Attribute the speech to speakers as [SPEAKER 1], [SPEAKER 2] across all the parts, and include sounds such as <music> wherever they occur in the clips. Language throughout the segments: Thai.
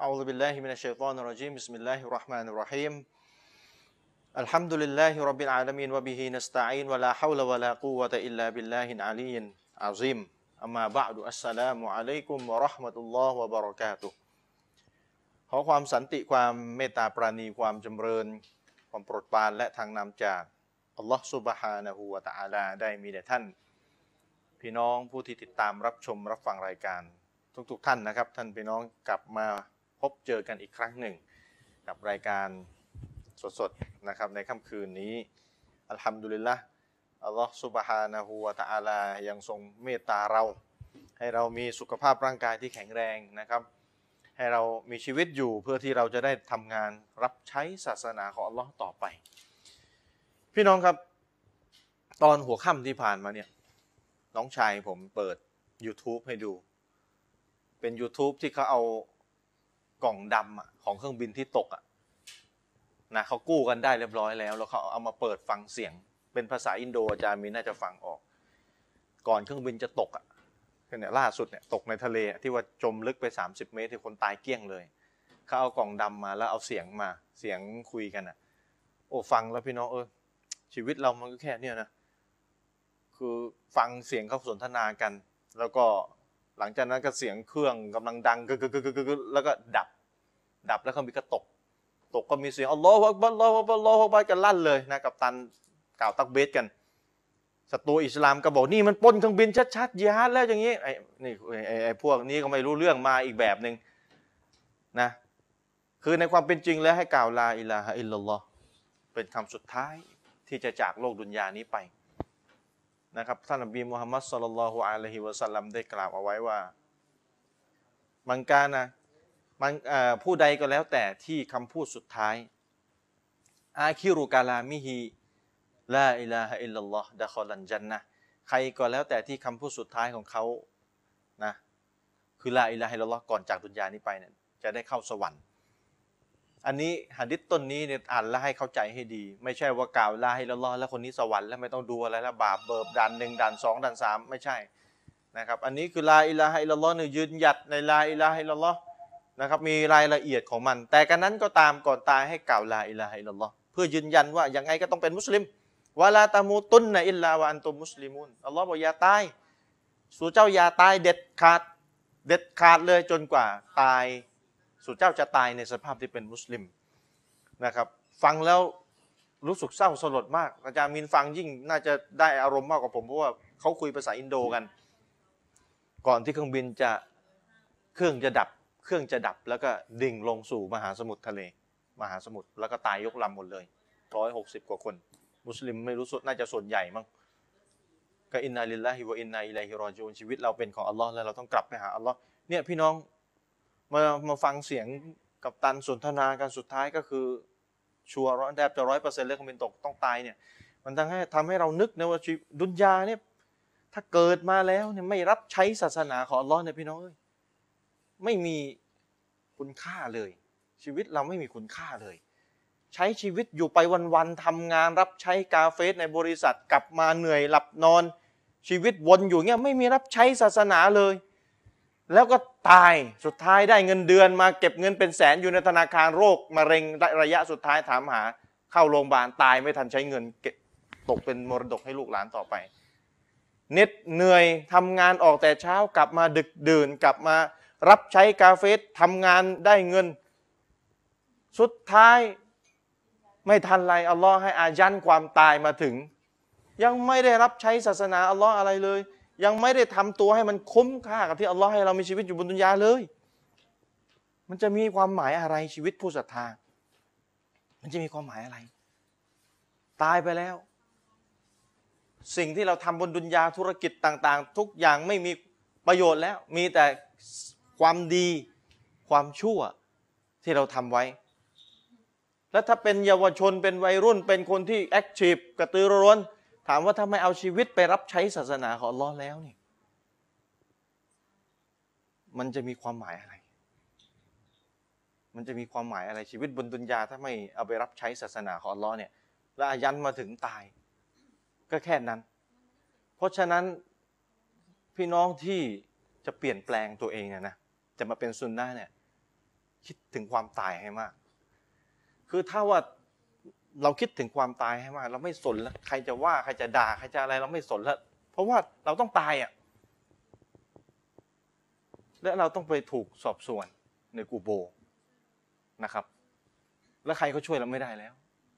[SPEAKER 1] أعوذ بالله من الشيطان الرجيم بسم الله الرحمن الرحيم الحمد لله رب العالمين وبه نستعين ولا حول ولا قوة إلا بالله العلي العظيم أما بعد السلام عليكم ورحمة الله وبركاته ขอความสันติความเมตตาปราณีความจำเริญ ความโปรดปรานและทางนำจากอัลลอฮฺซุบฮานะฮูวะตะอาลาได้มีแด่ท่าน พี่น้องผู้ที่ติดตามรับชมรับฟังรายการ ทุกๆท่านนะครับ ท่านพี่น้องกลับมาพบเจอกันอีกครั้งหนึ่ง กับรายการสดๆนะครับในค่ำคืนนี้อัลฮัมดุลิลละอัลลอฮฺซุบฮานะฮูวะตะอาลายังทรงเมตตาเรา ให้เรามีสุขภาพร่างกายที่แข็งแรงนะครับ ให้เรามีชีวิตอยู่เพื่อที่เราจะได้ทำงานรับใช้ศาสนาของอัลลอฮ์ต่อไป พี่น้องครับ ตอนหัวค่ำที่ผ่านมาเนี่ย น้องชายผมเปิด YouTube ให้ดู เป็น YouTube ที่เขาเอากล่องดำอะของเครื่องบินที่ตกอะนะเขากู้กันได้เรียบร้อยแล้ว แล้วเขาเอามาเปิดฟังเสียง เป็นภาษาอินโดอาจารย์มินน่าจะฟังออก ก่อนเครื่องบินจะตกอะ เนี่ยล่าสุดเนี่ยตกในทะเลที่ว่าจมลึกไป 30 เมตรที่คนตายเกลี้ยงเลย เขาเอากล่องดำมาแล้วเอาเสียงมาเสียงคุยกันอ่ะ โอ้ฟังแล้วพี่น้องเออชีวิตเรามันก็แค่เนี่ยนะคือฟังเสียงเขาสนทนากัน แล้วก็หลังจากนั้นก็เสียงเครื่องกำลังดังกึกกึกกึกกึกกึกแล้วก็ดับ ดับแล้วก็มีกระตก ตกก็มีเสียงอัลลอฮฺอักบัรอัลลอฮฺอักบัรอัลลอฮฺอักบัรกันลั่นเลยนะกับตันกล่าวตักเบสกัน ศัตรูอิสลามก็บอกนี่มันปล้นเครื่องบินชัดๆยิฮาดแล้วอย่างนี้ไอ้นี่ไอ้ไอ้พวกนี้ก็ไม่รู้เรื่องมาอีกแบบหนึ่งนะคือในความเป็นจริงแล้วให้กล่าวลาอิลาฮะอิลลัลลอฮ์เป็นคำสุดท้ายที่จะจากโลกดุนยานี้ไปนะครับท่านนบีมุฮัมมัดสลลัลลอฮุอะลัยฮิวะสัลลัมได้กล่าวเอาไว้ว่ามันกานะมันเอ่อผู้ใดก็แล้วแต่ที่คำพูดสุดท้าย อาคิรุกาลามิฮี ลาอิลาฮะอิลลัลลอฮ์ดะคอลันจันนะห์ใครก็แล้วแต่ที่คำพูดสุดท้ายของเขานะคือลาอิลาฮะอิลลัลลอฮ์ก่อนจากดุนยานี้ไปเนี่ยจะได้เข้าสวรรค์ อันนี้หะดิษต้นนี้เนี่ยอ่านแล้วให้เข้าใจให้ดี ไม่ใช่ว่ากล่าวลาอิลลัลลอฮ์แล้วคนนี้สวรรค์แล้วไม่ต้องดูอะไรแล้วบาปเบิบดันหนึ่งดันสองดันสามไม่ใช่นะครับอันนี้คือลาอิลาฮะอิลลัลลอฮ์เนี่ยยืนหยัดในลาอิลาฮะอิลลัลลอฮ์นะครับมีรายละเอียดของมัน แต่กันนั้นก็ตามก่อนตายให้กล่าวลาอิลาฮะอิลลัลลอฮ์เพื่อยืนยันว่ายังไงก็ต้องเป็นมุสลิม วะลาตามูตุนนะอิลลาวะอันตุมมุสลิมุนอัลลอฮ์บอกอย่าตาย สู่เจ้าอย่าตายเด็ดขาด เด็ดขาดเลยจนกว่าตาย สู่เจ้าจะตายในสภาพที่เป็นมุสลิมนะครับ ฟังแล้วรู้สึกเศร้าสลดมาก อาจารย์มินฟังยิ่งน่าจะได้อารมณ์มากกว่าผมเพราะว่าเขาคุยภาษาอินโดกัน ก่อนที่เครื่องบินจะเครื่องจะดับ เครื่องจะดับแล้วก็ดิ่งลงสู่มหาสมุทรทะเล มหาสมุทรแล้วก็ตายยกลำหมดเลยร้อยหกสิบกว่าคน มุสลิมไม่รู้สุดน่าจะส่วนใหญ่มั้งก็อินนาลิลลาฮิวะอินนาอิลัยฮิรอจิอูนชีวิตเราเป็นของอัลลอฮ์แล้วเราต้องกลับไปหาอัลลอฮ์เนี่ยพี่น้องมามาฟังเสียงกับตันสนทนากันสุดท้ายก็คือ ชัวร์ร้อยแทบจะร้อยเปอร์เซ็นต์เลยเขาเป็นตกต้องตายเนี่ย มันทำให้ทำให้เรานึกนะว่าชีวิตดุนยาเนี่ยถ้าเกิดมาแล้วเนี่ยไม่รับใช้ศาสนาของอัลลอฮ์เนี่ยพี่น้องเอ้ยไม่มีคุณค่าเลย ชีวิตเราไม่มีคุณค่าเลย ใช้ชีวิตอยู่ไปวันๆทำงานรับใช้กาเฟสในบริษัทกลับมาเหนื่อยหลับนอน ชีวิตวนอยู่เงี้ยไม่มีรับใช้ศาสนาเลย แล้วก็ตายสุดท้ายได้เงินเดือนมาเก็บเงินเป็นแสนอยู่ในธนาคารโรคมะเร็งระยะสุดท้ายถามหา เข้าโรงพยาบาลตายไม่ทันใช้เงินเก็บตกเป็นมรดกให้ลูกหลานต่อไปเหน็ดเหนื่อยทำงานออกแต่เช้ากลับมาดึกดื่นกลับมารับใช้กาเฟสทำงานได้เงิน สุดท้าย ไม่ทันไรอัลลอฮ์ให้อายันความตายมาถึง ยังไม่ได้รับใช้ศาสนาอัลลอฮ์อะไรเลย ยังไม่ได้ทำตัวให้มันคุ้มค่ากับที่อัลลอฮ์ให้เรามีชีวิตอยู่บนดุนยาเลย มันจะมีความหมายอะไรชีวิตผู้ศรัทธา มันจะมีความหมายอะไร ตายไปแล้ว สิ่งที่เราทำบนดุนยาธุรกิจต่าง ๆ ทุกอย่างไม่มีประโยชน์แล้ว มีแต่ความดีความชั่วที่เราทำไว้ และถ้าเป็นเยาวชนเป็นวัยรุ่นเป็นคนที่แอคทีฟกระตือรือร้น ถามว่าถ้าไม่เอาชีวิตไปรับใช้ศาสนาของอัลลอฮ์แล้วนี่ มันจะมีความหมายอะไร มันจะมีความหมายอะไรชีวิตบนดุนยาถ้าไม่เอาไปรับใช้ศาสนาของอัลลอฮ์เนี่ย และอายันมาถึงตาย ก็แค่นั้น เพราะฉะนั้นพี่น้องที่จะเปลี่ยนแปลงตัวเองเนี่ยนะจะมาเป็นซุนนะห์เนี่ย คิดถึงความตายให้มาก คือถ้าว่าเราคิดถึงความตายให้มาก เราไม่สนแล้วใครจะว่าใครจะด่าใครจะอะไรเราไม่สนแล้ว เพราะว่าเราต้องตายอ่ะ และเราต้องไปถูกสอบสวนในกูโบนะครับ และใครเขาช่วยเราไม่ได้แล้ว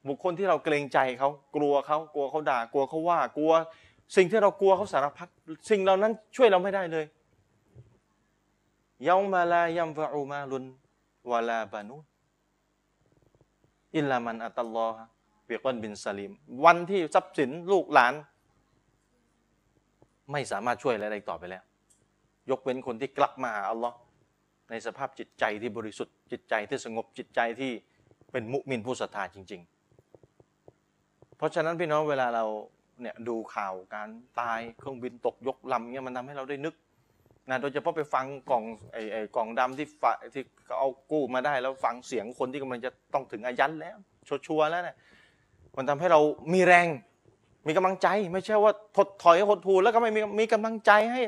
[SPEAKER 1] บุคคลที่เราเกรงใจเขากลัวเขากลัวเขาด่า กลัวเขาว่ากลัว สิ่งที่เรากลัวเขาสารพัดสิ่งเหล่านั้นช่วยเราไม่ได้เลยยามาลายัมฟะอูมาลุนวะลาบานุนอิลลามันอัตตัลลอฮะเปียกอนบินสลิม วันที่ทรัพย์สินลูกหลาน ไม่สามารถช่วยอะไรได้อีกต่อไปแล้ว ยกเว้นคนที่กลับมาหาอัลลอฮ์ในสภาพจิตใจที่บริสุทธิ์จิตใจที่สงบจิตใจที่เป็นมุมินผู้ศรัทธาจริง ๆ เพราะฉะนั้นพี่น้องเวลาเราเนี่ยดูข่าวการตายเครื่องบินตกยกลำเนี่ยมันทำให้เราได้นึกนะโดยเฉพาะไปฟังกล่องไอ้ไอ้กล่องดำที่ฝะที่เอากู้มาได้แล้วฟังเสียงคนที่กำลังจะต้องถึงอายันแล้วชัวร์ๆแล้วเนี่ยมันทำให้เรามีแรง มีกำลังใจไม่ใช่ว่าถดถอยหดหูแล้วก็ไม่มีมีกำลังใจให้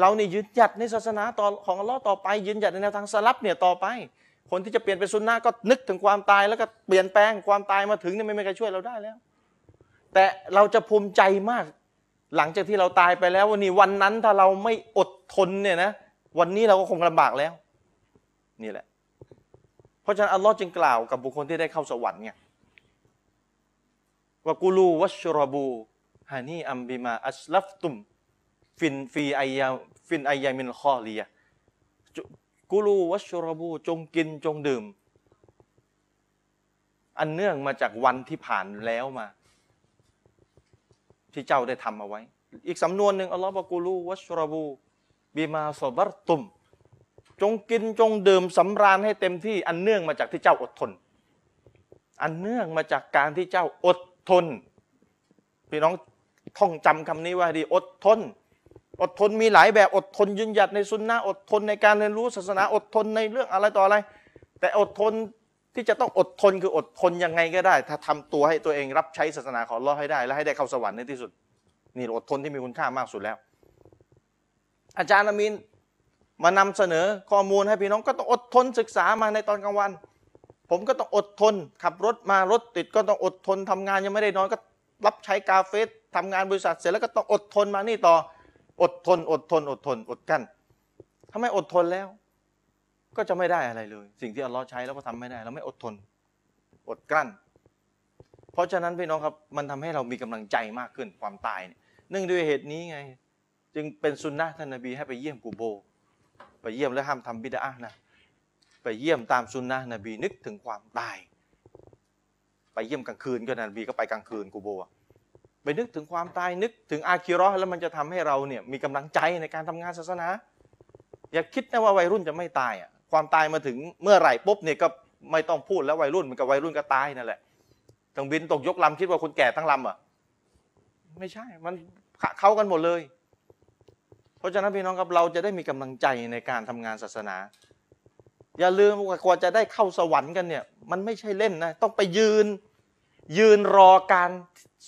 [SPEAKER 1] เรานี่ยืนหยัดในศาสนาต่อของอัลลอฮ์ต่อไป ยืนหยัดในแนวทางสลับเนี่ยต่อไป คนที่จะเปลี่ยนเป็นซุนนะห์ก็นึกถึงความตายแล้วก็เปลี่ยนแปลงความตายมาถึงเนี่ยไม่มีใครช่วยเราได้แล้ว แต่เราจะภูมิใจมาก หลังจากที่เราตายไปแล้ววันนี้วันนั้นถ้าเราไม่อดทนเนี่ยนะวันนี้เราก็คงลำบากแล้ว นี่แหละ เพราะฉะนั้นอัลลอฮ์จึงกล่าวกับบุคคลที่ได้เข้าสวรรค์ไงว่ากูลูวัชรบูฮานีอัมบิมาอัสลัฟตุม ฟินฟีไอยาฟินไอยามินคอเลียจุกุลูวัชรบูจงกินจงดื่ม อันเนื่องมาจากวันที่ผ่านแล้วมา ที่เจ้าได้ทำเอาไว้ อีกสำนวนหนึ่งอัลลอฮ์บอกกุลูวัชรบูบีมาสบัรตุม จงกินจงดื่มสำราญให้เต็มที่อันเนื่องมาจากที่เจ้าอดทน อันเนื่องมาจากการที่เจ้าอดทน พี่น้องท่องจำคำนี้ไว้ให้ดีอดทน อดทนมีหลายแบบอดทนยืนหยัดในสุนนะอดทนในการเรียนรู้ศาสนาอดทนในเรื่องอะไรต่ออะไร แต่อดทนที่จะต้องอดทนคืออดทนยังไงก็ได้ ถ้าทำตัวให้ตัวเองรับใช้ศาสนาของอัลเลอให้ได้ และให้ได้เข้าสวรรค์ในที่สุด นี่อดทนที่มีคุณค่ามากสุดแล้ว อาจารย์อามินมานำเสนอข้อมูลให้พี่น้องก็ต้องอดทนศึกษามาในตอนกลางวัน ผมก็ต้องอดทนขับรถมารถติดก็ต้องอดทนทำงานยังไม่ได้นอนก็รับใช้กาเฟสทำงานบริษัทเสร็จแล้วก็ต้องอดทนมานี่ต่อ อดทน อดทน อดทน อดกลั้นถ้าไม่อดทนแล้ว ก็จะไม่ได้อะไรเลย สิ่งที่อัลลอฮ์ใช้แล้วก็ทำไม่ได้ เราไม่อดทน อดกลั้น เพราะฉะนั้นพี่น้องครับ มันทำให้เรามีกำลังใจมากขึ้นความตายเนี่ยเนื่องด้วยเหตุนี้ไง จึงเป็นสุนนะท่านนบีให้ไปเยี่ยมกูโบร์ไปเยี่ยมแล้วห้ามทำบิดานะ ไปเยี่ยมตามสุนนะนบีนึกถึงความตาย ไปเยี่ยมกลางคืนก็นบีก็ไปกลางคืนกูโบร์อะ ไปนึกถึงความตายนึกถึงอาคิเราะห์แล้วมันจะทำให้เราเนี่ยมีกำลังใจในการทำงานศาสนา อย่าคิดนะว่าวัยรุ่นจะไม่ตายอ่ะความตายมาถึงเมื่อไหร่ปุ๊บเนี่ยก็ไม่ต้องพูดแล้ววัยรุ่นมันกับวัยรุ่นก็ตายนั่นแหละต้องบินตกยกลำคิดว่าคนแก่ทั้งลำเหรอ่ะไม่ใช่มันขะเข้ากันหมดเลย เพราะฉะนั้นพี่น้องครับเราจะได้มีกำลังใจในการทำงานศาสนา อย่าลืมว่ากว่าจะได้เข้าสวรรค์กันเนี่ยมันไม่ใช่เล่นนะต้องไปยืน ยืนรอการ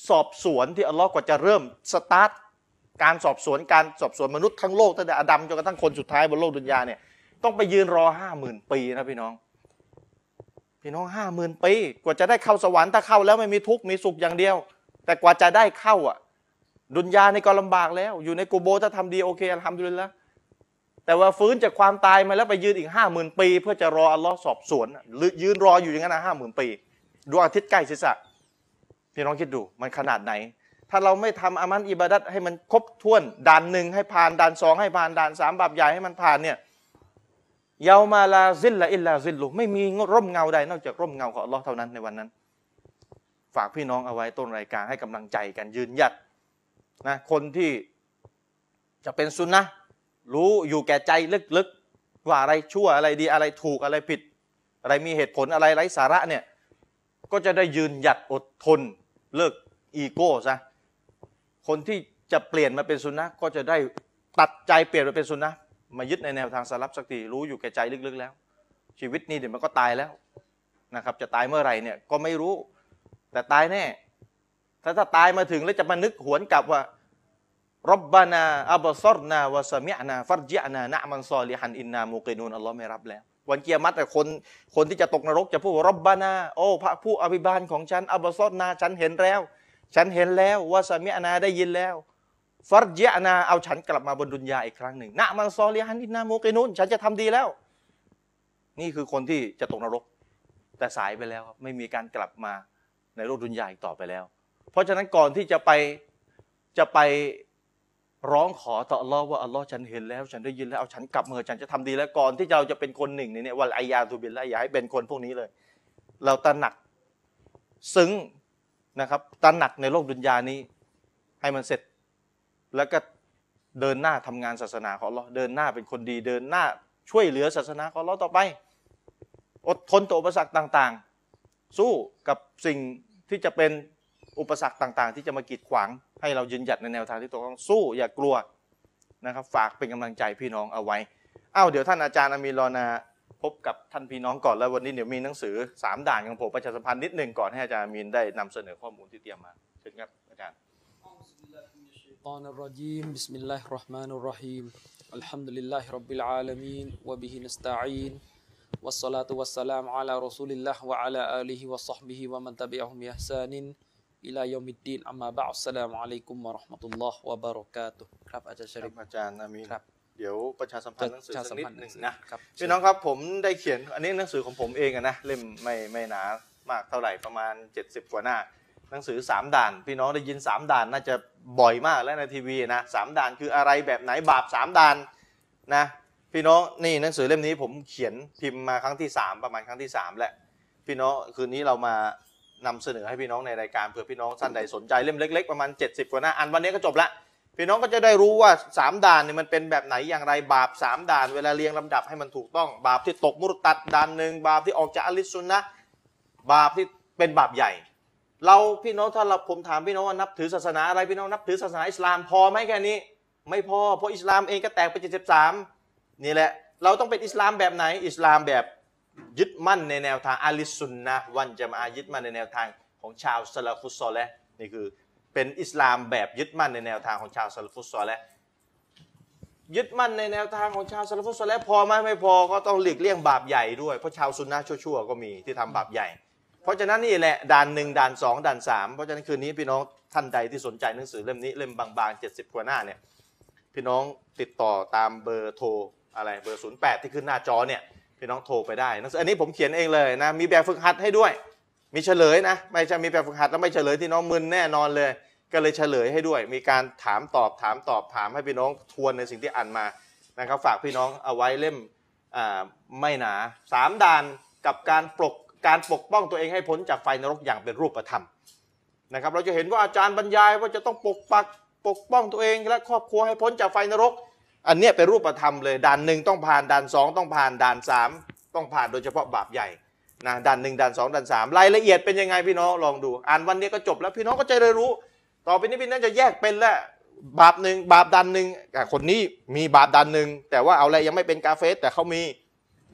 [SPEAKER 1] สอบสวนที่อัลลอฮ์กว่าจะเริ่มสตาร์ทการสอบสวนการสอบสวนมนุษย์ทั้งโลกตั้งแต่อาดัมจนกระทั่งคนสุดท้ายบนโลกดุนยาเนี่ยต้องไปยืนรอห้าหมื่นปีนะพี่น้อง พี่น้องห้าหมื่นปีกว่าจะได้เข้าสวรรค์ถ้าเข้าแล้วไม่มีทุกข์มีสุขอย่างเดียว แต่กว่าจะได้เข้าอ่ะ ดุนยาในก็ลำบากแล้ว อยู่ในกูโบร์ถ้าทำดีโอเคอัลฮัมดุลิลละแต่ว่าฟื้นจากความตายมาแล้วไปยืนอีกห้าหมื่นปี เพื่อจะรออัลลอฮ์สอบสวนน่ะหรือยืนรออยู่อย่างนั้นนะห้าหมื่นปีดวงอาทิตย์ใกล้ศีรษะ พี่น้องคิดดูมันขนาดไหน ถ้าเราไม่ทำอามันอิบาดัตให้มันครบถ้วนด่านหนึ่งให้ผ่านด่านสองให้ผ่านด่านสามบาปใหญ่ให้มันผ่านเนี่ยเยาวมาลาซิลละอิลลาซิลลุไม่มีร่มเงาใดนอกจากร่มเงาของอัลลอฮ์เท่านั้นในวันนั้น ฝากพี่น้องเอาไว้ต้นรายการให้กำลังใจกันยืนหยัดนะคนที่จะเป็นซุนนะห์รู้อยู่แก่ใจลึกๆ ว่าอะไรชั่วอะไรดีอะไรถูกอะไรผิด อะไรมีเหตุผลอะไรไร้สาระเนี่ย ก็จะได้ยืนหยัดอดทนเลิกอีโก้ซะ คนที่จะเปลี่ยนมาเป็นสุนนะห์ก็จะได้ตัดใจเปลี่ยนมาเป็นสุนนะห์มายึดในแนวทางสลับสักทีรู้อยู่แก่ใจลึกๆแล้ว ชีวิตนี้เดี๋ยวมันก็ตายแล้วนะครับ จะตายเมื่อไหร่เนี่ยก็ไม่รู้ แต่ตายแน่ ถ้าถ้าตายมาถึงแล้วจะมานึกหวนกลับว่ารับบานาอับซอรนาวะสมิอานาฟัรจิอานานะมันซอลิฮันอินนามูกินูนอัลลอฮ์ไม่รับแล้ว วันเกียรมัดแต่คน คนที่จะตกนรกจะพูดว่ารับบานาโอ้พระผู้อภิบาลของฉันอับบาซอดนาฉันเห็นแล้ว ฉันเห็นแล้วว่าสามีอานาได้ยินแล้ว ฟัรเยะนาเอาฉันกลับมาบนดุนยาอีกครั้งหนึ่งนะมันซอลิฮันนินาโมเกนุนฉันจะทำดีแล้ว นี่คือคนที่จะตกนรก แต่สายไปแล้วครับไม่มีการกลับมาในโลกดุนยาอีกต่อไปแล้ว เพราะฉะนั้นก่อนที่จะไปจะไปร้องขอต่ออัลลอฮ์ว่าอัลลอฮ์ฉันเห็นแล้ว ฉันได้ยินแล้วเอาฉันกลับมาเถอะฉันจะทำดีแล้วก่อนที่เราจะเป็นคนหนึ่งในเนี่ยวันอายาตูบิลละอย่าให้เป็นคนพวกนี้เลย เราตระหนักซึ้งนะครับตระหนักในโลกดุนยานี้ ให้มันเสร็จ แล้วก็เดินหน้าทำงานศาสนาของอัลเราะห์เดินหน้าเป็นคนดี เดินหน้าช่วยเหลือศาสนาของอัลเราะห์ต่อไป อดทนต่ออุปสรรคต่างๆ สู้กับสิ่งที่จะเป็นอุปสรรคต่างๆ ที่จะมากีดขวางให้เรายืนหยัดในแนวทางที่ถูกต้องสู้อย่ากลัวนะครับ ฝากเป็นกำลังใจพี่น้องเอาไว้อ้าวเดี๋ยวท่านอาจารย์อามีรอนาพบกับท่านพี่น้องก่อนแล้ววันนี้เดี๋ยวมีหนังสือสามด่านของผมประชาสัมพันธ์นิดหนึ่งก่อนให้อาจารย์อามีนได้นำเสนอข้อมูลที่เตรียมมาเชิญครับอาจารย์
[SPEAKER 2] أعوذ بالله من الشيطان الرجيم بسم الله الرحمن الرحيم الحمد لله رب العالمين وبه نستعين والصلاة والسلام على رسول الله وعلى آله وصحبه ومن تبعهم بإحسان إلى يوم الدين أما بعد السلام عليكم ورحمة الله وبركاته ครับอาจารย์ช
[SPEAKER 1] ค
[SPEAKER 2] ริ
[SPEAKER 1] รั
[SPEAKER 2] ฟ
[SPEAKER 1] บอาจารย์อามีน
[SPEAKER 2] ครับ
[SPEAKER 1] เดี๋ยวประชาสัมพันธ์หนังสือสักนิดหนึ่งนะ
[SPEAKER 2] ครับ
[SPEAKER 1] พี่น้องครับผมได้เขียนอันนี้หนังสือของผมเองอะนะเล่มไม่ไม่หนามากเท่าไหร่ประมาณ 70 กว่าหน้า หนังสือ 3 ด่าน พี่น้องได้ยิน 3 ด่านน่าจะบ่อยมากแล้วในทีวีนะสามด่านคืออะไรแบบไหนบาป 3 ด่านนะพี่น้องนี่หนังสือเล่มนี้ผมเขียนพิมพ์มาครั้งที่ 3 ประมาณครั้งที่ 3 แหละ พี่น้องคืนนี้เรามานำเสนอให้พี่น้องในรายการเผื่อพี่น้องท่านใดสนใจเล่มเล็ก ๆ ประมาณ 70 กว่าหน้าอันวันนี้ก็จบละ พี่น้องก็จะได้รู้ว่า 3 ด่านเนี่ยมันเป็นแบบไหนอย่างไรบาป 3 ด่าน เวลาเรียงลำดับให้มันถูกต้อง บาปที่ตกมุรตัดด่านหนึ่งบาปที่ออกจากอะลิสซุนนะห์บาปที่เป็นบาปใหญ่ เราพี่น้องถ้าเราผมถามพี่น้องว่านับถือศาสนาอะไรพี่น้องนับถือศาสนาอิสลามพอไหมแค่นี้ ไม่พอเพราะอิสลามเองก็แตกไป73นี่แหละเราต้องเป็นอิสลามแบบไหนอิสลามแบบยึดมั่นในแนวทางอะลิสซุนนะห์วันจะมาอะฮ์ยึดมั่นในแนวทางของชาวซะลาฟุสซอแลฮ์นี่คือ เป็นอิสลามแบบยึดมั่นในแนวทางของชาวซาลฟุตซอลและยึดมั่นในแนวทางของชาวซาลฟุตซอลและพอไหมไม่พอก็ต้องหลีกเลี่ยงบาปใหญ่ด้วยเพราะชาวซุนนะห์ชั่วๆก็มีที่ทำบาปใหญ่ เพราะฉะนั้นนี่แหละด่านหนึ่งด่านสองด่านสามเพราะฉะนั้นคืนนี้พี่น้องท่านใดที่สนใจหนังสือเล่มนี้เล่มบางๆ 70 กว่าหน้าเนี่ยพี่น้องติดต่อตามเบอร์โทรอะไรเบอร์ 08 ที่ขึ้นหน้าจอเนี่ยพี่น้องโทรไปได้หนังสืออันนี้ผมเขียนเองเลยนะมีแบบฝึกหัดให้ด้วย มีเฉลยนะไม่ใช่มีแบบฝึกหัดแล้วไม่เฉลยที่น้องมึนแน่นอนเลย ก็เลยเฉลยให้ด้วย มีการถามตอบถามตอบถามให้พี่น้องทวนในสิ่งที่อ่านมานะครับฝากพี่น้องเอาไว้เล่มอ่าไม่หนาสามด่านกับการปลกการปกป้องตัวเองให้พ้นจากไฟนรกอย่างเป็นรูปธรรมนะครับเราจะเห็นว่าอาจารย์บรรยายว่าจะต้องปกปักปกป้องตัวเองและครอบครัวให้พ้นจากไฟนรก อันเนี้ยเป็นรูปธรรมเลยด่านหนึ่งต้องผ่านด่านสองต้องผ่านด่านสามต้องผ่านโดยเฉพาะบาปใหญ่ นะด่านหนึ่งด่านสองด่านสามรายละเอียดเป็นยังไงพี่น้องลองดู อ่านวันนี้ก็จบแล้วพี่น้องก็จะได้รู้ ต่อไปนี้พี่น้องจะแยกเป็นแล้วบาปหนึ่งบาปด่านหนึ่งอ่ะคนนี้มีบาปด่านหนึ่งแต่ว่าเอาอะไรยังไม่เป็นกาเฟสแต่เขามี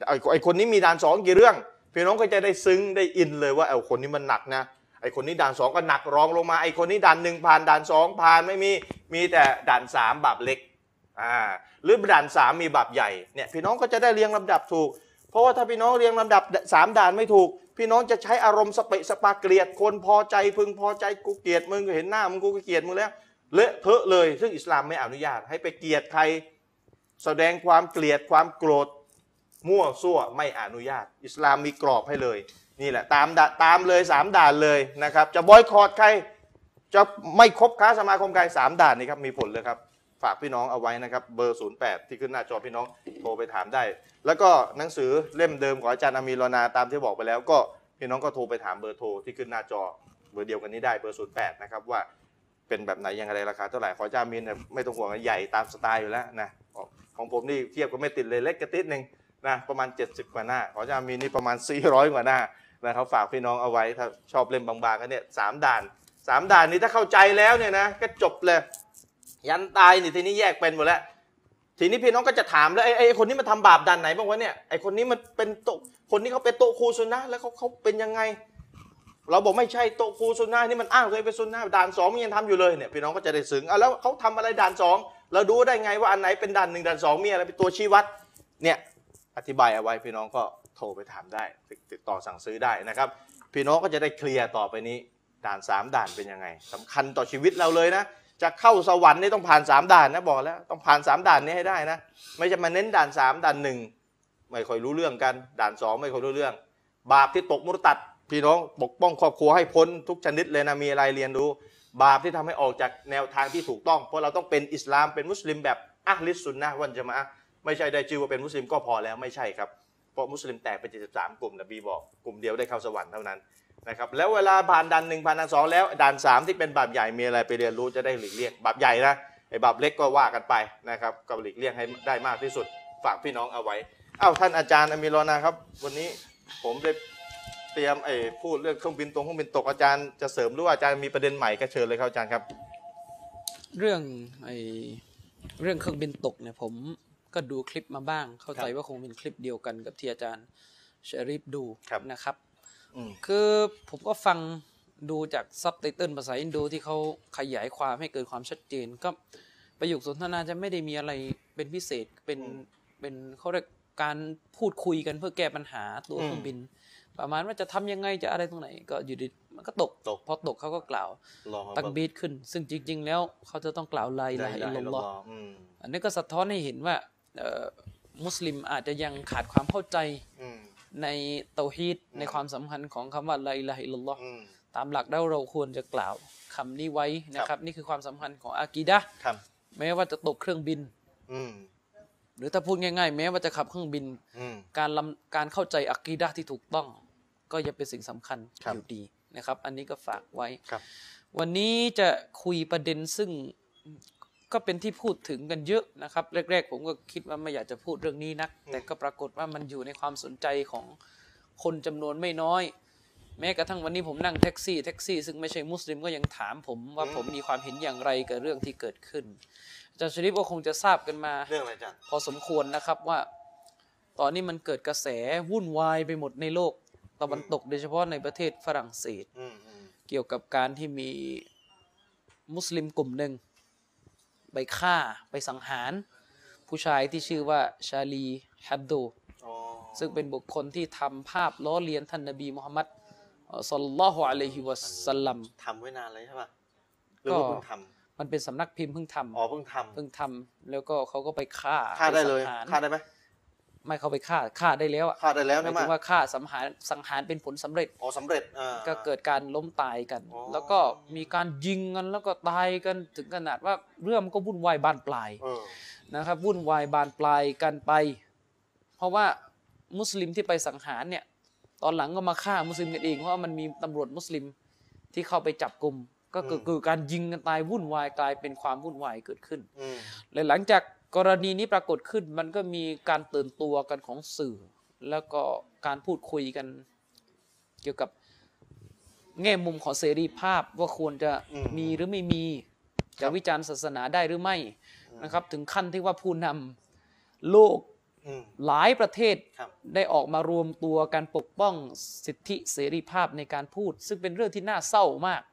[SPEAKER 1] ไอ้ไอ้คนนี้มีด่านสองกี่เรื่อง พี่น้องก็จะได้ซึ้งได้อินเลยว่าไอ้คนนี้มันหนักนะไอ้คนนี้ด่านสองก็หนักรองลงมาไอ้คนนี้ด่านหนึ่งผ่านด่านสองผ่านไม่มีมีแต่ด่านสามบาปเล็กอ่าหรือด่านสามมีบาปใหญ่เนี่ยพี่น้องก็จะได้เรียงลำดับถูก เพราะว่าถ้าพี่น้องเรียงลำดับสามด่านไม่ถูก พี่น้องจะใช้อารมณ์สเปะสปาเกลียดคนพอใจพึงพอใจกูเกลียดมึงเห็นหน้ามึงกูก็เกลียดมึงแล้วเลอะเทอะเลย ซึ่งอิสลามไม่อนุญาตให้ไปเกลียดใคร แสดงความเกลียดความโกรธ มั่วซั่วไม่อนุญาต อิสลามมีกรอบให้เลย นี่แหละตามด่าตามเลยสามด่านเลยนะครับ จะบอยคอรดใคร จะไม่คบค้าสมาคมใครสามด่านนี้ครับมีผลเลยครับ ฝากพี่น้องเอาไว้นะครับ เบอร์ 08 ที่ขึ้นหน้าจอพี่น้องโทรไปถามได้ แล้วก็หนังสือเล่มเดิมของอาจารย์อามีรอนาตามที่บอกไปแล้ว ก็พี่น้องก็โทรไปถามเบอร์โทรที่ขึ้นหน้าจอเบอร์เดียวกันนี้ได้เบอร์ 08 นะครับว่าเป็นแบบไหนอย่างไรราคาเท่าไหร่ขออาจารย์อามีนเนี่ยไม่ต้องห่วงใหญ่ตามสไตล์อยู่แล้วนะของผมนี่เทียบก็ไม่ติดเลยเล็กกระติดหนึ่งนะประมาณ 70 กว่าหน้าขออาจารย์อามีนนี่ประมาณ 400 กว่าหน้านะครับฝากพี่น้องเอาไว้ถ้าชอบเล่มบางๆก็เนี่ยสามด่านสามด่านนี้ถ้าเข้าใจแล้วเนี่ยนะก็จบเลย ยันตายนี่ทีนี้แยกเป็นหมดแล้ว ทีนี้พี่น้องก็จะถามแล้วไอ้ไอ้คนนี้มันทำบาปดันไหนบ้างวะเนี่ยไอ้คนนี้มันเป็นโตะคนนี้เขาเป็นโตะครูซุนนะห์แล้วเขาเขาเป็นยังไง เราบอกไม่ใช่โตะครูซุนนะห์นี่มันอ้างตัวเองเป็นซุนนะห์ด่านสองมันยังทำอยู่เลยเนี่ยพี่น้องก็จะได้ซึ้งอ่ะแล้วเขาทำอะไรด่านสองเราดูได้ไงว่าอันไหนเป็นด่านหนึ่งด่านสองมีอะไรเป็นตัวชี้วัดเนี่ย อธิบายเอาไว้พี่น้องก็โทรไปถามได้ติดติดต่อสั่งซื้อได้นะครับ พี่น้องก็จะได้เคลียร์ต่อไปนี้ ด่าน 3 ด่านเป็นยังไงสำคัญต่อชีวิตเราเลยนะ จะเข้าสวรรค์นี่ต้องผ่าน 3 ด่านนะบอกแล้ว ต้องผ่าน 3 ด่านนี้ให้ได้นะ ไม่จะมาเน้นด่าน 3 ด่าน 1 ไม่ค่อยรู้เรื่องกัน ด่าน 2 ไม่ค่อยรู้เรื่อง บาปที่ตกมุรตัด พี่น้องปกป้องครอบครัวให้พ้นทุกชนิดเลยนะมีอะไรเรียนรู้ บาปที่ทำให้ออกจากแนวทางที่ถูกต้อง เพราะเราต้องเป็นอิสลามเป็นมุสลิมแบบอะห์ลิสซุนนะฮ์วันจะมาอะห์ไม่ใช่ได้ชื่อว่าเป็นมุสลิมก็พอแล้วไม่ใช่ครับ เพราะมุสลิมแตกเป็น73กลุ่มนบีบอกกลุ่มเดียวได้เข้าสวรรค์เท่านั้นนะครับแล้วเวลาผ่านด่านหนึ่งผ่านด่านสองแล้วด่านสามที่เป็นบาปใหญ่มีอะไรไปเรียนรู้จะได้หลีกเลี่ยงบาปใหญ่นะไอ้บาปเล็กก็ว่ากันไปนะครับก็หลีกเลี่ยงให้ได้มากที่สุดฝากพี่น้องเอาไว้อ้าวท่านอาจารย์อามีรอนาครับ วันนี้ผมได้ เตรียมไอ้พูดเรื่องเครื่องบินตรงเครื่องบินตกอาจารย์จะเสริมหรือว่าอาจารย์มีประเด็นใหม่ก็เชิญเลยครับอาจารย์ครับ
[SPEAKER 3] เรื่องไอเรื่องเครื่องบินตกเนี่ยผมก็ดูคลิปมาบ้าง เข้าใจ
[SPEAKER 1] ครับ
[SPEAKER 3] ว่าคงเป็นคลิปเดียวกันกับที่อาจารย์ชะรีฟดู
[SPEAKER 1] ครับ
[SPEAKER 3] นะครับ
[SPEAKER 1] อืม
[SPEAKER 3] คือผมก็ฟังดูจากซับไตเติลภาษาอินโดที่เขาขยายความให้เกิดความชัดเจน ก็ประโยคสนทนาจะไม่ได้มีอะไรเป็นพิเศษเป็นเป็นเขาเรียกการพูดคุยกันเพื่อแก้ปัญหาตัวเครื่องบิน ประมาณว่าจะทำยังไงจะอะไรตรงไหน ก็อยู่ดีมันก็ตก
[SPEAKER 1] ตก
[SPEAKER 3] พอตกเขาก็กล่าว
[SPEAKER 1] รอครับ
[SPEAKER 3] ตักบีดขึ้น ซึ่งจริง ๆ แล้วเขาจะต้องกล่าวลา
[SPEAKER 1] ได้
[SPEAKER 3] อิลา
[SPEAKER 1] ได้
[SPEAKER 3] ฮะ
[SPEAKER 1] ร
[SPEAKER 3] อิลลัลล
[SPEAKER 1] อ
[SPEAKER 3] อฮ์
[SPEAKER 1] อืม
[SPEAKER 3] อันนี้ก็สะท้อนให้เห็นว่าเอ่อมุสลิมอาจจะยังขาดความเข้าใจ
[SPEAKER 1] อืม
[SPEAKER 3] ในเตาฮีด
[SPEAKER 1] อืม
[SPEAKER 3] ในความสำคัญของคำว่าลาอิลาฮะอิลลัลลอฮ์
[SPEAKER 1] อืม
[SPEAKER 3] ตามหลักแล้วเราควรจะกล่าวคำนี้ไว้นะค
[SPEAKER 1] ครั
[SPEAKER 3] รับ
[SPEAKER 1] บ
[SPEAKER 3] นี่คือความสำคัญของอากีดะห์
[SPEAKER 1] ครับ
[SPEAKER 3] แม้ว่าจะตกเครื่องบิน
[SPEAKER 1] อืม
[SPEAKER 3] หรือถ้าพูดง่ายๆ แม้ว่าจะขับเครื่องบิน
[SPEAKER 1] อืม
[SPEAKER 3] การลำการเข้าใจอากีดะห์ที่ถูกต้อง ก็ยังเป็นสิ่งสำคัญ
[SPEAKER 1] ครับ
[SPEAKER 3] อยู่ดีนะครับ อันนี้ก็ฝากไว้
[SPEAKER 1] ครับ
[SPEAKER 3] วันนี้จะคุยประเด็นซึ่งก็เป็นที่พูดถึงกันเยอะนะครับ แรก ๆ ผมก็คิดว่าไม่อยากจะพูดเรื่องนี้นัก แต่ก็ปรากฏว่ามันอยู่ในความสนใจของคนจำนวนไม่น้อย แม้กระทั่งวันนี้ผมนั่งแท็กซี่แท็กซี่ซึ่งไม่ใช่มุสลิมก็ยังถามผมว่าผมมีความเห็นอย่างไรกับเรื่องที่เกิดขึ้นอาจารย์ชริปก็คงจะทราบกันมา
[SPEAKER 1] เรื่องอะไรอาจารย์
[SPEAKER 3] พอสมควรนะครับว่า ตอนนี้มันเกิดกระแสวุ่นวายไปหมดในโลกตะวันตกโดยเฉพาะในประเทศฝรั่งเศส
[SPEAKER 1] อืมอืม
[SPEAKER 3] เกี่ยวกับการที่มีมุสลิมกลุ่มหนึ่งไปฆ่าไปสังหาร ผู้ชายที่ชื่อว่าชาลีฮับโด
[SPEAKER 1] อ๋อ
[SPEAKER 3] ซึ่งเป็นบุคคลที่ทำภาพล้อเลียนท่านนบีมุฮัมมัดเอ่อศ็อลลัลลอฮุอะลัยฮิวะสัลลัม
[SPEAKER 1] ทำไว้นานเลยใช่ป่ะหรือว่า
[SPEAKER 3] ก็
[SPEAKER 1] เพิ่งท
[SPEAKER 3] มันเป็นสำนักพิมพ์เพิ่งท
[SPEAKER 1] ำอ๋อเพิ่งท
[SPEAKER 3] ำเพิ่งทำแล้วก็เขาก็ไปฆ่า
[SPEAKER 1] ำฆ่าได้เลย
[SPEAKER 3] ปสังหร
[SPEAKER 1] ฆ่าได้ไหม
[SPEAKER 3] ไม่เขาไปฆ่าฆ่าได้แล้วอะ
[SPEAKER 1] ฆ่าได้แล้ว
[SPEAKER 3] หมา
[SPEAKER 1] นะ
[SPEAKER 3] ย
[SPEAKER 1] มา
[SPEAKER 3] ถึงว่าฆ่าสังหารสังหารเป็นผลสำเร็จ
[SPEAKER 1] อ๋อสำเร็จอ่า
[SPEAKER 3] ก็เกิดการล้มตายกัน
[SPEAKER 1] อ๋อ
[SPEAKER 3] แล้วก็มีการยิงกันแล้วก็ตายกันถึงขนาดว่าเรื่องมันก็วุ่นวายบานปลาย
[SPEAKER 1] เออ
[SPEAKER 3] นะครับวุ่นวายบานปลายกันไป เพราะว่ามุสลิมที่ไปสังหารเนี่ยตอนหลังก็มาฆ่ามุสลิมกันเองเพราะว่ามันมีตำรวจมุสลิมที่เข้าไปจับกลุ่มก็เกิดเกิดการยิงกันตายวุ่นวายกลายเป็นความวุ่นวายเกิดขึ้น
[SPEAKER 1] อืม
[SPEAKER 3] และหลังจากกรณีนี้ปรากฏขึ้นมันก็มีการตื่นตัวกันของสื่อ แล้วก็การพูดคุยกัน เกี่ยวกับแง่มุมของเสรีภาพว่าควรจะมีหรือไม่มี จะวิจารณ์ศาสนาได้หรือไม่นะครับ ถึงขั้นที่ว่าผู้นำโลก
[SPEAKER 1] อืม
[SPEAKER 3] หลายประเทศ
[SPEAKER 1] ครับ
[SPEAKER 3] ได้ออกมารวมตัวการปกป้องสิทธิเสรีภาพในการพูด ซึ่งเป็นเรื่องที่น่าเศร้ามาก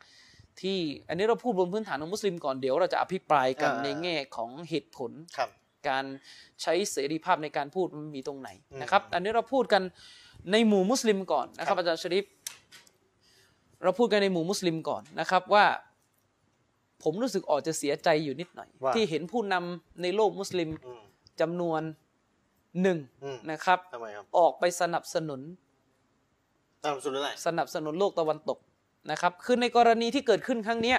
[SPEAKER 3] ที่อันนี้เราพูดบนพื้นฐานของมุสลิมก่อนเดี๋ยวเราจะอภิปรายกันในแง่ของเหตุผล
[SPEAKER 1] ครับ
[SPEAKER 3] การใช้เสรีภาพในการพูดมันมีตรงไหน
[SPEAKER 1] อืม
[SPEAKER 3] นะครับ อันนี้เราพูดกันในหมู่มุสลิมก่อนนะค
[SPEAKER 1] ครั
[SPEAKER 3] รับบ อาจารย์ชริฟเราพูดกันในหมู่มุสลิมก่อนนะครับว่า ผมรู้สึกออกจะเสียใจอยู่นิดหน่อย
[SPEAKER 1] ว่า
[SPEAKER 3] ที่เห็นผู้นำในโลกมุสลิม
[SPEAKER 1] อืม
[SPEAKER 3] จำนวนหนึ่ง
[SPEAKER 1] อืม
[SPEAKER 3] นะครับ
[SPEAKER 1] ทำไมครับ
[SPEAKER 3] ออกไปสนับสนุน
[SPEAKER 1] ตามสุดเรื่องอะไร
[SPEAKER 3] สนับสนุนโลกตะวันตกนะครับคือในกรณีที่เกิดขึ้นครั้งเนี้ย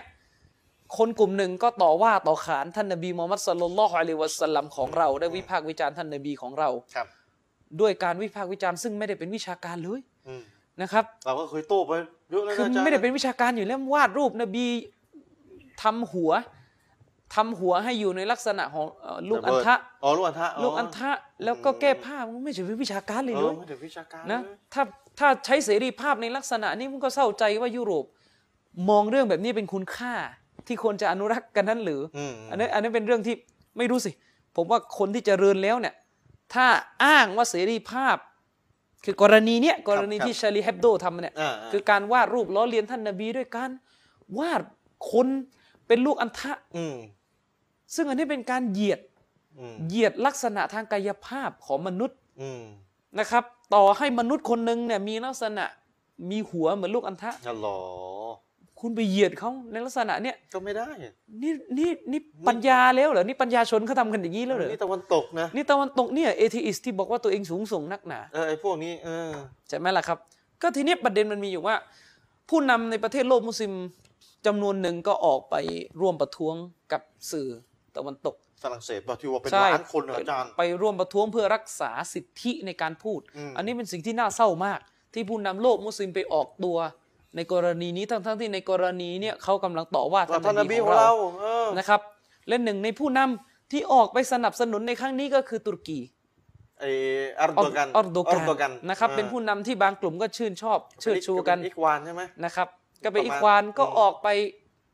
[SPEAKER 3] คนกลุ่มหนึ่งก็ต่อว่าต่อขานท่านนบีมูฮัมมัดสลลัลลอฮุอะลัยฮิวะสัลลัมของเรา ได้วิพากษ์วิจารณ์ท่านนบีของเรา
[SPEAKER 1] ครับ
[SPEAKER 3] ด้วยการวิพากษ์วิจารณ์ซึ่งไม่ได้เป็นวิชาการเลย
[SPEAKER 1] อืม
[SPEAKER 3] นะครับ
[SPEAKER 1] เราก็เคยโต้ไปเยอะแล้วนะ
[SPEAKER 3] คือ
[SPEAKER 1] อาจารย์
[SPEAKER 3] ไม่ได้เป็นวิชาการอยู่แล้ววาดรูปนบีทำหัวทำหัวให้อยู่ในลักษณะของเอ่อลูกอันทะ
[SPEAKER 1] อ๋อลูกอันทะ
[SPEAKER 3] ลูกอันทะแล้วก็แก้ผ้ามันไม่ใช่เป็นวิชาการเลย
[SPEAKER 1] เอ
[SPEAKER 3] เล
[SPEAKER 1] อย ไม่ได้วิชาการ
[SPEAKER 3] นะ
[SPEAKER 1] เลย
[SPEAKER 3] ถ้าถ้าใช้เสรีภาพในลักษณะนี้มันก็เศร้าใจว่ายุโรป มองเรื่องแบบนี้เป็นคุณค่า ที่ควรจะอนุรักษ์กันนั้นหรืออ
[SPEAKER 1] อืม
[SPEAKER 3] อันนี้นอันนี้นเป็นเรื่องที่ไม่รู้สิ ผมว่าคนที่จเจริญแล้วเนี่ย ถ้าอ้างว่าเสรีภาพ คือกรณีเนี้ยกรณีที่ชาลีแฮบโดทำเนี่ย
[SPEAKER 1] อ่า
[SPEAKER 3] คื
[SPEAKER 1] คือ อ
[SPEAKER 3] การวาดรูปล้อเลียนท่านนบีด้วยการวาดคนเป็นลูกอันทะ
[SPEAKER 1] อืม
[SPEAKER 3] ซึ่งอันนี้เป็นการเหยียด
[SPEAKER 1] อืม
[SPEAKER 3] เหยียดลักษณะทางกายภาพของมนุษย์
[SPEAKER 1] อืม
[SPEAKER 3] นะครับ ต่อให้มนุษย์คนหนึ่งเนี่ยมีลักษณะมีหัวเหมือนลูกอัณฑะ
[SPEAKER 1] อ๋อเหรอ
[SPEAKER 3] คุณไปเหยียดเขาในลักษณะเนี่ย
[SPEAKER 1] ก็ไม่ได้
[SPEAKER 3] นี่นี่นี่ปัญญาแล้วเหรอนี่ปัญญาชนเขาทำกันอย่างนี้แล้วเหรอ
[SPEAKER 1] นี่ตะวันตกนะ
[SPEAKER 3] นี่ตะวันตกเนี่ยเอทิอิสที่บอกว่าตัวเองสูงส่งนักหนา
[SPEAKER 1] เออไอ้พวกนี้เออ
[SPEAKER 3] ใช่ไหมล่ะครับ ก็ทีนี้ประเด็นมันมีอยู่ว่า ผู้นำในประเทศโลกมุสลิมจำนวนหนึ่งก็ออกไปร่วมประท้วงกับสื่อตะวันตก
[SPEAKER 1] ฝรั่งเศสบอกที่ว่าเป็น
[SPEAKER 3] ใช่
[SPEAKER 1] ล้านคนเหรออาจารย์
[SPEAKER 3] ไปร่วมประท้วงเพื่อรักษาสิทธิในการพูด
[SPEAKER 1] อืม
[SPEAKER 3] นนี้เป็นสิ่งที่น่าเศร้ามาก ที่ผู้นำโลกมุสลิมไปออกตัว ในกรณีนี้ทั้งๆที่ในกรณีเนี่ยเขากำลังต่อว่า
[SPEAKER 1] ว่าท่านนบี
[SPEAKER 3] ข
[SPEAKER 1] ของ
[SPEAKER 3] องเรา
[SPEAKER 1] เรา เออ
[SPEAKER 3] นะครับ และหนึ่งในผู้นำที่ออกไปสนับสนุนในครั้งนี้ก็คือตุรกี
[SPEAKER 1] ไออัรโดกัน
[SPEAKER 3] ออร์โดกั
[SPEAKER 1] ร์โดกัน น
[SPEAKER 3] นะครับ
[SPEAKER 1] ออ
[SPEAKER 3] เป็นผู้นำที่บางกลุ่มก็ชื่นชอบเชิดชูกัน
[SPEAKER 1] เป็อิกวานใช่ไหม
[SPEAKER 3] นะครับก็เป็น
[SPEAKER 1] ประมาณ
[SPEAKER 3] อีควานก็
[SPEAKER 1] อืม
[SPEAKER 3] ออกไป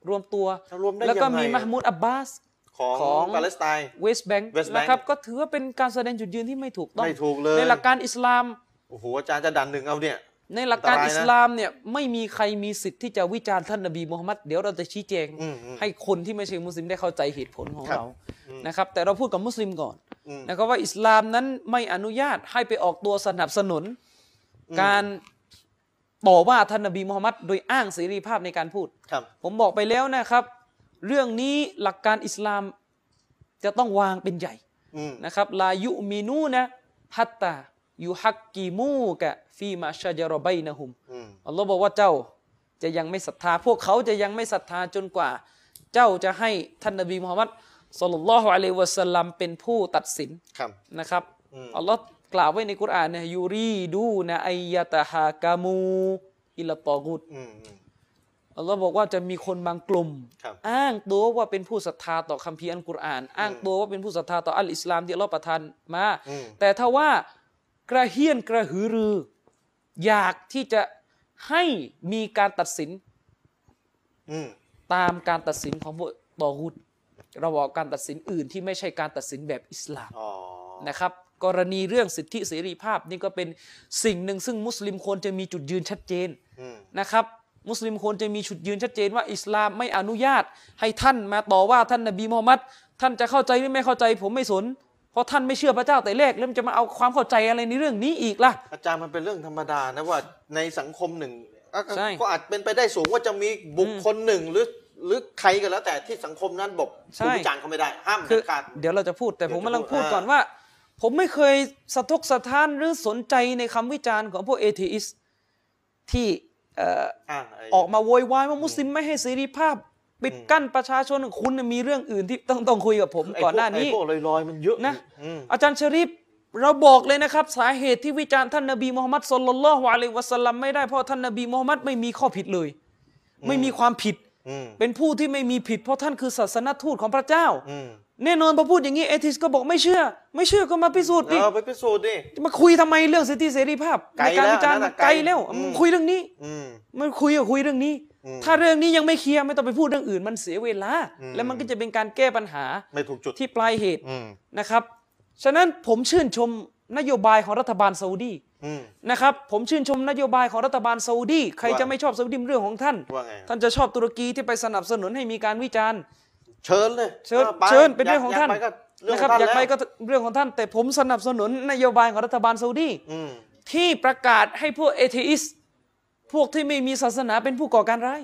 [SPEAKER 3] รวมตัว
[SPEAKER 1] แล้วรวมได้
[SPEAKER 3] แล้วก็
[SPEAKER 1] ยังไง
[SPEAKER 3] มีมาฮ์มูดอับบาส
[SPEAKER 1] ของ
[SPEAKER 3] ของ
[SPEAKER 1] ปาเลสไตน์
[SPEAKER 3] เวสแบงค์
[SPEAKER 1] West Bank
[SPEAKER 3] นะครับก็ถือว่าเป็นการแสดงจุดยืนที่ไม่ถูกต้อง
[SPEAKER 1] ไม่ถูกเลย
[SPEAKER 3] ในหลักการอิสลาม
[SPEAKER 1] โอ้โหอาจารย์จะดันหนึ่งเอาเนี่ย
[SPEAKER 3] ในหลักการ
[SPEAKER 1] อันตรายนะ
[SPEAKER 3] อิสลามเนี่ยไม่มีใครมีสิทธิ์ที่จะวิจารณ์ท่านนบีมูฮัมมัดเดี๋ยวเราจะชี้แจง
[SPEAKER 1] อืมอืม
[SPEAKER 3] ให้คนที่ไม่ใช่มุสลิมได้เข้าใจเหตุผลของ
[SPEAKER 1] ครับ
[SPEAKER 3] เรานะครับแต่เราพูดกับมุสลิมก่อน
[SPEAKER 1] อืม
[SPEAKER 3] นะครับว่าอิสลามนั้นไม่อนุญาตให้ไปออกตัวสนับสนุน การต่อว่าท่านนบีมูฮัมมัดโดยอ้างเสรีภาพในการพูด
[SPEAKER 1] ครับ
[SPEAKER 3] ผมบอกไปแล้วนะครับ เรื่องนี้หลักการอิสลามจะต้องวางเป็นใหญ่
[SPEAKER 1] อืม
[SPEAKER 3] นะครับลายุมินูนะฮัตตายูฮักกิมูกะฟีมาชาจารอบัยนะฮุม
[SPEAKER 1] อืม
[SPEAKER 3] อัลลอฮ์บอกว่าเจ้าจะยังไม่ศรัทธา พวกเขาจะยังไม่ศรัทธาจนกว่า เจ้าจะให้ท่านนบีมุฮัมมัดสลลัลลอฮุอะลัยวะสัลลัมเป็นผู้ตัดสิน
[SPEAKER 1] ครับ
[SPEAKER 3] นะครับ
[SPEAKER 1] อืม
[SPEAKER 3] อัลลอฮ์กล่าวไว้ในกุรอานนะยูรีดูนะไอยะตะฮากามูอิลลตอกุต
[SPEAKER 1] อืมอืม
[SPEAKER 3] อัลลอฮ์บอกว่าจะมีคนบางกลุ่ม
[SPEAKER 1] ครับ
[SPEAKER 3] อ้างตัวว่าเป็นผู้ศรัทธาต่อคัมภีร์อัลกุรอาน อ้างตัวว่าเป็นผู้ศรัทธาต่ออัลอิสลามที่อัลลอฮ์ประทานมา
[SPEAKER 1] อืม
[SPEAKER 3] แต่ถ้าว่ากระเฮียนกระหือรือ อยากที่จะให้มีการตัดสิน
[SPEAKER 1] อืม
[SPEAKER 3] ตามการตัดสินของพวกตอฮุดเราบอกการตัดสินอื่นที่ไม่ใช่การตัดสินแบบอิสลาม
[SPEAKER 1] อ๋อ
[SPEAKER 3] นะครับกรณีเรื่องสิทธิเสรีภาพนี่ก็เป็นสิ่งหนึ่งซึ่งมุสลิมควรจะมีจุดยืนชัดเจน
[SPEAKER 1] อืม
[SPEAKER 3] นะครับ มุสลิมควรจะมีจุดยืนชัดเจนว่าอิสลามไม่อนุญาต ให้ท่านมาต่อว่าท่านนบีมูฮัมมัดท่านจะเข้าใจหรือไม่เข้าใจผมไม่สน เพราะท่านไม่เชื่อพระเจ้าแต่แรกแล้วมันจะมาเอาความเข้าใจอะไรในเรื่องนี้อีกล่ะ
[SPEAKER 1] อาจารย์มันเป็นเรื่องธรรมดานะว่าในสังคมหนึ่งอ่ะ
[SPEAKER 3] ใช่
[SPEAKER 1] ก็อาจเป็นไปได้สูงว่าจะมีบุคคลหนึ่งหรือหรือใครก็แล้วแต่ที่สังคมนั้นบอกคุณวิจารณ์เขาไม่ได้ห้าม
[SPEAKER 3] คื
[SPEAKER 1] เด็
[SPEAKER 3] อ
[SPEAKER 1] ดขาด
[SPEAKER 3] เดี๋ยวเราจะพูดแต่ผมกำลังพูด
[SPEAKER 1] เดี๋ยวจะพูด
[SPEAKER 3] ก่อนว่า ผมไม่เคยสะทกสะท้านหรือสนใจในคำวิจารณ์ของพวกเอเทอิสที่เอ่อ
[SPEAKER 1] อ้างไ
[SPEAKER 3] ออกมาโวยวายว่ามุสลิมไม่ให้เสรีภาพ ปิดกั้นประชาชนคุณน่ะมีเรื่องอื่นที่ต้องต้องคุยกับผม
[SPEAKER 1] ไพว
[SPEAKER 3] ก่อนหน้านี้
[SPEAKER 1] ไพวกลอยๆมันเยอะ
[SPEAKER 3] นะ
[SPEAKER 1] อืม
[SPEAKER 3] อาจารย์ชริปเราบอกเลยนะครับ สาเหตุที่วิจารณ์ท่านนบีมูฮัมมัดสลลัลลอฮุอะลัยฮิวะสัลลัมไม่ได้เพราะท่านนบีมูฮัมมัดไม่มีข้อผิดเลย ไม่มีความผิด
[SPEAKER 1] อืม
[SPEAKER 3] เป็นผู้ที่ไม่มีผิด เพราะท่านคือศาสนทูตของพระเจ้า
[SPEAKER 1] อืม
[SPEAKER 3] แน่นอนพอพูดอย่างนี้เอทิสก็บอกไม่เชื่อ ไม่เชื่อก็มาพิสูจน์ดิ
[SPEAKER 1] เออไปพิสูจน์ดิ
[SPEAKER 3] มาคุยทำไมเรื่องสิทธิเสรีภาพในการวิจารณ์
[SPEAKER 1] ไกลแล้วนั่นน่ะไกล
[SPEAKER 3] ไกลแล้วมึงคุยเรื่องนี้
[SPEAKER 1] อืม
[SPEAKER 3] มันคุยก็คุยเรื่องนี้
[SPEAKER 1] อืม
[SPEAKER 3] ถ้าเรื่องนี้ยังไม่เคลียร์ไม่ต้องไปพูดเรื่องอื่น มันเสียเวลา
[SPEAKER 1] อืม
[SPEAKER 3] แล้วมันก็จะเป็นการแก้ปัญหา
[SPEAKER 1] ไม่ถูกจุด
[SPEAKER 3] ที่ปลายเหตุ
[SPEAKER 1] อืม
[SPEAKER 3] นะครับ ฉะนั้นผมชื่นชมนโยบายของรัฐบาลซาอุดี
[SPEAKER 1] อืม
[SPEAKER 3] นะครับ ผมชื่นชมนโยบายของรัฐบาลซาอุดี ใคร
[SPEAKER 1] ว่า
[SPEAKER 3] จะไม่ชอบซาอุดีเรื่องของท่าน
[SPEAKER 1] ว่าไง
[SPEAKER 3] ท่านจะชอบตุรกีที่ไปสนับสนุนให้มีการวิจารณ์
[SPEAKER 1] เชิญเลย
[SPEAKER 3] เชิญ
[SPEAKER 1] ออไ
[SPEAKER 3] เชิญเป็นเรื่องของท่าน
[SPEAKER 1] ยกไปก็เรื่องข
[SPEAKER 3] นะครั
[SPEAKER 1] องท่าน
[SPEAKER 3] อยากไป
[SPEAKER 1] แล้ว
[SPEAKER 3] ก็เรื่องของท่าน แต่ผมสนับสนุนนโยบายของรัฐบาลซาอุดี
[SPEAKER 1] อืม
[SPEAKER 3] ที่ประกาศให้พวกเอเทอิสพวกที่ไม่มีศาสนาเป็นผู้ก่อการร้าย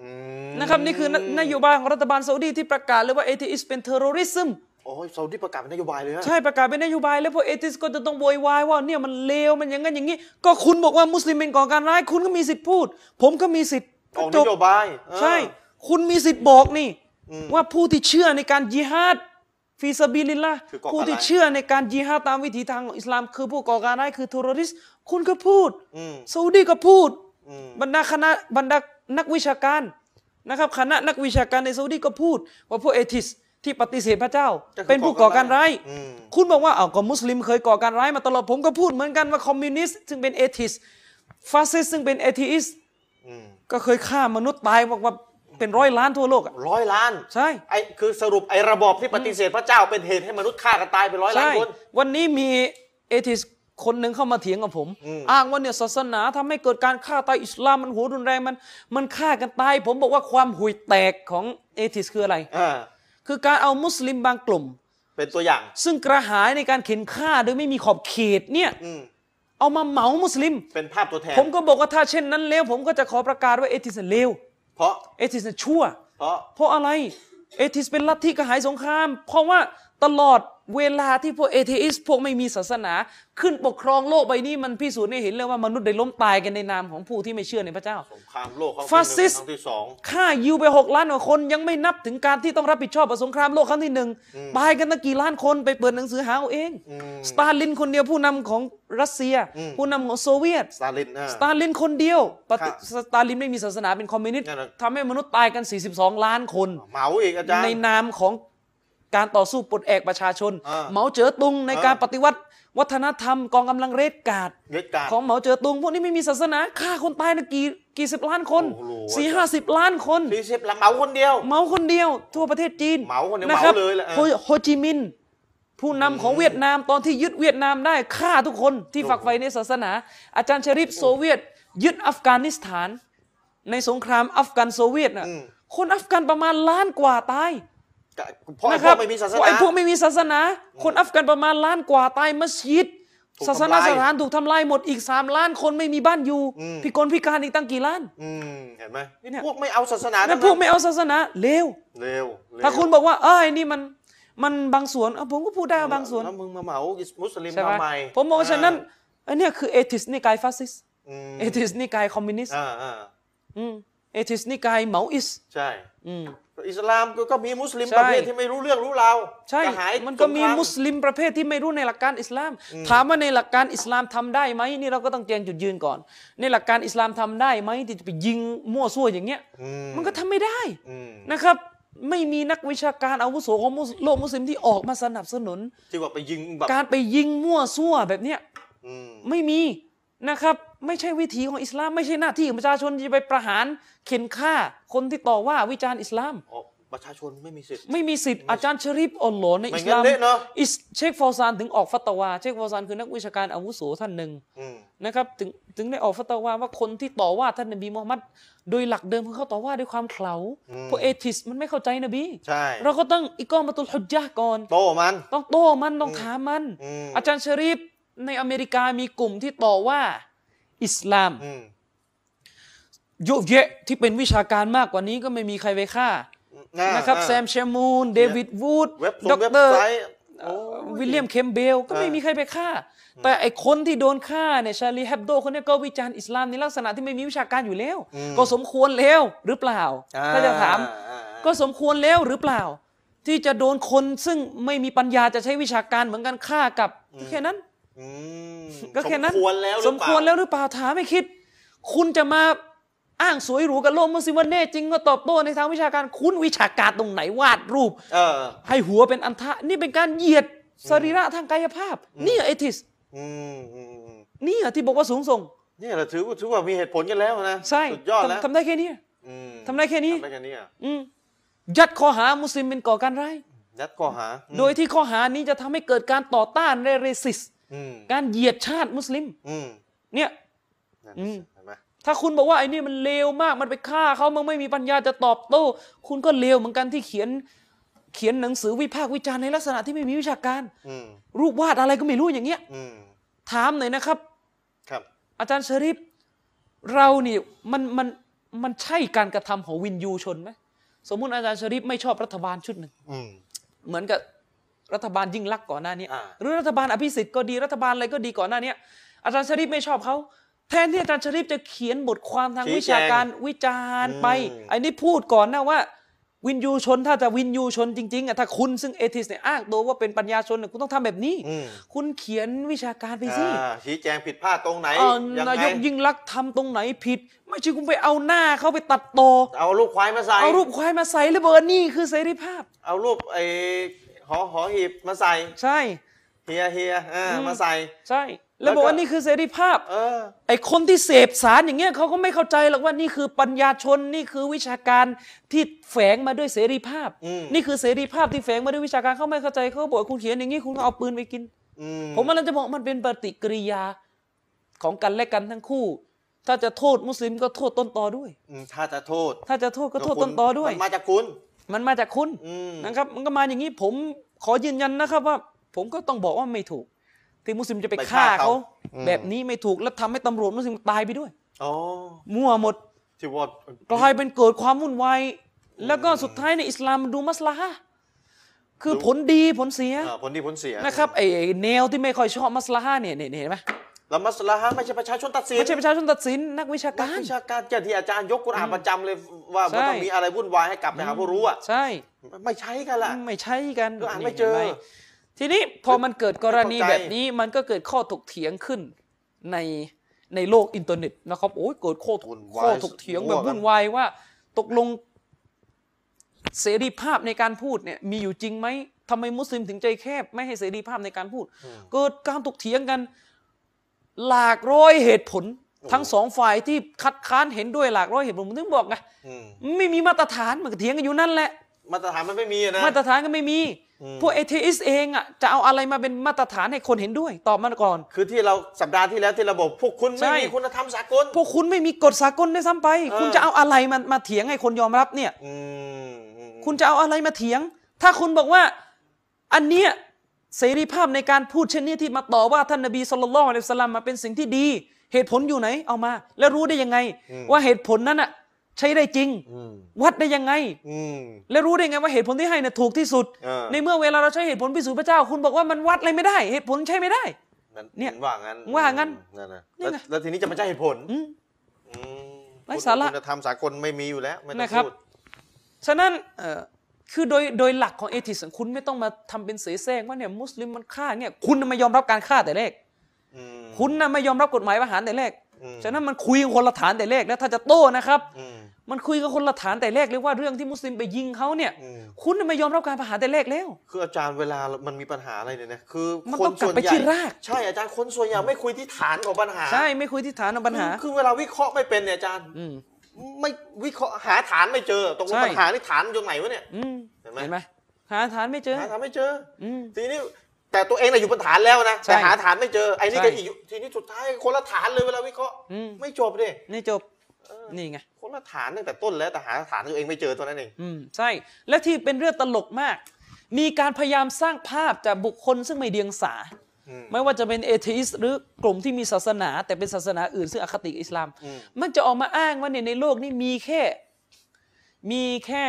[SPEAKER 1] อืม
[SPEAKER 3] นะครับนี่คือนนโยบายของรัฐบาลซาอุดีที่ประกาศเลยว่าเอทิสเป็นเทอร์โรริซึม
[SPEAKER 1] โอ้ยซาอุดีประกาศเป็นนโยบายเลยนะ
[SPEAKER 3] ใช่ประกาศเป็นนโยบายแล้วพวกเอทิสก็จะต้องโวยวายว่าเนี่ยมันเลวมันอย่างนั้นอย่างนี้ ก็คุณบอกว่ามุสลิมเป็นก่อการร้าย คุณก็มีสิทธิ์พูด ผมก็มีสิทธิ์
[SPEAKER 1] ออก
[SPEAKER 3] จ
[SPEAKER 1] น
[SPEAKER 3] บ
[SPEAKER 1] โยบายเออ
[SPEAKER 3] ใช่ คุณมีสิทธิ์บอกนี่
[SPEAKER 1] อืม
[SPEAKER 3] ว่าผู้ที่เชื่อในการยิฮาดฟีซาบิลิลละ
[SPEAKER 1] คือก่อการร้าย
[SPEAKER 3] ผู้ที่เชื่อในการยิฮาดตามวิถีทางของอิสลาม คือผู้ก่อการร้ายคือเทอร์โรริสต์คุณก็พูด
[SPEAKER 1] อืม
[SPEAKER 3] ซาอุดีก็พูด
[SPEAKER 1] อืม
[SPEAKER 3] บรรดาคณะบรรดานักวิชาการนะครับคณะนักวิชาการในซาอุดีก็พูด ว่าพวกเอทิสที่ปฏิเสธพระเจ้า เป็นผู้ก่อการร้าย
[SPEAKER 1] อืม
[SPEAKER 3] คุณบอกว่าอ้าวก็มุสลิมเคยก่อการร้ายมาตลอดผมก็พูดเหมือนกันว่าคอมมิวนิสต์ซึ่งเป็นเอทิสฟาสซิสต์ซึ่งเป็นเอทิส
[SPEAKER 1] อืม
[SPEAKER 3] ก็เคยฆ่ามนุษย์ตายบอกว่าเป็นร้อยล้านทั่วโลกอะ
[SPEAKER 1] ร้อยล้าน
[SPEAKER 3] ใช่
[SPEAKER 1] ไอ้คือสรุปไอ้ระบอบที่ปฏิเสธพระเจ้าเป็นเหตุให้มนุษย์ฆ่ากันตายไปร้อยล้า
[SPEAKER 3] ใช่
[SPEAKER 1] นคน
[SPEAKER 3] วันนี้มีเอทิสคนหนึ่งเข้ามาเถียงกับผม
[SPEAKER 1] อืม
[SPEAKER 3] อ้างว่าเนี่ยศาสนาทำให้เกิดการฆ่าตายอิสลามมันโหดรุนแรงมันมันฆ่ากันตาย ผมบอกว่าความห่วยแตกของเอทิสคืออะไร
[SPEAKER 1] อ่า
[SPEAKER 3] คือการเอามุสลิมบางกลุ่ม
[SPEAKER 1] เป็นตัวอย่าง
[SPEAKER 3] ซึ่งกระหายในการเข็นฆ่าโดยไม่มีขอบเขตเนี่ย
[SPEAKER 1] อืม
[SPEAKER 3] เอามาเหมามุสลิม
[SPEAKER 1] เป็นภาพตัวแทน
[SPEAKER 3] ผมก็บอกว่าถ้าเช่นนั้นแล้ว ผมก็จะขอประกาศว่าเอธิสเลว
[SPEAKER 1] เพราะ
[SPEAKER 3] เอธิสชั่ว
[SPEAKER 1] เพราะ
[SPEAKER 3] เพราะอะไรเอธิสเป็นลัทธิกระหายสงคราม เพราะว่าตลอดเวลาที่พวกเอเทอิสพวกไม่มีศาสนา ขึ้นปกครองโลกใบนี้มันพิสูจน์ให้เห็นเลยว่ามนุษย์ได้ล้มตายกันในนามของผู้ที่ไม่เชื่อในพระเจ้า
[SPEAKER 1] สงครามโลกครั้งที่
[SPEAKER 3] ฟาสซิส
[SPEAKER 1] หนึ่งครั้งที่สอง
[SPEAKER 3] ฆ่ายิวไปหกล้านกว่าคนยังไม่นับถึงการที่ต้องรับผิดชอบกับสงครามโลกครั้งที่หนึ่ง
[SPEAKER 1] อืม
[SPEAKER 3] ตายกันตั้งกี่ล้านคนไปเปิดหนังสือหาเอาเอง
[SPEAKER 1] อืม
[SPEAKER 3] สตาลินคนเดียวผู้นำของรัสเซีย
[SPEAKER 1] อืม
[SPEAKER 3] ผู้นำของโซเวียต
[SPEAKER 1] สตาลินอ่ะ
[SPEAKER 3] สตาลินคนเดียวปฏิ
[SPEAKER 1] ครับ
[SPEAKER 3] สตาลินไม่มีศาสนาเป็นคอมมิวนิสต์
[SPEAKER 1] นั่นน่ะ
[SPEAKER 3] ทำให้มนุษย์ตายกัน 42 ล้านคน
[SPEAKER 1] เหมาอีกอาจารย์
[SPEAKER 3] ในนามของการต่อสู้ปลดแอกประชาชน
[SPEAKER 1] อ่า
[SPEAKER 3] เหมาเจ๋อตุงใน
[SPEAKER 1] อ่า
[SPEAKER 3] การปฏิวัติวัฒนธรรมกองกำลังเรดการ์ด
[SPEAKER 1] เยอะการ
[SPEAKER 3] ของเหมาเจ๋อตุง พวกนี้ไม่มีศาสนาฆ่าคนตายนะกี่กี่สิบล้านคน
[SPEAKER 1] โอ้โห
[SPEAKER 3] สี่ห้าสิบล้านคน
[SPEAKER 1] สี่สิบละเหมาคนเดียว
[SPEAKER 3] เหมาคนเดียวทั่วประเทศจีน
[SPEAKER 1] เหมาคนเดียว
[SPEAKER 3] รับ
[SPEAKER 1] เหมาเลยแหละเออ
[SPEAKER 3] โฮโฮจิมินห์ผู้นำของเวียดนามตอนที่ยึดเวียดนามได้ฆ่าทุกคนที่ฝักใฝ่ในศาสนา อาจารย์ชริปโซเวียต ยึดอัฟกานิสถาน ในสงครามอัฟกันโซเวียตน่ะ
[SPEAKER 1] อืม
[SPEAKER 3] คนอัฟกันประมาณล้านกว่าตาย
[SPEAKER 1] เพราะไอ้
[SPEAKER 3] นะ
[SPEAKER 1] พ
[SPEAKER 3] คว รับ
[SPEAKER 1] กไม่มีศาส
[SPEAKER 3] เพราะ
[SPEAKER 1] นา
[SPEAKER 3] ไอ้พวกไม่มีศาสนา คนอัฟกันประมาณล้านกว่าตายมัสยิด
[SPEAKER 1] ถูก
[SPEAKER 3] ศาส
[SPEAKER 1] ทำ
[SPEAKER 3] นา
[SPEAKER 1] ลาย
[SPEAKER 3] สถานถูกทำลายหมดอีกสามล้านคนไม่มีบ้านอยู่
[SPEAKER 1] อืม
[SPEAKER 3] พิกลพิการอีกตั้งกี่ล้าน
[SPEAKER 1] อืมเห็นไหม
[SPEAKER 3] เนี่ย
[SPEAKER 1] พวกไม่เอาศาสนา
[SPEAKER 3] แล้วพวกไม่เอาศาสนาเลว
[SPEAKER 1] เร็วเร็ว
[SPEAKER 3] ถ้าคุณบอกว่า เอ้ยนี่มันมันบางส่วนเอ้าผมก็พูดได้ว่าบางส่วน
[SPEAKER 1] แล้วมึงมาเหมามุสลิม
[SPEAKER 3] ใช่ไหม
[SPEAKER 1] ทำไม
[SPEAKER 3] ผมมองว่าฉะนั้นอันเนี้ยคือเอทิสนิกายฟาสซิสต์
[SPEAKER 1] อืม
[SPEAKER 3] เอทิสนิกายคอมมิวนิสต์
[SPEAKER 1] อ่าอ่า
[SPEAKER 3] อืมเอทิสนิกายเหมาอิสต์
[SPEAKER 1] ใช่
[SPEAKER 3] อืม
[SPEAKER 1] อิสลามก็ก็มีมุสลิม
[SPEAKER 3] ใช่
[SPEAKER 1] ประเภทที่ไม่รู้เรื่องรู้ราว
[SPEAKER 3] ใช่
[SPEAKER 1] กระหาย
[SPEAKER 3] มันก็มี
[SPEAKER 1] สงคราม
[SPEAKER 3] มุสลิมประเภทที่ไม่รู้ในหลักการอิสลาม ถามว่าในหลักการอิสลามทำได้ไหมนี่เราก็ต้องแจงจุดยืนก่อน ในหลักการอิสลามทำได้ไหมที่จะไปยิงมั่วซั่วอย่างเงี้ย
[SPEAKER 1] อืม
[SPEAKER 3] มันก็ทำไม่ได้
[SPEAKER 1] อืม
[SPEAKER 3] นะครับ ไม่มีนักวิชาการอาวุโสของมุสโลกมุสลิมที่ออกมาสนับสนุน
[SPEAKER 1] ที่ว่าไปยิงแบบ
[SPEAKER 3] การไปยิงมั่วซั่วแบบเนี้ย
[SPEAKER 1] อืม
[SPEAKER 3] ไม่มีนะครับ ไม่ใช่วิถีของอิสลามไม่ใช่หน้าที่ของประชาชนที่จะไปประหารเข็นฆ่าคนที่ต่อว่าวิจารณ์อิสลาม
[SPEAKER 1] ออกประชาชนไม่มีสิทธิ์
[SPEAKER 3] ไม่มีสิทธิ์อาจารย์ชริฟอัลโหลใน
[SPEAKER 1] ไม่
[SPEAKER 3] อิส
[SPEAKER 1] งั้น
[SPEAKER 3] ลาม
[SPEAKER 1] เละเนอะ
[SPEAKER 3] อิสเชคฟอซานถึงออกฟัตวา เชคฟอซานคือนักวิชาการอาวุโสท่านหนึ่ง
[SPEAKER 1] อืม
[SPEAKER 3] นะครับถึงถึงได้ออกฟัตวาว่าคนที่ต่อว่าท่านนบีมูฮัมมัดโดยหลักเดิมคือเขาต่อว่าด้วยความเขลาพวกเอทิสมันไม่เข้าใจนบี
[SPEAKER 1] ใช่
[SPEAKER 3] เราก็ต้องอิกอมาตุลฮุจญะห์ก่อน
[SPEAKER 1] โตมัน
[SPEAKER 3] ต้องโต้มันต้องถามมัน
[SPEAKER 1] อืม
[SPEAKER 3] อาจารย์ชริฟในอเมริกามีกลุ่มที่ต่อว่าอิสลาม
[SPEAKER 1] อืม
[SPEAKER 3] เยอะแยะที่เป็นวิชาการมากกว่านี้ก็ไม่มีใครไปฆ่า
[SPEAKER 1] อ่า
[SPEAKER 3] นะครับ
[SPEAKER 1] อ่า
[SPEAKER 3] แซมเชมูนเดวิดวูด
[SPEAKER 1] เว็บส่ง
[SPEAKER 3] ด็อก
[SPEAKER 1] เว็บ
[SPEAKER 3] เตอร์
[SPEAKER 1] ไซต์โอ้
[SPEAKER 3] วิลเลียมเคมเบลก็ไม่
[SPEAKER 1] อ่ามี
[SPEAKER 3] มีใครไปฆ่า แต่ไอคนที่โดนฆ่าเนี่ยชาลีแฮบโดคนเนี้ก็วิจารณ์อิสลามในลักษณะที่ไม่มีวิชาการอยู่แล้ว ก็สมควรแล้วหรือเปล่า
[SPEAKER 1] อ่
[SPEAKER 3] ถ้าจะถาม
[SPEAKER 1] อ่อ่
[SPEAKER 3] ก็สมควรแล้วหรือเปล่า ที่จะโดนคนซึ่งไม่มีปัญญาจะใช้วิชาการเหมือนกันฆ่ากลับ
[SPEAKER 1] อืม
[SPEAKER 3] แค่นั้น
[SPEAKER 1] อืม
[SPEAKER 3] ก็แค่นั้น
[SPEAKER 1] สมควรแล้วห
[SPEAKER 3] ส
[SPEAKER 1] รือ
[SPEAKER 3] ม
[SPEAKER 1] เป
[SPEAKER 3] ค
[SPEAKER 1] ล่าว
[SPEAKER 3] รแล้วหรือเปล่าถามไม่คิด คุณจะมาอ้างสวยหรูกับโลกมุสลิมว่าแน่จริงก็ตอบโต้ในทางวิชาการคุณวิชาการตรงไหนวาดรูป
[SPEAKER 1] เออ
[SPEAKER 3] ให้หัวเป็นอันทะนี่เป็นการเหยียดสรีระทางกายภาพ นี่เหรอเอทิส
[SPEAKER 1] อืมอืมอืม
[SPEAKER 3] นี่เหรอที่บอกว่าสูงส่ง
[SPEAKER 1] เนี่ยเราถือว่าถือว่ามีเหตุผลกันแล้วนะ
[SPEAKER 3] ใช่
[SPEAKER 1] สุดยอดแล้ว
[SPEAKER 3] ทำทำได้แค่นี้
[SPEAKER 1] อืม
[SPEAKER 3] ทำได้แค่นี้
[SPEAKER 1] ทำได้แค่นี้อ่ะ
[SPEAKER 3] อืมยัดข้อหามุสลิมเป็นก่อการร้าย
[SPEAKER 1] ยัดข้อหาอืม
[SPEAKER 3] โดยที่ข้อหานี้จะทำให้เกิดการต่อต้านเรเรสิส
[SPEAKER 1] อืม
[SPEAKER 3] การเหยียดชาติมุสลิม
[SPEAKER 1] อืม
[SPEAKER 3] เนี่ย
[SPEAKER 1] นั่น
[SPEAKER 3] อืม
[SPEAKER 1] เห็นไหม
[SPEAKER 3] ถ้าคุณบอกว่าไอ้นี่มันเลวมากมันไปฆ่าเขามันไม่มีปัญญาจะตอบโต้ คุณก็เลวเหมือนกันที่เขียนเขียนหนังสือวิพากษ์วิจารณ์ในลักษณะที่ไม่มีวิชาการ
[SPEAKER 1] อืม
[SPEAKER 3] รูปวาดอะไรก็ไม่รู้อย่างเงี้ย
[SPEAKER 1] อืม
[SPEAKER 3] ถามหน่อยนะครับ
[SPEAKER 1] ครับ
[SPEAKER 3] อาจารย์ชริฟเรานี่มันมันมันใช่การกระทำของวินยูชนไหมสมมุติอาจารย์ชริฟไม่ชอบรัฐบาลชุดหนึ่ง
[SPEAKER 1] อืม
[SPEAKER 3] เหมือนกับรัฐบาลยิ่งลักษณ์ก่อนหน้านี้
[SPEAKER 1] อ่า
[SPEAKER 3] หรือรัฐบาลอภิสิทธิ์ก็ดีรัฐบาลอะไรก็ดีก่อนหน้านี้อาจารย์ชริปไม่ชอบเขาแทนที่อาจารย์ชริปจะเขียนบทความทาง
[SPEAKER 1] ชี้
[SPEAKER 3] วิชาการวิจารณ์ไป
[SPEAKER 1] อืม
[SPEAKER 3] ไอ้นี่พูดก่อนนะว่า วินยูชนถ้าจะวินยูชนจริงๆอะถ้าคุณซึ่งเอทิสเนี่ยอ้างตัวว่าเป็นปัญญาชนเนี่ยคุณต้องทำแบบนี้
[SPEAKER 1] อืม
[SPEAKER 3] คุณเขียนวิชาการไปสิ
[SPEAKER 1] อ่าชี้แจงผิดพลาดตรงไหน
[SPEAKER 3] เอ่อ
[SPEAKER 1] ยัง
[SPEAKER 3] นาย
[SPEAKER 1] ไง
[SPEAKER 3] กยิ่งลักษณ์ทำตรงไหนผิด ไม่ใช่คุณไปเอาหน้าเขาไปตัดต่อ
[SPEAKER 1] เอารูปควายมาใส่
[SPEAKER 3] เอารูปควายมาใส่แล้วบอกว่านี่คือเสรีภาพ
[SPEAKER 1] เอารูปไอ้หอหอหีบมาใส่
[SPEAKER 3] ใช่
[SPEAKER 1] เฮียเฮียอ่า
[SPEAKER 3] อืม
[SPEAKER 1] มาใส่
[SPEAKER 3] ใช่ แล้วบอกว่า
[SPEAKER 1] แล้วก็
[SPEAKER 3] นี่คือเสรีภาพ
[SPEAKER 1] เออ
[SPEAKER 3] ไอคนที่เสพสารอย่างเงี้ยเขาก็ไม่เข้าใจหรอกว่านี่คือปัญญาชนนี่คือวิชาการที่แฝงมาด้วยเสรีภาพ
[SPEAKER 1] อืม
[SPEAKER 3] นี่คือเสรีภาพที่แฝงมาด้วยวิชาการเขาไม่เข้าใจเขาบอกคุณเขียนอย่างงี้คุณก็เอาปืนไปกิน
[SPEAKER 1] อื
[SPEAKER 3] ผมกำลังจะบอกมันเป็นปฏิกิริยาของกันและกันทั้งคู่ ถ้าจะโทษมุสลิมก็โทษต้นตอด้วย
[SPEAKER 1] อืมถ้าจะโทษ
[SPEAKER 3] ถ้าจะโทษก็โทษ
[SPEAKER 1] คุณ
[SPEAKER 3] ต้นตอด้วย
[SPEAKER 1] มันมาจากคุณ
[SPEAKER 3] มันมาจากคุณ
[SPEAKER 1] อืม
[SPEAKER 3] นะครับ มันก็มาอย่างนี้ผม ขอยืนยันนะครับว่า ผมก็ต้องบอกว่าไม่ถูก ที่มุสลิมจะไป
[SPEAKER 1] ไป
[SPEAKER 3] ฆ่า
[SPEAKER 1] ฆ่า
[SPEAKER 3] เขา
[SPEAKER 1] เขาอืม
[SPEAKER 3] แบบนี้ไม่ถูกแล้วทำให้ตำรวจมุสลิมตายไปด้วย
[SPEAKER 1] อ๋อ
[SPEAKER 3] มั่วหมด
[SPEAKER 1] ที่ว่าก
[SPEAKER 3] ลายเป็นเกิดความวุ่นวายแล้วก็สุดท้ายในยอิสลามมันดูมัสลาฮะห์คือผลดีผลเสีย
[SPEAKER 1] อ่าผลดีผลเสีย
[SPEAKER 3] นะครับไอ้ไอ้แนวที่ไม่ค่อยชอบมัสลาฮะห์เนี่ยเนี่ยเนี่ยเห็นไหม
[SPEAKER 1] แล้วมัสลาฮะห์ไม่ใช่ประชาชนตัดสิน
[SPEAKER 3] ไม่ใช่ประชาชนตัดสินนักวิชา
[SPEAKER 1] นัก
[SPEAKER 3] การ
[SPEAKER 1] วิชาการเจ้าที่อาจารย์ยกกุรอานประจำเลยว่า
[SPEAKER 3] ใช่
[SPEAKER 1] ไม่ต้องมีอะไรวุ่นวายให้กลับไปหาผู้รู้อ่ะ
[SPEAKER 3] ใช่
[SPEAKER 1] ไม่ใช้กันล่ะ
[SPEAKER 3] ไม่ใช่กัน
[SPEAKER 1] ก็อ่านไม่เจอ
[SPEAKER 3] ห็หทีนี้พอมันเกิดกรณี
[SPEAKER 1] ไม่เข้าใจ
[SPEAKER 3] แบบนี้มันก็เกิดข้อถกเถียงขึ้นในในโลกอินเทอร์เน็ตนะครับโอ้ยเกิดข้อถก
[SPEAKER 1] วุ่นวา
[SPEAKER 3] ข้อถกเถียงแบบวุ่นวายว่า ตกลงเสรีภาพในการพูดเนี่ยมีอยู่จริงไหมทำไมมุสลิมถึงใจแคบ ไม่ให้เสรีภาพในการพูด เกิดการถกเถียงกัน หลากร้อยเหตุผล ทั้งสองฝ่ายที่คัดค้านเห็นด้วยหลากร้อยเหตุผลผมถึงบอกไง
[SPEAKER 1] อืม
[SPEAKER 3] ไม่มีมาตรฐานมันก็เถียงกันอยู่นั่นแหละ
[SPEAKER 1] มาตรฐานมันไม่มีอะนะ
[SPEAKER 3] มาตรฐานก็ไม่มี
[SPEAKER 1] อืม
[SPEAKER 3] พวกเอเทอิสเองอ่ะจะเอาอะไรมาเป็นมาตรฐานให้คนเห็นด้วย ตอบมันก่อน
[SPEAKER 1] คือที่เราสัปดาห์ที่แล้วที่ระบบพวกคุณ
[SPEAKER 3] ใช่
[SPEAKER 1] ไม่มีคุณธรรมสากล
[SPEAKER 3] พวกคุณไม่มีกฎสากลด้วยซ้ำไป
[SPEAKER 1] เออ
[SPEAKER 3] คุณจะเอาอะไรมามาเถียงให้คนยอมรับเนี่ย
[SPEAKER 1] อืมอืม
[SPEAKER 3] คุณจะเอาอะไรมาเถียง ถ้าคุณบอกว่าอันเนี้ยเสรีภาพในการพูดเช่นนี้ที่มาต่อว่าท่านนบีสุลต่านอะลัยฮิวะสลามมาเป็นสิ่งที่ดี เหตุผลอยู่ไหนเอามา แล้วรู้ได้ยังไง ว่าเหตุผลนั้นอ่ะใช้ได้จริง
[SPEAKER 1] อืม
[SPEAKER 3] วัดได้ยังไง
[SPEAKER 1] อืม
[SPEAKER 3] แล้วรู้ได้ไงว่าเหตุผลที่ให้เนี่ยถูกที่สุด
[SPEAKER 1] เออ
[SPEAKER 3] ในเมื่อเวลาเราใช้เหตุผลพิสูจน์พระเจ้า คุณบอกว่ามันวัดอะไรไม่ได้ เหตุผลใช่ไม่ได้ เนี่ย
[SPEAKER 1] มัว่างั้น
[SPEAKER 3] ว่างั้น
[SPEAKER 1] อืมนั่นนะ
[SPEAKER 3] นี่
[SPEAKER 1] แล้ว
[SPEAKER 3] ไง
[SPEAKER 1] แล้วทีนี้จะมาใช้เหตุผล
[SPEAKER 3] อืม
[SPEAKER 1] อืม
[SPEAKER 3] ไร้สาระ
[SPEAKER 1] คุณธรรมสากลไม่มีอยู่แล้วไม่ต้อง
[SPEAKER 3] นะครับ
[SPEAKER 1] พูด
[SPEAKER 3] ฉะนั้นเอ่อคือโดยโดยหลักของเอทิสของคุณไม่ต้องมาทำเป็นเสแสร้งว่าเนี่ยมุสลิมมันฆ่าเนี่ยคุณน่ะไม่ยอมรับการฆ่าแต่แรก
[SPEAKER 1] อืม
[SPEAKER 3] คุณน่ะไม่ยอมรับกฎหมายประหารแต่แรก
[SPEAKER 1] อืม
[SPEAKER 3] ฉะนั้นมันคุยกันคนละฐานแต่แรกแล้วถ้าจะโต้นะครับ
[SPEAKER 1] อืม
[SPEAKER 3] มันคุยกันคนละฐานแต่แรกเลยว่าเรื่องที่มุสลิมไปยิงเขาเนี่ย
[SPEAKER 1] อืม
[SPEAKER 3] คุณน่ะไม่ยอมรับการประหารแต่แรกแล้ว
[SPEAKER 1] คืออาจารย์เวลามันมีปัญหาอะไรเนี่ยนะคือ
[SPEAKER 3] มัน
[SPEAKER 1] ค
[SPEAKER 3] ต้องกลับ
[SPEAKER 1] ส่วน
[SPEAKER 3] ไป
[SPEAKER 1] ใหญ่
[SPEAKER 3] ที่ราก
[SPEAKER 1] ใช่อาจารย์คนส่วนใหญ่ไม่คุยที่ฐานของปัญหา
[SPEAKER 3] ใช่ไม่คุยที่ฐานของปัญหา
[SPEAKER 1] คือเวลาวิเคราะห์ไม่เป็นเนี่ยอาจารย์
[SPEAKER 3] อืม
[SPEAKER 1] ไม่วิเคราะห์หาฐานไม่เจอตรง
[SPEAKER 3] ใช่
[SPEAKER 1] ปัญหานี่ฐานอยู่ไหนวะเนี่ย
[SPEAKER 3] อืม
[SPEAKER 1] เห็นไหม
[SPEAKER 3] เห็นไหมหาฐานไม่เจอ
[SPEAKER 1] หาฐานไม่เจอ
[SPEAKER 3] อืม
[SPEAKER 1] ทีนี้แต่ตัวเองน่ะอยู่บนฐานแล้วนะ
[SPEAKER 3] ใช่
[SPEAKER 1] แต่หาฐานไม่เจอไอ้นี่ก็
[SPEAKER 3] ใช่
[SPEAKER 1] อีกทีนี้สุดท้ายคนละฐานเลยเวลาวิเคราะห์
[SPEAKER 3] อืม
[SPEAKER 1] ไม่จบดิ
[SPEAKER 3] นี่จบนี่ไง
[SPEAKER 1] คนละฐานตั้งแต่ต้นแล้วแต่หาฐานตัวเองไม่เจอตัวนั้นเอง
[SPEAKER 3] อืมใช่ และที่เป็นเรื่องตลกมาก มีการพยายามสร้างภาพจากบุคคลซึ่งไม่เดียงสา
[SPEAKER 1] อืม
[SPEAKER 3] ไม่ว่าจะเป็นเอเทอิสหรือกลุ่มที่มีศาสนา แต่เป็นศาสนาอื่นซึ่งอคติกับอิสลาม
[SPEAKER 1] อืม
[SPEAKER 3] มันจะออกมาอ้างว่าเนี่ยในโลกนี้มีแค่ มีแค่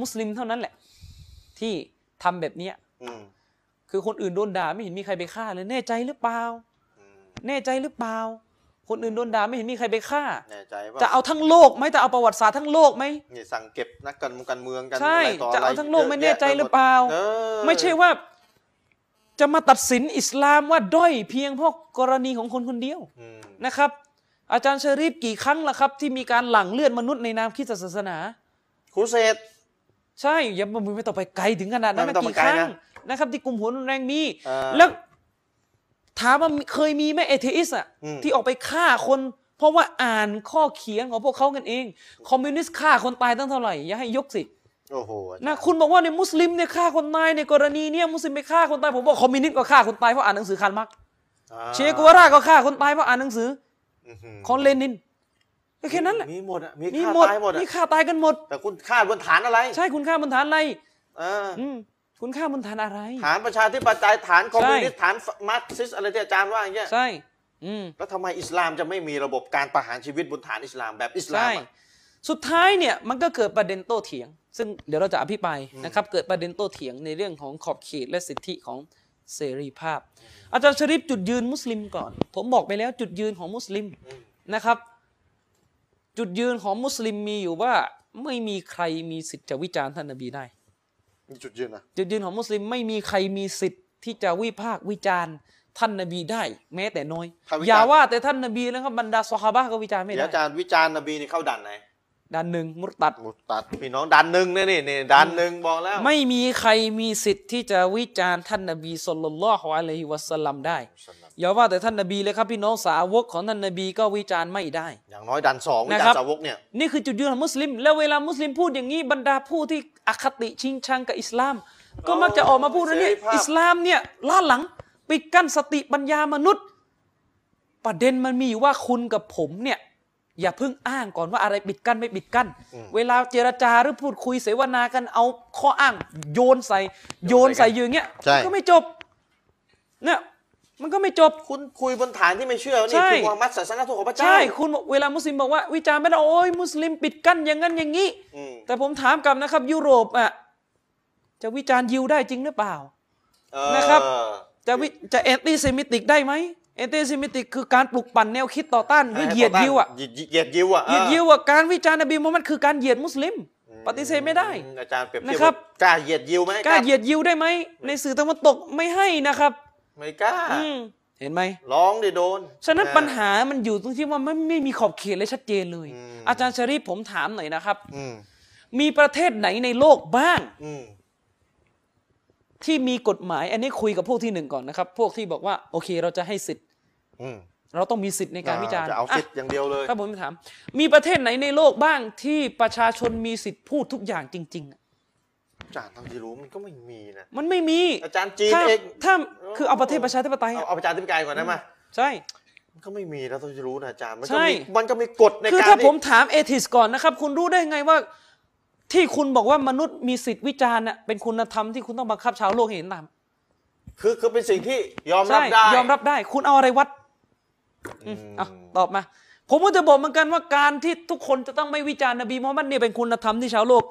[SPEAKER 3] มุสลิมเท่านั้นแหละ ที่ทำแบบเนี้ย
[SPEAKER 1] อืม
[SPEAKER 3] คือคนอื่นโดนด่าไม่เห็นมีใครไปฆ่าเลยแน่ใจหรือเปล่า แน่ใจหรือเปล่า คนอื่นโดนด่าไม่เห็นมีใครไปฆ่า
[SPEAKER 1] แน่ใจว่า
[SPEAKER 3] จะเอาทั้งโลกไหมจะเอาประวัติศาสตร์ทั้งโลกไหม
[SPEAKER 1] นี่สั่งเก็บนักการเมืองการเมืองกัน
[SPEAKER 3] ใช่
[SPEAKER 1] อะไรต่ออะไร
[SPEAKER 3] จะเอาทั้งโลกไม่
[SPEAKER 1] ยะ
[SPEAKER 3] แน่ใจหรือเปล่า
[SPEAKER 1] ออ
[SPEAKER 3] ไม่ใช่ว่าจะมาตัดสินอิสลามว่าด้อยเพียงเพราะกรณีของคนคนเดียว
[SPEAKER 1] อืม
[SPEAKER 3] นะครับ อาจารย์ชะรีฟกี่ครั้งล่ะครับ ที่มีการหลั่งเลือดมนุษย์ในนามคริดศาสนา
[SPEAKER 1] ครูเสด
[SPEAKER 3] ใช่อย่ามึงไม่ต้องไปไกลถึงขนาดนั้น
[SPEAKER 1] ไม่
[SPEAKER 3] นะ
[SPEAKER 1] ต้องไป
[SPEAKER 3] กี่
[SPEAKER 1] ไก
[SPEAKER 3] ค
[SPEAKER 1] ล
[SPEAKER 3] รั้ง
[SPEAKER 1] นะ
[SPEAKER 3] นะครับ ที่กลุ่มหัวรุนแรงมี
[SPEAKER 1] เออ
[SPEAKER 3] แล้วถามว่าเคยมีไหมเอเทอิสอะ
[SPEAKER 1] อืม
[SPEAKER 3] ที่ออกไปฆ่าคน เพราะว่าอ่านข้อเขียนของพวกเขากันเอง คอมมิวนิสต์ฆ่าคนตายตั้งเท่าไหร่ อย่าให้ยกสิ
[SPEAKER 1] โอ้โหอาจารย์
[SPEAKER 3] นะคุณบอกว่าในยมุสลิมเนี่ยฆ่าคนตายในกรณีเนี่ยมุสลิมไปฆ่าคนตายผมบอกคอมมิวนิสต์ก็ฆ่าคนตายเพราะอ่านหนังสือคาร์ลมาร์กซ์
[SPEAKER 1] อ่า
[SPEAKER 3] เชโกัวราก็ฆ่าคนตายเพราะอ่านหนังสือ
[SPEAKER 1] อื้อหือ
[SPEAKER 3] ของเลนินก็แค่นั้นแหละ
[SPEAKER 1] มีหมดอะมี
[SPEAKER 3] นี่
[SPEAKER 1] ค่า
[SPEAKER 3] หมด
[SPEAKER 1] ตายหมดอะ
[SPEAKER 3] นี่ฆ่าตายกันหมด
[SPEAKER 1] แต่คุณค่าบนฐานอะไร
[SPEAKER 3] ใช่คุณฆ่าบนฐานอะไร
[SPEAKER 1] เออ
[SPEAKER 3] อืมคุณฆ่าบนฐานอะไร
[SPEAKER 1] ฐานประชาธิปไตยฐานคอมมิวนิสต์ฐานมาร์กซิสต์อะไรที่อาจารย์ว่าอย่างเงี้ย
[SPEAKER 3] ใช่อืม
[SPEAKER 1] แล้วทำไมอิสลามจะไม่มีระบบการประหารชีวิตบนฐานอิสลามแบบอิสลาม
[SPEAKER 3] ใช่
[SPEAKER 1] อะ
[SPEAKER 3] สุดท้ายเนี่ยมันก็เกิดประเด็นโต้เถียง ซึ่งเดี๋ยวเราจะอภิปรายนะครับเกิดประเด็นโต้เถียงในเรื่องของขอบเขตและสิทธิของเสรีภาพ อาจารย์ชริปจุดยืนมุสลิมก่อน ผมบอกไปแล้วจุดยืนของมุสลิม นะครับ จุดยืนของมุสลิมมีอยู่ว่าไม่มีใครมีสิทธิ์จะวิจารณ์ท่านนบีได้
[SPEAKER 1] มีจุดยืนนะ
[SPEAKER 3] จุดยืนของมุสลิมไม่มีใครมีสิทธิ์ที่จะวิพากษ์วิจารณ์ท่านนบีได้ แม้แต่น้อย อย่าว่าแต่ท่านนบีนะครับบรรดาซอฮาบะห์ก็วิจารณ์ไม่
[SPEAKER 1] เดี๋ยว
[SPEAKER 3] ได้
[SPEAKER 1] อาจารย์วิจารณ์นบีนี่เข้าดันไหน
[SPEAKER 3] ด้านหนึ่งมุรตัด
[SPEAKER 1] มุตัดพี่น้องดันหนึ่งเนี่ยนี่นี่ดันหนึ่งบอกแล้ว
[SPEAKER 3] ไม่มีใครมีสิทธิ์ที่จะวิจารณ์ท่านนบีสุลลัลลอฮุอะลัยฮิวะสัลลัมได้ อย่าว่าแต่ท่านนบีเลยครับพี่น้องสาวกของท่านนบีก็วิจารณ์ไม่ได้
[SPEAKER 1] อย่างน้อยดันสองวิ
[SPEAKER 3] นะ
[SPEAKER 1] จาร
[SPEAKER 3] ครับ
[SPEAKER 1] ณ์สาวกเนี่ย
[SPEAKER 3] นี่คือจุดยืนของมุสลิม แล้วเวลามุสลิมพูดอย่างนี้บรรดาผู้ที่อคติชิงชังกับอิสลาม ก็มักจะออกมาพูดว่าเนี่ยอิสลามเนี่ยล้าหลังปิดกั้นสติปัญญามนุษย์ ประเด็นมันมีอยู่ว่าคุณกับผมเนี่ย อย่าเพิ่งอ้างก่อนว่าอะไรปิดกั้นไม่ปิดกั้น เวลาเจรจาหรือพูดคุยเสวนากันเอาข้ออ้างโยนใส่ โยนใส่อยู่อย่างเงี้ย
[SPEAKER 1] ใช่
[SPEAKER 3] มันก็ไม่จบเนี่ยมันก็ไม่จบ
[SPEAKER 1] คุณคุยบนฐานที่ไม่เชื่อว่า
[SPEAKER 3] ใช่
[SPEAKER 1] นี่คือความมัดศาสนาทูตของพระเจ้า
[SPEAKER 3] ใช่คุณบอกเวลามุสลิมบอกว่าวิจารณ์ไม่ได้โอ้ยมุสลิมปิดกั้นอย่างนั้นอย่างนี้
[SPEAKER 1] อืม
[SPEAKER 3] แต่ผมถามกลับนะครับ ยุโรปอ่ะจะวิจารณ์ยิวได้จริงหรือเปล่า
[SPEAKER 1] เออ
[SPEAKER 3] นะครับ จะวิจะแอนตี้เซมิติกได้ไหมแอนตี้เซมิติกคือการปลุกปั่นแนวคิดต่อต้านหรือเหยียดยิวอ่ะ
[SPEAKER 1] เหยียดเหยียดยิวอ่ะ
[SPEAKER 3] เหยียดยิวอ่ะการวิจารณ์นบีมูฮัมมัดคือการเหยียดมุสลิม ปฏิเสธไม่ได้
[SPEAKER 1] อืมอาจารย์เปรียบเทีย
[SPEAKER 3] นะครับ
[SPEAKER 1] กล้าเหยียดยิวไหม
[SPEAKER 3] กล้าเหยียดยิวได้ไหมในสื่อตะวันตกไม่ให้นะครับ
[SPEAKER 1] ไม่กล้า
[SPEAKER 3] อืมเห็นไหม
[SPEAKER 1] ร้องดิโดน
[SPEAKER 3] ฉะนั้น
[SPEAKER 1] อ่
[SPEAKER 3] ปัญหามันอยู่ตรงที่ว่าไม่ไม่มีขอบเขตเลยชัดเจนเลย
[SPEAKER 1] อืม
[SPEAKER 3] อาจารย์ชะรีฟผมถามหน่อยนะครับ
[SPEAKER 1] อืม
[SPEAKER 3] มีประเทศไหนในโลกบ้าง
[SPEAKER 1] อืม
[SPEAKER 3] ที่มีกฎหมาย อันนี้คุยกับพวกที่หนึ่งก่อนนะครับ พวกที่บอกว่าโอเคเราจะให้สิทธิ์
[SPEAKER 1] อืม
[SPEAKER 3] เราต้องมีสิทธิ์ในการวิจารณ์
[SPEAKER 1] จะเอา
[SPEAKER 3] อ่ะ
[SPEAKER 1] สิทธิ์อย่างเดียวเลย
[SPEAKER 3] ถ้าผมถาม มีประเทศไหนในโลกบ้างที่ประชาชนมีสิทธิ์พูดทุกอย่างจริง ๆอ่ะ
[SPEAKER 1] อาจารย์เทำที่รู้มันก็ไม่มีนะ
[SPEAKER 3] มันไม่มี
[SPEAKER 1] อาจารย์จีน
[SPEAKER 3] ถ้า
[SPEAKER 1] เอง
[SPEAKER 3] ถ้าคือเอาประเทศประชาธิปไตย
[SPEAKER 1] เอา
[SPEAKER 3] อ่ะ
[SPEAKER 1] เอาอาจารย์ทิพย์กายก่อนได้ไหม
[SPEAKER 3] ใช่
[SPEAKER 1] มันก็ไม่มีแล้วต้องที่รู้นะอาจารย์มัน
[SPEAKER 3] ใช่
[SPEAKER 1] ก็มีมันก็มีกฎใน
[SPEAKER 3] คือ
[SPEAKER 1] การ
[SPEAKER 3] ถ้า
[SPEAKER 1] ที่
[SPEAKER 3] ผมถามเอทิสก่อนนะครับ คุณรู้ได้ไงว่า ที่คุณบอกว่ามนุษย์มีสิทธิ์วิจารณ์น่ะเป็นคุณธรรมที่คุณต้องบังคับชาวโลกให้เห็นตาม
[SPEAKER 1] คือคือเป็นสิ่งที่ยอมรับ
[SPEAKER 3] ใช่
[SPEAKER 1] ได้
[SPEAKER 3] ยอมรับได้ คุณเอาอะไรวัด
[SPEAKER 1] อืม
[SPEAKER 3] อ่ะตอบมา ผมก็จะบอกเหมือนกันว่าการที่ทุกคนจะต้องไม่วิจารณ์นบีมูฮัมมัดเนี่ยเป็นคุณธรรมที่ชาวโลก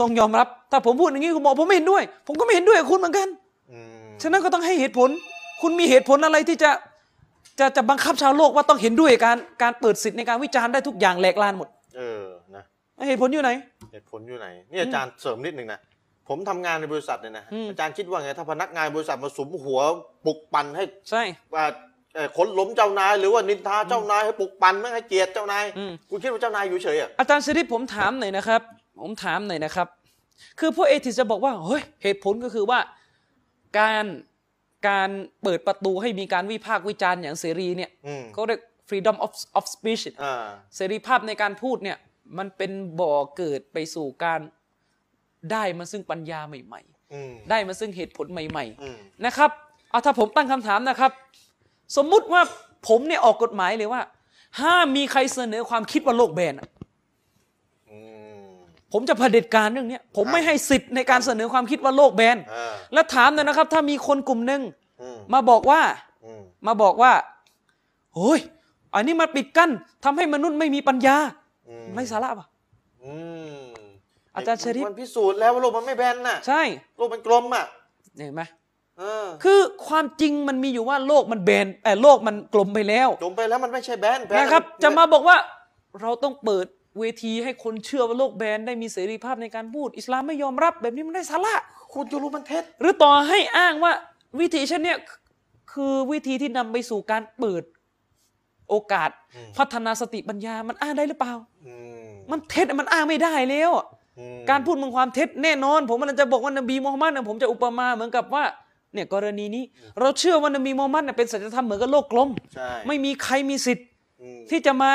[SPEAKER 3] ต้องยอมรับ ถ้าผมพูดอย่างนี้คุณบอกผมไม่เห็นด้วย ผมก็ไม่เห็นด้วยกับคุณเหมือนกัน
[SPEAKER 1] อืม
[SPEAKER 3] ฉะนั้นก็ต้องให้เหตุผล คุณมีเหตุผลอะไรที่จะจะจะบังคับชาวโลกว่าต้องเห็นด้วยกับการการเปิดสิทธิ์ในการวิจารณ์ได้ทุกอย่างแหลกลานหมด
[SPEAKER 1] เออนะ
[SPEAKER 3] เหตุผลอยู่ไหน
[SPEAKER 1] เหตุผลอยู่ไหนนี่อาจารย์เสริมนิดหนึ่งนะผมทำงานในบริษัทเนี่ยนะ
[SPEAKER 3] อืม
[SPEAKER 1] อาจารย์คิดว่าไงถ้าพนักงานบริษัทมาสุมหัวปลุกปั่นให้
[SPEAKER 3] ใช่
[SPEAKER 1] อ่าเอ่อคนล้มเจ้านาย หรือว่านินทาเจ้านายให้ปลุกปั่นไม่ให้เกลียดเจ้านาย
[SPEAKER 3] อืม
[SPEAKER 1] กูคิดว่าเจ้านายอยู่เฉยอ่ะ
[SPEAKER 3] อาจารย์ชริปผมถามหน่อยนะครับ ผมถามหน่อยนะครับ คือพวกเอทิสจะบอกว่าเฮ้ยเหตุผลก็คือว่าการการเปิดประตูให้มีการวิพากษ์วิจารณ์อย่างเสรีเนี่ย
[SPEAKER 1] อืม
[SPEAKER 3] เขาเรียก freedom of of speech
[SPEAKER 1] อ่า
[SPEAKER 3] เสรีภาพในการพูดเนี่ย มันเป็นบ่อเกิดไปสู่การได้มาซึ่งปัญญาใหม่
[SPEAKER 1] อืม
[SPEAKER 3] ๆ ได้มาซึ่งเหตุผลใหม่
[SPEAKER 1] อืม
[SPEAKER 3] ๆ นะครับ เอาถ้าผมตั้งคำถามนะครับ สมมุติว่าผมเนี่ยออกกฎหมายเลยว่า ห้ามมีใครเสนอความคิดว่าโลกแบนอะ
[SPEAKER 1] อืม
[SPEAKER 3] ผมจะเผด็จการเรื่องเนี้ยผมไม่ให้สิทธิ์ในการเสนอความคิดว่าโลกแบน
[SPEAKER 1] อ่า
[SPEAKER 3] และถามหน่อยนะครับ ถ้ามีคนกลุ่มหนึ่ง
[SPEAKER 1] อืม
[SPEAKER 3] มาบอกว่า
[SPEAKER 1] อืม
[SPEAKER 3] มาบอกว่าโอ้ย อันนี้มันปิดกั้นทำให้มนุษย์ไม่มีปัญญา
[SPEAKER 1] อืม
[SPEAKER 3] ไม่สาระป่ะ
[SPEAKER 1] อืม
[SPEAKER 3] อาจารย์ชริป
[SPEAKER 1] มันพิสูจน์แล้วว่าโลกมันไม่แบนน่ะ
[SPEAKER 3] ใช่
[SPEAKER 1] โลกมันกลมอ่ะ
[SPEAKER 3] เห็นไหม
[SPEAKER 1] เออ
[SPEAKER 3] คือความจริงมันมีอยู่ว่าโลกมันแบนแต่อโลกมันกลมไปแล้ว
[SPEAKER 1] จมไปแล้วมันไม่ใช่แบนแบน
[SPEAKER 3] นะครับ
[SPEAKER 1] มัน
[SPEAKER 3] จะมาบอกว่าเราต้องเปิดเวทีให้คนเชื่อว่าโลกแบนได้มีเสรีภาพในการพูด อิสลามไม่ยอมรับแบบนี้มันได้สาระ
[SPEAKER 1] คุณจะรู้มันเท็จ
[SPEAKER 3] หรือต่อให้อ้างว่าวิธีเช่นเนี้ยคือวิธีที่นำไปสู่การเปิดโอกาส
[SPEAKER 1] อืม
[SPEAKER 3] พัฒนาสติปัญญามันอ้างได้หรือเปล่า มันเท็จมันอ้างไม่ได้แล้วอะ การพูดมันความเท็จแน่นอน ผมมันจะบอกว่านบีมูฮัมมัดนะผมจะอุปมาเหมือนกับว่าเนี่ยกรณีนี้ เราเชื่อว่านบีมูฮัมมัดน่ะเป็นสัจธรรมเหมือนกับโลกกลม
[SPEAKER 1] ใช่
[SPEAKER 3] ไม่มีใครมีสิทธิ์
[SPEAKER 1] อืม
[SPEAKER 3] ที่จะมา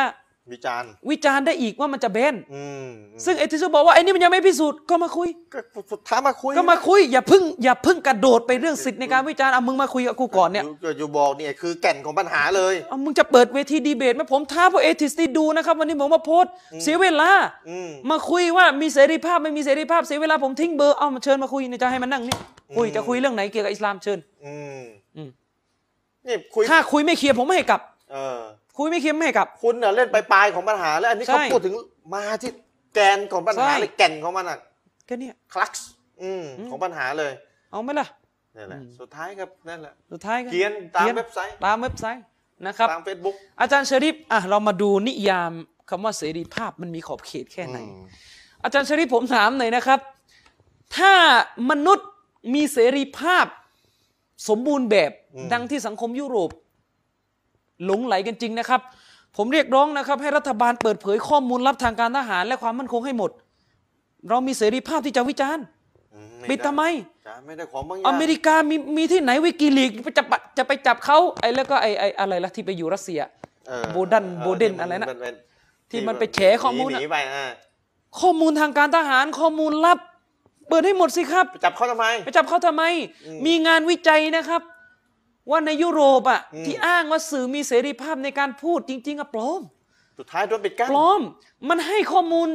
[SPEAKER 1] วิจารณ์
[SPEAKER 3] วิจารณ์ได้อีกว่ามันจะแบน
[SPEAKER 1] อืม
[SPEAKER 3] ซึ่งเอทิสบอกว่าไอ้นี่มันยังไม่พิสูจน์ก็มาคุย
[SPEAKER 1] ก็สุดท้ายมาคุย
[SPEAKER 3] ก็มาคุยอย่าเพึ่งอย่าเพึ่งกระโดดไปเรื่องสิทธิ์ในการวิจารณ์เอามึงมาคุยกับกูก่อนเนี่ย
[SPEAKER 1] อยู่อยู่บอกเนี่ยคือแก่นของปัญหาเลย
[SPEAKER 3] เอามึงจะเปิดเวทีดีเบตไหมผมท้าพวกเอทิสนี่ดูนะครับวันนี้ผมมาโพสต์เสียเวลา
[SPEAKER 1] อืม
[SPEAKER 3] มาคุยว่ามีเสรีภาพไม่มีเสรีภาพเสียเวลาผมทิ้งเบอร์เอามาเชิญมาคุยเนี่ยจะให้มันนั่งนี่คุย
[SPEAKER 1] อืม
[SPEAKER 3] จะคุยเรื่องไหนเกี่ยวกับอิสลามเชิญ
[SPEAKER 1] อืม
[SPEAKER 3] อืม
[SPEAKER 1] นี่คุย
[SPEAKER 3] ถ้าคุยไม่เคลียร์ผมไม่ให้กลับ
[SPEAKER 1] เออ
[SPEAKER 3] คุยไม่เคลียร์ไม่ให้กลับ
[SPEAKER 1] คุณเน่ะเล่นไปปลายของปัญหาแล้วอันนี้
[SPEAKER 3] ใช่
[SPEAKER 1] เขาพูดถึงมาที่แกนของปัญหา
[SPEAKER 3] ใช่
[SPEAKER 1] เลยแก่นของมันอ่ะ
[SPEAKER 3] ก็เนี่ย
[SPEAKER 1] คลักซ์อืม
[SPEAKER 3] อืม
[SPEAKER 1] ของปัญหาเลย
[SPEAKER 3] เอาไหมล่ะ
[SPEAKER 1] นี่นแหละ
[SPEAKER 3] อืม
[SPEAKER 1] สุดท้ายครับนั่นแหละ
[SPEAKER 3] สุดท้ายก็
[SPEAKER 1] เขียนตาม
[SPEAKER 3] พี้
[SPEAKER 1] เว็บไซต์
[SPEAKER 3] ตามเว็บไซต์นะครับ
[SPEAKER 1] ตามเฟซบุ๊ก
[SPEAKER 3] อาจารย์ชริปอ่ะเรามาดูนิยามคำว่าเสรีภาพมันมีขอบเขตแค่ไหน อาจารย์ชริปผมถามหน่อยนะครับ ถ้ามนุษย์มีเสรีภาพสมบูรณ์แบบดังที่สังคมยุโรป หลงไหลกันจริงนะครับ ผมเรียกร้องนะครับ ให้รัฐบาลเปิดเผยข้อมูลลับทางการทหารและความมั่นคงให้หมด เรามีเสรีภาพที่จะวิจารณ์ปิดทำไม
[SPEAKER 1] จ้าไม่ได้ของบางอย่าง
[SPEAKER 3] อเมริกามีมีที่ไหนวิกิลีกจะไปจะไปจับเขาไอ้แล้วก็ไอ้ไอ้อะไรละที่ไปอยู่รัสเซีย
[SPEAKER 1] เออ
[SPEAKER 3] โบดัน
[SPEAKER 1] ออ
[SPEAKER 3] โบเดน
[SPEAKER 1] ที่มั
[SPEAKER 3] อะไรนะ
[SPEAKER 1] มัเป็
[SPEAKER 3] ที่มันไปแฉข้อมูล
[SPEAKER 1] หนี
[SPEAKER 3] อะ
[SPEAKER 1] หนีไปอ่า
[SPEAKER 3] ข้อมูลทางการทหารข้อมูลลับ เปิดให้หมดสิครับ
[SPEAKER 1] จับเขาทำไม
[SPEAKER 3] ไปจับเขาทำไม
[SPEAKER 1] อืม
[SPEAKER 3] มีงานวิจัยนะครับ ว่าในยุโรปอ่ะ
[SPEAKER 1] อืม
[SPEAKER 3] ที่อ้างว่าสื่อมีเสรีภาพในการพูดจริง ๆอะปลอม
[SPEAKER 1] สุดท้ายโดนปิดกั้น
[SPEAKER 3] ปลอม มันให้ข้อมูล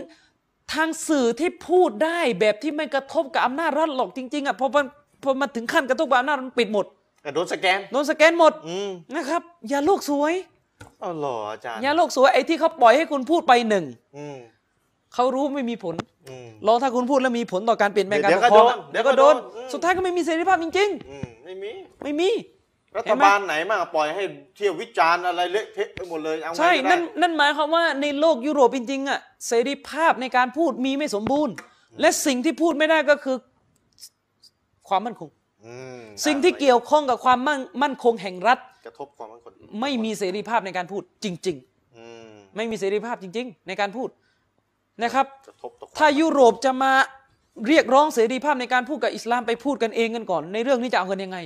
[SPEAKER 3] ทางสื่อที่พูดได้แบบที่ไม่กระทบกับอำนาจรัฐหรอกจริงๆอ่ะพอมันพอมันถึงขั้นกระทบกับอำนาจมันปิดหมด
[SPEAKER 1] แต่โดนสแกน
[SPEAKER 3] โดนสแกนหมด
[SPEAKER 1] อืม
[SPEAKER 3] นะครับ อย่าโลกสวย
[SPEAKER 1] อ๋อเหรออาจารย์
[SPEAKER 3] อย่าโลกสวยไอ้ที่เขาปล่อยให้คุณพูดไปหนึ่ง
[SPEAKER 1] อืม
[SPEAKER 3] เขารู้ไม่มีผล
[SPEAKER 1] อืม
[SPEAKER 3] ลองถ้าคุณพูดแล้วมีผลต่อการเปลี่ยนแปลงการ
[SPEAKER 1] เดี๋
[SPEAKER 3] ป
[SPEAKER 1] ย
[SPEAKER 3] ก
[SPEAKER 1] วก็
[SPEAKER 3] ครองอะ
[SPEAKER 1] โดน
[SPEAKER 3] เดี๋ยวก็โดน
[SPEAKER 1] เดี๋ยวก็โดน
[SPEAKER 3] สุดท้ายก็ไม่มีเสรีภาพจริง
[SPEAKER 1] อืมไม่มี
[SPEAKER 3] ๆ ไม่มี
[SPEAKER 1] รั
[SPEAKER 3] เห็
[SPEAKER 1] ฐ
[SPEAKER 3] นไหม
[SPEAKER 1] บาลไหนมากปล่อยให้เที่ยววิจารณ์อะไรเละเทะไปหมดเลยเอาไง
[SPEAKER 3] ใช่
[SPEAKER 1] ก็ได้
[SPEAKER 3] นั่น นั่นหมายความว่าในโลกยุโรปจริงๆอ่ะ เสรีภาพในการพูดมีไม่สมบูรณ์ และสิ่งที่พูดไม่ได้ก็คือ ความมั่นคง
[SPEAKER 1] อืม
[SPEAKER 3] สิ่งที่เกี่ยวข้องกับความมั่นมั่นคงแห่งรัฐ
[SPEAKER 1] กระทบความมั่นคง
[SPEAKER 3] ไม่มีเสรีภาพในการพูดจริง
[SPEAKER 1] อืม
[SPEAKER 3] ๆ ไม่มีเสรีภาพจริง ๆ ในการพูดนะครับ
[SPEAKER 1] กระทบต่อความ
[SPEAKER 3] ถ้ายุโรปจะมาเรียกร้องเสรีภาพในการพูดกับอิสลามไปพูดกันเองกันก่อน ในเรื่องนี้จะเอากันยังไง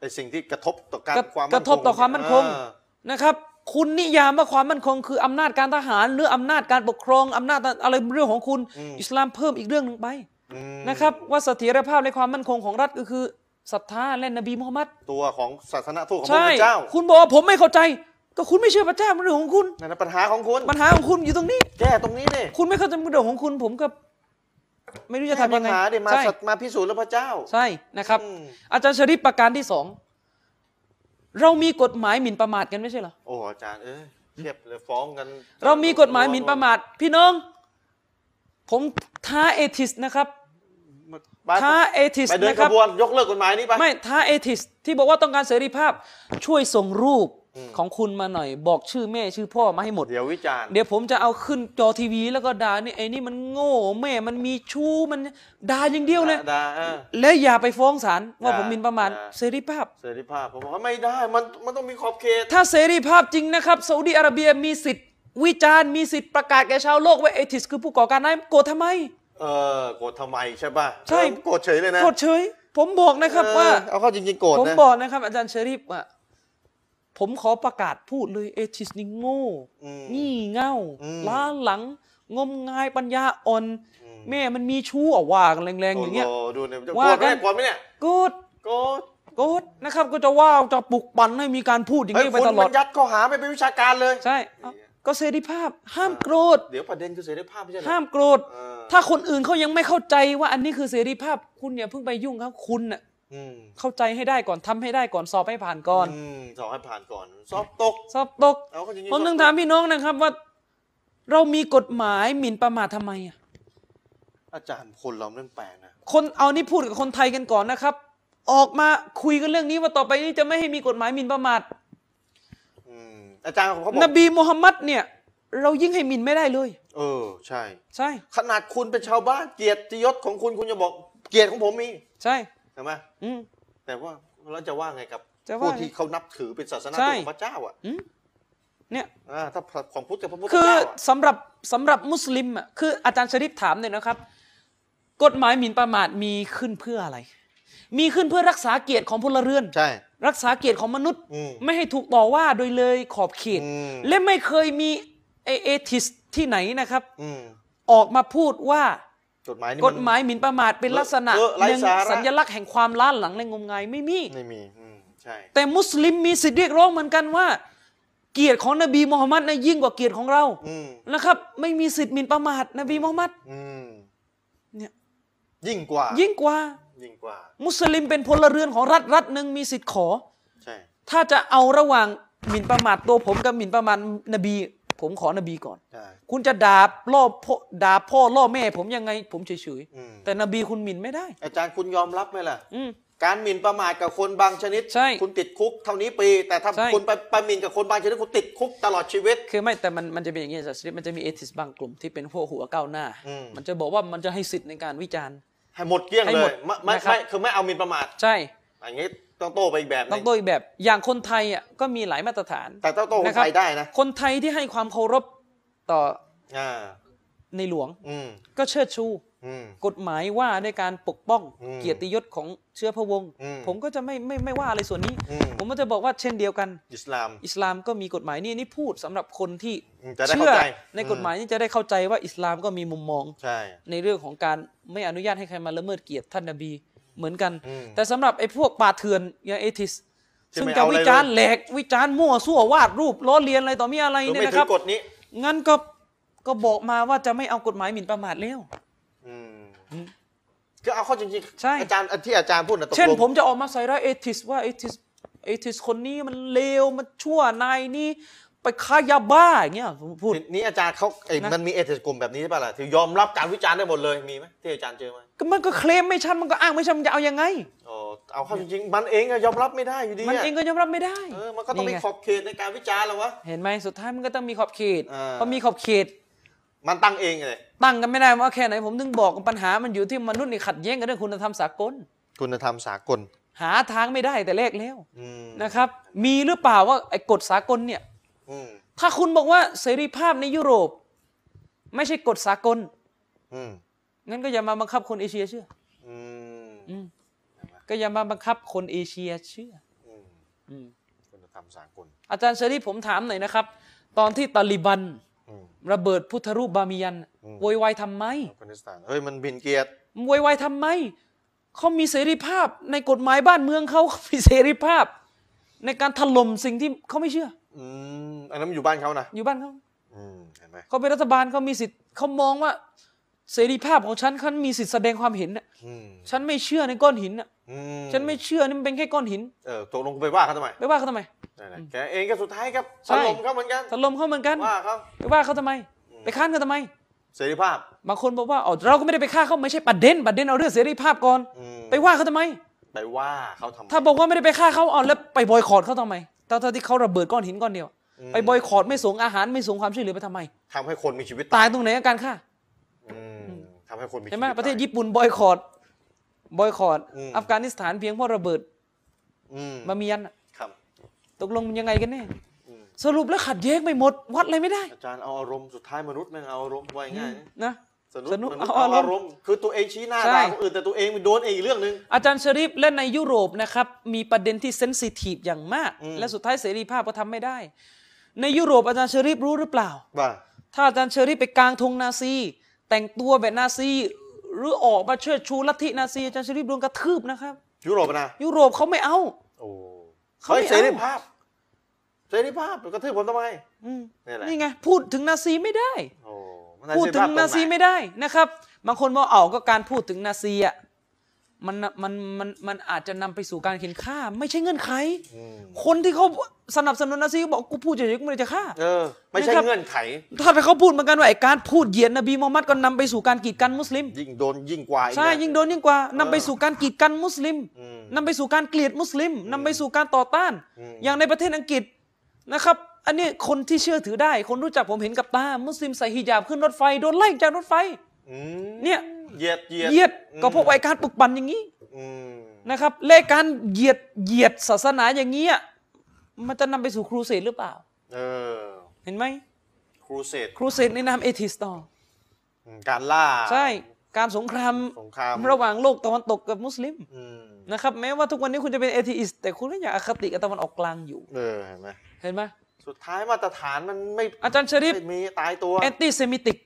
[SPEAKER 1] ไอสิ่งที่กระทบต่อการ
[SPEAKER 3] กระ
[SPEAKER 1] ความมั่นคง
[SPEAKER 3] กระทบต่อความมั่นคง
[SPEAKER 1] อ่า
[SPEAKER 3] นะครับคุณนิยามว่าความมั่นคงคืออำนาจการทหารหรืออำนาจการปกครองอำนาจอะไรเรื่องของคุณ อิสลามเพิ่มอีกเรื่องหนึ่งไป
[SPEAKER 1] อืม
[SPEAKER 3] นะครับว่าเสถียรภาพในความมั่นคงของรัฐก็คือศรัทธาและนบีมุฮัมมัด
[SPEAKER 1] ตัวของศาสนทูตของพ
[SPEAKER 3] ใช่
[SPEAKER 1] ระเจ้า
[SPEAKER 3] คุณบอกว่าผมไม่เข้าใจ ก็คุณไม่เชื่อพระเจ้ามันเรื่องของคุณ
[SPEAKER 1] นั่นนะปัญหาของคุณ
[SPEAKER 3] ปัญหาของคุณอยู่ตรงนี้
[SPEAKER 1] แก้ตรงนี้ดิ
[SPEAKER 3] คุณไม่เข้าใจเรื่องของคุณ ผมก็ไม่รู้จะ
[SPEAKER 1] แก้
[SPEAKER 3] ทำ
[SPEAKER 1] ปั
[SPEAKER 3] ยั
[SPEAKER 1] ญ
[SPEAKER 3] งไง
[SPEAKER 1] หาดิมา
[SPEAKER 3] ใช่
[SPEAKER 1] สัตว์มาพิสูจน์แล้วพระเจ้า
[SPEAKER 3] ใช่นะครับ
[SPEAKER 1] อืม
[SPEAKER 3] อาจารย์ชริปประการที่สองเรามีกฎหมายหมิ่นประมาทกันไม่ใช่เหรอ
[SPEAKER 1] โอ้อาจารย์เอ้ยเทียบเลยฟ้องกัน
[SPEAKER 3] เรามีกฎหมายหมิ่นประมาท พี่น้อง ผมท้าเอทิสนะครับ
[SPEAKER 1] ไป
[SPEAKER 3] ท้าเอทิส
[SPEAKER 1] ไปเดิน
[SPEAKER 3] นะค
[SPEAKER 1] ข
[SPEAKER 3] รับบ
[SPEAKER 1] วนยกเลิกกฎหมายนี้ไป
[SPEAKER 3] ไม่ท้าเอทิสที่บอกว่าต้องการเสรีภาพ ช่วยส่งรูปของคุณมาหน่อย บอกชื่อแม่ชื่อพ่อมาให้หมด
[SPEAKER 1] เดี๋ยววิจารณ์
[SPEAKER 3] เดี๋ยวผมจะเอาขึ้นจอทีวี แล้วก็ด่านี่ไอ้นี่มันโง่แม่มันมีชู้มันด่าอย่างเดียวเลย
[SPEAKER 1] ด่าเออ
[SPEAKER 3] และอย่าไปฟ้องศาลว่า
[SPEAKER 1] ด่า
[SPEAKER 3] ผมหมิ่นประมาท
[SPEAKER 1] ด่า
[SPEAKER 3] เสรีภาพ
[SPEAKER 1] เสรีภาพผมบอกว่าไม่ได้มันมันต้องมีขอบเขต
[SPEAKER 3] ถ้าเสรีภาพจริงนะครับซาอุดีอาระเบียมีสิทธิ์ วิจารณ์มีสิทธิ์ประกาศแก่ชาวโลกว่าเอทิสคือผู้ก่อการร้ายโกรธทำไม
[SPEAKER 1] เออโกรธทำไมใช่ป่ะ
[SPEAKER 3] ใช่
[SPEAKER 1] เออโกรธเฉยเลยนะ
[SPEAKER 3] โกรธเฉย ผมบอกนะครับว่า
[SPEAKER 1] เออเอาเข้าจริงๆโกรธ
[SPEAKER 3] ผม
[SPEAKER 1] นะ
[SPEAKER 3] บอกนะครับ อาจารย์เชอริฟอ่ะผมขอประกาศพูดเลยเอทิสนี่โง่
[SPEAKER 1] อืม
[SPEAKER 3] งี่เง่า
[SPEAKER 1] อืม
[SPEAKER 3] ล้าหลัง งมงายปัญญาอ่อน
[SPEAKER 1] อืม
[SPEAKER 3] แม่มันมีชู้อ่ะว่ากันแรงๆอย่างเงี้ย
[SPEAKER 1] โโหดูเนี่ยจะโกร
[SPEAKER 3] ว่า
[SPEAKER 1] ธไห
[SPEAKER 3] กั
[SPEAKER 1] ม
[SPEAKER 3] น
[SPEAKER 1] โกรธไหมเนี่ย
[SPEAKER 3] โกูด
[SPEAKER 1] โกรธ
[SPEAKER 3] กดนะครับ ก็จะว่าจะปลุกปั่นให้มีการพูดอย่าง
[SPEAKER 1] เฮ้ย
[SPEAKER 3] นี้ไป
[SPEAKER 1] คุณ
[SPEAKER 3] ตลอ
[SPEAKER 1] มั
[SPEAKER 3] ด
[SPEAKER 1] นยัดข้อหาไม่เป็นวิชาการเลย
[SPEAKER 3] ใช่เอ้าก็เสรีภาพ ห้ามโกรธ
[SPEAKER 1] เดี๋ยวประเด็นคือเสรีภาพไม่ใช่เหรอ
[SPEAKER 3] ห้ามโกรธ
[SPEAKER 1] เออ
[SPEAKER 3] ถ้าคนอื่นเขายังไม่เข้าใจว่าอันนี้คือเสรีภาพคุณอย่าเพิ่งไปยุ่งครับคุณน่ะ
[SPEAKER 1] อืม
[SPEAKER 3] เข้าใจให้ได้ก่อนทำให้ได้ก่อนสอบให้ผ่านก่อน
[SPEAKER 1] อืมสอบให้ผ่านก่อน สอบตก
[SPEAKER 3] สอบตก
[SPEAKER 1] เอาเข้าจริงๆ
[SPEAKER 3] ผมต้อง
[SPEAKER 1] สอ
[SPEAKER 3] ถา
[SPEAKER 1] บ
[SPEAKER 3] มพี่น้องนะครับว่า เรามีกฎหมายหมิ่นประมาททำไมอ่ะ
[SPEAKER 1] อาจารย์คนเราเรื่องแปลกนะ
[SPEAKER 3] คนเอานี่พูดกับคนไทยกันก่อนนะครับ ออกมาคุยกันเรื่องนี้ว่าต่อไปนี้จะไม่ให้มีกฎหมายหมิ่นประมาท
[SPEAKER 1] อืมอาจารย์เขาบอก
[SPEAKER 3] นบีมูฮัมมัดเนี่ย เรายิ่งให้หมิ่นไม่ได้เลย
[SPEAKER 1] เออ ใช่
[SPEAKER 3] ใช่
[SPEAKER 1] ขนาดคุณเป็นชาวบ้านเกียรติยศของคุณคุณจะบอกเกียรติของผมมี
[SPEAKER 3] ใช่
[SPEAKER 1] เห็นไหม
[SPEAKER 3] อืม
[SPEAKER 1] แต่ว่าเราจะว่าไงกับ
[SPEAKER 3] จะว่า
[SPEAKER 1] ผู้
[SPEAKER 3] ไง
[SPEAKER 1] ที่เขานับถือเป็นศาสนา
[SPEAKER 3] ใช่
[SPEAKER 1] ของพระเจ้าอ่ะ
[SPEAKER 3] เนี่ย
[SPEAKER 1] อ่าถ้าของพุทธกับพระพุทธ
[SPEAKER 3] คือ
[SPEAKER 1] เจ้าอ่ะ
[SPEAKER 3] สำหรับสำหรับมุสลิมอ่ะคืออาจารย์ชริปถามเลยนะครับ กฎหมายหมิ่นประมาทมีขึ้นเพื่ออะไร มีขึ้นเพื่อรักษาเกียรติของพลเรือน
[SPEAKER 1] ใช่
[SPEAKER 3] รักษาเกียรติของมนุษย์
[SPEAKER 1] อืม
[SPEAKER 3] ไม่ให้ถูกต่อว่าโดยเลยขอบเขต
[SPEAKER 1] อืม
[SPEAKER 3] และไม่เคยมีไอเอทิสที่ไหนนะครับ
[SPEAKER 1] อืม
[SPEAKER 3] ออกมาพูดว่าก
[SPEAKER 1] ฎหมายนี่
[SPEAKER 3] ก
[SPEAKER 1] น
[SPEAKER 3] ฎหมายหมิ่นประมาทเป็นลักษณะ
[SPEAKER 1] เออไร้
[SPEAKER 3] หนึ่ง
[SPEAKER 1] สาระ
[SPEAKER 3] สัญลักษณ์แห่งความล้าหลังและงมงายไม่มี
[SPEAKER 1] ไม่มีอืมใช่
[SPEAKER 3] แต่มุสลิมมีสิทธิ์เรียกร้องเหมือนกันว่า เกียรติของนบีมูฮัมมัดนะยิ่งกว่าเกียรติของเรา
[SPEAKER 1] อืม
[SPEAKER 3] นะครับ ไม่มีสิทธิ์หมิ่นประมาทนบีมูฮัมมัด
[SPEAKER 1] อืม
[SPEAKER 3] เนี่ย
[SPEAKER 1] ยิ่งกว่า
[SPEAKER 3] ยิ่งกว่า
[SPEAKER 1] ยิ่งกว่า
[SPEAKER 3] มุสลิมเป็นพลเรือนของรัฐรัฐหนึ่งมีสิทธิ์ขอ
[SPEAKER 1] ใช่
[SPEAKER 3] ถ้าจะเอาระหว่างหมิ่นประมาทตัวผมกับหมิ่นประมาทนบี ผมขอนบีก่อน
[SPEAKER 1] ใช่
[SPEAKER 3] คุณจะด่าล่อพ่อด่าพ่อล่อแม่ ผมยังไง ผมเฉย
[SPEAKER 1] อืม
[SPEAKER 3] ๆแต่นบีคุณหมิ่นไม่ได้
[SPEAKER 1] อาจารย์คุณยอมรับไหมล่ะ
[SPEAKER 3] อืม
[SPEAKER 1] การหมิ่นประมาทกับคนบางชนิด
[SPEAKER 3] ใช่
[SPEAKER 1] คุณติดคุกเท่านี้ปี แต่ถ้า
[SPEAKER 3] ใช่
[SPEAKER 1] คุณไปไปหมิ่นกับคนบางชนิดคุณติดคุกตลอดชีวิต
[SPEAKER 3] คือไม่แต่มันมันจะเป็นอย่างนี้อาจารย์ชริปมันจะมีเอทิสบางกลุ่มที่เป็นพวกหัวก้าวหน้า
[SPEAKER 1] อืม
[SPEAKER 3] มันจะบอกว่ามันจะให้สิทธิ์ในการวิจารณ์
[SPEAKER 1] ให้หมดเกลี้ยง
[SPEAKER 3] ให้
[SPEAKER 1] เล
[SPEAKER 3] หมด
[SPEAKER 1] ยไม่ไม่
[SPEAKER 3] นะครับ
[SPEAKER 1] ไม่คือไม่เอาหมิ่นประมาท
[SPEAKER 3] ใช่
[SPEAKER 1] อย่างงี้ต้องโต้ไปอีกแบบห
[SPEAKER 3] ต้อ
[SPEAKER 1] นึ
[SPEAKER 3] ง
[SPEAKER 1] ง
[SPEAKER 3] โดยแบบอย่างคนไทยอ่ะก็มีหลายมาตรฐาน
[SPEAKER 1] แต่ต้องโต้คน
[SPEAKER 3] นะรับ
[SPEAKER 1] ไทยได้นะ
[SPEAKER 3] คนไทยที่ให้ความเคารพต่อ
[SPEAKER 1] อ่า
[SPEAKER 3] ในหลวง
[SPEAKER 1] อืม
[SPEAKER 3] ก็เชิดชู
[SPEAKER 1] อืม
[SPEAKER 3] กฎหมายว่าด้วยการปกป้อง
[SPEAKER 1] อืม
[SPEAKER 3] เกียรติยศของเชื้อพระวงศ์
[SPEAKER 1] อืม
[SPEAKER 3] ผมก็จะไม่ไม่ไม่ว่าอะไรส่วนนี้
[SPEAKER 1] อืม
[SPEAKER 3] ผมก็จะบอกว่าเช่นเดียวกัน
[SPEAKER 1] อิสลาม
[SPEAKER 3] อิสลามก็มีกฎหมายนี่นี่พูดสำหรับคนที่
[SPEAKER 1] อืมจะได้
[SPEAKER 3] เชื่อ
[SPEAKER 1] เข้าใจ
[SPEAKER 3] ในกฎหมายนี่จะได้เข้าใจว่าอิสลามก็มีมุมมอง
[SPEAKER 1] ใช่
[SPEAKER 3] ในเรื่องของการไม่อนุญาตให้ใครมาละเมิดเกียรติท่านนบีเหมือนกัน
[SPEAKER 1] อืม
[SPEAKER 3] แต่สำหรับไอ้พวกป่าเถื่อนอย่างเอทิส
[SPEAKER 1] ที่
[SPEAKER 3] ซึ่ง
[SPEAKER 1] ไม่
[SPEAKER 3] จะ
[SPEAKER 1] เอาอะไร
[SPEAKER 3] วิจารณ์แหลกวิจารณ์มั่วซั่ววาดรูปล้อเลียนอะไรต่อมีอะไร
[SPEAKER 1] คือ
[SPEAKER 3] เนี่ย
[SPEAKER 1] ไม่
[SPEAKER 3] นะ
[SPEAKER 1] ถื
[SPEAKER 3] ค
[SPEAKER 1] อ
[SPEAKER 3] รับ
[SPEAKER 1] กฎนี้
[SPEAKER 3] งั้นก็ก็บอกมาว่าจะไม่เอากฎหมายหมิ่นประมาทแล้ว
[SPEAKER 1] อืม
[SPEAKER 3] อืม
[SPEAKER 1] คือเอาเข้อจริง
[SPEAKER 3] ใช่
[SPEAKER 1] อาจารย์ที่อาจารย์พูดนะตกลง
[SPEAKER 3] เช่นผมจะออกมาใส่ร้ายเอทิสว่าเอทิสเอทิสคนนี้มันเลวมันชั่วนายนี่ไปค้ายาบ้าอย่างเงี้ยผมพูด
[SPEAKER 1] ทีนี้อาจารย์เขาไอ้
[SPEAKER 3] นะ
[SPEAKER 1] มันมีเอติสกลุ่มแบบนี้ใช่ป่ะล่ะที่ยอมรับการวิจารณ์ได้หมดเลยมีไหมที่อาจารย์เจอมา
[SPEAKER 3] ก็มันก็เคลมไม่ชัดมันก็อ้างไม่ชัดมันจะเอายังไง
[SPEAKER 1] อ๋อเอาเข้าจริงๆมันเองก็ยอมรับไม่ได้อยู่ดีะ
[SPEAKER 3] มันเองก็ยอมรับไม่ได้
[SPEAKER 1] เออมันก็ต้องมี
[SPEAKER 3] ไ
[SPEAKER 1] ขอบเขตในการวิจารณ์แล้ววะ
[SPEAKER 3] เห็นไหมสุดท้ายมันก็ต้องมีขอบเขต
[SPEAKER 1] อ่า
[SPEAKER 3] พอมีขอบเขต
[SPEAKER 1] มันตั้งเองเลย
[SPEAKER 3] ตั้งกันไม่ได้ว่าแค่ไหนผมถึงบอกปัญหามันอยู่ที่มนุษย์นี่ขัดแย้งกันเรื่องคุณธรรมสากล
[SPEAKER 1] คุณธรรมสากล
[SPEAKER 3] หาทางไม่ได้แต่แรกแล้ว
[SPEAKER 1] อืม
[SPEAKER 3] นะครับ มีหรือเปล่าว่าไอ้กฎสากลเนี่ย
[SPEAKER 1] อืม
[SPEAKER 3] ถ้าคุณบอกว่าเสรีภาพในยุโรป ไม่ใช่กฎสากล
[SPEAKER 1] อืม
[SPEAKER 3] งั้นก็อย่ามาบังคับคนเอเชียเชื่อ
[SPEAKER 1] อืม
[SPEAKER 3] อืมก็อย่ามาบังคับคนเอเชียเชื่อ
[SPEAKER 1] อืม
[SPEAKER 3] อืม
[SPEAKER 1] คุณธรรมสากล
[SPEAKER 3] อาจารย์เชอรี่ผมถามหน่อยนะครับ ตอนที่ตาลิบัน
[SPEAKER 1] อืม
[SPEAKER 3] ระเบิดพุทธรูปบามิยัน
[SPEAKER 1] อืม
[SPEAKER 3] โวยวายทำไม
[SPEAKER 1] อัฟกานิสถานเฮ้ยมันบินเกียรติ
[SPEAKER 3] โวยวายทำไมเขามีเสรีภาพในกฎหมายบ้านเมืองเขาเขามีเสรีภาพ ในการถล่มสิ่งที่เขาไม่เชื่อ
[SPEAKER 1] อืมอันนั้นมันอยู่บ้านเขานะ
[SPEAKER 3] อยู่บ้านเขา
[SPEAKER 1] อืมเห็นไหม
[SPEAKER 3] เขาเป็นรัฐบาลเขามีสิทธิ์เขามองว่าเสรีภาพของฉันฉันมีสิทธิ์แสดงความเห็นน่ะ
[SPEAKER 1] อืม
[SPEAKER 3] ฉันไม่เชื่อในก้อนหินน่ะ
[SPEAKER 1] อื
[SPEAKER 3] ฉันไม่เชื่อนี่มันเป็นแค่ก้อนหิน
[SPEAKER 1] เออตกลงไปว่าเขาทำไม
[SPEAKER 3] ไปว่าเขาทำไม
[SPEAKER 1] นั่นแหละแกเองก็สุดท้ายครับถ
[SPEAKER 3] ใช่
[SPEAKER 1] ล่มเขาเหมือนกัน
[SPEAKER 3] ถล่มเขาเหมือนกัน
[SPEAKER 1] ว่าเขา
[SPEAKER 3] ไปว่าเขาทำไม ไปค้านเขาทำไม
[SPEAKER 1] เสรีภาพ
[SPEAKER 3] บางคนบอกว่าอ๋อเราก็ไม่ได้ไปฆ่าเขาไม่ใช่ประเด็นประเด็นเอาเรื่องเสรีภาพก่อน
[SPEAKER 1] อืม
[SPEAKER 3] ไปว่าเขาทำไม
[SPEAKER 1] ไปว่าเขาทำไม
[SPEAKER 3] ถ้าบอกว่าไม่ได้ไปฆ่าเขาเอาแล้วไปบอยคอรดเขาทำไมตอนที่เขาระเบิดก้อนหินก้อนเดียว ไปบอยคอรดไม่ส่งอาหารไม่ส่งความช่วยเหลือไปทำไม
[SPEAKER 1] ทำให้คนมีชีวิต
[SPEAKER 3] ตายตรงไหนกับการฆ่า
[SPEAKER 1] อืมทำให้คนมีชีวิต
[SPEAKER 3] ใช่ไหมประเทศ
[SPEAKER 1] ตา
[SPEAKER 3] ญี่ปุ่นบอยคอรดบอยคอรด
[SPEAKER 1] อืม
[SPEAKER 3] อัฟกานิสถานเพียงเพราะระเบิด
[SPEAKER 1] อืม
[SPEAKER 3] มามียันน่ะ
[SPEAKER 1] ครับ
[SPEAKER 3] ตกลงมันยังไงกันแน่
[SPEAKER 1] อืม
[SPEAKER 3] สรุปแล้วขัดแย้งไม่หมด วัดอะไรไม่ได้
[SPEAKER 1] อาจารย์เอาอารมณ์สุดท้ายมนุษย์แม่งเอาอารมณ์ไว้ง่ายนะ
[SPEAKER 3] นะ
[SPEAKER 1] สนุก
[SPEAKER 3] สนุก
[SPEAKER 1] มนุษย์
[SPEAKER 3] เอา
[SPEAKER 1] เอา
[SPEAKER 3] อารมณ์
[SPEAKER 1] อารมณ์คือตัวเองชี้หน้า
[SPEAKER 3] ใช่
[SPEAKER 1] ด่าคนอื่นแต่ตัวเองมันโดนเองอีกเรื่องหนึ่ง
[SPEAKER 3] อาจารย์ชริฟและในยุโรปนะครับ มีประเด็นที่เซนซิทีฟอย่างมาก
[SPEAKER 1] อืม
[SPEAKER 3] และสุดท้ายเสรีภาพก็ทำไม่ได้ ในยุโรปอาจารย์ชริฟรู้หรือเปล่า
[SPEAKER 1] ว่า
[SPEAKER 3] ถ้าอาจารย์ชริฟไปกางธงนาซี แต่งตัวแบบนาซี หรือออกมาเชิดชูลัทธินาซีอาจารย์ชริฟโดนกระทืบนะครับ
[SPEAKER 1] ยุโรปนะ
[SPEAKER 3] ยุโรปเขาไม่เอา
[SPEAKER 1] โอ้
[SPEAKER 3] เขาไม่
[SPEAKER 1] ฮ้ยเสรี
[SPEAKER 3] เอา
[SPEAKER 1] ภาพเสรีภาพกระทืบผมทำไม
[SPEAKER 3] อืม
[SPEAKER 1] นี่แหละ
[SPEAKER 3] นี่ไงพูดถึงนาซีไม่ได้
[SPEAKER 1] โอ้มัน
[SPEAKER 3] พูดถึงนาซี
[SPEAKER 1] ไม่
[SPEAKER 3] ไม่ได้นะครับ บางคนบอกเอาก็การพูดถึงนาซีอ่ะมันมันมันมันอาจจะนำไปสู่การเข็นฆ่า ไม่ใช่เงื่อนไข
[SPEAKER 1] อืม
[SPEAKER 3] คนที่เขาสนับสนุนนาซีก็บอกกูพูดเฉยๆกูไม่ได้จะฆ่า
[SPEAKER 1] เออ ไม่ใช่
[SPEAKER 3] นะครับ
[SPEAKER 1] เงื่อนไข
[SPEAKER 3] ถ้าไปเขาพูดเหมือนกันว่าไอ้การพูดเหยียดนบีมูฮัมมัดก็นำไปสู่การกีดกันมุสลิม
[SPEAKER 1] ยิ่งโดนยิ่งกว่าอีกนะ
[SPEAKER 3] ใช่ยิ่งโดนยิ่งกว่านำไปสู่การกีดกันมุสลิม
[SPEAKER 1] อืม
[SPEAKER 3] นำไปสู่การเกลียดมุสลิมนำไปสู่การต่อต้าน
[SPEAKER 1] อืม
[SPEAKER 3] อย่างในประเทศอังกฤษนะครับ อันนี้คนที่เชื่อถือได้ คนรู้จักผมเห็นกับตามุสลิมใส่ฮิญาบขึ้นรถไฟโดนไล่จากรถไฟ
[SPEAKER 1] อืม
[SPEAKER 3] เนี่ย
[SPEAKER 1] เหยียดเหยียด
[SPEAKER 3] เหยียด
[SPEAKER 1] อืม
[SPEAKER 3] ก็เพราะไอการปลุกปั่นอย่างนี้
[SPEAKER 1] อืม
[SPEAKER 3] นะครับและการเหยียดเหยียดศาสนาอย่างนี้อ่ะมันจะนำไปสู่ครูเสดหรือเปล่า
[SPEAKER 1] เออ
[SPEAKER 3] เห็นไหม
[SPEAKER 1] ครูเสด
[SPEAKER 3] ครูเสดในนามเอทิสต์ต่อ
[SPEAKER 1] อืมการล่า
[SPEAKER 3] อใช่การสงคราม
[SPEAKER 1] สงคราม
[SPEAKER 3] ระหว่างโลกตะวันตกกับมุสลิม
[SPEAKER 1] อืม
[SPEAKER 3] นะครับแม้ว่าทุกวันนี้คุณจะเป็นเอทิสต์แต่คุณก็ยังอคติกับตะวันออกกลางอยู่
[SPEAKER 1] เออเห็นไหม
[SPEAKER 3] เห็นไหม
[SPEAKER 1] สุดท้ายมาตรฐานมันไม่
[SPEAKER 3] อาจารย์ชริฟ
[SPEAKER 1] ไม่มีตายตัว
[SPEAKER 3] แอนติเซมิติก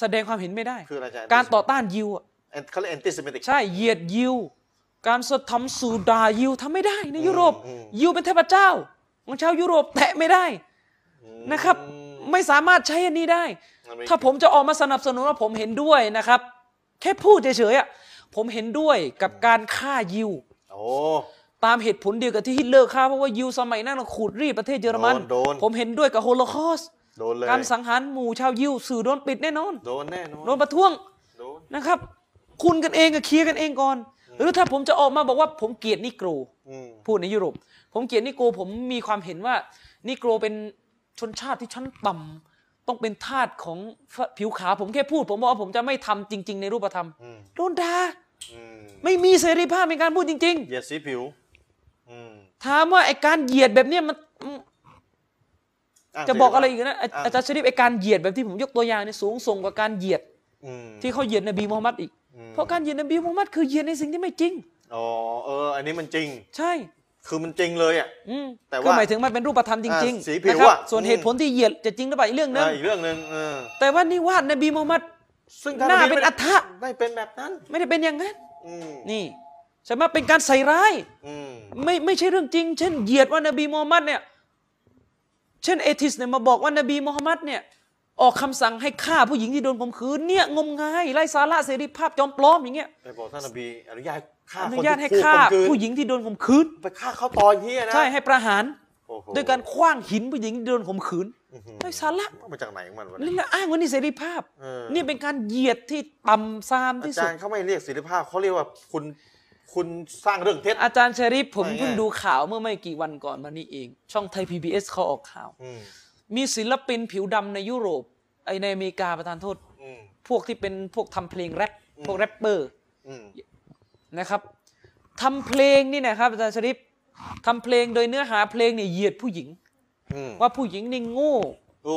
[SPEAKER 3] แสดงความเห็นไม่ได้
[SPEAKER 1] คืออะไรจ๊ะ
[SPEAKER 3] การต่อต้านยิวอะ
[SPEAKER 1] แอนเขาเรียกแอนติสเมติก
[SPEAKER 3] ใช่เหยียดยิว การสดทำสูดายิวทำไม่ได้ในยุโรป
[SPEAKER 1] อืม
[SPEAKER 3] ยิวเป็นเทพเจ้า ของชาวยุโรปแตะไม่ได้ นะครับไม่สามารถใช้อันนี้ได้ ถ้าผมจะออกมาสนับสนุนว่าผมเห็นด้วยนะครับ แค่พูดเฉยๆอ่ะผมเห็นด้วยกับการฆ่ายิว
[SPEAKER 1] โอ้
[SPEAKER 3] ตามเหตุผลเดียวกับที่ฮิตเลอร์ฆ่าเพราะว่ายิวสมัยนั้นน่ะขูดรีดประเทศเยอรมัน
[SPEAKER 1] โดนโดน
[SPEAKER 3] ผมเห็นด้วยกับโฮโลคอสต์
[SPEAKER 1] โดนเลย
[SPEAKER 3] การสังหารหมู่ชาวยิวสื่อโดนปิดแน่นอน
[SPEAKER 1] โดนแน่นอน
[SPEAKER 3] โดนประท้วง
[SPEAKER 1] โดน
[SPEAKER 3] นะครับ คุณกันเองกับเคลียร์กันเองก่อน หรือถ้าผมจะออกมาบอกว่าผมเกลียดนิโกร
[SPEAKER 1] อืม
[SPEAKER 3] พูดในยุโรป ผมเกลียดนิโกรผมมีความเห็นว่านิโกรเป็นชนชาติที่ชั้นต่ำต้องเป็นทาสของผิวขาวผมแค่พูด ผมบอกว่าผมจะไม่ทำจริง ๆ ในรูปธรรม
[SPEAKER 1] อืม
[SPEAKER 3] โดนดา่า
[SPEAKER 1] อืม
[SPEAKER 3] ไม่มีเสรีภาพในการพูดจริง
[SPEAKER 1] เหยียดสีผิว อืม
[SPEAKER 3] ๆ ถามว่าไอการเหยียดแบบเนี้ยมัน
[SPEAKER 1] าง
[SPEAKER 3] จะบอกอะไรอีกนะอา
[SPEAKER 1] อ่ะ
[SPEAKER 3] อาจารย์ชริปไอการเหยียดแบบที่ผมยกตัวอย่างเนี่ยสูงส่งกว่าการเหยียด
[SPEAKER 1] อืม
[SPEAKER 3] ที่เขาเหยียดนบีมูฮัมมัดอีก
[SPEAKER 1] อืม
[SPEAKER 3] เพราะการเหยียดนบีมูฮัมมัดคือเหยียดในสิ่งที่ไม่จริง
[SPEAKER 1] อ๋อเออ อันนี้มันจริง
[SPEAKER 3] ใช่
[SPEAKER 1] คือมันจริงเลยอ่ะ
[SPEAKER 3] อืม
[SPEAKER 1] แต่ว่า
[SPEAKER 3] คือหมายถึงมันเป็นรูปธรรมจริง
[SPEAKER 1] อ่าสีผิ
[SPEAKER 3] ๆนะ
[SPEAKER 1] ว
[SPEAKER 3] ครับ
[SPEAKER 1] อะ
[SPEAKER 3] ส่วน
[SPEAKER 1] อืม
[SPEAKER 3] เหตุผลที่เหยียดจะจริงหรือเปล่าอีกเรื่องหนึง
[SPEAKER 1] เอออีกเรื่องหนึ่งเออ
[SPEAKER 3] แต่ว่านี่วาดนบีมูฮัมมัด หน้าเป็นอัฏฐะ
[SPEAKER 1] ไม่เป็นแบบนั้น
[SPEAKER 3] ไม่ได้เป็นอย่างนั้น
[SPEAKER 1] อืม
[SPEAKER 3] นี่ใช่ไหมเป็นการใส่ร้าย
[SPEAKER 1] อืม
[SPEAKER 3] ไม่ไม่ใช่เรื่องจริง เช่นเหยียดว่านบีมูฮัมมัดเนี่ย เช่นเอทิสเนี่ยมาบอกว่านบีมูฮัมมัดเนี่ย ออกคำสั่งให้ฆ่าผู้หญิงที่โดนข่มขืนเนี่ยงมงายไร้สาระเสรีภาพจอมปลอมอย่างเงี้ย
[SPEAKER 1] ไปบอกท่านนบีอนุญาตฆ่า
[SPEAKER 3] อ
[SPEAKER 1] คน
[SPEAKER 3] นุ
[SPEAKER 1] ที่
[SPEAKER 3] ญาตให้
[SPEAKER 1] ถูก
[SPEAKER 3] ฆ่า
[SPEAKER 1] ข่มขืน
[SPEAKER 3] ผู้หญิงที่โดนข่มขืน
[SPEAKER 1] ไปฆ่าเขาตอนเฮียนะ
[SPEAKER 3] ใช่ให้ประหาร
[SPEAKER 1] โอ้โห
[SPEAKER 3] ด้วยการคว้างหินผู้หญิงที่โดนข่มขืน
[SPEAKER 1] อื้อหือ
[SPEAKER 3] ไร้สาระ
[SPEAKER 1] มันมาจากไหนของมันวะ
[SPEAKER 3] นี่
[SPEAKER 1] เนี่ย
[SPEAKER 3] ละอ้างว่านี่เสรีภาพ
[SPEAKER 1] เออ
[SPEAKER 3] นี่เป็นการเหยียดที่ต่ำซาม
[SPEAKER 1] อา
[SPEAKER 3] ที่สุ
[SPEAKER 1] จา
[SPEAKER 3] ด
[SPEAKER 1] รย์เขาไม่เรียกศิลปภาพเขาเรียกว่าคุณคุณสร้างเรื่องเท็จ
[SPEAKER 3] อาจารย์ชริฟผม
[SPEAKER 1] ว่าไง
[SPEAKER 3] เพิ่งดูข่าวเมื่อไม่กี่วันก่อนมานี่เอง ช่องไทย PBS เขาออกข่าว
[SPEAKER 1] อืม
[SPEAKER 3] มีศิลปินผิวดำในยุโรปไอในอเมริกาประธานโทษ
[SPEAKER 1] อืม
[SPEAKER 3] พวกที่เป็นพวกทำเพลงแรป
[SPEAKER 1] อืม
[SPEAKER 3] พวกแรปเปอร์
[SPEAKER 1] อืม
[SPEAKER 3] นะครับทำเพลงนี่นะครับอาจารย์ชริฟทำเพลงโดยเนื้อหาเพลงเนี่ยเหยียดผู้หญิง
[SPEAKER 1] อืม
[SPEAKER 3] ว่าผู้หญิงนี่โง่
[SPEAKER 1] ดู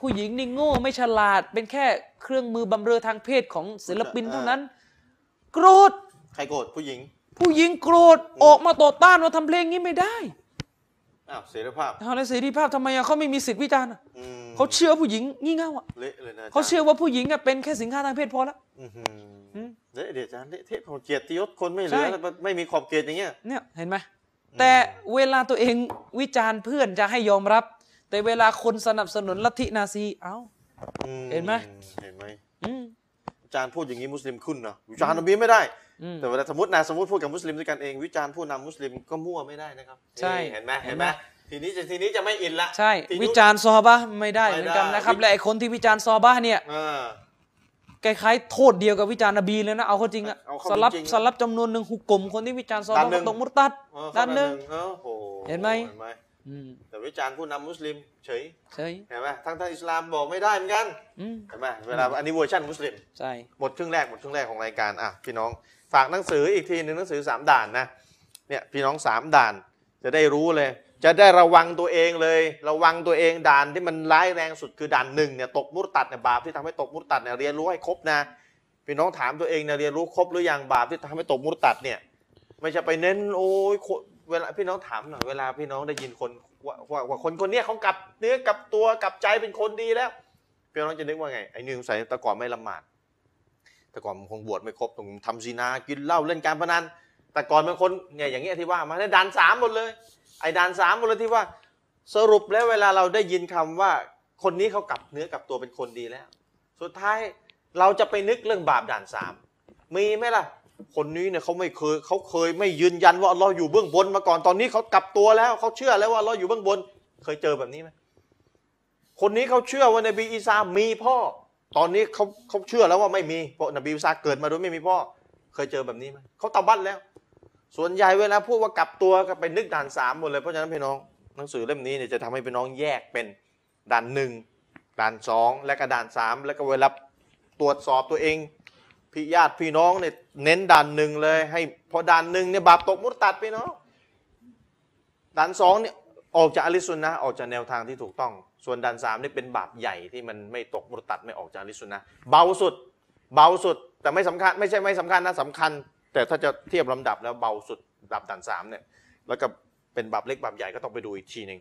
[SPEAKER 3] ผู้หญิงนี่โง่ไม่ฉลาด เป็นแค่เครื่องมือบำเรอทางเพศของศิลปินเท่านั้น โกรธ
[SPEAKER 1] ใครโกรธผู้หญิง
[SPEAKER 3] ผู้หญิงโกรธออกมาต่อต้านว่าทำเพลงนี้ไม่ได้
[SPEAKER 1] อ้าวศิลปภาพ
[SPEAKER 3] เอาแล้วเสรีภาพทำไมอะเขาไม่มีสิทธิวิจารณ์อะ
[SPEAKER 1] อืม
[SPEAKER 3] เขาเชื่อผู้หญิงงี่เง่าอะ
[SPEAKER 1] เละเลยนะจรย์
[SPEAKER 3] เขาเชื่อว่าผู้หญิงอะเป็นแค่สินค้าทางเพศพอแล้ว
[SPEAKER 1] อื้อหื
[SPEAKER 3] อื
[SPEAKER 1] อ
[SPEAKER 3] ม
[SPEAKER 1] เละเดี๋ยวอาจารย์เละเทะของเกียรติยศคนไม่เหลื
[SPEAKER 3] ใช่
[SPEAKER 1] อแล้วไม่มีขอบเขตอย่างเงี้ย
[SPEAKER 3] เนี่ยเห็นไหมแต่เวลาตัวเองวิจารณ์เพื่อนจะให้ยอมรับ แต่เวลาคนสนับสนุนลัทธินาซีเอ้า
[SPEAKER 1] อื
[SPEAKER 3] เห็นไหม
[SPEAKER 1] เห็นไหม
[SPEAKER 3] อืม
[SPEAKER 1] อาจารย์พูดอย่างนี้มุสลิมขึ้นเนาะวิจารณ์นบีไม่ได้
[SPEAKER 3] อืม
[SPEAKER 1] แต่เวลาสมมตินะสมมติพูดกับมุสลิมด้วยกันเองวิจารณ์ผู้นำมุสลิมก็มั่วไม่ได้นะครับ
[SPEAKER 3] ใช่
[SPEAKER 1] นี่เห็นไหม
[SPEAKER 3] เห็
[SPEAKER 1] เห็น
[SPEAKER 3] น
[SPEAKER 1] ไหม
[SPEAKER 3] ไหม
[SPEAKER 1] ทีนี้จะทีนี้จะไม่อินละ
[SPEAKER 3] ใช่
[SPEAKER 1] ทีนี้
[SPEAKER 3] วิจารณ์ซอฮาบะห์ไม่ได้เหมือนกัน
[SPEAKER 1] ไม่ได้
[SPEAKER 3] นะครับและไอคนที่วิจารณ์ซอฮาบะห์เนี่ย
[SPEAKER 1] อ่า
[SPEAKER 3] คล้ายๆโทษเดียวกับวิจารณ์นบีเลยนะเอาเข้าจริงอะ
[SPEAKER 1] เอาเข้า
[SPEAKER 3] สลับ
[SPEAKER 1] จริงๆนะ
[SPEAKER 3] สลับจำนวนหนึ่งหุกกลมคนที่วิจารณ์ซอฮา
[SPEAKER 1] ด้าน
[SPEAKER 3] บะห์
[SPEAKER 1] หนึ่ง
[SPEAKER 3] ก็ตกมุรตัด
[SPEAKER 1] เออ
[SPEAKER 3] ด้านหนึ่ง
[SPEAKER 1] เออโอ้โห
[SPEAKER 3] เห็นไหม
[SPEAKER 1] เห็นไหม
[SPEAKER 3] อืม
[SPEAKER 1] แต่วิจารณ์ผู้นำมุสลิมเฉย
[SPEAKER 3] ใช่
[SPEAKER 1] เห็นไหมทั้งท่านอิสลามบอกไม่ได้เหมือนกัน
[SPEAKER 3] อืม
[SPEAKER 1] เห็นไหมเวลาอันนี้เวอร์ชันมุสลิม
[SPEAKER 3] ใช่
[SPEAKER 1] หมดครึ่งแรกหมดครึ่งแรกของรายการอ่ะพี่น้องฝากหนังสืออีกทีหนึ่งหนังสือสามด่านนะเนี่ยพี่น้องสามด่าน จะได้รู้เลย จะได้ระวังตัวเองเลย ระวังตัวเองด่านที่มันร้ายแรงสุดคือด่านหนึ่งเนี่ยตกมุรตัดเนี่ยบาปที่ทำให้ตกมุรตัดเนี่ยเรียนรู้ให้ครบนะ พี่น้องถามตัวเองเนี่ยเรียนรู้ครบหรือยังบาปที่ทำให้ตกมุรตัดเนี่ยไม่ใช่ไปเน้นโอ้ยคนเวลาพี่น้องถามหน่อยเวลาพี่น้องได้ยินคนว่าว่าว่าคนคนเนี้ยเขากลับเนื้อกลับตัวกลับใจเป็นคนดีแล้ว พี่น้องจะนึกว่าไงไอ้นิวใส่ตะก่อนไม่ละหมาด แต่ก่อนมันคงบวชไม่ครบตรงทำซีนากินเหล้าเล่นการพนัน แต่ก่อนบางคนเนี่ยอย่างเงี้ยที่ว่ามาในยด่านสามหมดเลย ไอ้ด่านสามหมดเลยที่ว่า สรุปแล้วเวลาเราได้ยินคำว่า คนนี้เขากลับเนื้อกลับตัวเป็นคนดีแล้ว สุดท้ายเราจะไปนึกเรื่องบาปด่านสามมีไหมล่ะ คนนี้เนี่ยเขาไม่เคยเขาเคยไม่ยืนยันว่าเราอยู่เบื้องบนมาก่อนตอนนี้เขากลับตัวแล้วเขาเชื่อแล้วว่าเราอยู่เบื้องบน เคยเจอแบบนี้ไหมคนนี้เขาเชื่อว่านบีอีสามีพ่อ ตอนนี้เขาเขาเชื่อแล้วว่าไม่มีเพราะนบีอีสาเกิดมาโดยไม่มีพ่อ เคยเจอแบบนี้ไหมเขาเตาบั้นแล้ว ส่วนใหญ่เวลาพูดว่ากลับตัวก็ไปนึกด่านสามหมดเลยเพราะฉะนั้นพี่น้องหนังสือเล่มนี้เนี่ยจะทำให้พี่น้องแยกเป็นด่านหนึ่งด่านสองและก็ด่านสามแล้วก็เวลาตรวจสอบตัวเองพี่ญาติพี่น้องเนี่ยเน้นด่านหนึ่งเลยให้พอด่านหนึ่งเนี่ยบาปตกมุตตัดพี่น้องด่านสองเนี่ยออกจากอะลิสุนนะห์ออกจากแนวทางที่ถูกต้อง ส่วนด่านสามเนี่ยเป็นบาปใหญ่ที่มันไม่ตกมุตตัดไม่ออกจากอะลิสุนนะห์เบาสุด เบาสุดแต่ไม่สำคัญไม่ใช่ไม่สำคัญนะสำคัญ แต่ถ้าจะเทียบลำดับแล้วเบาสุดลำดับด่านสามเนี่ยแล้วก็เป็นบาปเล็กบาปใหญ่ก็ต้องไปดูอีกทีหนึ่ง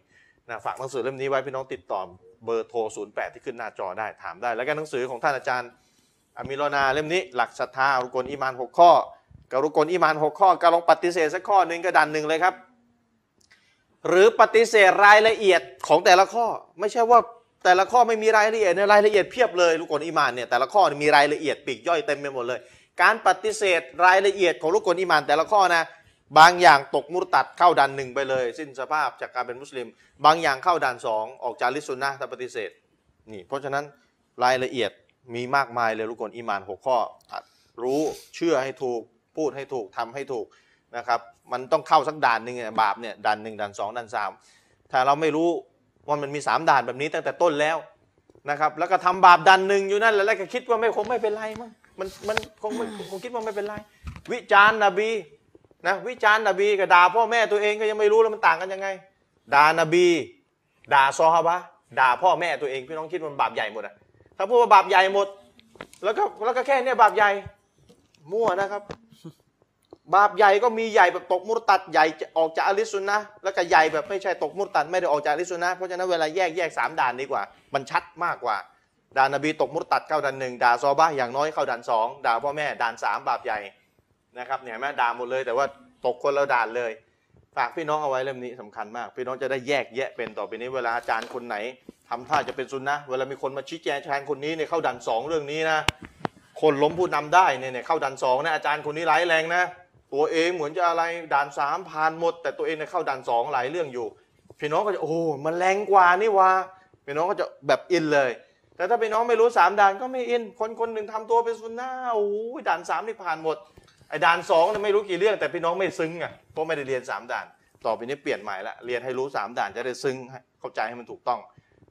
[SPEAKER 1] นะฝากหนังสือเล่มนี้ไว้พี่น้องติดต่อเบอร์โทร 08 ที่ขึ้นหน้าจอได้ถามได้ แล้วก็หนังสือของท่านอาจารย์อามิโลนาเล่มนี้ หลักศรัทธาอารุกลอิมานหกข้อการุกลอิมานหกข้อการลองปฏิเสธสักข้อหนึ่งก็ดันหนึ่งเลยครับ หรือปฏิเสธรายละเอียดของแต่ละข้อ ไม่ใช่ว่าแต่ละข้อไม่มีรายละเอียดในยรายละเอียดเพียบเลยลูกกลอิมานเนี่ยแต่ละข้อเนี่ยมีรายละเอียดปลีกย่อยเต็มไปหมดเลย การปฏิเสธรายละเอียดของลูกกลอิมานแต่ละข้อนะบางอย่างตกมุรตัดเข้าดันหนึ่งไปเลย สิ้นสภาพจากการเป็นมุสลิม บางอย่างเข้าดันสองออกจากลิสซุนนะห์ถ้าปฏิเสธนี่เพราะฉะนั้นรายละเอียดมีมากมายเลยลูกกลอิมานหกข้ออ่ะรู้เชื่อให้ถูกพูดให้ถูกทำให้ถูก นะครับมันต้องเข้าสักด่านหนึ่งอะบาปเนี่ยด่านหนึ่งด่านสองด่านสามถ้าเราไม่รู้ว่ามันมีสามด่านแบบนี้ตั้งแต่ต้นแล้วนะครับแล้วก็ทำบาปด่านหนึ่งอยู่นั่นแหละแล้วก็คิดว่าไม่คงไม่เป็นไรมั้งมันมันคงไม่คงคิดว่าไม่เป็นไร วิจารณ์นบีนะวิจารณ์นบีกับด่าพ่อแม่ตัวเองก็ยังไม่รู้แล้วมันต่างกันยังไงด่านบีด่าซอฮาบะห์ด่าพ่อแม่ตัวเองพี่น้องคิดว่ามันบาปใหญ่หมดอะถ้าพูดว่าบาปใหญ่หมด แล้วก็แล้วก็แค่เนี่ยบาปใหญ่มั่วนะครับ บาปใหญ่ก็มีใหญ่แบบตกมุรตัดใหญ่จะออกจากอะลิสซุนนะห์แล้วก็ใหญ่แบบไม่ใช่ตกมุรตัดไม่ได้ออกจากอะลิสซุนนะห์เพราะฉะนั้นเวลาแยกแยกสามด่านดีกว่า มันชัดมากกว่า ด่านนบีตกมุรตัดเข้าด่านหนึ่งด่าซอฮาบ้าอย่างน้อยเข้าด่านสองด่าพ่อแม่ด่านสามบาปใหญ่นะครับเนี่ยเห็นไหมด่าหมดเลย แต่ว่าตกคนละด่านเลย ฝากพี่น้องเอาไว้เรื่องนี้สำคัญมาก พี่น้องจะได้แยกแยะเป็นต่อไปนี้เวลาอาจารย์คนไหน ทำท่าจะเป็นซุนนะห์เวลามีคนมาชี้แจงอาจารย์คนนี้เนี่ยเข้าดันสองเรื่องนี้นะ คนล้มผู้นำได้เนี่ยเนี่ยเข้าดันสองนะอาจารย์คนนี้ร้ายแรงนะ ตัวเองเหมือนจะอะไรด่านสามผ่านหมด แต่ตัวเองเนี่ยเข้าด่านสองหลายเรื่องอยู่ พี่น้องก็จะโอ้โหมันแรงกว่านี่วะพี่น้องก็จะแบบอินเลย แต่ถ้าพี่น้องไม่รู้สามด่านก็ไม่อิน คนคนหนึ่งทำตัวเป็นซุนนะห์โอ้โหด่านสามนี่ผ่านหมดไอ้ด่านสองเนี่ยไม่รู้กี่เรื่องแต่พี่น้องไม่ซึ้งอ่ะเพราะไม่ได้เรียนสามด่าน ต่อไปนี้เปลี่ยนใหม่ละเรียนให้รู้สามด่านจะได้ซึ้งให้เข้าใจให้มันถูกต้อง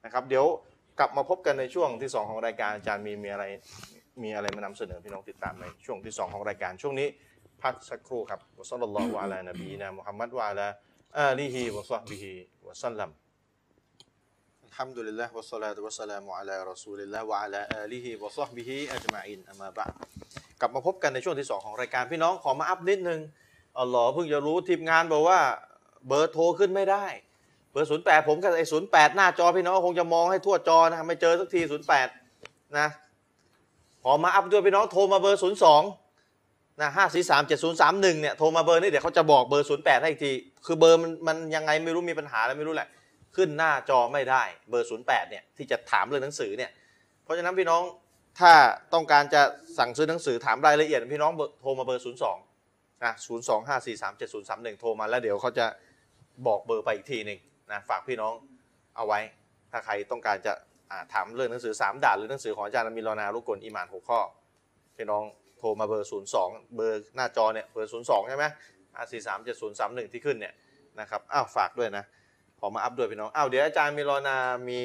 [SPEAKER 1] นะครับเดี๋ยวกลับมาพบกันในช่วงที่สองของรายการอาจารย์มีมีอะไร มีอะไรมานำเสนอพี่น้องติดตามในช่วงที่ 2 ของรายการช่วงนี้ พักสักครู่ครับวะซัลลัลลอฮุอะลานบีนะมุฮัมมัดวะอะลาอาลีฮิวะซอฮบิฮิวะซัลลัมอัลฮัมดุลิลลาฮ์วะศอลาตุวะสลามุอะลารอซูลิลลาฮ์วะอะลาอาลีฮิวะซอฮบิฮิอัจมาอินอัมมาบะอ์กลับมาพบกันในช่วงที่ 2 ของรายการพี่น้องขอมาอัพนิดนึงอัลลอฮ์เพิ่งจะรู้ทีมงานบอกว่าเบอร์โทรขึ้นไม่ได้ เบอร์ 08 ผมกับไอ้08 หน้าจอพี่น้องคงจะมองให้ทั่วจอนะไม่เจอสักที 08 นะ ขอมาอัพด้วยพี่น้องโทรมาเบอร์ 02นะ5 4 3 7 0 3 1 เนี่ยโทรมาเบอร์นี้เดี๋ยวเขาจะบอกเบอร์ 08 ให้อีกที คือเบอร์มันมันยังไงไม่รู้มีปัญหาแล้วไม่รู้แหละ ขึ้นหน้าจอไม่ได้เบอร์ 08 เนี่ยที่จะถามเรื่องหนังสือเนี่ย เพราะฉะนั้นพี่น้องถ้าต้องการจะสั่งซื้อหนังสือถามรายละเอียดพี่น้องเบอร์โทรมาเบอร์ 02นะ025437031 โทรมาแล้วเดี๋ยวเขาจะบอกเบอร์ไปอีกทีหนึ่งนะฝากพี่น้องเอาไว้ ถ้าใครต้องการจะอ่าถามเรื่องหนังสือ 3ด่านหรือหนังสือของอาจารย์อามีนรอนารบกวนอิหมานหกข้อ พี่น้องโทรมาเบอร์ 02 เบอร์หน้าจอเนี่ยเบอร์ 02 ใช่ไหมสี่สามเจ็ดศูนย์สามหนึ่งที่ขึ้นเนี่ยนะครับ อ้าวฝากด้วยนะ ขอมาอัพด้วยพี่น้อง อ้าวเดี๋ยวอาจารย์มีรอนา มี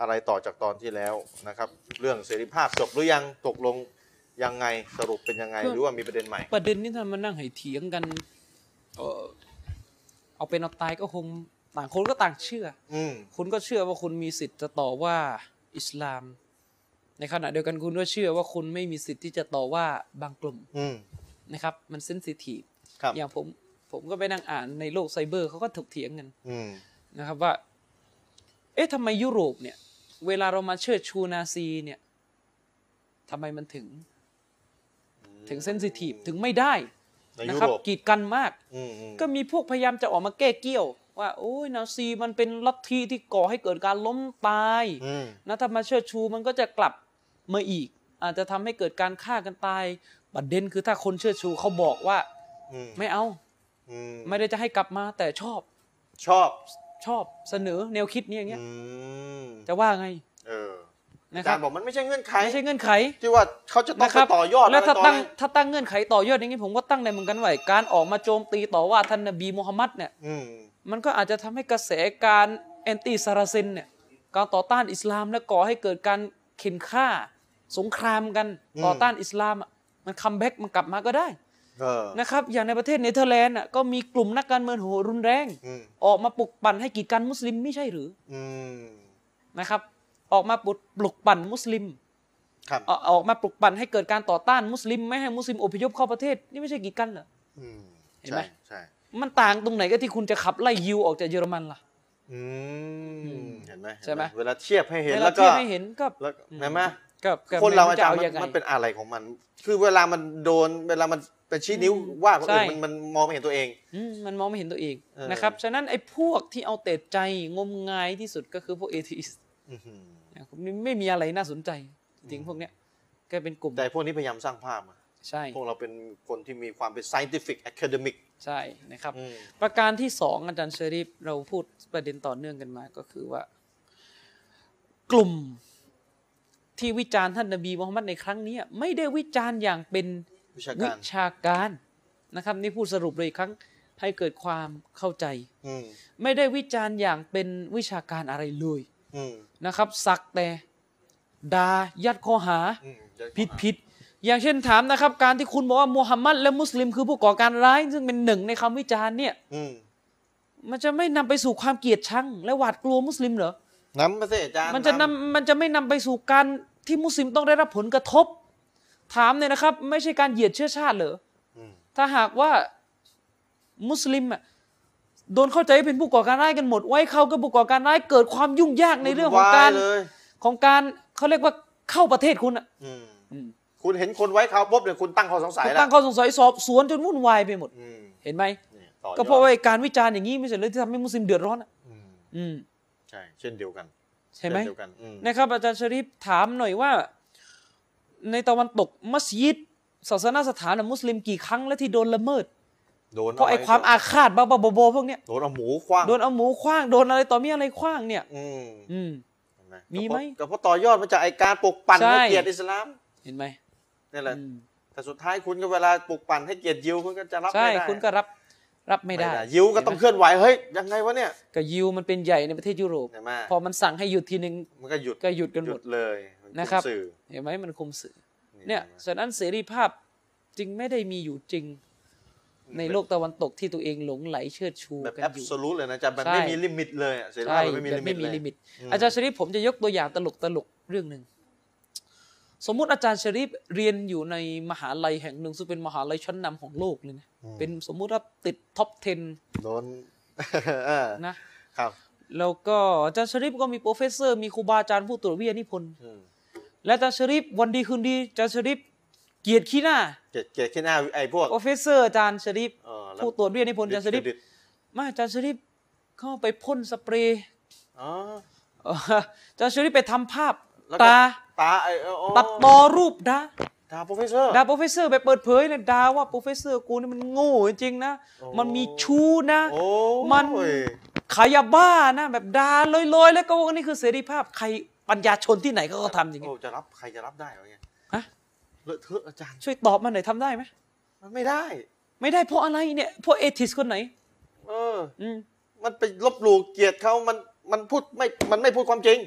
[SPEAKER 1] อะไรต่อจากตอนที่แล้วนะครับ เรื่องเสรีภาพจบหรือยังตกลงยังไงสรุปเป็นยังไงหรือว่ามีประเด็นใหม่
[SPEAKER 3] ประเด็นนี้ถ้ามันนั่งให้เถียงกัน เออเอาเป็นเอาตายก็คงต่างคนก็ต่างเชื่อ
[SPEAKER 1] อืม
[SPEAKER 3] คุณก็เชื่อว่าคุณมีสิทธิ์จะต่อว่าอิสลาม ในขณะเดียวกันคุณก็เชื่อว่าคุณไม่มีสิทธิ์ที่จะต่อว่าบางกลุ่ม
[SPEAKER 1] อืม
[SPEAKER 3] นะครับ มันเซนซิทีฟ
[SPEAKER 1] ครับ
[SPEAKER 3] อย่างผมผมก็ไปนั่งอ่านในโลกไซเบอร์เขาก็ถกเถียงกัน
[SPEAKER 1] อืม
[SPEAKER 3] นะครับว่า เอ๊ะทำไมยุโรปเนี่ย เวลาเรามาเชิดชูนาซีเนี่ยทำไมมันถึง ถึงเซนซิทีฟถึงไม่ได้
[SPEAKER 1] ใน
[SPEAKER 3] นะ
[SPEAKER 1] ยุ
[SPEAKER 3] ครับ
[SPEAKER 1] โรป
[SPEAKER 3] กีดกันมาก
[SPEAKER 1] อืมอืม
[SPEAKER 3] ก็มีพวกพยายามจะออกมาแก้เกี้ยว ว่าโอ้ยนาซีมันเป็นลัทธิที่ก่อให้เกิดการล้มตาย
[SPEAKER 1] อืม
[SPEAKER 3] นะถ้ามาเชิดชูมันก็จะกลับมาอีก อาจจะทำให้เกิดการฆ่ากันตายประเด็นคือถ้าคนเชิดชูเขาบอกว่า
[SPEAKER 1] อืม
[SPEAKER 3] ไม่เอา
[SPEAKER 1] อืม
[SPEAKER 3] ไม่ได้จะให้กลับมาแต่ชอบ
[SPEAKER 1] ชอบ
[SPEAKER 3] ชอบเสนอแนวคิดนี้อย่างเงี้ย
[SPEAKER 1] อืม
[SPEAKER 3] จะว่าไง
[SPEAKER 1] เอออา
[SPEAKER 3] นะค
[SPEAKER 1] จา
[SPEAKER 3] รั
[SPEAKER 1] ร
[SPEAKER 3] บ
[SPEAKER 1] ย์บอกมันไม่ใช่เงื่อนไข
[SPEAKER 3] ไม่ใช่เงื่อนไข
[SPEAKER 1] ที่ว่าเขาจะต้อง
[SPEAKER 3] นะค
[SPEAKER 1] ไป
[SPEAKER 3] รับ
[SPEAKER 1] ต่อยอด
[SPEAKER 3] แล้วถ้า
[SPEAKER 1] อะไร
[SPEAKER 3] ตั้ง
[SPEAKER 1] ออะไร
[SPEAKER 3] ถ้าตั้งเงื่อนไขต่อยอดอย่างนี้ผมก็ตั้งในเหมือนกันว่าการออกมาโจมตีต่อว่าท่านนบีมูฮัมมัดเนี่ย
[SPEAKER 1] อืม
[SPEAKER 3] มันก็อาจจะทำให้กระแสการแอนตี้ซาราเซนเนี่ยการต่อต้านอิสลามและก่อให้เกิดการเข็นฆ่า สงครามกันต่อต้านอิสลามอะมันคัมแบ็กมันกลับมาก็ได้
[SPEAKER 1] เออ
[SPEAKER 3] นะครับอย่างในประเทศเนเธอร์แลนด์อะก็มีกลุ่มนักการเมืองโหรุนแรง
[SPEAKER 1] อืม
[SPEAKER 3] ออกมาปลุกปั่นให้กีดกันมุสลิมไม่ใช่หรือ
[SPEAKER 1] อืม
[SPEAKER 3] นะครับออกมาปลุกปลุกปั่นมุสลิม
[SPEAKER 1] ครับ
[SPEAKER 3] เอาออกมาปลุกปั่นให้เกิดการต่อต้านมุสลิมไม่ให้มุสลิมอพยพเข้าประเทศ นี่ไม่ใช่กีดกันเหรอ
[SPEAKER 1] อืม
[SPEAKER 3] เห็นไหม
[SPEAKER 1] ใช่ใช่
[SPEAKER 3] มันต่างตรงไหนก็ที่คุณจะขับไล่ยิวออกจากเยอรมันล่ะ
[SPEAKER 1] อืมเห็นไหม
[SPEAKER 3] ใช่ไหม
[SPEAKER 1] เวลาเทียบให้เห็น
[SPEAKER 3] เวลา
[SPEAKER 1] แล้วก็
[SPEAKER 3] ที่ไม่เห็นก็
[SPEAKER 1] แล้วเห็นไหม
[SPEAKER 3] กับกับ
[SPEAKER 1] คนเรา
[SPEAKER 3] ไม่
[SPEAKER 1] อาจารย์มั
[SPEAKER 3] จะ
[SPEAKER 1] น
[SPEAKER 3] งไง
[SPEAKER 1] มันเป็นอะไรของมัน คือเวลามันโดนเวลามันไปชี้นิ้วว่าคนอื่น
[SPEAKER 3] ใช่
[SPEAKER 1] มันมันมองไม่เห็นตัวเอง
[SPEAKER 3] อืมมันมองไม่เห็นตัวเอง
[SPEAKER 1] เออ
[SPEAKER 3] นะครับฉะนั้นไอ้พวกที่เอาแต่ใจงมงายที่สุดก็คือพวกเอทิส
[SPEAKER 1] อื้อหือ
[SPEAKER 3] นี่ไม่มีอะไรน่าสนใจจริงๆพวกเนี้ยก็เป็นกลุ่ม
[SPEAKER 1] แต่พวกนี้พยายามสร้างภาพอะ
[SPEAKER 3] ใช่
[SPEAKER 1] พวกเราเป็นคนที่มีความเป็น scientific academic
[SPEAKER 3] ใช่นะครับ
[SPEAKER 1] อืม
[SPEAKER 3] ประการที่สองอาจารย์เชอรีฟเราพูดประเด็นต่อเนื่องกันมาก็คือว่า กลุ่มที่วิจารณ์ท่านนบีมูฮัมมัดในครั้งเนี้ยไม่ได้วิจารณ์อย่างเป็น
[SPEAKER 1] วิชา
[SPEAKER 3] วิ
[SPEAKER 1] การ
[SPEAKER 3] ชาการนะครับ นี่พูดสรุปเลยอีกครั้งให้เกิดความเข้าใจ
[SPEAKER 1] อืม
[SPEAKER 3] ไม่ได้วิจารณ์อย่างเป็นวิชาการอะไรเลย
[SPEAKER 1] อืม
[SPEAKER 3] นะครับ สักแต่ดายัดข้อหา
[SPEAKER 1] อืมเดี๋ยว
[SPEAKER 3] ผิดผิดอย่างเช่นถามนะครับ การที่คุณบอกว่ามูฮัมมัดและมุสลิมคือผู้ก่อการร้าย ซึ่งเป็นหนึ่งในคำวิจารณ์เนี่ย
[SPEAKER 1] อืม
[SPEAKER 3] มันจะไม่นำไปสู่ความเกลียดชัง และหวาดกลัวมุสลิมเหรอ
[SPEAKER 1] น้ำมาสิอาจารย์
[SPEAKER 3] มันจะนำมันจะไม่นำไปสู่การที่มุสลิมต้องได้รับผลกระทบ ถามเนี่ยนะครับ ไม่ใช่การเหยียดเชื้อชาติเหรอ
[SPEAKER 1] อืม
[SPEAKER 3] ถ้าหากว่ามุสลิมอะโดนเข้าใจว่าเป็นผู้ก่อการร้ายกันหมด ไว้เขาก็ผู้ก่อการร้ายเกิดความยุ่งยากในเรื่องของการ
[SPEAKER 1] วุ่นวายเลย
[SPEAKER 3] ของการเขาเรียกว่าเข้าประเทศคุณอะ
[SPEAKER 1] อืมคุณเห็นคนไว้คราวปุ๊บเนี่ยคุณตั้งข้อสงสัย
[SPEAKER 3] คุณ
[SPEAKER 1] แล้ว
[SPEAKER 3] ตั้งข้อสงสัยสอบสวนจนวุ่นวายไปหมด
[SPEAKER 1] อืม
[SPEAKER 3] เห็นไหม
[SPEAKER 1] นี่ต่อยอด
[SPEAKER 3] ก็เพราะว่าไอ้การวิจารณ์อย่างนี้ไม่ใช่เลยที่ทำให้มุสลิมเดือดร้อนอะ
[SPEAKER 1] อืม
[SPEAKER 3] อืม
[SPEAKER 1] ใช่ เช่นเดียวกัน
[SPEAKER 3] ใช่ไหม
[SPEAKER 1] แบบเดียวกันอืม
[SPEAKER 3] นะครับอาจารย์ชริฟถามหน่อยว่า ในตะวันตกมัสยิด ศาสนสถานน่ะมุสลิมกี่ครั้งแล้วที่โดนละเมิด
[SPEAKER 1] โดน
[SPEAKER 3] เพราะไอ้ความอาฆาตบ้าๆบอๆพวกเนี้ย
[SPEAKER 1] โดนเอาหมูคว้าง
[SPEAKER 3] โดนเอาหมูขว้างโดนอะไรต่อมีอะไรขว้างเนี่ย
[SPEAKER 1] อืม
[SPEAKER 3] อืม
[SPEAKER 1] เห็นไหม
[SPEAKER 3] มีไหม
[SPEAKER 1] ก็เพราะต่อยอดมาจากไอการปลุกปั่น
[SPEAKER 3] ใช่
[SPEAKER 1] ให้เกียรติอิสลาม
[SPEAKER 3] เห็นไหม
[SPEAKER 1] นี่แหละ
[SPEAKER 3] อืม
[SPEAKER 1] แต่สุดท้ายคุณก็เวลาปลุกปั่นให้เกียรติยิวคุณก็จะรับ
[SPEAKER 3] ใช่
[SPEAKER 1] ไม่ได้
[SPEAKER 3] คุณก็รับรับไม่
[SPEAKER 1] ไม่
[SPEAKER 3] ได้
[SPEAKER 1] ได้ยิวก็ต้องเคลื่อนไหวเฮ้ยยังไงวะเนี่ย
[SPEAKER 3] ก็ยิวมันเป็นใหญ่ในประเทศยุโรป
[SPEAKER 1] เห็นไหม
[SPEAKER 3] พอมันสั่งให้หยุดทีนึง
[SPEAKER 1] มันก็หยุด
[SPEAKER 3] ก็หยุดกัน
[SPEAKER 1] ห
[SPEAKER 3] หม
[SPEAKER 1] ยุ
[SPEAKER 3] ด
[SPEAKER 1] ดเลยมั
[SPEAKER 3] นะครับ
[SPEAKER 1] อสื่อ
[SPEAKER 3] เห็นไหมมันคุมสื่อ
[SPEAKER 1] นี่
[SPEAKER 3] เนี่ย
[SPEAKER 1] ห็ไหม
[SPEAKER 3] ฉะนั้นเสรีภาพจึงไม่ได้มีอยู่จริง ในโลกตะวันตกที่ตัวเองหลงไหลเชิดชู
[SPEAKER 1] แบบ
[SPEAKER 3] กัน
[SPEAKER 1] แอบ
[SPEAKER 3] อยู่
[SPEAKER 1] สูตเลยนะจ๊ะแบบ
[SPEAKER 3] ใช่
[SPEAKER 1] ไม่มีลิมิตเลยอะเสรีภา
[SPEAKER 3] ใช่
[SPEAKER 1] พแบบไม่มี
[SPEAKER 3] แบ
[SPEAKER 1] ลิ
[SPEAKER 3] บ
[SPEAKER 1] มิ
[SPEAKER 3] ไม่
[SPEAKER 1] ต
[SPEAKER 3] มี
[SPEAKER 1] เลย
[SPEAKER 3] ลิมิต
[SPEAKER 1] อืม
[SPEAKER 3] อาจารย์ชริฟผมจะยกตัวอย่างตลกตลกๆเรื่องหนึ่ง สมมุติอาจารย์ชริฟเรียนอยู่ในมหาลัยแห่งหนึ่งซึ่งเป็นมหาลัยชั้นนำของโลกเลยนะเป็นสมมุติว่าติดท็อป
[SPEAKER 1] โดน <laughs> เออ
[SPEAKER 3] 10 นะ
[SPEAKER 1] ครับ
[SPEAKER 3] แล้วก็อาจารย์ชริฟก็มีโปรเฟสเซอร์ มีครูบาอาจารย์ผู้ตรวจวิทยานิพนธ์
[SPEAKER 1] อืม
[SPEAKER 3] และอาจารย์ชริฟวันดีคืนดีอาจารย์ชริฟเกียรติขี้หน้า
[SPEAKER 1] เกลียดเกลียดแค่หน้าไอ้พวก
[SPEAKER 3] โปรเฟสเซอร์อาจารย์ชริฟ
[SPEAKER 1] เออแล้ว
[SPEAKER 3] ผู้ตรวจวิทยานิพนธ์อาจารย์ชริฟ
[SPEAKER 1] ดิด
[SPEAKER 3] มาอาจารย์ชริปเข้าไปพ่นสเปรย์ <laughs>
[SPEAKER 1] ๆอ๋อ
[SPEAKER 3] เอ่ออาจารย์ชริปไปทำภาพ
[SPEAKER 1] แล้วก็
[SPEAKER 3] ตา
[SPEAKER 1] ตาไอ้เอออ๋อ
[SPEAKER 3] ตัดต่อรูปดา
[SPEAKER 1] ตาโปรเฟสเซอร์
[SPEAKER 3] ดาโปรเฟสเซอร์ไปเปิดเผยเลยดาว่าโปรเฟสเซอร์กูนี่มันโง่จริงๆนะ
[SPEAKER 1] โอ้
[SPEAKER 3] มันมีชู้นะ
[SPEAKER 1] โอ้
[SPEAKER 3] มัน ขายยาบ้านะ แบบดาลอยๆ แล้วก็ว่านี่คือเสรีภาพใครปัญญาชนที่ไหนก็เขาทำอย่าง
[SPEAKER 1] โอ้
[SPEAKER 3] นี้
[SPEAKER 1] จะรับใครจะรับได้วะเนี่ย
[SPEAKER 3] ฮะ
[SPEAKER 1] เลอะเทอะอาจารย์
[SPEAKER 3] ช่วยตอบมาหน่อยทำได้ไหม
[SPEAKER 1] มันไม่ได้
[SPEAKER 3] ไม่ได้เพราะอะไรเนี่ยเพราะเอทิสคนไหน
[SPEAKER 1] เออ
[SPEAKER 3] อืม
[SPEAKER 1] มันไปลบหลู่เกลียดเขามันมันพูดไม่มันไม่พูดความจริง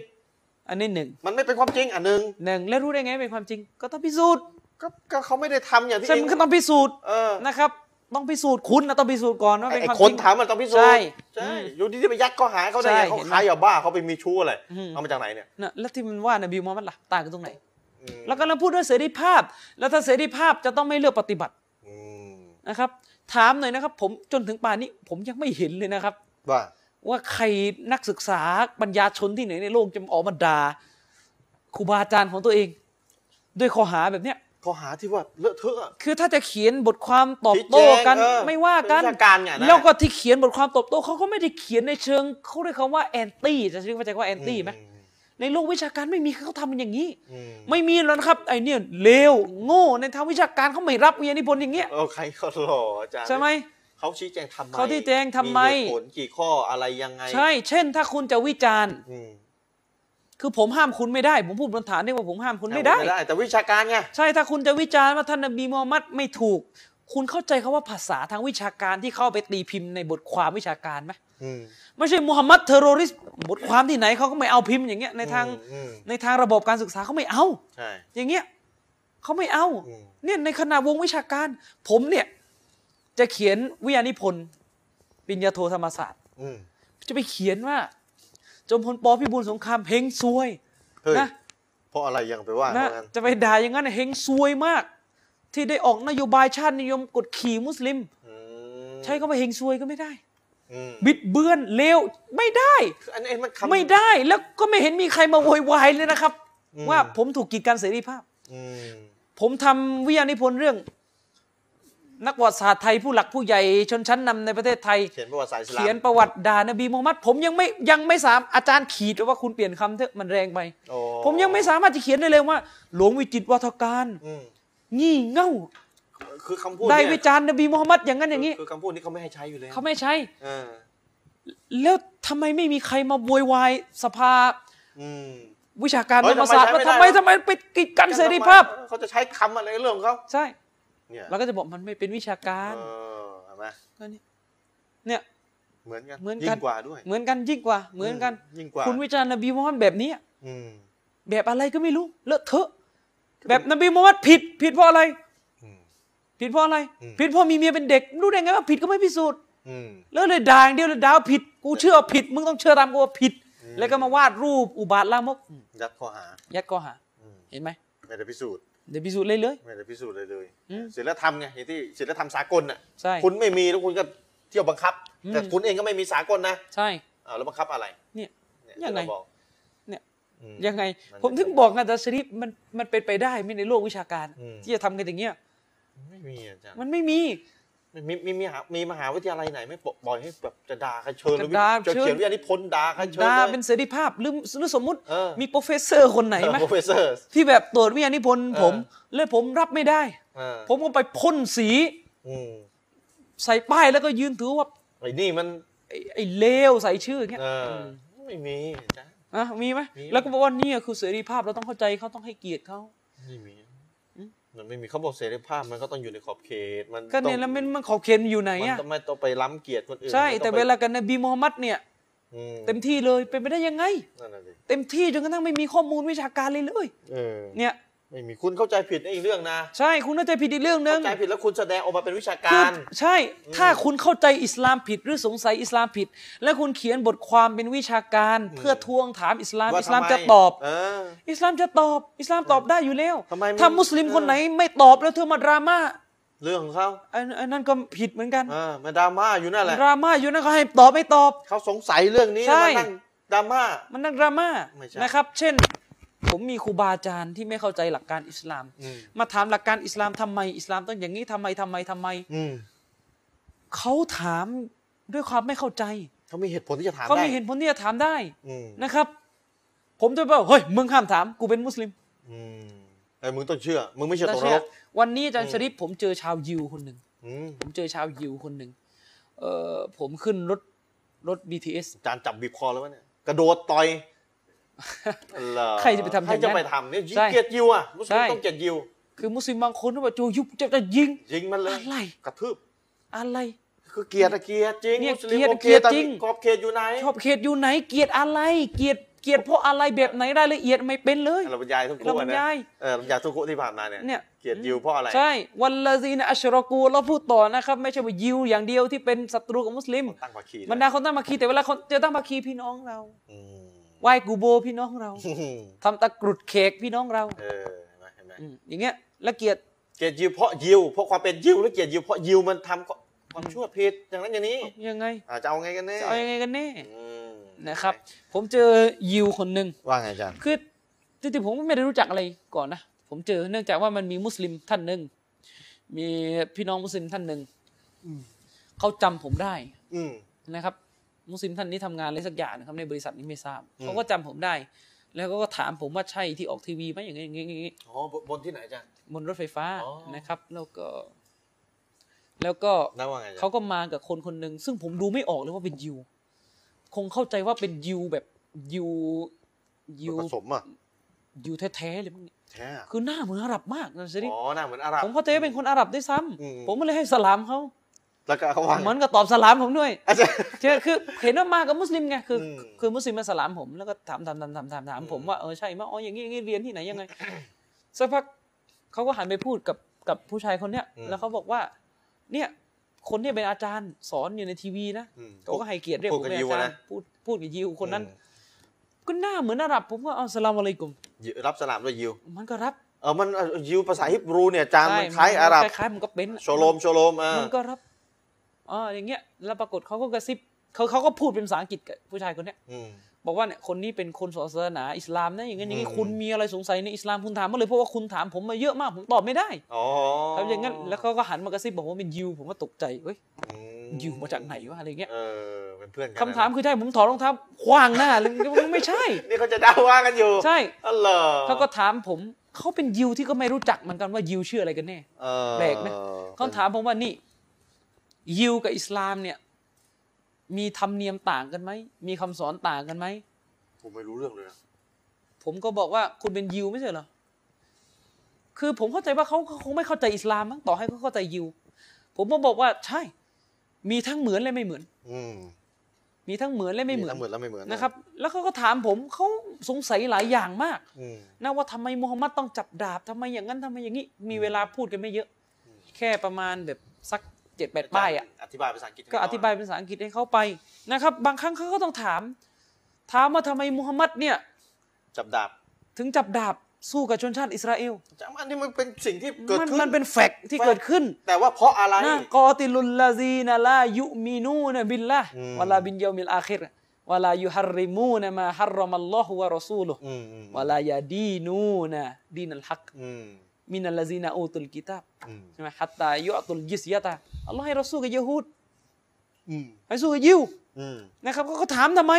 [SPEAKER 3] อันนี้หนึ่ง
[SPEAKER 1] มันไม่เป็นความจริงอันหนึ่ง
[SPEAKER 3] หนึ่งแล้วรู้ได้ไงเป็นความจริง ก็ต้องพิสูจน์
[SPEAKER 1] ก็ก็เขาไม่ได้ทำอย่างที่
[SPEAKER 3] ใช่
[SPEAKER 1] เอ
[SPEAKER 3] มั
[SPEAKER 1] ง
[SPEAKER 3] นก็ต้องพิสูจน์
[SPEAKER 1] เออ
[SPEAKER 3] นะครับ ต้องพิสูจน์คุณนะต้องพิสูจน์ก่อนว่าเป็น
[SPEAKER 1] ไอ้
[SPEAKER 3] ความ
[SPEAKER 1] คน
[SPEAKER 3] จริง
[SPEAKER 1] ถามมันต้องพิสูจน์
[SPEAKER 3] ใช่
[SPEAKER 1] ใช่อยู่ดีๆไปยัดข้อหาเขาได้
[SPEAKER 3] ใช่
[SPEAKER 1] ไงเขา
[SPEAKER 3] เห็นไหม
[SPEAKER 1] ขายยาบ้าเขาไปมีชู้อะไร
[SPEAKER 3] อืม
[SPEAKER 1] เอามาจากไหนเนี่ย
[SPEAKER 3] นะแล้วที่มันว่านบีมูฮัมมัดล่ะต่างกันตรงไหน
[SPEAKER 1] อืม
[SPEAKER 3] แล้วก็เราพูดเรื่องเสรีภาพ แล้วถ้าเสรีภาพจะต้องไม่เลือกปฏิบัติ
[SPEAKER 1] อืม
[SPEAKER 3] นะครับ ถามหน่อยนะครับ ผมจนถึงป่านนี้ผมยังไม่เห็นเลยนะครับ
[SPEAKER 1] ว่า
[SPEAKER 3] ว่าใครนักศึกษาปัญญาชนที่ไหนในโลกจะออกมาด่าครูบาอาจารย์ของตัวเอง ด้วยข้อหาแบบเนี้ย
[SPEAKER 1] ข้อหาที่ว่าเลอะเทอะ
[SPEAKER 3] คือถ้าจะเขียนบทความตอบ
[SPEAKER 1] ชี้แจง
[SPEAKER 3] โต้กัน
[SPEAKER 1] เออ
[SPEAKER 3] ไม่ว่ากัน
[SPEAKER 1] เป็นวิชาการเนี่ยนะ
[SPEAKER 3] แล้วก็ที่เขียนบทความตอบโต้เขาก็ไม่ได้เขียนในเชิงเขาเรียกคำว่าแอนตี้จะเรียกว่าใจว่าแอนตี้ไหมในโลกวิชาการไม่มีเขาทำกันอย่างนี้
[SPEAKER 1] อืม
[SPEAKER 3] ไม่มีแล้วนะครับไอเนี่ยเลวโง่ในทางวิชาการเขาไม่รับวิทยานิพนธ์อย่างเงี้ย
[SPEAKER 1] เออใครก็หล่ออาจารย์
[SPEAKER 3] ใช่ไหม
[SPEAKER 1] เขาชี้แจงทำไม
[SPEAKER 3] เขาชี้แจงทำไม
[SPEAKER 1] เหตุผลกี่ข้ออะไรยังไง
[SPEAKER 3] ใช่ เช่น ถ้าคุณจะวิจารณ์
[SPEAKER 1] อืม
[SPEAKER 3] คือผมห้ามคุณไม่ได้ ผมพูดบนฐานได้ว่าผมห้ามคุณไม่ได้
[SPEAKER 1] ไม่ได้ แต่วิชาการไง
[SPEAKER 3] ใช่ถ้าคุณจะวิจารณ์ว่าท่านนบีมูฮัมมัดไม่ถูก คุณเข้าใจคำว่าภาษาทางวิชาการที่เข้าไปตีพิมพ์ในบทความวิชาการไหม
[SPEAKER 1] อืม
[SPEAKER 3] ไม่ใช่มูฮัมมัดเทอร์โรริสต์บทความที่ไหนเขาก็ไม่เอาพิมพ์อย่างเงี้ยในทาง
[SPEAKER 1] อืม
[SPEAKER 3] ในทางระบบการศึกษาเขาไม่เอา
[SPEAKER 1] ใช่
[SPEAKER 3] อย่างเงี้ยเขาไม่เอา
[SPEAKER 1] อืม
[SPEAKER 3] เนี่ยในขณะวงวิชาการ ผมเนี่ยจะเขียนวิทยานิพนธ์ปริญญาโทธรรมศาสตร์
[SPEAKER 1] อืม
[SPEAKER 3] จะไปเขียนว่า จอมพลปพิบูลสงครามเฮงซวย
[SPEAKER 1] เฮ้ย
[SPEAKER 3] นะ
[SPEAKER 1] เพราะอะไรยังไปว่า
[SPEAKER 3] นะ
[SPEAKER 1] เขางั้น
[SPEAKER 3] จะไปด่าอย่างนั้นน่ะเฮงซวยมาก ที่ได้ออกนโยบายชาตินิยมกดขี่มุสลิม
[SPEAKER 1] อืม
[SPEAKER 3] ใช้คำว่าเฮงซวยก็ไม่ได้
[SPEAKER 1] อืม
[SPEAKER 3] บิดเบือนเลวไม่ได้
[SPEAKER 1] คืออันนี้มันคำ
[SPEAKER 3] ไม่ได้แล้วก็ไม่เห็นมีใครมาโวยวายเลยนะครับ
[SPEAKER 1] อืม
[SPEAKER 3] ว่าผมถูกกีดกันเสรีภาพ
[SPEAKER 1] อืม
[SPEAKER 3] ผมทำวิทยานิพนธ์เรื่อง นักประวัติศาสตร์ไทยผู้หลักผู้ใหญ่ชนชั้นนำในประเทศไทย
[SPEAKER 1] เขียนประวัติศาสตร์อิสลาม
[SPEAKER 3] เขียนประวัติด่านบีมูฮัมมัดผมยังไม่ยังไม่สามอาจารย์ขีดไว้ว่าคุณเปลี่ยนคำเถอะมันแรงไป
[SPEAKER 1] โอ้
[SPEAKER 3] ผมยังไม่สามารถจะเขียนได้เลยว่า หลวงวิจิตรวัฒการ
[SPEAKER 1] อืม
[SPEAKER 3] งี่เง่า
[SPEAKER 1] คือคำพูด
[SPEAKER 3] ได้
[SPEAKER 1] เนี่ย
[SPEAKER 3] วิจารณ์นบีมูฮัมมัดอย่างนั้นอย่างนี้
[SPEAKER 1] คือคำพูดนี้เขาไม่ให้ใช้อยู่แล้ว
[SPEAKER 3] เขาไม่ใช้
[SPEAKER 1] เออ
[SPEAKER 3] แล้วทำไมไม่มีใครมาโวยวายสภา
[SPEAKER 1] อืม
[SPEAKER 3] วิชาการ
[SPEAKER 1] เฮ้
[SPEAKER 3] ธ
[SPEAKER 1] ย
[SPEAKER 3] รรมศาสตร์ว่า
[SPEAKER 1] ทำ
[SPEAKER 3] ทำ
[SPEAKER 1] ไม
[SPEAKER 3] ไม
[SPEAKER 1] ใช้
[SPEAKER 3] ทำ
[SPEAKER 1] ไม่
[SPEAKER 3] ไม
[SPEAKER 1] ได้
[SPEAKER 3] ไปกีดกันเสรีภาพ
[SPEAKER 1] เขาจะใช้คำอะไรเรื่องของเขา
[SPEAKER 3] ใช่
[SPEAKER 1] เนี่ย
[SPEAKER 3] เราก็จะบอกมันไม่เป็นวิชาการ
[SPEAKER 1] เออเห็นไหม
[SPEAKER 3] ก็เนี่ยเนี่ย
[SPEAKER 1] เหมือนกัน
[SPEAKER 3] เหมือนกัน
[SPEAKER 1] ยิ่งกว่าด้วย
[SPEAKER 3] เหมือนกันยิ่งกว่า เหมือนกัน
[SPEAKER 1] ยิ่งกว่า
[SPEAKER 3] คุณวิจารณ์นบีมูฮัมมัดแบบนี้
[SPEAKER 1] อืม
[SPEAKER 3] แบบอะไรก็ไม่รู้เลอะเทอะ แบบนบีมูฮัมมัดผิด ผิดเพราะอะไร
[SPEAKER 1] อืม
[SPEAKER 3] ผิดเพราะอะไร
[SPEAKER 1] อืม
[SPEAKER 3] ผิดเพราะมีเมียเป็นเด็ก รู้ได้ไงว่าผิดก็ไม่พิสูจน์
[SPEAKER 1] อืม
[SPEAKER 3] แล้วเลยด่าอย่างเดียวเลยด่าว่าผิด กูเชื่อว่าผิด มึงต้องเชื่อตามกูว่าผิด
[SPEAKER 1] อืม
[SPEAKER 3] แล้วก็มาวาดรูปอุบาทลามก
[SPEAKER 1] ยัดข้อหา
[SPEAKER 3] ยัดข้อหา
[SPEAKER 1] อืม
[SPEAKER 3] เห็นไหม
[SPEAKER 1] ไม่ได้พิสูจน์
[SPEAKER 3] เดี๋ยวพิสูจน์เลยเลย
[SPEAKER 1] ไม่ได้พิสูจน์เลยเลย
[SPEAKER 3] อืม
[SPEAKER 1] ศิลธรรมไงอย่างที่ศิลธรรมสากลน่ะ
[SPEAKER 3] ใช่
[SPEAKER 1] คุณไม่มีแล้วคุณก็เที่ยวบังคับ
[SPEAKER 3] อืม
[SPEAKER 1] แต่คุณเองก็ไม่มีสากลนะ
[SPEAKER 3] ใช่
[SPEAKER 1] อ่าแล้วบังคับอะไร
[SPEAKER 3] เนี่ย
[SPEAKER 1] เนี่
[SPEAKER 3] ยังไง
[SPEAKER 1] ที่ราบอก
[SPEAKER 3] เนี่ย
[SPEAKER 1] อืม
[SPEAKER 3] ยังไง
[SPEAKER 1] มัน
[SPEAKER 3] ผมถึงบอกไงอาจารย์ชริปมันมันเป็นไปได้ไหมในโลกวิชาการ
[SPEAKER 1] อืม
[SPEAKER 3] ที่จะทำกันอย่างเงี้ย
[SPEAKER 1] ไม่มีอาจารย์
[SPEAKER 3] มันไม่มี
[SPEAKER 1] มีมีมีหามีมหาวิทยาลัยไหนไหม่ปล่อยให้แบบจะด่าใครเชิญห
[SPEAKER 3] จะ
[SPEAKER 1] รือวิ
[SPEAKER 3] ด่า
[SPEAKER 1] จะ
[SPEAKER 3] เชิญ
[SPEAKER 1] เขียนวิทยานิพนธ์ด่าใครเชิญ
[SPEAKER 3] ด่า
[SPEAKER 1] ลย
[SPEAKER 3] เป็นเสรีภาพหรือหรือสมมุติ
[SPEAKER 1] เออ
[SPEAKER 3] มีโปรเฟสเซอร์คนไหนไหม
[SPEAKER 1] เออ professor
[SPEAKER 3] ที่แบบตรวจวิทยานิพนธ์ผม เลยผมรับไม่ได้
[SPEAKER 1] เออ
[SPEAKER 3] ผมก็ไปพ่นสี
[SPEAKER 1] อืม
[SPEAKER 3] ใส่ป้ายแล้วก็ยืนถือว่า
[SPEAKER 1] ไอ้นี่มัน
[SPEAKER 3] ไอ้ไอ้เลวใส่ชื่ออย่างเงี้ย
[SPEAKER 1] เอออไม่มีจ้ะ
[SPEAKER 3] นะมีไหม
[SPEAKER 1] มี
[SPEAKER 3] แล้วก็บอกว่าเนี่ยคือเสรีภาพเราต้องเข้าใจเขาต้องให้เกียรติเขา
[SPEAKER 1] ไม่มี
[SPEAKER 3] อืม
[SPEAKER 1] มันไม่มีเขาบอกเสรีภาพมันก็ต้องอยู่ในขอบเขตมัน
[SPEAKER 3] ก็เนี่
[SPEAKER 1] ต้
[SPEAKER 3] ย
[SPEAKER 1] อง
[SPEAKER 3] แล้วมันมันขอบเขตมันอยู่ไหน
[SPEAKER 1] มัน
[SPEAKER 3] อ่ะ
[SPEAKER 1] ต้องไม่ต้องไปล้ำเกียรติคนอื่น
[SPEAKER 3] ใช่
[SPEAKER 1] ไม่อง
[SPEAKER 3] แต่
[SPEAKER 1] ไป
[SPEAKER 3] เวลากันนบีมูฮัมมัดเนี่ย
[SPEAKER 1] อืม
[SPEAKER 3] เต็มที่เลยเป็นไปได้ยังไง
[SPEAKER 1] นั่นน่ะสิ
[SPEAKER 3] เต็มที่จนกระทั่งไม่มีข้อมูลวิชาการเลยเลย
[SPEAKER 1] เออ
[SPEAKER 3] เนี่ย
[SPEAKER 1] ไม่มีคุณเข้าใจผิดในอีกเรื่องนะ
[SPEAKER 3] ใช่คุณน่าใจผิดอีกเรื่องนึ
[SPEAKER 1] เข้าง ใจผิดแล้วคุณแสดงออกมาเป็นวิชา
[SPEAKER 3] คื
[SPEAKER 1] กา
[SPEAKER 3] อ
[SPEAKER 1] ร
[SPEAKER 3] ใช่ถ้าคุณเข้าใจอิสลามผิดหรือสงสัยอิสลามผิด และคุณเขียนบทความเป็นวิชาการ เพื่อทวงถามอิสลาม
[SPEAKER 1] ว่
[SPEAKER 3] อิสลาม
[SPEAKER 1] ทำไ
[SPEAKER 3] จะตอบ
[SPEAKER 1] เออ
[SPEAKER 3] อิสลามจะตอบ อิสลามตอบได้อยู่แล้ว
[SPEAKER 1] ทำไมไม่
[SPEAKER 3] ถ้ามุสลิม
[SPEAKER 1] เออ
[SPEAKER 3] คนไหนไม่ตอบแล้วเธอมาดราม่า
[SPEAKER 1] เรื่องของเขา
[SPEAKER 3] อันอันนั้นก็ผิดเหมือนกัน
[SPEAKER 1] เออมาดราม่าอยู่นั่นแหละ
[SPEAKER 3] ดราม่าอยู่นะก็ให้ตอบไม่ตอบ
[SPEAKER 1] เขาสงสัยเรื่องนี้
[SPEAKER 3] ใช่
[SPEAKER 1] มานั่งดราม่า
[SPEAKER 3] มันนักดราม่า
[SPEAKER 1] ไม่ใช่
[SPEAKER 3] นะครับ เช่น ผมมีครูบาอาจารย์ที่ไม่เข้าใจหลักการอิสลาม
[SPEAKER 1] อืม
[SPEAKER 3] มาถามหลักการอิสลามทำไมอิสลามต้องอย่างนี้ทำไมทำไมทำไม
[SPEAKER 1] อืม
[SPEAKER 3] เขาถามด้วยความไม่เข้าใจ
[SPEAKER 1] เขามีเหตุผลที่จะถาม
[SPEAKER 3] เขา
[SPEAKER 1] ได้
[SPEAKER 3] มีเหตุผลที่จะถามได้
[SPEAKER 1] อืม
[SPEAKER 3] นะครับ ผมจะบอกเฮ้ยมึงห้ามถามกูเป็นมุสลิม
[SPEAKER 1] อืมแต่มึงต้องเชื่อ มึงไม่เชื่อตกน
[SPEAKER 3] เชื่
[SPEAKER 1] ร
[SPEAKER 3] อก วันนี้อาจารย์ชริปผมเจอชาวยิวคนหนึ่ง
[SPEAKER 1] อืม
[SPEAKER 3] ผมเจอชาวยิวคนหนึ่งเอ่อผมขึ้นรถรถ BTS
[SPEAKER 1] อาจารย์จับบีบคอแล้ววะเนี่ยกระโดด
[SPEAKER 3] <laughs>
[SPEAKER 1] ต่อยเหอ
[SPEAKER 3] ใครจะไปทำอย่างนั้น
[SPEAKER 1] ใครจะไปทำเนี่ย
[SPEAKER 3] ใช่
[SPEAKER 1] เกลียดยิวอ่ะมุส
[SPEAKER 3] ใช่
[SPEAKER 1] ลิมต้องเกลียดยิว
[SPEAKER 3] คือมุสลิมบางคนเขาบอกโจยุบจะจะยิง
[SPEAKER 1] ยิงมันเลย
[SPEAKER 3] อะไร
[SPEAKER 1] กระทืบ
[SPEAKER 3] อะไร
[SPEAKER 1] คือเกลียดอะเกลียดจริง
[SPEAKER 3] เนี่ย
[SPEAKER 1] มุสลิม
[SPEAKER 3] เกลียด
[SPEAKER 1] โอค
[SPEAKER 3] เกลียด
[SPEAKER 1] แต่
[SPEAKER 3] จริง
[SPEAKER 1] ขอบเขตอยู่ไหน
[SPEAKER 3] ชอบเขตอยู่ไหนเกลียดอะไร เกลียดเกลียดเพราะอะไรแบบไหนรายละเอียดไม่เป็นเลย
[SPEAKER 1] เราบรรยายทุก
[SPEAKER 3] เรา
[SPEAKER 1] คู่
[SPEAKER 3] บร
[SPEAKER 1] อะ
[SPEAKER 3] ร
[SPEAKER 1] นะ
[SPEAKER 3] ยาย
[SPEAKER 1] เออบรรยายทุกคู่ที่ผ่านมาเนี่ย
[SPEAKER 3] เนี่ย
[SPEAKER 1] เกลียดยิวเพราะอะไร
[SPEAKER 3] ใช่วันละซีนะอัชรอกูเราพูดต่อนะครับ ไม่ใช่ว่ายิวอย่างเดียวที่เป็นศัตรูกับมุสลิม
[SPEAKER 1] ตั้งภาคีเลย
[SPEAKER 3] บรรดาคนตั้งมาคีแต่เวลาคนเจอตั้งมาคีพี่น้องเรา
[SPEAKER 1] อืม
[SPEAKER 3] ไหว้กูโบพี่น้องเรา ทำตะกรุดเค้กพี่น้องเรา
[SPEAKER 1] <laughs> เออเห็นไหมเห็นไหม
[SPEAKER 3] อืมอย่างเงี้ยละเกียด
[SPEAKER 1] เกลียดยิวเพราะยิวเพราะความเป็นยิวหรือเกลียดยิวเพราะยิวมันทำความชั่วผิดอย่างนั้นอย่างนี้
[SPEAKER 3] ยังไง
[SPEAKER 1] อาจจะเอาไงกันแน่
[SPEAKER 3] จะเอายังไงกันแน่
[SPEAKER 1] อืม
[SPEAKER 3] นะครับ ผมเจอยิวคนหนึ่ง
[SPEAKER 1] ว่าไงอาจารย์
[SPEAKER 3] คือจริงๆผมก็ไม่ได้รู้จักอะไรก่อนนะผมเจอเนื่องจากว่ามันมีมุสลิมท่านหนึ่งมีพี่น้องมุสลิมท่านหนึ่งเขาจำผมได้
[SPEAKER 1] อืม
[SPEAKER 3] นะครับ มุสลิมท่านนี้ทำงานอะไรสักอย่างนะครับ ในบริษัทนี้ไม่ทราบ
[SPEAKER 1] อืม
[SPEAKER 3] เขาก็จำผมได้ แล้วก็ถามผมว่าใช่ที่ออกทีวีไหมอย่างเงี้ยอย่างเงี้ยอย่างเงี้ย
[SPEAKER 1] อ๋อบนบนที่ไหนอาจารย์
[SPEAKER 3] บนรถไฟฟ้า
[SPEAKER 1] อ๋อ
[SPEAKER 3] นะครับ แล้วก็ แล้วก็
[SPEAKER 1] แล้วว่าไงอาจารย์
[SPEAKER 3] เขาก็มากับคนคนหนึ่งซึ่งผมดูไม่ออกเลยว่าเป็นยิว คงเข้าใจว่าเป็นยิวแบบยิวยิว
[SPEAKER 1] ผสมอ่ะ
[SPEAKER 3] ยิวแท้ๆเลยมั้งเนี่ย
[SPEAKER 1] แท้อะ
[SPEAKER 3] คือหน้าเหมือนอาหรับมากนะสิ
[SPEAKER 1] อ๋อหน้าเหมือนอาหรับ
[SPEAKER 3] ผมเข้าใจว่าเป็นคนอาหรับด้วยซ้ำ
[SPEAKER 1] อืม
[SPEAKER 3] ผมก็เลยให้สลามเขา
[SPEAKER 1] แล้วก็เขาว่า
[SPEAKER 3] เห
[SPEAKER 1] ไง
[SPEAKER 3] มือนกับตอบสลามผมด้วย
[SPEAKER 1] อาจารย์
[SPEAKER 3] เชื่อคือเห็นว่ามากับมุสลิมไงคืออ
[SPEAKER 1] ม
[SPEAKER 3] คือมุสลิมมาสลามผมแล้วก็ถามถามถามถามถามถามผม
[SPEAKER 1] อืม
[SPEAKER 3] ว่าเออใช่ไหมอ๋ออย่างนี้อย่างนี้เรียนที่ไหนยังไงสักพักเขาก็หันไปพูดกับกับผู้ชายคนเนี้ย แล้วเขาบอกว่า เนี่ย คนเนี่ยเป็นอาจารย์สอนอยู่ในทีวีนะ
[SPEAKER 1] อืม
[SPEAKER 3] เขาก็ให้เกียรติเรียก
[SPEAKER 1] พูด
[SPEAKER 3] ผม
[SPEAKER 1] กับ
[SPEAKER 3] เป็น
[SPEAKER 1] ยิว
[SPEAKER 3] อาจาร
[SPEAKER 1] นะ
[SPEAKER 3] ย์พูดพูดกับยิวคนนั้น ก็หน้าเหมือนอาหรับผมก็เอาสลามอะไรกลุ่ม
[SPEAKER 1] ยิวรับสลามด้วยยิว
[SPEAKER 3] มันก็รับ
[SPEAKER 1] เออมันเอ่อยิวภาษาฮิบรูเนี่ยอาจารย์มันคล้าย
[SPEAKER 3] มัน
[SPEAKER 1] อาหรับ
[SPEAKER 3] คล้ายๆมันก็เป็นอะ
[SPEAKER 1] โชโลมโชโลมอ่า
[SPEAKER 3] มันก็รับอ๋ออย่างเงี้ย แล้วปรากฏเขาก็กระซิบเขาเขาก็พูดเป็นภาษาอังกฤษกับผู้ชายคนเนี้ย
[SPEAKER 1] อืม
[SPEAKER 3] บอกว่าเนี่ยคนนี้เป็นคนศาสนาอิสลามนะ อย่างเงี้ยอย่างเงี้ย
[SPEAKER 1] อืม
[SPEAKER 3] คุณมีอะไรสงสัยในอิสลามคุณถามมาเลย เพราะว่าคุณถามผมมาเยอะมาก ผมตอบไม่ได้
[SPEAKER 1] อ๋อ
[SPEAKER 3] ทำอย่างงั้น แล้วเขาก็หันมากระซิบบอกว่าเป็นยิว ผมก็ตกใจเฮ้ย
[SPEAKER 1] อื
[SPEAKER 3] ยิวมาจากไหนวะอะไรเงี้ย
[SPEAKER 1] เออเป็นเพื่อนกัน
[SPEAKER 3] คำถามคือใช่ ผมถอดรองเท้าคว้างหน้าเลยมันไม่ใช่
[SPEAKER 1] นี่เขาจะด่าว่ากันอยู่
[SPEAKER 3] ใช่
[SPEAKER 1] อ๋อเหรอ
[SPEAKER 3] เขาก็ถามผม เขาเป็นยิวที่ก็ไม่รู้จักเหมือนกันว่ายิวชื่ออะไรกันแน่
[SPEAKER 1] เออ
[SPEAKER 3] แปลกนะ เขาถามผมว่านี่ ยิวกับอิสลามเนี่ย มีธรรมเนียมต่างกันไหม มีคำสอนต่างกันไหม
[SPEAKER 1] ผมไม่รู้เรื่องเลยนะ
[SPEAKER 3] ผมก็บอกว่าคุณเป็นยิวไม่ใช่เหรอ คือผมเข้าใจว่าเขาเขาคงไม่เข้าใจอิสลามมั้งต่อให้เขาเข้าใจยิว ผมก็บอกว่าใช่ มีทั้งเหมือนและไม่เหมือน
[SPEAKER 1] อืม
[SPEAKER 3] มีทั้งเหมือนและไม่เหมือน
[SPEAKER 1] ทั้งเหมือนแล้วไม่เหมือน
[SPEAKER 3] นะครับ แล้วเขาก็ถามผมเขาสงสัยหลายอย่างมาก
[SPEAKER 1] อืม
[SPEAKER 3] นะว่าทำไมมูฮัมหมัดต้องจับดาบทำไมอย่างนั้นทำไมอย่างนี้ มีเวลาพูดกันไม่เยอะ แค่ประมาณแบบสักเจ็ดแปดป้ายอ่ะ
[SPEAKER 1] อธิบายภาษาอังกฤษ
[SPEAKER 3] ก็อธิบายเป็นภาษาอังกฤษให้เขาไปนะครับ บางครั้งเขาก็ต้องถาม ถามว่าทำไมมูฮัมหมัดเนี่ย
[SPEAKER 1] จับดาบ
[SPEAKER 3] ถึงจับดาบสู้กับชนชาติอิสราเอล
[SPEAKER 1] จำอันนี้มันเป็นสิ่งที่เกิด
[SPEAKER 3] มัน
[SPEAKER 1] ขึ้น
[SPEAKER 3] มันเป็นแฟกต์ที่
[SPEAKER 1] fact
[SPEAKER 3] เกิดขึ้น
[SPEAKER 1] แต่ว่าเพราะอะไร
[SPEAKER 3] นะกอติลุลลาซีนะลายุมินูนะบิลละ
[SPEAKER 1] อืม
[SPEAKER 3] วะลาบินเยามิลอาคิรวะลายุฮัรริมูนะมาฮัรรอมัลลอฮุวะรอซูลุ
[SPEAKER 1] อืมอืม
[SPEAKER 3] วะลายาดีนูนะดีนัลฮัก
[SPEAKER 1] อืม
[SPEAKER 3] มินัลลาซีนาอูตุลกิตาบ
[SPEAKER 1] อืม
[SPEAKER 3] ใช่ไหมฮัตตายุอตุลยิสยะตาอัลลอฮ์ให้เราสู้กับยิวฮูด
[SPEAKER 1] อืม
[SPEAKER 3] ให้สู้กับยิว
[SPEAKER 1] อืม
[SPEAKER 3] นะครับเขาก็ถามทำไม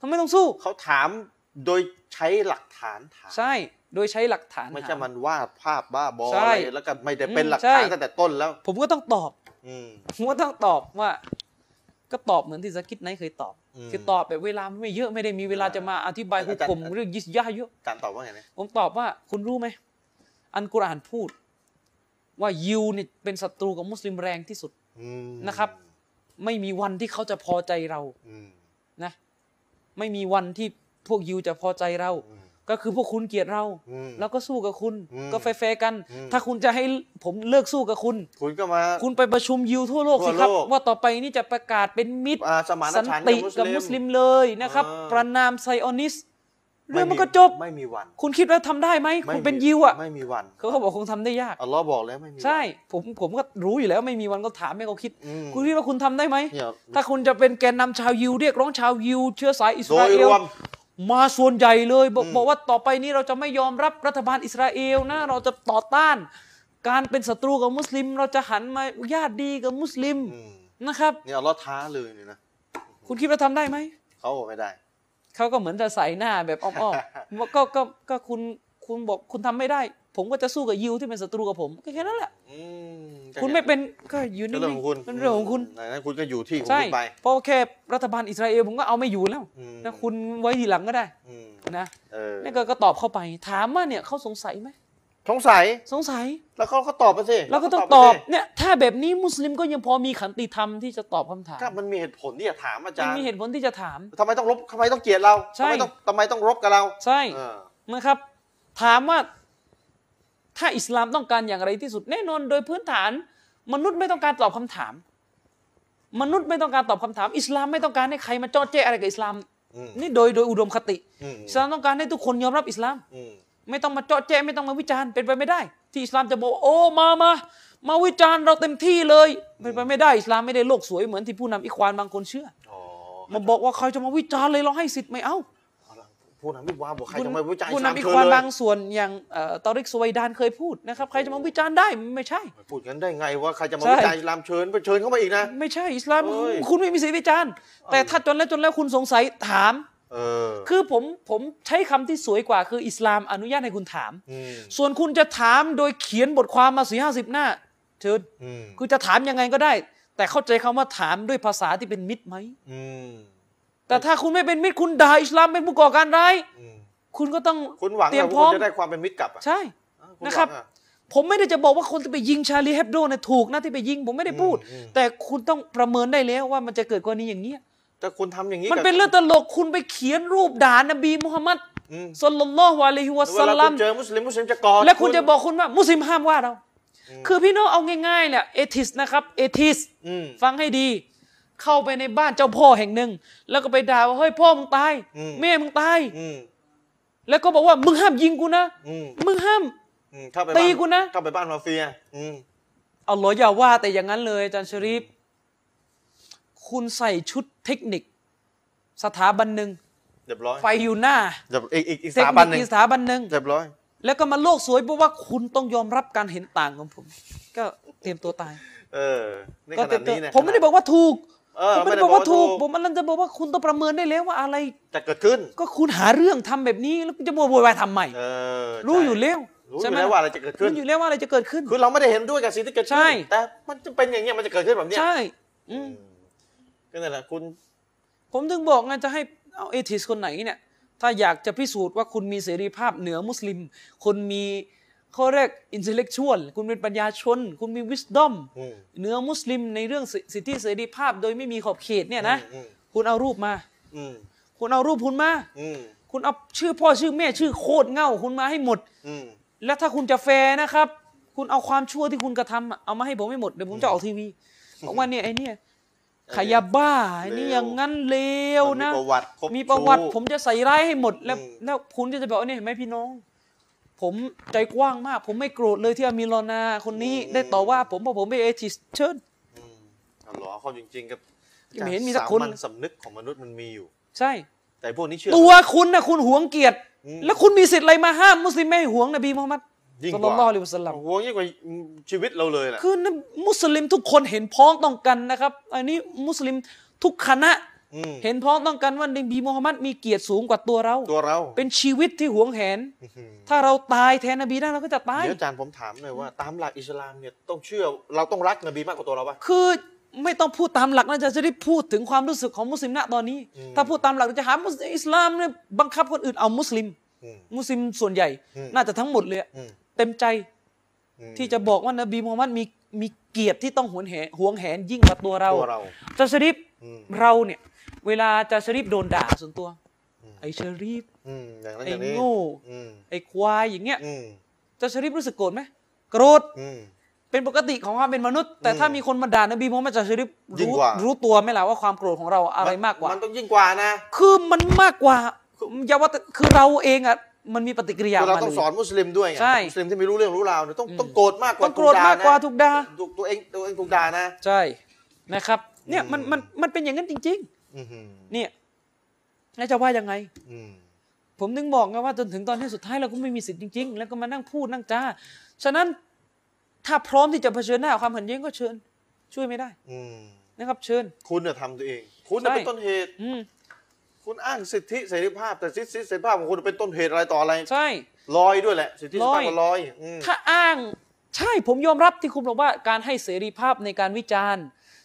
[SPEAKER 3] ทำไมต้องสู้
[SPEAKER 1] เขาถามโดยใช้หลักฐานถาม
[SPEAKER 3] ใช่โดยใช้หลักฐาน
[SPEAKER 1] ไม่ใช่
[SPEAKER 3] หา
[SPEAKER 1] มันวาดภาพบ้าบอ
[SPEAKER 3] ใช่
[SPEAKER 1] อะไรแล้วก็ไม่ได้เป็นหลัก
[SPEAKER 3] อืมใช่
[SPEAKER 1] ฐานตั้งแต่ต้นแล้ว
[SPEAKER 3] ผมก็ต้องตอบ
[SPEAKER 1] อืม
[SPEAKER 3] ผมก็ต้องตอบว่า ก็ตอบเหมือนที่สกิทไนท์เคยตอบ
[SPEAKER 1] อืม
[SPEAKER 3] คือตอบแบบเวลาไม่เยอะไม่ได้มีเวลาจะมาอธิบาย
[SPEAKER 1] อา
[SPEAKER 3] หุ
[SPEAKER 1] จาร
[SPEAKER 3] ก
[SPEAKER 1] ย์
[SPEAKER 3] กลมเรื่องยิสยาเยอะ
[SPEAKER 1] การตอบว่าไงนะ
[SPEAKER 3] ผมตอบว่าคุณรู้ไหม อันกุรอานพูด ว่ายิวเนี่ยเป็นศัตรูกับมุสลิมแรงที่สุด
[SPEAKER 1] อืม
[SPEAKER 3] นะครับ ไม่มีวันที่เขาจะพอใจเรา
[SPEAKER 1] อืม
[SPEAKER 3] นะ ไม่มีวันที่พวกยิวจะพอใจเรา
[SPEAKER 1] อืม
[SPEAKER 3] ก็คือพวกคุณเกลียดเรา
[SPEAKER 1] อืม
[SPEAKER 3] แล้วก็สู้กับคุณ
[SPEAKER 1] อืม
[SPEAKER 3] ก็แฟร์ๆกัน
[SPEAKER 1] อืม
[SPEAKER 3] ถ้าคุณจะให้ผมเลิกสู้กับคุณ
[SPEAKER 1] คุณก็มา
[SPEAKER 3] คุณไปประชุมยิวทั่วโลกสิครับ
[SPEAKER 1] ทั่วโลก
[SPEAKER 3] ว่าต่อไปนี่จะประกาศเป็นมิตร
[SPEAKER 1] อ่าสมาน
[SPEAKER 3] สัน
[SPEAKER 1] ฉันท์
[SPEAKER 3] ติ
[SPEAKER 1] กั
[SPEAKER 3] กั
[SPEAKER 1] บบ มุ
[SPEAKER 3] มุ
[SPEAKER 1] ส
[SPEAKER 3] ส
[SPEAKER 1] ลิ
[SPEAKER 3] ลิ
[SPEAKER 1] ม
[SPEAKER 3] มเลยนะครับ
[SPEAKER 1] อ่า
[SPEAKER 3] ประนามไซออนิสต์เรื่องมันก็จบ
[SPEAKER 1] ไม่มีวัน
[SPEAKER 3] คุณคิดว่าทำได้ไหม
[SPEAKER 1] ไม่
[SPEAKER 3] คุ
[SPEAKER 1] มี
[SPEAKER 3] ณเป็นยิวอ่ะ
[SPEAKER 1] ไม่มีวัน
[SPEAKER 3] เขาก็บอกคงทำได้ยาก
[SPEAKER 1] อัลลอฮ์บอกแล้วไม่มีวัน
[SPEAKER 3] ใช่ผมผมก็รู้อยู่แล้วไม่มีวันก็ถามให้เขาคิด
[SPEAKER 1] อืม
[SPEAKER 3] คุณคิดว่าคุณทำได้ไหม
[SPEAKER 1] เนี่ย
[SPEAKER 3] ถ้าคุณจะเป็นแกนนำชาวยิว เรียกร้องชาวยิว เชื้อสายอิส
[SPEAKER 1] โด
[SPEAKER 3] ราย เอ
[SPEAKER 1] ร
[SPEAKER 3] ล
[SPEAKER 1] วม
[SPEAKER 3] มาส่วนใหญ่เลย บอก
[SPEAKER 1] อืม
[SPEAKER 3] บอกว่าต่อไปนี้เราจะไม่ยอมรับรัฐบาลอิสราเอลนะเราจะต่อต้าน การเป็นศัตรูกับมุสลิม เราจะหันมาญาติดีกับมุสลิม
[SPEAKER 1] อืม
[SPEAKER 3] นะครับ
[SPEAKER 1] เนี่ยอัลลอฮ์ท้าเลยเนี่ยนะ
[SPEAKER 3] คุณคิดว่าทำได้ไหม
[SPEAKER 1] เขาบอกไม่ได้
[SPEAKER 3] เขาก็เหมือนจะใส่หน้าแบบอ้อม
[SPEAKER 1] <laughs>
[SPEAKER 3] ๆ ว่าก็ก็ก็คุณคุณบอกคุณทำไม่ได้ ผมก็จะสู้กับยิวที่เป็นศัตรูกับผมก็แค่นั้นแหละ
[SPEAKER 1] อืม
[SPEAKER 3] คุณไม่เป็นก็อยู่
[SPEAKER 1] ก็
[SPEAKER 3] นี่
[SPEAKER 1] เรื่องของคุณ
[SPEAKER 3] เป็นเรื่องของคุณ
[SPEAKER 1] มนั้นคุณก็อยู่ที่ของ
[SPEAKER 3] ใช่
[SPEAKER 1] คุณไป
[SPEAKER 3] เพราะว่าแค่รัฐบาลอิสราเอลผมก็เอาไม่อยู่แล้ว
[SPEAKER 1] อืม
[SPEAKER 3] นะคุณไว้ทีหลังก็ได้
[SPEAKER 1] อืม
[SPEAKER 3] นะ
[SPEAKER 1] เออ
[SPEAKER 3] นี่ก็ก็ตอบเข้าไป ถามว่าเนี่ยเขาสงสัยไหม
[SPEAKER 1] สงสัย
[SPEAKER 3] สงสัย
[SPEAKER 1] แล้วเขาก็ตอบไปสิ
[SPEAKER 3] เราก็ต้อง
[SPEAKER 1] ไป
[SPEAKER 3] ตอบ
[SPEAKER 1] สิ
[SPEAKER 3] เนี่ยถ้าแบบนี้มุสลิมก็ยังพอมีขันติธรรมที่จะตอบคำถาม
[SPEAKER 1] ถ้ามันมีเหตุผลที่จะถามอาจาร
[SPEAKER 3] มัน
[SPEAKER 1] ย์
[SPEAKER 3] มีเหตุผลที่จะถาม
[SPEAKER 1] ทำไมต้องลบทำไมต้องเกลียดเรา
[SPEAKER 3] ใช่
[SPEAKER 1] ทำไมต้องทำไมต้องรบกับเรา
[SPEAKER 3] ใช่
[SPEAKER 1] เออ
[SPEAKER 3] นะครับ ถามว่าถ้าอิสลามต้องการอย่างไรที่สุดแน่นอนโดยพื้นฐาน มนุษย์ไม่ต้องการตอบคำถาม มนุษย์ไม่ต้องการตอบคำถาม อิสลามไม่ต้องการให้ใครมาเจาะแจ้อะไรกับอิสลาม
[SPEAKER 1] อืม
[SPEAKER 3] นี่โดยโดยอุดมคติ
[SPEAKER 1] อืม
[SPEAKER 3] อิสลามต้องการให้ทุกคนยอมรับอิสลาม
[SPEAKER 1] อืม
[SPEAKER 3] ไม่ต้องมาเจาะแจ้ไม่ต้องมาวิจารณ์เป็นไปไม่ได้ ที่อิสลามจะบอกโอ้มามามาวิจารณ์เราเต็มที่เลยเป็นไปไม่ได้อิสลามไม่ได้โลกสวยเหมือนที่ผู้นำอิควานบางคนเชื่อ
[SPEAKER 1] อ๋อ
[SPEAKER 3] มาบอกว่าใครจะมาวิจารณ์เลยเราให้สิทธิ์ไม่เอา
[SPEAKER 1] เอาล่ะผู้นำวิวาบอกใคร
[SPEAKER 3] คุณ
[SPEAKER 1] จะมาวิจารณ์
[SPEAKER 3] ผู้
[SPEAKER 1] อิสลาม
[SPEAKER 3] นำอิ
[SPEAKER 1] เชิญ
[SPEAKER 3] ควาน
[SPEAKER 1] เลย
[SPEAKER 3] บางส่วนอย่างเอ่อตอริกสวัยดานเคยพูดนะครับ ใครจะมาวิจารณ์ได้ไม่ใช่
[SPEAKER 1] พูดกันได้ไงว่าใครจะมา
[SPEAKER 3] ใช่
[SPEAKER 1] วิจารณ์อิสลามเชิญไปเชิญเข้ามาอีกนะ
[SPEAKER 3] ไม่ใช่อิสลาม
[SPEAKER 1] เอ้ย
[SPEAKER 3] คุณไม่มีสิทธิวิจารณ์ แต่ถ้าจนแล้วจนแล้วคุณสงสัยถาม
[SPEAKER 1] เออ
[SPEAKER 3] คือผมผมใช้คำที่สวยกว่าคืออิสลามอนุญาตให้คุณถาม
[SPEAKER 1] ม
[SPEAKER 3] ส่วนคุณจะถามโดยเขียนบทความมาสี่ห้าสิบหน้าเชิญ
[SPEAKER 1] อืม
[SPEAKER 3] คือจะถามยังไงก็ได้ แต่เข้าใจคำว่าถามด้วยภาษาที่เป็นมิตรไหม
[SPEAKER 1] อืม
[SPEAKER 3] แต่ถ้าคุณไม่เป็นมิตรคุณด่าอิสลามเป็นผู้ก่อการร้าย
[SPEAKER 1] อืม
[SPEAKER 3] คุณก็ต้อง
[SPEAKER 1] คุณหวัง
[SPEAKER 3] เตรียม
[SPEAKER 1] ว่า
[SPEAKER 3] พร้อ
[SPEAKER 1] คุ
[SPEAKER 3] ม
[SPEAKER 1] ณจะได้ความเป็นมิตรกลับอ่ะ
[SPEAKER 3] ใช่
[SPEAKER 1] อ้าวณ
[SPEAKER 3] นะครับ
[SPEAKER 1] หวังอ่
[SPEAKER 3] ผมไม่ได้จะบอกว่าคนที่ไปยิงชาลีแฮปโดเนี่ยถูกนะที่ไปยิงผมไม่ได้พูด
[SPEAKER 1] อืมอืม
[SPEAKER 3] แต่คุณต้องประเมินได้แล้วว่ามันจะเกิดกรณีอย่างเนี้ย
[SPEAKER 1] ถ้าคุณทำอย่างนี้
[SPEAKER 3] มันเป็นเรื่องตลกคุณไปเขียนรูปด่านบีมุฮัมมัด
[SPEAKER 1] อืม
[SPEAKER 3] สลลัลลอฮุอะลัยฮิวะ
[SPEAKER 1] เว
[SPEAKER 3] สัล
[SPEAKER 1] ลา
[SPEAKER 3] ลั
[SPEAKER 1] คุ
[SPEAKER 3] ม
[SPEAKER 1] ณเจอมุสลิมมุสลิมจะกอด
[SPEAKER 3] และคุณจะบอกคุณว่ามุสลิมห้ามว่าเรา
[SPEAKER 1] อืม
[SPEAKER 3] คือพี่น้องเอาง่ายๆเนี่ยเอทิสนะครับเอทิส
[SPEAKER 1] อืม
[SPEAKER 3] ฟังให้ดี เข้าไปในบ้านเจ้าพ่อแห่งหนึ่ง แล้วก็ไปด่าว่าเฮ้ยพ่อมึงตาย
[SPEAKER 1] อืม
[SPEAKER 3] แม่มึงตาย
[SPEAKER 1] อืม
[SPEAKER 3] แล้วก็บอกว่ามึงห้ามยิงกูนะ
[SPEAKER 1] อืม
[SPEAKER 3] มึงห้าม
[SPEAKER 1] อืมเข้าไป
[SPEAKER 3] ตี
[SPEAKER 1] บ้า
[SPEAKER 3] กูนะ
[SPEAKER 1] เข้าไปบ้านมาเฟียอืม
[SPEAKER 3] อัลลอฮ์อย่าว่าแต่อย่างนั้นเลยอาจารย์ชริฟคุณใส่ชุดเทคนิค สถาบันหนึ่ง
[SPEAKER 1] เรียบร้อย
[SPEAKER 3] ไฟอยู่หน้า
[SPEAKER 1] เรียบอีกอีกอีก
[SPEAKER 3] เทค
[SPEAKER 1] สถา
[SPEAKER 3] นิ
[SPEAKER 1] บั
[SPEAKER 3] คน
[SPEAKER 1] หนึ่ง
[SPEAKER 3] อีกสถาบันหนึ่ง
[SPEAKER 1] เรียบร้อย
[SPEAKER 3] แล้วก็มาโลกสวยเพราะว่าคุณต้องยอมรับการเห็นต่างของผม ก็เตรียมตัวตาย
[SPEAKER 1] เออนี่
[SPEAKER 3] ก็
[SPEAKER 1] ข
[SPEAKER 3] เตรี
[SPEAKER 1] นาด
[SPEAKER 3] ยมตัว
[SPEAKER 1] นี้เนี่ย
[SPEAKER 3] ผมไม่ได้บอกว่าถูก
[SPEAKER 1] เอ
[SPEAKER 3] ผ
[SPEAKER 1] อ
[SPEAKER 3] มไม่ได้บอกว่าถูก ผมอันนั้นจะบอกว่าคุณต้องประเมินได้แล้วว่าอะไร
[SPEAKER 1] จะเกิดขึ้น
[SPEAKER 3] ก็คุณหาเรื่องทำแบบนี้แล้วคุณจะมาโวยวายทำไม
[SPEAKER 1] เออ
[SPEAKER 3] รู้
[SPEAKER 1] ใช่
[SPEAKER 3] อยู่แล้ว
[SPEAKER 1] รู้อ
[SPEAKER 3] ใช่
[SPEAKER 1] ยู่
[SPEAKER 3] ไหม
[SPEAKER 1] แล้วว่าอะไรจะเกิดขึ้
[SPEAKER 3] รู้
[SPEAKER 1] น
[SPEAKER 3] อยู่แล้วว่าอะไรจะเกิดขึ้น
[SPEAKER 1] คือเราไม่ได้เห็นด้วยกับสิ่งที่เกิดขึ้น
[SPEAKER 3] ใช่
[SPEAKER 1] แต่มันจะเป็นอย่างเงี้ยมันจะเกิดขึ้นแบบเนี้ย
[SPEAKER 3] ใช่อืม
[SPEAKER 1] ก็นั่นแหละคุณ
[SPEAKER 3] ผมถึงบอกไงจะให้เอาเอทิสคนไหนเนี่ย ถ้าอยากจะพิสูจน์ว่าคุณมีเสรีภาพเหนือมุสลิม คุณมีเขาเรียกอินเทลเล็กชวลคุณเป็นปัญญาชน คุณมีวิสดอม
[SPEAKER 1] อืม
[SPEAKER 3] เหนือมุสลิมในเรื่องสิสิทธิเสรีภาพโดยไม่มีขอบเขตเนี่ยนะ
[SPEAKER 1] อืม
[SPEAKER 3] คุณเอารูปมา
[SPEAKER 1] อืม
[SPEAKER 3] คุณเอารูปคุณมา
[SPEAKER 1] อืม
[SPEAKER 3] คุณเอาชื่อพ่อชื่อแม่ชื่อโคตรเง่าคุณมาให้หมด
[SPEAKER 1] อืม
[SPEAKER 3] แล้วถ้าคุณจะแฟร์นะครับ คุณเอาความชั่วที่คุณกระทำอะเอามาให้ผมไม่หมดเดี๋ยวผมจะออกทีวีบอกว่าเนี่ยไอ้เนี่ยขายยาบ้าไอ้นี่อย่างนั้นเลว
[SPEAKER 1] มันมี
[SPEAKER 3] นะ
[SPEAKER 1] ประวัติคบ
[SPEAKER 3] มีประวัติ
[SPEAKER 1] ชู้
[SPEAKER 3] ผมจะใส่ร้ายให้หมดแล้ว
[SPEAKER 1] อืม
[SPEAKER 3] แล้วคุณก็จะบอกว่าเนี่ยเห็นไหมพี่น้อง ผมใจกว้างมาก ผมไม่โกรธเลยที่อามีรอนาคนนี้ได้ต่อว่าผมเพราะผมเป็นเอทิสเชิญ
[SPEAKER 1] อืมเอาเหรอเขาจริงๆกับ
[SPEAKER 3] ยังไม่เห็นมีสักคน
[SPEAKER 1] สามัญสำนึกของมนุษย์มันมีอยู่
[SPEAKER 3] ใช่
[SPEAKER 1] แต่พวกนี้เชื่อ
[SPEAKER 3] ตัวคุณนะคุณหวงเกียรติ
[SPEAKER 1] อืม
[SPEAKER 3] แล้วคุณมีสิทธิ์อะไรมาห้ามมุสลิมไม่ให้หวงนบีมุฮัมมัด
[SPEAKER 1] อ ยิ่ง
[SPEAKER 3] สล
[SPEAKER 1] ก
[SPEAKER 3] ลัลลอฮุอะลัย
[SPEAKER 1] ว่า
[SPEAKER 3] ฮิวะสัลลัม
[SPEAKER 1] โอ้โหยิ่งกว่าชีวิตเราเลยแหละ
[SPEAKER 3] คือมุสลิมทุกคนเห็นพ้องต้องกันนะครับ อันนี้มุสลิมทุกคณะ
[SPEAKER 1] อืม
[SPEAKER 3] เห็นพ้องต้องกันว่านบีมูฮัมมัดมีเกียรติสูงกว่าตัวเรา
[SPEAKER 1] ตัวเรา
[SPEAKER 3] เป็นชีวิตที่หวงแหน ถ้าเราตายแทนนบีได้เราก็จะตาย
[SPEAKER 1] เดี๋ยวอาจารย์ผมถามหน่อยว่า ตามหลักอิสลามเนี่ยต้องเชื่อเราต้องรักนบีมากกว่าตัวเราปะ
[SPEAKER 3] คือไม่ต้องพูดตามหลักนะจะจะได้พูดถึงความรู้สึกของมุสลิมณตอนนี้
[SPEAKER 1] อืม
[SPEAKER 3] ถ้าพูดตามหลักจะหามุสอิสลามเนี่ยบังคับคนอื่นเอามุสลิม
[SPEAKER 1] อืม
[SPEAKER 3] มุสลิมส่วนใหญ่
[SPEAKER 1] อืม
[SPEAKER 3] น่าจะทั้งหมดเลยอะ
[SPEAKER 1] อืม
[SPEAKER 3] เต็มใจ
[SPEAKER 1] อืม
[SPEAKER 3] ที่จะบอกว่านบีมูฮัมมัดมีมีเกียรติที่ต้องหวงแหนหวงแหนยิ่งกว่าตัวเรา
[SPEAKER 1] ตัวเรา
[SPEAKER 3] จาชริฟ
[SPEAKER 1] อืม
[SPEAKER 3] เราเนี่ยเวลาจาชริฟโดนด่าส่วนตัว
[SPEAKER 1] อืม
[SPEAKER 3] ไอ้ชริฟ
[SPEAKER 1] อืมอย่างนั้นอ
[SPEAKER 3] ไอ้
[SPEAKER 1] ย่างนี้
[SPEAKER 3] โง่
[SPEAKER 1] อืม
[SPEAKER 3] ไอ้ควายอย่างเงี้ย
[SPEAKER 1] อืม
[SPEAKER 3] จาชริฟรู้สึกโกรธไหมโกรธ
[SPEAKER 1] อืม
[SPEAKER 3] เป็นปกติของความเป็นมนุษย์ แต่ถ้ามีคนมาด่านบีมูฮัมมัดจาชริฟ
[SPEAKER 1] ยิ่ง
[SPEAKER 3] รู้
[SPEAKER 1] กว่า
[SPEAKER 3] รู้ตัวไหมล่ะว่าความโกรธของเราอะไรมากกว่าม
[SPEAKER 1] นต้องยิ่งกว่านะ
[SPEAKER 3] คือมันมากกว่าอย่าว่าแต่คือเราเองอ่ะมันมีปฏิกิริยา
[SPEAKER 1] คือเรา
[SPEAKER 3] มา
[SPEAKER 1] ต้อง
[SPEAKER 3] เลย
[SPEAKER 1] สอนมุสลิมด้วยไง
[SPEAKER 3] ใช่
[SPEAKER 1] มุสลิมที่ไม่รู้เรื่องรู้ราวเนี่ยต้องต้องโกรธมากกว่า
[SPEAKER 3] ต้องโกรธมากกว่าถูกด่า
[SPEAKER 1] ถูกด่นะถูกตัวเองตัวเองถูกด่านะ
[SPEAKER 3] ใช่นะครับเนี่ยมัน
[SPEAKER 1] อืม
[SPEAKER 3] มันมันเป็นอย่างนั้นจริง
[SPEAKER 1] อือหือ
[SPEAKER 3] ๆ เนี่ยแล้วจะว่ายังไง
[SPEAKER 1] อืม
[SPEAKER 3] ผมถึงบอกไงว่าจนถึงตอนที่สุดท้ายเราก็ไม่มีสิทธิ์จริง ๆ แล้วก็มานั่งพูดนั่งจ้า ฉะนั้นถ้าพร้อมที่จะเผชิญหน้ากับความขัดแย้งก็เชิญ ช่วยไม่ได้
[SPEAKER 1] อืม
[SPEAKER 3] นะครับ เชิญ
[SPEAKER 1] คุณน่ะทำตัวเอง คุณน่ะ
[SPEAKER 3] ใช่
[SPEAKER 1] เป็นต้นเหตุ
[SPEAKER 3] อืม
[SPEAKER 1] คุณอ้างสิทธิเสรีภาพแต่สิทธิเสรีภาพของคุณเป็นต้นเหตุอะไรต่ออะไร
[SPEAKER 3] ใช่
[SPEAKER 1] ลอยด้วยแหละ สิทธิเสรีภาพก็ลอยอืม
[SPEAKER 3] ถ้าอ้างใช่ผมยอมรับที่คุณบอกว่าการให้เสรีภาพในการวิจารณ์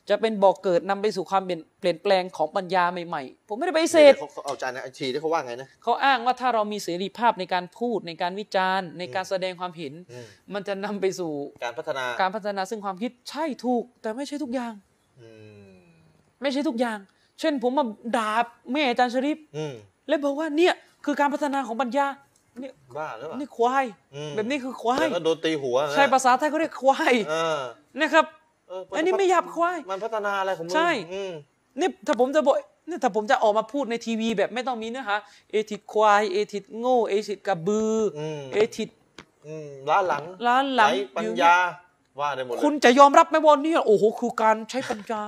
[SPEAKER 3] จะเป็นบ่อกเกิดนำไปสู่ความเปลี่ยนเปลี่ยนแปลงของปัญญาใหม่ๆ ผมไม่ได้ไปฏิเสธ
[SPEAKER 1] เขาเอาใจารย์นะไอ้ทีที่เขาว่าไงนะ
[SPEAKER 3] เขาอ้างว่าถ้าเรามีเสรีภาพในการพูดในการวิจารณ์ ในการแสดงความเห็น
[SPEAKER 1] อืม
[SPEAKER 3] มันจะนำไปสู่
[SPEAKER 1] การพัฒนา
[SPEAKER 3] การพัฒนาซึ่งความคิดใช่ถูก แต่ไม่ใช่ทุกอย่าง
[SPEAKER 1] อืม
[SPEAKER 3] ไม่ใช่ทุกอย่าง เช่นผมมาด่าแม่อาจารย์ชริป
[SPEAKER 1] อืม
[SPEAKER 3] แล้วบอกว่าเนี่ยคือการพัฒนาของปัญญาเนี่ย
[SPEAKER 1] บ้าหรือเปล่า
[SPEAKER 3] นี่ควาย
[SPEAKER 1] อืม
[SPEAKER 3] แบบนี้คือควาย
[SPEAKER 1] แล้วก็โดนตีหัวนะ
[SPEAKER 3] ใช่ภาษาไทยเขาเรียกควาย
[SPEAKER 1] เออ
[SPEAKER 3] นะครับ
[SPEAKER 1] เออ
[SPEAKER 3] อันนี้ไม่หยาบควาย
[SPEAKER 1] มันพัฒนาอะไรของมึง
[SPEAKER 3] ใช่
[SPEAKER 1] อืม
[SPEAKER 3] นี่ถ้าผมจะบอกนี่ถ้าผมจะออกมาพูดในทีวีแบบไม่ต้องมีเนื้อหาเอทิดควายเอทิดโง่เอทิดกระบืออ
[SPEAKER 1] ม
[SPEAKER 3] เอทิด
[SPEAKER 1] อืมล้าหลัง
[SPEAKER 3] ล้าหลัง
[SPEAKER 1] ไปัญญาว่าได้หมดเลย
[SPEAKER 3] คุณจะยอมรับไหมว่านี่โอ้โหคือการใช้ปัญญา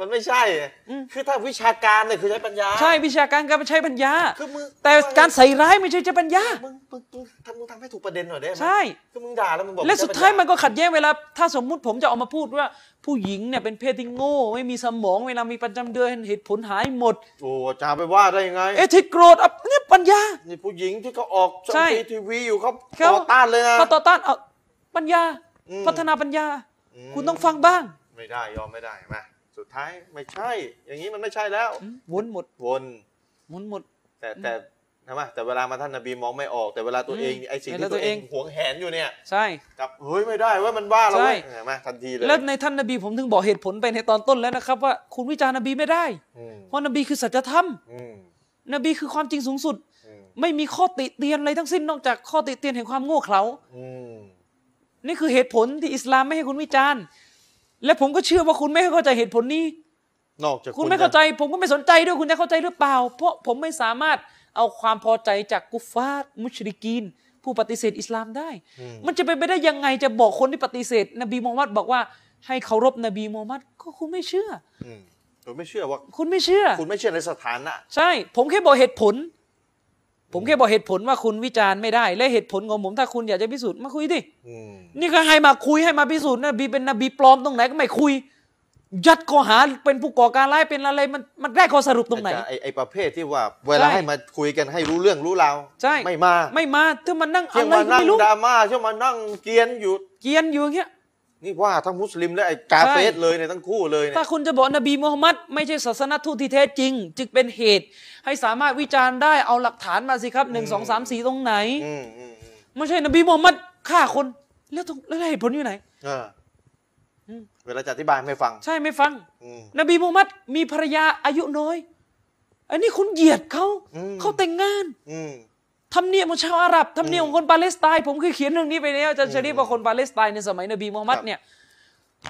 [SPEAKER 1] มันไม่ใช่ไงคือถ้าวิชาการเนี่ยคือใช้ปัญญา
[SPEAKER 3] ใช่วิชาการการใช้ปัญญา
[SPEAKER 1] คือมึง
[SPEAKER 3] แต่การใส่ร้ายไม่ใช่ใช้ปัญญา
[SPEAKER 1] มึงมึงมึงทำมึงทำให้ถูกประเด็นหน่อยได้ไหม
[SPEAKER 3] ใช่
[SPEAKER 1] คือมึงด่าแล้วมึงบอก
[SPEAKER 3] และสุด
[SPEAKER 1] ใช้ปัญญ
[SPEAKER 3] ท้ายมันก็ขัดแย้งเวลา ถ้าสมมุติผมจะออกมาพูดว่า ผู้หญิงเนี่ยเป็นเพศที่โง่ ไม่มีสมองเวลามีประจำเดือนเหตุผลหายหมด
[SPEAKER 1] โอ้อาจารย์ไปว่าได้ยังไง
[SPEAKER 3] เอทิโกรธอ่ะเนี่ยปัญญา
[SPEAKER 1] นี่ผู้หญิงที่เขาออกช่อ
[SPEAKER 3] ใช่
[SPEAKER 1] งทีวีอยู่เขา
[SPEAKER 3] เขา
[SPEAKER 1] ต่อต้านเลยนะ
[SPEAKER 3] พอต่อต้านเอาปัญญา
[SPEAKER 1] อืม
[SPEAKER 3] พัฒนาปัญญา
[SPEAKER 1] อืม
[SPEAKER 3] คุณต้องฟังบ้าง
[SPEAKER 1] ไม่ได้ยอมไม่ได้มาสุดท้ายไม่ใช่ อย่างนี้มันไม่ใช่แล้ว
[SPEAKER 3] อืมวนหมด
[SPEAKER 1] วน
[SPEAKER 3] วนหมด
[SPEAKER 1] แต่แต่ทำไมแต่เวลามาท่านนบีมองไม่ออก แต่เวลาตัวเอง
[SPEAKER 3] อืม
[SPEAKER 1] ไอ้สิ่ง
[SPEAKER 3] เว
[SPEAKER 1] ที่
[SPEAKER 3] ลา
[SPEAKER 1] ตัวเอง
[SPEAKER 3] ตัวเอง
[SPEAKER 1] หวงแหนอยู่เนี่ย
[SPEAKER 3] ใช่
[SPEAKER 1] กลับเฮ้ยไม่ได้เว่ามันว่าเราเว้ย
[SPEAKER 3] ใช่
[SPEAKER 1] เห็นไหมทันทีเลย
[SPEAKER 3] แล้วในท่านนบีผมถึงบอกเหตุผลไปในตอนต้นแล้วนะครับ ว่าคุณวิจารณ์นบีไม่ได้
[SPEAKER 1] อืม
[SPEAKER 3] เพราะนบีคือสัจธรรม
[SPEAKER 1] อืม
[SPEAKER 3] นบีคือความจริงสูงสุด
[SPEAKER 1] อืม
[SPEAKER 3] ไม่มีข้อติเตียนอะไรทั้งสิ้นนอกจากข้อติเตียนแห่งความโง่เขลา
[SPEAKER 1] อืม
[SPEAKER 3] นี่คือเหตุผลที่อิสลามไม่ให้คุณวิจารณ์ และผมก็เชื่อว่าคุณไม่เข้าใจเหตุผลนี้
[SPEAKER 1] นอกจาก
[SPEAKER 3] คุณไม่เข้าใจ ผมก็ไม่สนใจด้วยคุณจะเข้าใจหรือเปล่า เพราะผมไม่สามารถเอาความพอใจจากกุฟฟาร์มุชริกีน ผู้ปฏิเสธอิสลามได้ มันจะเป็นไปได้ยังไงจะบอกคนที่ปฏิเสธ นบีมูฮัมมัดบอกว่าให้เคารพนบีมูฮัมมัดก็คุณไม่เชื่อ
[SPEAKER 1] อืมคุณไม่เชื่อว่า
[SPEAKER 3] คุณไม่เชื่อ
[SPEAKER 1] คุณไม่เชื่อในสถานะ
[SPEAKER 3] ใช่ ผมแค่บอกเหตุผล ผมแค่บอกเหตุผลว่าคุณวิจารณ์ไม่ได้ และเหตุผลของผมถ้าคุณอยากจะพิสูจน์มาคุยดิ
[SPEAKER 1] อืม
[SPEAKER 3] นี่ก็ให้มาคุยให้มาพิสูจน์นบีเป็นนบีปลอมตรงไหนก็ไม่คุย ยัดข้อหาเป็นผู้ก่อการร้ายเป็นอะไรมันมันได้ข้อสรุปตรงไหน
[SPEAKER 1] อาจารย์ไอ้ไอ้ประเภทที่ว่า เวลา
[SPEAKER 3] ใช่
[SPEAKER 1] ให้มาคุยกันให้รู้เรื่องรู้ราว
[SPEAKER 3] ใช่
[SPEAKER 1] ไม่มา
[SPEAKER 3] ไม่มาถ้ามันนั่งอะ
[SPEAKER 1] เที่ยง
[SPEAKER 3] ไร
[SPEAKER 1] มานั่ง
[SPEAKER 3] ไม่รู้
[SPEAKER 1] ดราม่าเที่ยงมานั่งเกรียนอยู่
[SPEAKER 3] เกรียนอยู่อย่างเงี้ย
[SPEAKER 1] นี่ว่าทั้งมุสลิมและไอ้กาเฟส
[SPEAKER 3] ใช่
[SPEAKER 1] เลยเนี่ยทั้งคู่เลยเนี่ย
[SPEAKER 3] ถ้าคุณจะบอกนบีมูฮัมมัดไม่ใช่ศาสนทูตที่แท้จริง จึงเป็นเหตุ ให้สามารถวิจารณ์ได้เอาหลักฐานมาสิครับหนึ่งสองสามสี่ตรงไหน
[SPEAKER 1] อืมอืมอืม
[SPEAKER 3] ไม่ใช่นบีมูฮัมมัดฆ่าคนแล้วตรงแล้วเหตุผลอยู่ไหน
[SPEAKER 1] เอออ
[SPEAKER 3] ม
[SPEAKER 1] เวลาจะอธิบายไม่ฟัง
[SPEAKER 3] ใช่ไม่ฟัง
[SPEAKER 1] อืม
[SPEAKER 3] นบีมูฮัมมัดมีภรรยาอายุน้อย อันนี้คุณเหยียดเขา
[SPEAKER 1] อืม
[SPEAKER 3] เขาแต่งงาน
[SPEAKER 1] อืม
[SPEAKER 3] ธรรมเนียมของชาวอาหรับธรรมเนียมของคนปาเลสไตน์ผมเคยเขียนเรื่องนี้ไปแล้วอาจันชริปว่าคนปาเลสไตน์ในสมัยนบีมูฮัมมัด
[SPEAKER 1] ครับ
[SPEAKER 3] เนี่ย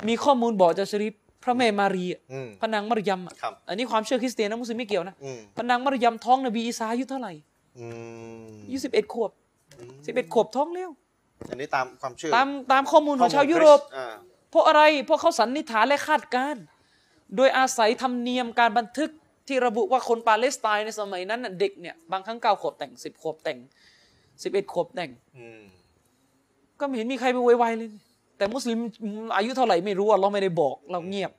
[SPEAKER 3] มีข้อมูลบอกอาจันชริปพระแม่มารีอะ
[SPEAKER 1] อืม
[SPEAKER 3] พระนางมารยมอะ
[SPEAKER 1] ครับ
[SPEAKER 3] อันนี้ความเชื่อคริสเตียนนะมุสลิมไม่เกี่ยวนะ
[SPEAKER 1] อืม
[SPEAKER 3] พระนางมารยมท้องนบีอีสาอายุเท่าไหร่
[SPEAKER 1] อืม
[SPEAKER 3] ยี่สิบเอ็ดขวบสิบเอ็ดขวบท้องแล้ว
[SPEAKER 1] อันนี้ตามความเชื่อ
[SPEAKER 3] ตามตามข้อมูลของชาวยุโรป
[SPEAKER 1] ข้อมูลคสต์อ่า
[SPEAKER 3] เพราะอะไร เพราะเขาสันนิษฐานและคาดการณ์โดยอาศัยธรรมเนียมการบันทึกที่ระบุว่าคนปาเลสไตน์ในสมัยนั้นน่ะเด็กเนี่ยบางครั้งเก้าขวบแต่งสิบขวบแต่งสิบเอ็ดขวบแต่ง
[SPEAKER 1] อืม
[SPEAKER 3] ก็ไม่เห็นมีใครไปโวยวายเลย แต่มุสลิมอายุเท่าไหร่ไม่รู้เราไม่ได้บอกเราเงียบ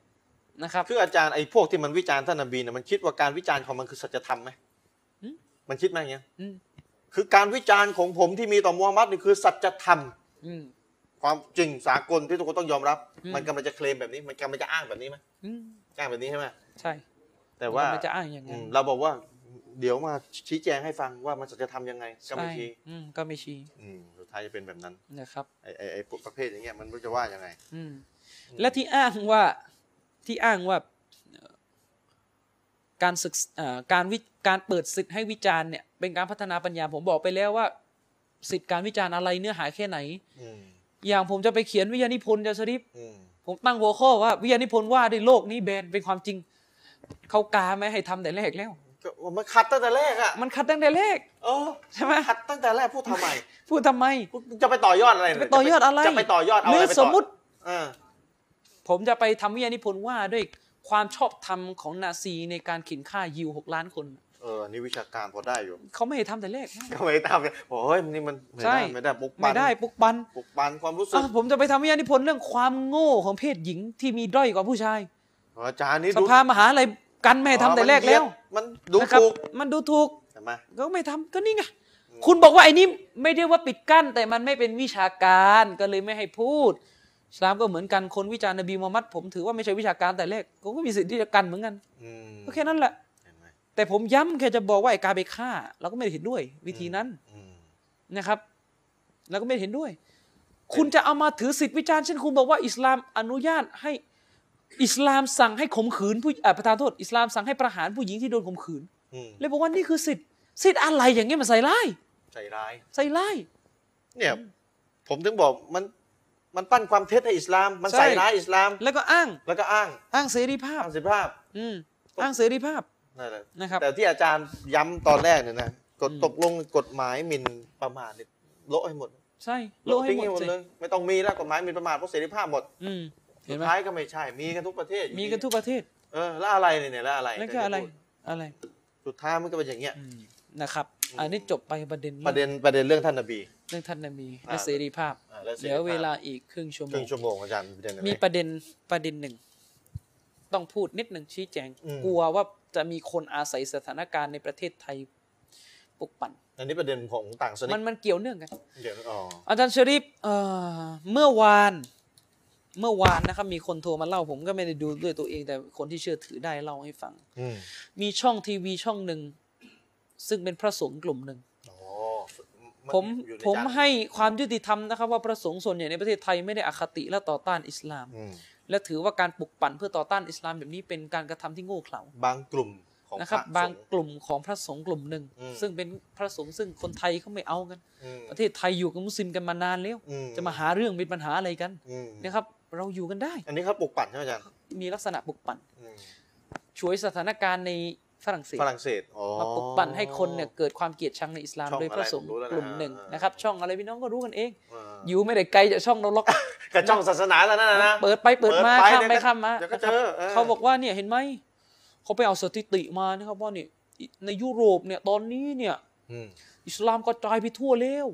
[SPEAKER 3] นะครับ
[SPEAKER 1] คืออาจารย์ไอ้พวกที่มันวิจารณ์ท่านนบีเนี่ยมันคิดว่าการวิจารณ์ของมันคือสัจธรรมไหม
[SPEAKER 3] อืม
[SPEAKER 1] มันคิดไหมอย่างเงี้ย
[SPEAKER 3] อืม
[SPEAKER 1] คือการวิจารณ์ของผมที่มีต่อมูฮัมหมัดนี่คือสัจธรรม
[SPEAKER 3] อืม
[SPEAKER 1] ความจริงสากลที่ทุกคนต้องยอมรับ
[SPEAKER 3] อืม
[SPEAKER 1] มันกำลังจะเคลมแบบนี้ มันกำลังจะอ้างแบบนี้ไหม
[SPEAKER 3] อืม
[SPEAKER 1] อ้างแบบนี้ใช่ไหม
[SPEAKER 3] ใช่
[SPEAKER 1] แต่ว่า
[SPEAKER 3] มันจะอ้างอย่าง
[SPEAKER 1] อื
[SPEAKER 3] นั้น
[SPEAKER 1] มเราบอกว่า เดี๋ยวมาชี้แจงให้ฟังว่ามันสัจธรรมยังไงก็
[SPEAKER 3] ใช่
[SPEAKER 1] ไม่ชี้
[SPEAKER 3] อืมก็ไม่ชี้
[SPEAKER 1] อืมสุดท้ายจะเป็นแบบนั้น
[SPEAKER 3] นะครับ
[SPEAKER 1] ไอ้ไอ้ไอ้พวกประเภทอย่างเงี้ยมันไม่รู้จะว่ายังไง
[SPEAKER 3] อืม
[SPEAKER 1] อืม
[SPEAKER 3] และที่อ้างว่าที่อ้างว่าเอ่อการศึกษเอ่อการวิการเปิดสิทธิ์ให้วิจารณ์เนี่ยเป็นการพัฒนาปัญญาผมบอกไปแล้วว่า สิทธิ์การวิจารณ์อะไรเนื้อหาแค่ไหน
[SPEAKER 1] อืม
[SPEAKER 3] อย่างผมจะไปเขียนวิทยานิพนธ์จะสริป
[SPEAKER 1] อืม
[SPEAKER 3] ผมตั้งหัวข้อว่าวิทยานิพนธ์ว่าด้วยโลกนี้แบนเป็นความจริง เขากาไม่ให้ทำแต่แรกแล้ว
[SPEAKER 1] ก็มันขัดตั้งแต่แรกอ่ะ
[SPEAKER 3] มันขัดตั้งแต่แรก
[SPEAKER 1] เออ
[SPEAKER 3] ใช่ไหม <laughs>
[SPEAKER 1] ขัดตั้งแต่แรกพูดทำไม
[SPEAKER 3] พูดทำไม
[SPEAKER 1] จะไปต่อยอดอะไร
[SPEAKER 3] จะไปต่อยอดอะไร
[SPEAKER 1] จะไปต่อยอด
[SPEAKER 3] ห
[SPEAKER 1] เอา
[SPEAKER 3] รื
[SPEAKER 1] อะไร
[SPEAKER 3] อ
[SPEAKER 1] ไปต่
[SPEAKER 3] สมมติ
[SPEAKER 1] เออ
[SPEAKER 3] ผมจะไปทำวิทยานิพนธ์ว่าด้วยความชอบธรรมของนาซีในการเขินฆ่ายิวหกล้านคน
[SPEAKER 1] เออ นี่วิชาการพอได้อยู่
[SPEAKER 3] เขาไม่ให้ทำแต่แรกนะ
[SPEAKER 1] ก็ไม่ตามโอ้ยนี่มันไม่
[SPEAKER 3] ใช่
[SPEAKER 1] ได้ไม่ได้ปลุกปั
[SPEAKER 3] ไม่
[SPEAKER 1] น
[SPEAKER 3] ได้ปลุกปัน
[SPEAKER 1] ปลุกปันความรู้สึก
[SPEAKER 3] อ่ะผมจะไปทำวิทยานิพนธ์เรื่องความโง่ของเพศหญิงที่มีด้อยกว่าผู้ชาย
[SPEAKER 1] อาจารย์นี่
[SPEAKER 3] ส
[SPEAKER 1] ดู
[SPEAKER 3] ภามหาอะไรกันไม่ให้ทำแต่แรกแล้ว
[SPEAKER 1] มันดู
[SPEAKER 3] นะครั
[SPEAKER 1] ถูก
[SPEAKER 3] มันดูถูก
[SPEAKER 1] เห็นไหม
[SPEAKER 3] ก็ไม่ทำก็นี่ไงคุณบอกว่าไอ้นี่ไม่ได้ว่าปิดกั้น แต่มันไม่เป็นวิชาการก็เลยไม่ให้พูดอิสลามก็เหมือนกันคนวิจารณ์นบีมูฮัมมัดผมถือว่าไม่ใช่วิชาการแต่แรกผมก็มีสิทธิ์ที่จะกันเหมือนกัน
[SPEAKER 1] อืม
[SPEAKER 3] ก็แค่นั้นแหละ
[SPEAKER 1] เห็นไหม
[SPEAKER 3] แต่ผมย้ำแค่จะบอกว่าไอ้การไปฆ่า เราก็ไม่ได้เห็นด้วย วิธีนั้น
[SPEAKER 1] อืม
[SPEAKER 3] นะครับ เราก็ไม่ได้เห็นด้วย คุณจะเอามาถือสิทธิวิจารณ์เช่นคุณบอกว่าอิสลามอนุญาตให้อิสลามสั่งให้ข่มขืนผู้อ่าประธานโทษอิสลามสั่งให้ประหารผู้หญิงที่โดนข่มขืน
[SPEAKER 1] อืม
[SPEAKER 3] เลยบอกว่านี่คือสิทธิ์สิทธิ์อะไรอย่างเงี้ยมันใส่ร้าย
[SPEAKER 1] ใจร้าย
[SPEAKER 3] ใส่ร้าย
[SPEAKER 1] เนี่ย ผมถึงบอกมันมันปั้นความเท็จให้อิสลาม มัน
[SPEAKER 3] ใช่
[SPEAKER 1] ใส่ร้ายอิสลาม
[SPEAKER 3] แล้วก็อ้าง
[SPEAKER 1] แล้วก็อ้าง
[SPEAKER 3] อ้างเสรีภาพ
[SPEAKER 1] อ้างสิทธิภาพ
[SPEAKER 3] อืมอ้างเสรีภาพ
[SPEAKER 1] นั่นแหละ
[SPEAKER 3] นะครับ
[SPEAKER 1] แต่ที่อาจารย์ย้ำตอนแรกเนี่ยนะกฎ
[SPEAKER 3] อืม
[SPEAKER 1] ตกลงกฎหมายหมิ่นประมาทเนี่ยโละให้หมด
[SPEAKER 3] ใช่โล
[SPEAKER 1] ละ
[SPEAKER 3] ให้
[SPEAKER 1] ทิ้ง
[SPEAKER 3] หม
[SPEAKER 1] ให้หม
[SPEAKER 3] ด
[SPEAKER 1] ด
[SPEAKER 3] สิ
[SPEAKER 1] เลยไม่ต้องมีแล้วกฎหมายหมิ่นประมาทเพราะเสรีภาพหมด
[SPEAKER 3] อืมเห็
[SPEAKER 1] สุด
[SPEAKER 3] นไหม
[SPEAKER 1] ท้ายก็ไม่ใช่ มีกันทุกประเทศอยู่
[SPEAKER 3] มีกันทุกประเทศ
[SPEAKER 1] เออแล้วอะไรเนี่ยเนี่ยแล้วอะไร
[SPEAKER 3] นั่นคืออะไร
[SPEAKER 1] ที่จพู
[SPEAKER 3] อะไร
[SPEAKER 1] ดสุดท้ายมันก็เป็นอย่างเงี้ย
[SPEAKER 3] อืมนะครับ อันนี้จบไปประเด็น
[SPEAKER 1] ประเด็นประเด็นเรื่องท่านนบี
[SPEAKER 3] เรื่องท่านนบี
[SPEAKER 1] อ่า
[SPEAKER 3] และเสรีภาพ
[SPEAKER 1] อ่าและส
[SPEAKER 3] เห
[SPEAKER 1] รี
[SPEAKER 3] ลือ
[SPEAKER 1] ภพ
[SPEAKER 3] เวลาอีกครึ่งชั่ว
[SPEAKER 1] ค
[SPEAKER 3] โม
[SPEAKER 1] รึ่
[SPEAKER 3] ง
[SPEAKER 1] งชั่วโมงอาจารย์มีประเด็นอะไร
[SPEAKER 3] มีประเด็นประเด็นหนึ่ง ต้องพูดนิดหนึ่งชี้แจง
[SPEAKER 1] อืม
[SPEAKER 3] กลัวว่าจะมีคนอาศัยสถานการณ์ในประเทศไทยปลุกปั่น
[SPEAKER 1] อันนี้ประเด็นของต่างสนิ
[SPEAKER 3] มันมันเกี่ยวเนื่องกัน
[SPEAKER 1] เดี๋ยวอ๋อ
[SPEAKER 3] อาจารย์ชริปเอ่อเมื่อวาน เมื่อวานนะครับ มีคนโทรมาเล่าผมก็ไม่ได้ดูด้วยตัวเองแต่คนที่เชื่อถือได้เล่าให้ฟัง
[SPEAKER 1] อืม
[SPEAKER 3] มีช่องทีวีช่องหนึ่ง ซึ่งเป็นพระสงฆ์กลุ่มหนึ่ง
[SPEAKER 1] อ๋อ
[SPEAKER 3] ผม
[SPEAKER 1] อยู่ใน
[SPEAKER 3] ผม
[SPEAKER 1] จาน
[SPEAKER 3] ให้ความยุติธรรมนะครับ ว่าพระสงฆ์ส่วนใหญ่ในประเทศไทยไม่ได้อคติและต่อต้านอิสลาม
[SPEAKER 1] อืม
[SPEAKER 3] และถือว่าการปลุกปั่นเพื่อต่อต้านอิสลามแบบนี้เป็นการกระทำที่โง่เขลา
[SPEAKER 1] บางกลุ่มของ
[SPEAKER 3] นะ
[SPEAKER 1] พ
[SPEAKER 3] ครับ
[SPEAKER 1] ระ
[SPEAKER 3] บาง
[SPEAKER 1] สงฆ์
[SPEAKER 3] กลุ่มของพระสงฆ์กลุ่มหนึ่ง
[SPEAKER 1] อืม
[SPEAKER 3] ซึ่งเป็นพระสงฆ์ซึ่งคนไทยเขาไม่เอากัน
[SPEAKER 1] อืม
[SPEAKER 3] ประเทศไทยอยู่กับมุสลิมกันมานานแล้ว
[SPEAKER 1] อื
[SPEAKER 3] จะมาหาเรื่องเป็นปัญหาอะไรกัน
[SPEAKER 1] อืม
[SPEAKER 3] นะครับ เราอยู่กันได้
[SPEAKER 1] อันนี้เขาปลุกปั่นใช่ไหมอาจารย์
[SPEAKER 3] มีลักษณะปลุกปั่น
[SPEAKER 1] อืม
[SPEAKER 3] ช่วยสถานการณ์ในฝรั่งเศส
[SPEAKER 1] ฝรั่งเศสอ๋อ
[SPEAKER 3] มาปลุกปั่นให้คนเนี่ยเกิดความเกลียดชังในอิสลาม
[SPEAKER 1] ช่อง
[SPEAKER 3] โดยพระสงฆ์
[SPEAKER 1] อะไรผมรู้แล้วนะ
[SPEAKER 3] กลุ่มหนึ่ง
[SPEAKER 1] อ่าน
[SPEAKER 3] นะครับ ช่องอะไรพี่น้องก็รู้กันเอง
[SPEAKER 1] อ่า
[SPEAKER 3] อยู่ไม่ได้ไกลจากช่องนร
[SPEAKER 1] <laughs>
[SPEAKER 3] ก
[SPEAKER 1] กระจ้องศาสนาแล้วนั่นน่ะนะ
[SPEAKER 3] เปิดไปเปิดมา
[SPEAKER 1] เปิดไป
[SPEAKER 3] ข้ามไป
[SPEAKER 1] เดี๋ยวก็
[SPEAKER 3] ข้าม
[SPEAKER 1] เดี๋ยวก็เจอ
[SPEAKER 3] มานะครับ
[SPEAKER 1] เออ
[SPEAKER 3] เขาบอกว่าเนี่ยเห็นไหมเขาไปเอาสถิติมานะครับว่าเนี่ยในยุโรปเนี่ยตอนนี้เนี่ย
[SPEAKER 1] อืม
[SPEAKER 3] อิสลามกระจายไปทั่วแล้ว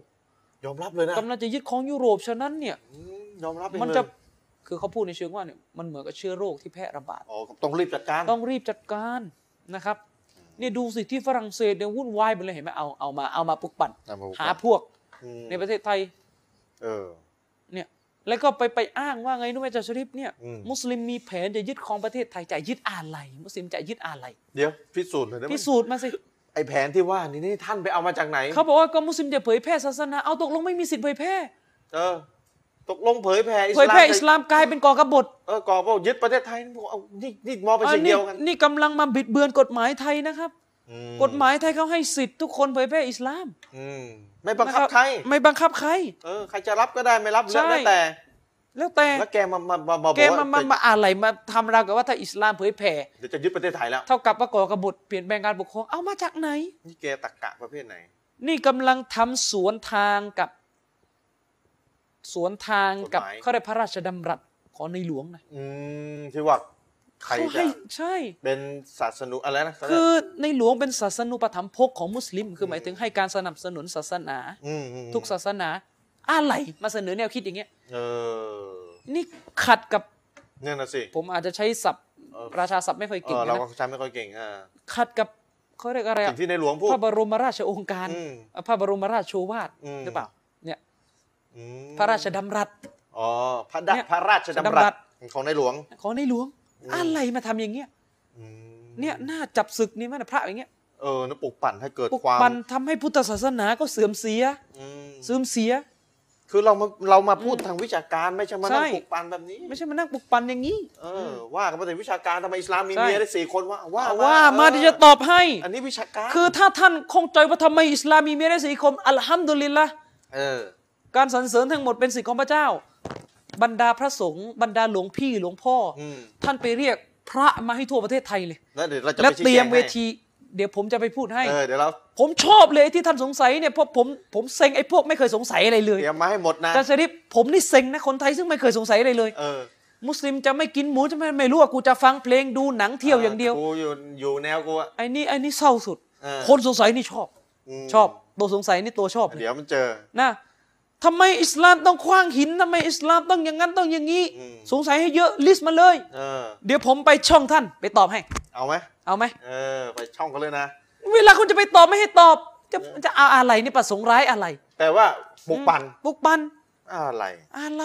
[SPEAKER 1] ยอมรับเลยนะ
[SPEAKER 3] กำลังจะยึดของยุโรปฉะนั้นเนี่ย
[SPEAKER 1] อืมยอมรับเอง
[SPEAKER 3] มัน
[SPEAKER 1] เลย
[SPEAKER 3] จะคือเขาพูดในเชิงว่าเนี่ยมันเหมือนกับเชื้อโรคที่แพร่ระบาด
[SPEAKER 1] อ๋อต้องรีบจัดการ
[SPEAKER 3] ต้องรีบจัดการนะครับเนี่ยดูสิที่ฝรั่งเศสเนี่ยวุ่นวายไปเลยเห็นไหมเอาเอามาเอามาปลุกปั่น
[SPEAKER 1] อ่ะผม
[SPEAKER 3] หาพวก
[SPEAKER 1] อืม
[SPEAKER 3] ในประเทศไทย
[SPEAKER 1] เออ
[SPEAKER 3] เนี่ยแล้วก็ไปไปอ้างว่าไงนู้ไหมอาจารย์ชริปเนี่ย
[SPEAKER 1] อืม
[SPEAKER 3] มุสลิมมีแผนจะยึดครองประเทศไทยจะยึดอะไรมุสลิมจะยึดอะไร
[SPEAKER 1] เดี๋ยวพิสูจน์หน่อยได้ไหม
[SPEAKER 3] พิสูจน์มาสิ
[SPEAKER 1] ไอแผนที่ว่านี่นี่ท่านไปเอามาจากไหน
[SPEAKER 3] เขาบอกว่าก็มุสลิมจะเผยแพร่ศาสนาเอาตกลงไม่มีสิทธิ์เผยแพร่
[SPEAKER 1] เออ ตกลงเผยแผ่อิส
[SPEAKER 3] เผย
[SPEAKER 1] ลาม
[SPEAKER 3] แพร่อิสลามกลายเป็นก่อกบฏ
[SPEAKER 1] เออก่อพวกยึดประเทศไทยนี่พวกเอานี่นี่มองเป็นสิ่ง
[SPEAKER 3] นี่
[SPEAKER 1] เดียวกัน
[SPEAKER 3] นี่กำลังมาบิดเบือนกฎหมายไทยนะครับ
[SPEAKER 1] อื
[SPEAKER 3] กฎหมายไทยเขาให้สิทธิ์ทุกคนเผยแพร่อิสลาม
[SPEAKER 1] อืมไม่บังคับ
[SPEAKER 3] นะ
[SPEAKER 1] ใคร
[SPEAKER 3] ไม่บังคับใคร
[SPEAKER 1] เออใครจะรับก็ได้ไม่รับเรื่องแล้ว
[SPEAKER 3] ใช่
[SPEAKER 1] แต่
[SPEAKER 3] แล้วแต่
[SPEAKER 1] แล้วแกมามามามาบอก
[SPEAKER 3] แกมามา
[SPEAKER 1] ว่า
[SPEAKER 3] มาอะไรมาทำราวกับว่าถ้าอิสลามเผยแพร่
[SPEAKER 1] เดี๋ยวจะยึดประเทศไทยแล้ว
[SPEAKER 3] เท่ากับว่าก่อกบฏเปลี่ยนแปลงการปกครองเอามาจากไหน
[SPEAKER 1] นี่แกตักกะประเภทไหน
[SPEAKER 3] นี่กำลังทำสวนทางกับ สวนทางกับ
[SPEAKER 1] กฎหมาย
[SPEAKER 3] เขาได้พระราชดำรัสของในหลวงนะ
[SPEAKER 1] อืมที่ว่าใคร
[SPEAKER 3] เขา
[SPEAKER 1] จะ
[SPEAKER 3] ให้ใช่
[SPEAKER 1] เป็นศาสนุอะไรนะ
[SPEAKER 3] คือในหลวงเป็นศาสนูปถัมภกของมุสลิม คือหมายถึงให้การสนับสนุนศาสนา
[SPEAKER 1] อืมอืม
[SPEAKER 3] ทุกศาสนา อะไรมาเสนอแนวคิดอย่างเงี้ย
[SPEAKER 1] เออ
[SPEAKER 3] นี่ขัดกับ
[SPEAKER 1] เนี่ยนะสิ
[SPEAKER 3] ผมอาจจะใช้ศัพท์
[SPEAKER 1] เออ
[SPEAKER 3] ราชาศัพท์ไม่ค่อย
[SPEAKER 1] เอ
[SPEAKER 3] เก่ง
[SPEAKER 1] อเรา
[SPEAKER 3] นะ
[SPEAKER 1] ก็ใช้ไม่ค่อยเก่งฮะ
[SPEAKER 3] ขัดกับเขาเรียกอะไร
[SPEAKER 1] สิ่
[SPEAKER 3] อะ
[SPEAKER 1] งที่ในหลวงพูด
[SPEAKER 3] พระบรมราชโองการ
[SPEAKER 1] อืม
[SPEAKER 3] พระบรมราชโชวาท
[SPEAKER 1] อืม
[SPEAKER 3] หรือเปล่าเนี่ย
[SPEAKER 1] อืม
[SPEAKER 3] พระราชดำรัส
[SPEAKER 1] อ๋อพระดะ
[SPEAKER 3] เนี่ย
[SPEAKER 1] พระราช
[SPEAKER 3] ดำ
[SPEAKER 1] ดำ
[SPEAKER 3] รั
[SPEAKER 1] รั
[SPEAKER 3] ส
[SPEAKER 1] สของในหลวง
[SPEAKER 3] ของในหลวง
[SPEAKER 1] อืม
[SPEAKER 3] อะไรมาทำอย่างเงี้ย
[SPEAKER 1] อืม
[SPEAKER 3] เนี่ยน่าจับศึกนี่มันนะพระอย่างเงี้ย
[SPEAKER 1] เออนะปลุกปั่นให้เกิด
[SPEAKER 3] ปลุก
[SPEAKER 1] ความ
[SPEAKER 3] ปั่นทำให้พุทธศาสนาก็เสื่อมเสีย
[SPEAKER 1] อืม
[SPEAKER 3] เสื่อมเสีย
[SPEAKER 1] คือเรามาเรามาพูดทางวิชาการไม่ใช่มานั่ง
[SPEAKER 3] ใช่
[SPEAKER 1] ปลุกปั่นแบบนี้
[SPEAKER 3] ไม่ใช่มานั่งปลุกปั่นอย่างนี้
[SPEAKER 1] เออว่ากันมาแต่วิชาการทำไมอิสลามมี
[SPEAKER 3] ใช่
[SPEAKER 1] เมียได้สี่คนว่าว่า
[SPEAKER 3] เอาว่ามา
[SPEAKER 1] เออ
[SPEAKER 3] ที่จะตอบให้
[SPEAKER 1] อันนี้วิชาการ
[SPEAKER 3] คือถ้าท่านคงใจว่าทำไมอิสลามมีเมียได้สี่คนอัลฮัมดุลิลละ
[SPEAKER 1] เออ
[SPEAKER 3] การสรรเสริญทั้งหมดเป็นสิทธิของพระเจ้า บรรดาพระสงฆ์บรรดาหลวงพี่หลวงพ่ออ
[SPEAKER 1] ม
[SPEAKER 3] ท่านไปเรียกพระมาให้ทั่วประเทศไทยเลย
[SPEAKER 1] แล้วเดี๋ยวเราจะ
[SPEAKER 3] และ
[SPEAKER 1] ไปชี้
[SPEAKER 3] เตรียมเว
[SPEAKER 1] แจงให้
[SPEAKER 3] ทีเดี๋ยวผมจะไปพูดให้
[SPEAKER 1] เออเดี๋ยวเรา
[SPEAKER 3] ผมชอบเลยที่ท่านสงสัยเนี่ยเพราะผมผมเซ็งไอ้พวกไม่เคยสงสัยอะไรเลย
[SPEAKER 1] เตรียมมาให้หมดนะ
[SPEAKER 3] อาจารย์ชริปผมนี่เซ็งนะคนไทยซึ่งไม่เคยสงสัยอะไรเลย
[SPEAKER 1] เออ
[SPEAKER 3] มุสลิมจะไม่กินหมูจะไม่ไม่รู้ว่ากูจะฟังเพลงดูหนังเที่ยวอย่างเดียว
[SPEAKER 1] กูอยู่อยู่แนวกูอะ
[SPEAKER 3] ไอ้นี่ไอ้นี่เศร้าสุด
[SPEAKER 1] เออ
[SPEAKER 3] คนสงสัยนี่ชอบ
[SPEAKER 1] ม
[SPEAKER 3] ชอบตัวสงสัยนี่ตัวชอบเลย
[SPEAKER 1] เดี๋ยวมันเจอ
[SPEAKER 3] นะทำไมอิสลามต้องคว้างหินทำไมอิสลามต้องอย่างนั้นต้องอย่างนี้
[SPEAKER 1] อืม
[SPEAKER 3] สงสัยให้เยอะลิสต์มาเลย
[SPEAKER 1] เออ
[SPEAKER 3] เดี๋ยวผมไปช่องท่านไปตอบให้
[SPEAKER 1] เอาไหม
[SPEAKER 3] เอาไหม
[SPEAKER 1] เออ ไปช่องกันเลยนะ
[SPEAKER 3] เวลาคุณจะไปตอบไม่ให้ตอบ จะจะเอาอะไรนี่ประสงค์ร้ายอะไร
[SPEAKER 1] แต่ว่าปลุกปั่น
[SPEAKER 3] ปลุกปัน
[SPEAKER 1] อะไร
[SPEAKER 3] อะไร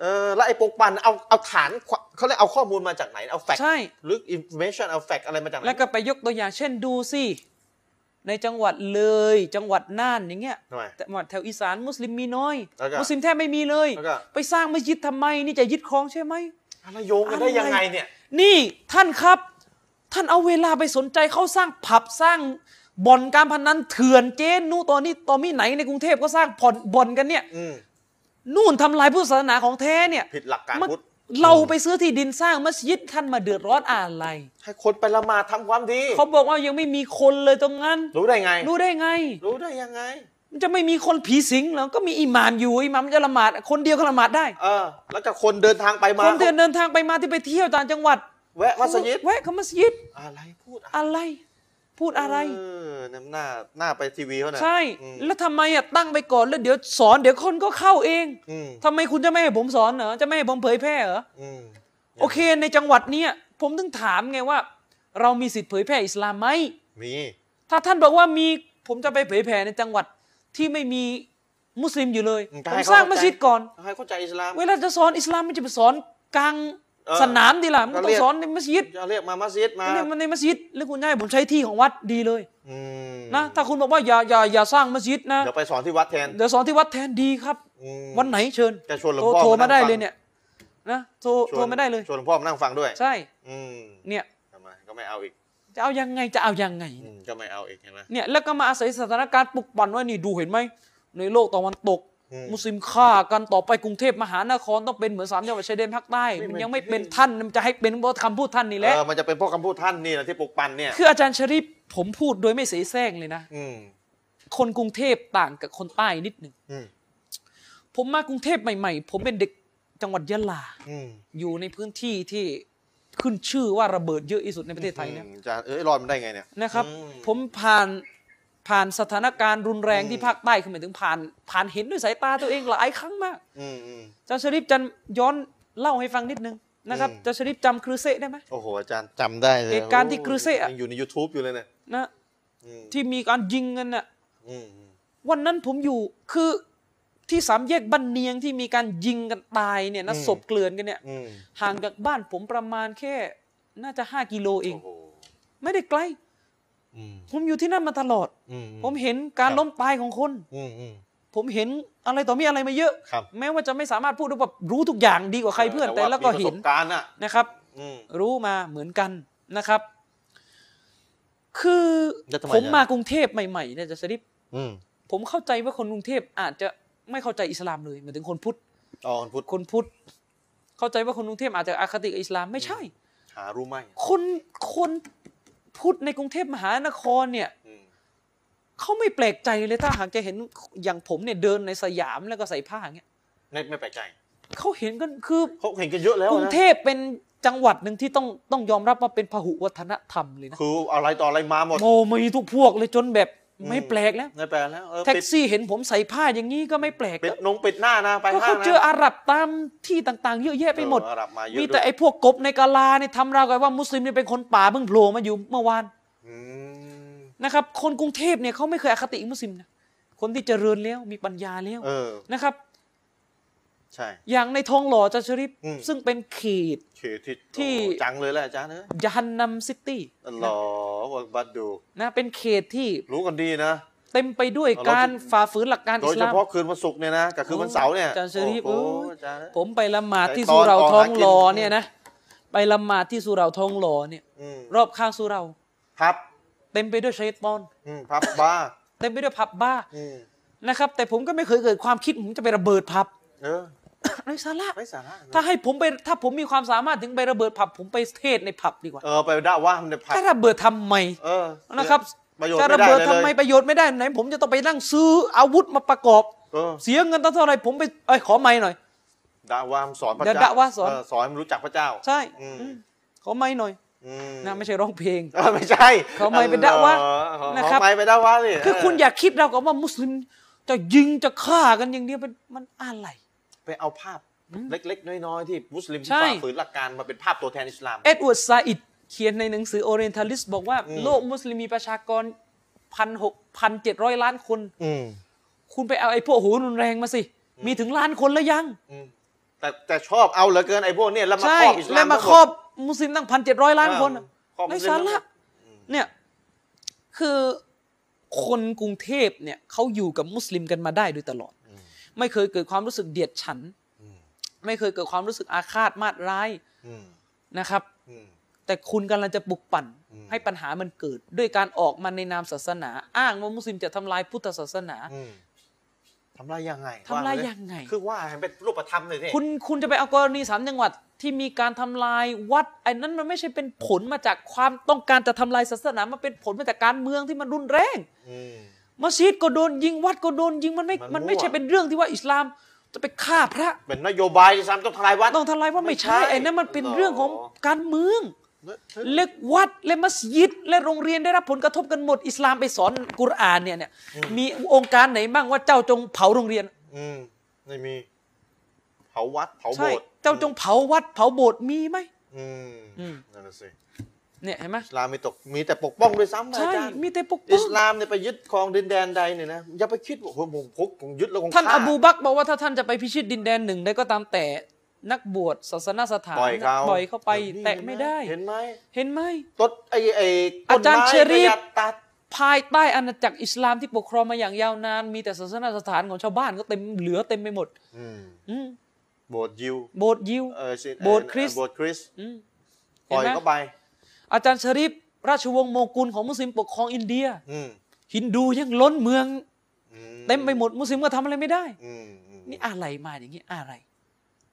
[SPEAKER 1] เออ แล้วไอ้ปลุกปั่นเอาเอาฐานควเขาเรียกเอาข้อมูลมาจากไหน เอาแฟกต์
[SPEAKER 3] ใช่
[SPEAKER 1] หรืออินโฟเมชันเอาแฟกต์อะไรมาจากไหน
[SPEAKER 3] แล้วก็ไปยกตัวอย่างเช่นดูสิ ในจังหวัดเลย จังหวัดน่านอย่างเงี้ย
[SPEAKER 1] ทำไม
[SPEAKER 3] แต่หมดแถวอีสานมุสลิมมีน้อย
[SPEAKER 1] แล้วก็
[SPEAKER 3] มุสลิมแทบไม่มีเลย
[SPEAKER 1] แล้วก็
[SPEAKER 3] ไปสร้างมัสยิดทำไมนี่จะยึดครองใช่ไหม
[SPEAKER 1] อะไรโยงกันได้ยังไงเนี่ย
[SPEAKER 3] นี่ท่านครับ ท่านเอาเวลาไปสนใจเขาสร้างผับสร้างบ่อนการพนันเถื่อนเจนนู่นตอนนี้ตอนนี้ไหนในกรุงเทพก็สร้างผ่อนบ่อนกันเนี่ย
[SPEAKER 1] อืม
[SPEAKER 3] นู่นทำลายพุทธศาสนาของแท้เนี่ย
[SPEAKER 1] ผิดหลักการ
[SPEAKER 3] มัน
[SPEAKER 1] พุทธ
[SPEAKER 3] เราไปซื้อที่ดินสร้างมัสยิดท่านมาเดือดร้อนอะไร
[SPEAKER 1] ให้คนไปละหมาดทำความดี
[SPEAKER 3] เขาบอกว่ายังไม่มีคนเลยตรงนั้น
[SPEAKER 1] รู้ได้ไง
[SPEAKER 3] รู้ได้ไง
[SPEAKER 1] รู้ได้ยังไง
[SPEAKER 3] มันจะไม่มีคนผีสิงเหรอก็มีอิหม่ามอยู่อิหม่ามจะละหมาด คนเดียวก็ละหมาดได้
[SPEAKER 1] เออ แล้วก็คนเดินทางไปมา
[SPEAKER 3] คนเดินเดินทางไปมาที่ไปเที่ยวต่างจังหวัด
[SPEAKER 1] แวะมัสยิด
[SPEAKER 3] แวะเขามัสยิด
[SPEAKER 1] อะไรพูดอะ
[SPEAKER 3] อะไร พูดอะไร
[SPEAKER 1] เออน้ำหน้าหน้าไปทีวีเขานะ
[SPEAKER 3] ใช่
[SPEAKER 1] อืม
[SPEAKER 3] แล้วทำไมอ่ะตั้งไปก่อนแล้วเดี๋ยวสอนเดี๋ยวคนก็เข้าเอง
[SPEAKER 1] อืม
[SPEAKER 3] ทำไมคุณจะไม่ให้ผมสอนเหรอจะไม่ให้ผมเผยแพร่เหรอ
[SPEAKER 1] อืม
[SPEAKER 3] โอเค ในจังหวัดเนี้ยผมถึงถามไงว่า เรามีสิทธิ์เผยแพร่อิสลามไหม
[SPEAKER 1] มี
[SPEAKER 3] ถ้าท่านบอกว่ามีผมจะไปเผยแพร่ในจังหวัดที่ไม่มีมุสลิมอยู่เลยผมสร้างมัสยิดก่อน
[SPEAKER 1] ให้เข้าใจอิสลาม
[SPEAKER 3] เวลาจะสอนอิสลามมันจะไปสอนกลาง
[SPEAKER 1] เออ
[SPEAKER 3] สนามดีล่ะมัน
[SPEAKER 1] ก็
[SPEAKER 3] ต้อ
[SPEAKER 1] เรีย
[SPEAKER 3] ง
[SPEAKER 1] ก
[SPEAKER 3] สอนในมัสยิด
[SPEAKER 1] จะเรียกมามัสยิดมา
[SPEAKER 3] เรียกมันในมัสยิดแล้วคุณย่ายผมใช้ที่ของวัดดีเลย
[SPEAKER 1] อืม
[SPEAKER 3] นะถ้าคุณบอกว่าอย่าอย่าอย่าสร้างมัสยิดนะ
[SPEAKER 1] เดี๋ยวไปสอนที่วัดแทน
[SPEAKER 3] เดี๋ยวสอนที่วัดแทนดีครับ
[SPEAKER 1] อืม
[SPEAKER 3] วันไหนเชิญ
[SPEAKER 1] จะชวนหลวง
[SPEAKER 3] โทร
[SPEAKER 1] พ่อ
[SPEAKER 3] โทร
[SPEAKER 1] มานั่
[SPEAKER 3] มาง ได้
[SPEAKER 1] ฟัง
[SPEAKER 3] เลยเนี่ยนะโทร
[SPEAKER 1] ชวน
[SPEAKER 3] โทรมาได้เลย
[SPEAKER 1] ชวนหลวงพ่อมานั่งฟังด้วย
[SPEAKER 3] ใช่
[SPEAKER 1] อืม
[SPEAKER 3] เนี่ย
[SPEAKER 1] ทำไมก็ไม่เอาอีก
[SPEAKER 3] จะเอายังไงจะเอายังไง
[SPEAKER 1] อืมก็ไม่เอาอีกเห็นไหม
[SPEAKER 3] เนี่ยแล้วก็มาอาศัยสถานการณ์ปลุกปั่นว่านี่ดูเห็นไหมในโลกตะวันตก
[SPEAKER 1] อืม
[SPEAKER 3] มุสลิมฆ่ากันต่อไปกรุงเทพมหานครต้องเป็นเหมือนสามจังหวัดชายแดนภาคใต้
[SPEAKER 1] ไม่
[SPEAKER 3] มัน
[SPEAKER 1] ไม่
[SPEAKER 3] ยังไม่เป็นท่านมันจะให้เป็นเพราะคำพูดท่านนี่แหละ
[SPEAKER 1] เออมันจะเป็นพวกคำพูดท่านนี่แหละที่ปลุกปั่นเนี่ย
[SPEAKER 3] คืออาจารย์ชริปผมพูดโดยไม่เสแสร้งเลยนะ
[SPEAKER 1] อืม
[SPEAKER 3] คนกรุงเทพต่างกับคนใต้นิดหนึ่ง
[SPEAKER 1] อืม
[SPEAKER 3] ผมมากรุงเทพใหม่ๆ ผมเป็นเด็กจังหวัดยะลา
[SPEAKER 1] อืม
[SPEAKER 3] อยู่ในพื้นที่ที่ขึ้นชื่อว่าระเบิดเยอะที่สุดในประเทศไทยเนี่ย
[SPEAKER 1] อืมจะเอ้ยรอดมันได้ไงเนี่ย
[SPEAKER 3] นะครับ
[SPEAKER 1] อืม
[SPEAKER 3] ผมผ่านผ่านสถานการณ์รุนแรง
[SPEAKER 1] อืม
[SPEAKER 3] ที่ภาคใต้คือหมายถึงผ่าน ผ่านเห็นด้วยสายตาตัวเองหลายครั้งมาก
[SPEAKER 1] อืมอืม
[SPEAKER 3] อาจารย์ชริปจันย้อนเล่าให้ฟังนิดนึงนะครับ
[SPEAKER 1] อืม
[SPEAKER 3] อาจารย์ชริปจำครูเซ่ได้ไหม
[SPEAKER 1] โอ้โห อาจารย์จำได้เลย
[SPEAKER 3] เหตุการณ์ที่กรุเซอะ
[SPEAKER 1] ยังอยู่ใน YouTube อยู่เลยเนี่ย
[SPEAKER 3] นะ
[SPEAKER 1] อืม
[SPEAKER 3] ที่มีการยิงกันน่ะ
[SPEAKER 1] อืมอืม
[SPEAKER 3] วันนั้นผมอยู่คือที่สามแยกบ้านเนียงที่มีการยิงกันตายเนี่ยนะศพเกลื่อนกันเนี่ย
[SPEAKER 1] อืม
[SPEAKER 3] ห่างจากบ้านผมประมาณแค่น่าจะ 5 กิโลเอง
[SPEAKER 1] โอ้โห
[SPEAKER 3] ไม่ได้ไกล
[SPEAKER 1] อืม
[SPEAKER 3] ผมอยู่ที่นั่นมาตลอด
[SPEAKER 1] อืม
[SPEAKER 3] ผมเห็นการล้มตายของคน
[SPEAKER 1] อืมอืม
[SPEAKER 3] ผมเห็นอะไรต่อมีอะไรมาเยอะ
[SPEAKER 1] ครับ
[SPEAKER 3] แม้ว่าจะไม่สามารถพูดได้แบบรู้ทุกอย่างดีกว่าใครเพื่อนแต่แล้วก็
[SPEAKER 1] ามี
[SPEAKER 3] เห็น
[SPEAKER 1] ประสบการณ์อ่ะ
[SPEAKER 3] นะครับ
[SPEAKER 1] อืม
[SPEAKER 3] รู้มาเหมือนกันนะครับ คือ
[SPEAKER 1] แล้วทำไม
[SPEAKER 3] ผม
[SPEAKER 1] อ่ะ
[SPEAKER 3] มากรุงเทพใหม่ๆเนี่ยจะสริป
[SPEAKER 1] อืม
[SPEAKER 3] ผมเข้าใจว่าคนกรุงเทพอาจจะไม่เข้าใจอิสลามเลยหมายถึงคนพุทธ
[SPEAKER 1] อ๋อคนพุทธ
[SPEAKER 3] คนพุทธเข้าใจว่าคนกรุงเทพอาจจะอคติกับอิสลามไม่ใช่
[SPEAKER 1] หารู้ไหม
[SPEAKER 3] คนคนพุทธในกรุงเทพมหานครเนี่ย
[SPEAKER 1] อืม
[SPEAKER 3] เขาไม่แปลกใจเลยถ้าหากจะเห็นอย่างผมเนี่ยเดินในสยามแล้วก็ใส่ผ้าอย่างเงี้ย
[SPEAKER 1] ไม่ไม่แปลกใจ
[SPEAKER 3] เขาเห็นกันคือ
[SPEAKER 1] เขาเห็นกันเยอะแล้ว
[SPEAKER 3] กรุง
[SPEAKER 1] นะ
[SPEAKER 3] เทพเป็นจังหวัดหนึ่งที่ต้องต้องยอมรับว่าเป็นพหุวัฒนธรรมเลยนะ
[SPEAKER 1] คืออะไรต่ออะไรมาหมด
[SPEAKER 3] โอ้มีทุกพวกเลยจนแบบ ไม่แปลกแล้ว
[SPEAKER 1] ไม่แปลกแล้วเออ
[SPEAKER 3] แท็
[SPEAKER 1] ปิ
[SPEAKER 3] ก
[SPEAKER 1] ด
[SPEAKER 3] ซี่เห็นผมใส่ผ้าอย่างนี้ก็ไม่แปลก
[SPEAKER 1] ปิด
[SPEAKER 3] แล้ว
[SPEAKER 1] นงปิดหน้านะไป
[SPEAKER 3] ก็
[SPEAKER 1] ห้า
[SPEAKER 3] เขา
[SPEAKER 1] งนะ
[SPEAKER 3] เจออาหรับตามที่ต่างๆ เยอะแยะไปหมด
[SPEAKER 1] เอออาหรับมาเยอะ
[SPEAKER 3] มี
[SPEAKER 1] ด้
[SPEAKER 3] แต่
[SPEAKER 1] วย
[SPEAKER 3] ไอ้พวกกบในกาลาเนี่ยทำราวกับว่ามุสลิมเนี่ยเป็นคนป่าเพิ่งโผล่มาอยู่เมื่อวาน
[SPEAKER 1] อืม
[SPEAKER 3] นะครับ คนกรุงเทพเนี่ยเขาไม่เคยอคติมุสลิมนะคนที่เจริญแล้วมีปัญญาแล้ว
[SPEAKER 1] เออ
[SPEAKER 3] นะครับ
[SPEAKER 1] ใช่
[SPEAKER 3] อย่างในทองหล่อจัชริฟ
[SPEAKER 1] อืม
[SPEAKER 3] ซึ่งเป็นเขต
[SPEAKER 1] เขตที่
[SPEAKER 3] ที่
[SPEAKER 1] โอ้จังเลยแหละอาจารย์เนอะ
[SPEAKER 3] ยานนัมซิตี้
[SPEAKER 1] อัลลอฮฺอักบัดดู
[SPEAKER 3] นะเป็นเขตที่
[SPEAKER 1] รู้กันดีนะ
[SPEAKER 3] เต็มไปด้วยการ
[SPEAKER 1] เราจะ
[SPEAKER 3] ฝ่าฝืนหลักการ
[SPEAKER 1] โด
[SPEAKER 3] อิ
[SPEAKER 1] ย
[SPEAKER 3] ส
[SPEAKER 1] เฉ
[SPEAKER 3] ลาม
[SPEAKER 1] พาะคืนวันศุกร์เนี่ยนะกับคืนวันเสาร์เนี่ย
[SPEAKER 3] อาจารย์เชอรี่
[SPEAKER 1] โอ้โห
[SPEAKER 3] เอ้ย
[SPEAKER 1] อาจารย์
[SPEAKER 3] ผมไปละหมาดที่
[SPEAKER 1] ไอ้ต
[SPEAKER 3] สุ
[SPEAKER 1] อน
[SPEAKER 3] เหรา
[SPEAKER 1] ออก
[SPEAKER 3] ทอง
[SPEAKER 1] หากิน
[SPEAKER 3] หล่อเนี่ยนะไปละหมาดที่สุเหราทองหล่อเนี่ย
[SPEAKER 1] อืม
[SPEAKER 3] รอบข้างสุเหรา
[SPEAKER 1] พับ
[SPEAKER 3] เต็มไปด้วยชัยตอน
[SPEAKER 1] อืมพับบ้า
[SPEAKER 3] เต็มไปด้วยผับบ้า
[SPEAKER 1] อืม
[SPEAKER 3] นะครับ แต่ผมก็ไม่เคยเกิดความคิดผมจะไประเบิดผับ <coughs>
[SPEAKER 1] เออ
[SPEAKER 3] ไร้สาระ
[SPEAKER 1] ไม่สาระ
[SPEAKER 3] ถ้าให้ผมไปถ้าผมมีความสามารถถึงไประเบิดผับ ผมไปเทศน์ในผับดีกว่า
[SPEAKER 1] เออไปด่าว่ามันในผับ
[SPEAKER 3] ถ้าระเบิดทำไม
[SPEAKER 1] เออ
[SPEAKER 3] นะครับ
[SPEAKER 1] ประโยชน์
[SPEAKER 3] จะ
[SPEAKER 1] ไม่
[SPEAKER 3] ระ
[SPEAKER 1] ได้
[SPEAKER 3] เบิด
[SPEAKER 1] เลย
[SPEAKER 3] ทำไมประโยชน์ไม่ได้ไหนผมจะต้องไปนั่งซื้ออาวุธมาประกอบ
[SPEAKER 1] เออ
[SPEAKER 3] เสียเงินตั้งเท่าไหร่ผมไปเอ้ยขอไม่หน่อย
[SPEAKER 1] ด่าว่ามันสอนพระ
[SPEAKER 3] เดี๋ยว
[SPEAKER 1] เจ้า
[SPEAKER 3] ด่าว่าสอน
[SPEAKER 1] เสอนให้มันรู้จักพระเจ้า
[SPEAKER 3] ใช่
[SPEAKER 1] อืม
[SPEAKER 3] อืมขอไม่หน่อย
[SPEAKER 1] อืม
[SPEAKER 3] นะไม่ใช่ร้องเพลง
[SPEAKER 1] เออ <laughs> ไม่ใช่
[SPEAKER 3] ขอไมค์ไปด่าว่า
[SPEAKER 1] เออขอ
[SPEAKER 3] นะครับ
[SPEAKER 1] ขอไมค์ไปด่าว่าสิ
[SPEAKER 3] คือ
[SPEAKER 1] เ
[SPEAKER 3] คุณอย่าคิดเรากับว่ามุสลิมจะยิงจะฆ่ากันอย่างเดียวมันมันอะไร
[SPEAKER 1] ไปเอาภาพเล็กๆ น้อยๆ ที่มุสลิม
[SPEAKER 3] ใช่
[SPEAKER 1] ฝ่าฝืนหลักการมาเป็นภาพตัวแทนอิสลาม
[SPEAKER 3] เอ็ดเวิร์ดซาอิดเขียนในหนังสือ Orientalist บอกว่า
[SPEAKER 1] อืม
[SPEAKER 3] โลกมุสลิมมีประชากรพันหกพันเจ็ดร้อยล้านคน
[SPEAKER 1] อืม
[SPEAKER 3] คุณไปเอาไอ้พวกโหรุนแรงมาสิ มีถึงล้านคนแล้วยัง
[SPEAKER 1] อืมแต่แต่ชอบเอาเหลือเกินไอ้พวกเนี่ยแล้วมา
[SPEAKER 3] ใช่
[SPEAKER 1] ครอบอิสลาม
[SPEAKER 3] แล้วมา
[SPEAKER 1] ทั้งหด
[SPEAKER 3] ครอบมุสลิมตั้งพันเจ็ดร้อยล้านคนน่ะ
[SPEAKER 1] ครอบมุ
[SPEAKER 3] ไร้
[SPEAKER 1] สลิม
[SPEAKER 3] สา
[SPEAKER 1] ทั้งหม
[SPEAKER 3] ระ
[SPEAKER 1] ด
[SPEAKER 3] เนี่ยคือคนกรุงเทพเนี่ยเขาอยู่กับมุสลิมกันมาได้โดยตลอด ไม่เคยเกิดความรู้สึกเดียดฉัน
[SPEAKER 1] อืม
[SPEAKER 3] ไม่เคยเกิดความรู้สึกอาฆาตมาดร้าย
[SPEAKER 1] อืม
[SPEAKER 3] นะครับ
[SPEAKER 1] อืม
[SPEAKER 3] แต่คุณกำลังจะปลุกปั่น
[SPEAKER 1] อืม
[SPEAKER 3] ให้ปัญหามันเกิด ด้วยการออกมาในนามศาสนา อ้างว่ามุสลิมจะทำลายพุทธศาสนา
[SPEAKER 1] อืมทำลายยังไง
[SPEAKER 3] ทำลาย
[SPEAKER 1] ว่มเล
[SPEAKER 3] ยังไง
[SPEAKER 1] คือว่าให้เป็นรูปธรรมเลยเนี่ย
[SPEAKER 3] คุณคุณจะไปเอากรณีสามจังหวัดที่มีการทำลายวัดไอ้นั้นมันไม่ใช่เป็นผลมาจากความต้องการจะทำลายศาสนา มันเป็นผลมาจากการเมืองที่มันรุนแรง
[SPEAKER 1] อืม
[SPEAKER 3] มัสยิดก็โดนยิงวัดก็โดนยิงมันไม่
[SPEAKER 1] มั
[SPEAKER 3] มัน
[SPEAKER 1] มั่
[SPEAKER 3] น
[SPEAKER 1] ว
[SPEAKER 3] ไม่ใช่เป็นเรื่องที่ว่าอิสลามจะไปฆ่าพระ
[SPEAKER 1] เป็นนโยบายที่ซ้ำต้องทลายวัด
[SPEAKER 3] ต้องทำลายว่าไม่ใช่
[SPEAKER 1] ไม่ใช่
[SPEAKER 3] ไอ้นั้นมันเป็น
[SPEAKER 1] หรอ
[SPEAKER 3] เรื่องของการเมือง
[SPEAKER 1] เล็
[SPEAKER 3] เล็กวัดและมัสยิด และโรงเรียนได้รับผลกระทบกันหมดอิสลามไปสอนกุรอานเนี่ยเนี่ยมีองค์การไหนบ้างว่าเจ้าจงเผาโรงเรียน
[SPEAKER 1] อืมไม่มี เผาวัด เผาโบ
[SPEAKER 3] ใช่
[SPEAKER 1] สถ์
[SPEAKER 3] เจ้าจงเผาวัด เผาโบสถ์มีไหม
[SPEAKER 1] อืม
[SPEAKER 3] อืม
[SPEAKER 1] นั่นนะสิ
[SPEAKER 3] เนี่ยเห็นไหม
[SPEAKER 1] อิสลามมีตกมีแต่ปกป้องด้วยซ้ำนะ
[SPEAKER 3] ใช่
[SPEAKER 1] อาจารย์
[SPEAKER 3] มีแต่ปกป้
[SPEAKER 1] อิ
[SPEAKER 3] อง
[SPEAKER 1] สลามเนี่ยไปยึดครองดินแดนใดเนี่ยนะอย่าไปคิดว่าโอ้โหผมพกผมยึดแล้วคง
[SPEAKER 3] ท่าน
[SPEAKER 1] ฆ่
[SPEAKER 3] อบูบักรบอกว่าถ้าท่านจะไปพิชิตดินแดนหนึ่งได้ก็ตามแต่นักบวชศาสนสถาน
[SPEAKER 1] ปล่อยเขา
[SPEAKER 3] ปล่อยเขาไปแตะไม่ได้
[SPEAKER 1] เห็นไหม
[SPEAKER 3] เห็นไหม
[SPEAKER 1] ต้นไอ้ไอ้ต้น
[SPEAKER 3] อาจารย์
[SPEAKER 1] ไม้
[SPEAKER 3] เชอรี่
[SPEAKER 1] ประหยัดตัด
[SPEAKER 3] ภายใต้อาณาจักรอิสลามที่ปกครองมาอย่างยาวนาน มีแต่ศาสนสถานของชาวบ้านก็เต็มเหลือเต็มไปหมด
[SPEAKER 1] อืม
[SPEAKER 3] อืม
[SPEAKER 1] โบสถ์ยิว
[SPEAKER 3] โบสถ์ยิว
[SPEAKER 1] เออสิ
[SPEAKER 3] โบสถ์คริสต์
[SPEAKER 1] เอ่อโบสถ์คริสต์
[SPEAKER 3] อืม
[SPEAKER 1] ปล่อย
[SPEAKER 3] เห็นไหม
[SPEAKER 1] เข้าไป
[SPEAKER 3] อาจารย์ชริฟราชวงศ์โมกุลของมุสลิมปกครองอินเดีย
[SPEAKER 1] อืม
[SPEAKER 3] ฮินดูยังล้นเมือง
[SPEAKER 1] อื
[SPEAKER 3] เต็มไปหมดมุสลิมก็ทำอะไรไม่ได้
[SPEAKER 1] อืมอืม
[SPEAKER 3] นี่อะไรมาอย่างนี้อะไร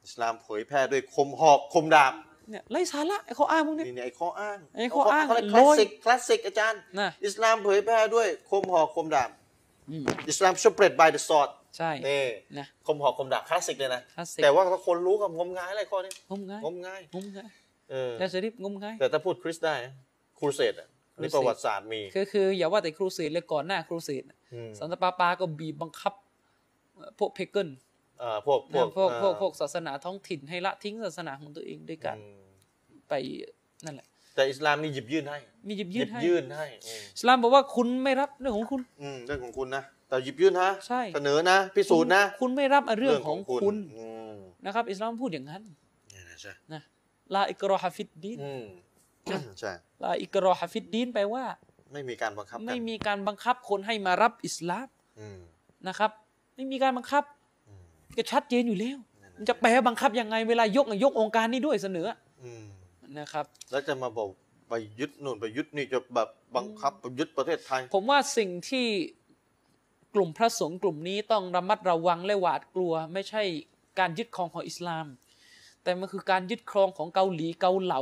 [SPEAKER 1] อิสลามเผยแพร่ด้วยคมหอกคมดาบ
[SPEAKER 3] เนี่ยไร้สาระไอ้ข้ออ้างพวกนี้
[SPEAKER 1] นี่เนี่ยไอ้ข้ออ้าง
[SPEAKER 3] ไอ้ข้ออ้าง
[SPEAKER 1] เขเรียกค
[SPEAKER 3] โล
[SPEAKER 1] ลาส
[SPEAKER 3] ย
[SPEAKER 1] สิกคลาสสิกอาจารย์
[SPEAKER 3] น่ะ
[SPEAKER 1] อิสลามเผยแพร่ด้วยคมหอกคมดาบ
[SPEAKER 3] อืม
[SPEAKER 1] อิสลาม spread by the sword
[SPEAKER 3] ใช่
[SPEAKER 1] นี่
[SPEAKER 3] นะ
[SPEAKER 1] คมหอกคมดาบคลาสสิกเลยนะ
[SPEAKER 3] คลาสสิก
[SPEAKER 1] แต่ว่าถ้าคนรู้กับงมงายอะไรข้อนี้
[SPEAKER 3] งมงาย
[SPEAKER 1] งมงาย
[SPEAKER 3] งมงาย
[SPEAKER 1] เออ
[SPEAKER 3] แล้วจะรีบงมงาย
[SPEAKER 1] แต่ถ้าพูดคริสได้นะครูเสดอะนี่
[SPEAKER 3] Crusade
[SPEAKER 1] ประวัติศาสตร์มี
[SPEAKER 3] คือคืออย่าว่าแต่ครูเสดเลยก่อนหน้าครูเสด
[SPEAKER 1] ม
[SPEAKER 3] สันตะปาปาก็บีบบังคับเอ่อพวกเพกเกิล
[SPEAKER 1] เอ่อพวกพว
[SPEAKER 3] นะ
[SPEAKER 1] ก
[SPEAKER 3] พวกพวก
[SPEAKER 1] เอ่อ
[SPEAKER 3] พวกศาสนาท้องถิ่นให้ละทิ้งศาสนาของตัวเองด้วยการ
[SPEAKER 1] อืม
[SPEAKER 3] ไปนั่นแหละ
[SPEAKER 1] แต่อิสลามนี่หยิบยื่นให้
[SPEAKER 3] มีหยิบ
[SPEAKER 1] ห
[SPEAKER 3] ยื่
[SPEAKER 1] ยิ
[SPEAKER 3] น
[SPEAKER 1] บ
[SPEAKER 3] ให้
[SPEAKER 1] ยื่นให้อืม
[SPEAKER 3] อิสลามบอกว่าคุณไม่รับเรื่องของคุณ
[SPEAKER 1] อืมเรื่องของคุณนะ แต่หยิบยื่นนะ
[SPEAKER 3] ใช่
[SPEAKER 1] เสนอนะ พิสูจน์นะ
[SPEAKER 3] คุณไม่รับอ่ะเรื่องของคุณ
[SPEAKER 1] อืม
[SPEAKER 3] นะครับ อิสลามพูดอย่างนั้น
[SPEAKER 1] นี่นะใช่
[SPEAKER 3] นะลาอิกรอฮะฟิดดีน
[SPEAKER 1] อืม <coughs> ใช่
[SPEAKER 3] ลาอิกรอฮะฟิดดีนแปลว่า
[SPEAKER 1] ไม่มีการบังคับกัน
[SPEAKER 3] ไม่มีการบังคับคนให้มารับอิสลาม
[SPEAKER 1] อืม
[SPEAKER 3] นะครับ ไม่มีการบังคับ
[SPEAKER 1] อืม
[SPEAKER 3] ก็ชัดเจนอยู่แล้ว มันจะแปลบังคับยังไงเวลายกอ่ะยกองค์การนี้ด้วยเสนอ
[SPEAKER 1] อืม
[SPEAKER 3] นะครับ
[SPEAKER 1] แล้วจะมาบอกไปยึดนู่นไปยึดนี่จะแบบบังคับไปยึดประเทศไทย
[SPEAKER 3] ผมว่าสิ่งที่กลุ่มพระสงฆ์กลุ่มนี้ต้องระมัดระวังและหวาดกลัว ไม่ใช่การยึดครองของอิสลาม แต่มันคือการยึดครองของเกาหลีเกาเหลา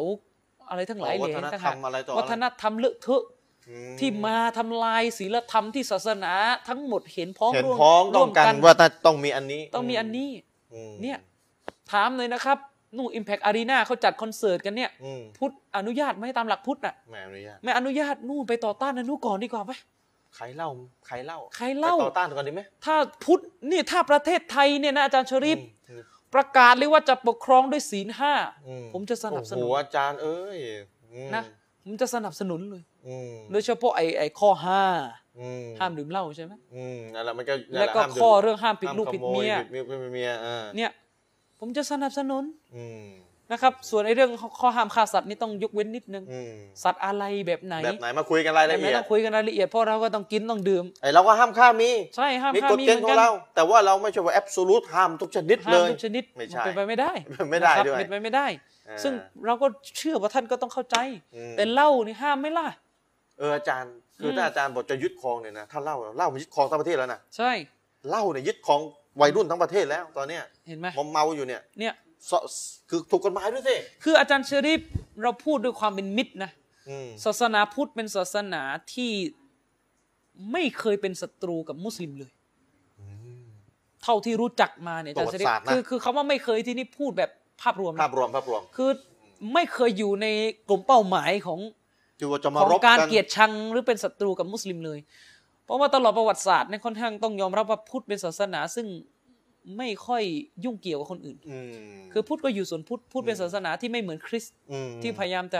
[SPEAKER 3] อะไรทั้งหลาย
[SPEAKER 1] อ๋อ
[SPEAKER 3] เห
[SPEAKER 1] วั
[SPEAKER 3] ล่
[SPEAKER 1] ฒนธรรม
[SPEAKER 3] ต่างหาก
[SPEAKER 1] อะไรต่ออะไร
[SPEAKER 3] วัฒนธรรมเลอะเทอะ
[SPEAKER 1] อื
[SPEAKER 3] ที่มาทำลายศีลธรรมที่ศาสนาทั้งหมดเห็นพ้อง
[SPEAKER 1] เห็น
[SPEAKER 3] ร่วม
[SPEAKER 1] พ้องต้องกัน
[SPEAKER 3] ร่วม
[SPEAKER 1] ว่าต้องมีอันนี้
[SPEAKER 3] ต้องมีอันนี้
[SPEAKER 1] อืม
[SPEAKER 3] เนี่ย ถามเลยนะครับนู่นอิมแพกอารีนาเขาจัดคอนเสิร์ตกันเนี่ย
[SPEAKER 1] อืม
[SPEAKER 3] พุทธอนุญาตไหมตามหลักพุทธน่ะ
[SPEAKER 1] แหมอนุญาต
[SPEAKER 3] ไม่อนุญาตนู่นไปต่อต้านอนุก่อนดีกว่าไหม
[SPEAKER 1] ใครเล่าใครเล่า
[SPEAKER 3] ใครเล่า
[SPEAKER 1] ไปต่อต้านก่อนดีไหม
[SPEAKER 3] ถ้าพุทธนี่ถ้าประเทศไทยเนี่ยนะอาจารย์ชริฟ
[SPEAKER 1] อืม
[SPEAKER 3] ประกาศเลยว่าจะปกครองด้วยศีลห้า
[SPEAKER 1] อื
[SPEAKER 3] ผมจะสนับสนุ
[SPEAKER 1] โอ้
[SPEAKER 3] น
[SPEAKER 1] โหอาจารย์เอ้ยอืม
[SPEAKER 3] นะ ผมจะสนับสนุนเลย
[SPEAKER 1] อืม
[SPEAKER 3] โดยเฉพาะไอ้ไอ้ข้อห้า
[SPEAKER 1] อืม
[SPEAKER 3] ห้ามดื่มเหล้าใช่ไหม
[SPEAKER 1] อืมนั่นแหละมันก็นั่นหะ
[SPEAKER 3] แล้วก็
[SPEAKER 1] ห้ามดื่ม
[SPEAKER 3] ข้อเรื่องห้ามปิด
[SPEAKER 1] ห้าม
[SPEAKER 3] ลูก
[SPEAKER 1] ข
[SPEAKER 3] ปิด
[SPEAKER 1] โ
[SPEAKER 3] เมีย
[SPEAKER 1] ปิดปิดเมียอ่า
[SPEAKER 3] เนี่ยผมจะสนับสนุน
[SPEAKER 1] อืม
[SPEAKER 3] นะครับ ส่วนไอ้เรื่องข้อห้ามฆ่าสัตว์นี่ต้องยกเว้นนิดนึง
[SPEAKER 1] อืม
[SPEAKER 3] สัตว์อะไรแบบไหน
[SPEAKER 1] แบบไหนมาคุยกันราย
[SPEAKER 3] แบ
[SPEAKER 1] ละ
[SPEAKER 3] บไหน
[SPEAKER 1] เอียด
[SPEAKER 3] ต้องคุยกันรายละเอียดเพราะเราก็ต้องกินต้องดื่ม
[SPEAKER 1] ไอเราก็ห้ามฆ่ามี
[SPEAKER 3] ใช่ห้าม
[SPEAKER 1] มี
[SPEAKER 3] ห้าก ม
[SPEAKER 1] ฎ
[SPEAKER 3] มี
[SPEAKER 1] เกณฑ์ของ
[SPEAKER 3] น
[SPEAKER 1] เรา แต่ว่าเราไม่ใช่ว่าแอบสูตห้ามทุกชนิด
[SPEAKER 3] ห้า
[SPEAKER 1] เล
[SPEAKER 3] ม
[SPEAKER 1] ย
[SPEAKER 3] ทุกชนิด
[SPEAKER 1] ไม่ใช่
[SPEAKER 3] มันเป็นไปไม่ได้
[SPEAKER 1] ไม่ได้
[SPEAKER 3] นะครับ
[SPEAKER 1] ด้วย
[SPEAKER 3] เป็นไปไม่ได้
[SPEAKER 1] อ่า
[SPEAKER 3] ซึ่งเราก็เชื่อว่าท่านก็ต้องเข้าใจ
[SPEAKER 1] อืม
[SPEAKER 3] แต่เหล้านี่ห้ามไหม่ล่ะ
[SPEAKER 1] เอออาจารย์คืออ
[SPEAKER 3] ม
[SPEAKER 1] ถ้าอาจารย์บอกจะยึดครองเนี่ยนะถ้าเหล่าเหล่ามันยึดครองทั้งประเทศแล้วนะ
[SPEAKER 3] ใช่
[SPEAKER 1] เหล้าเนี่ยยึดครองวัยรุ่นทั้งประเทศแล้วตอนเนี้ย
[SPEAKER 3] เห็นไหม
[SPEAKER 1] มอมเมาอยู่เนี่ย
[SPEAKER 3] เนี่ย
[SPEAKER 1] สคือถูกกฎหมายด้วยสิ
[SPEAKER 3] คืออาจารย์เชอริฟเราพูดด้วยความเป็นมิตรนะ
[SPEAKER 1] อืม
[SPEAKER 3] ศาสนาพุทธเป็นศาสนาที่ไม่เคยเป็นศัตรูกับมุสลิมเลย เท่าที่รู้จักมาเนี่ยอาจารย์เชอริฟคือคือคำว่าไม่เคยที่นี่พูดแบบภาพรวมนะ
[SPEAKER 1] ภาพรวมภาพรวม
[SPEAKER 3] คือไม่เคยอยู่ในกลุ่มเป้าหมายของ
[SPEAKER 1] คือว่าจะ
[SPEAKER 3] ข
[SPEAKER 1] มา
[SPEAKER 3] อง
[SPEAKER 1] รบ
[SPEAKER 3] การเกลียดชังหรือเป็นศัตรูกับมุสลิมเลย เพราะว่าตลอดประวัติศาสตร์ในยค่อนข้างต้องยอมรับว่าพุทธเป็นศาสนาซึ่งไม่ค่อยยุ่งเกี่ยวกับคนอื่น
[SPEAKER 1] อืม
[SPEAKER 3] คือพุทธก็อยู่ส่วนพุทธพุทธเป็นศาสนาที่ไม่เหมือนคริสต์
[SPEAKER 1] อืม
[SPEAKER 3] ที่พยายามจะ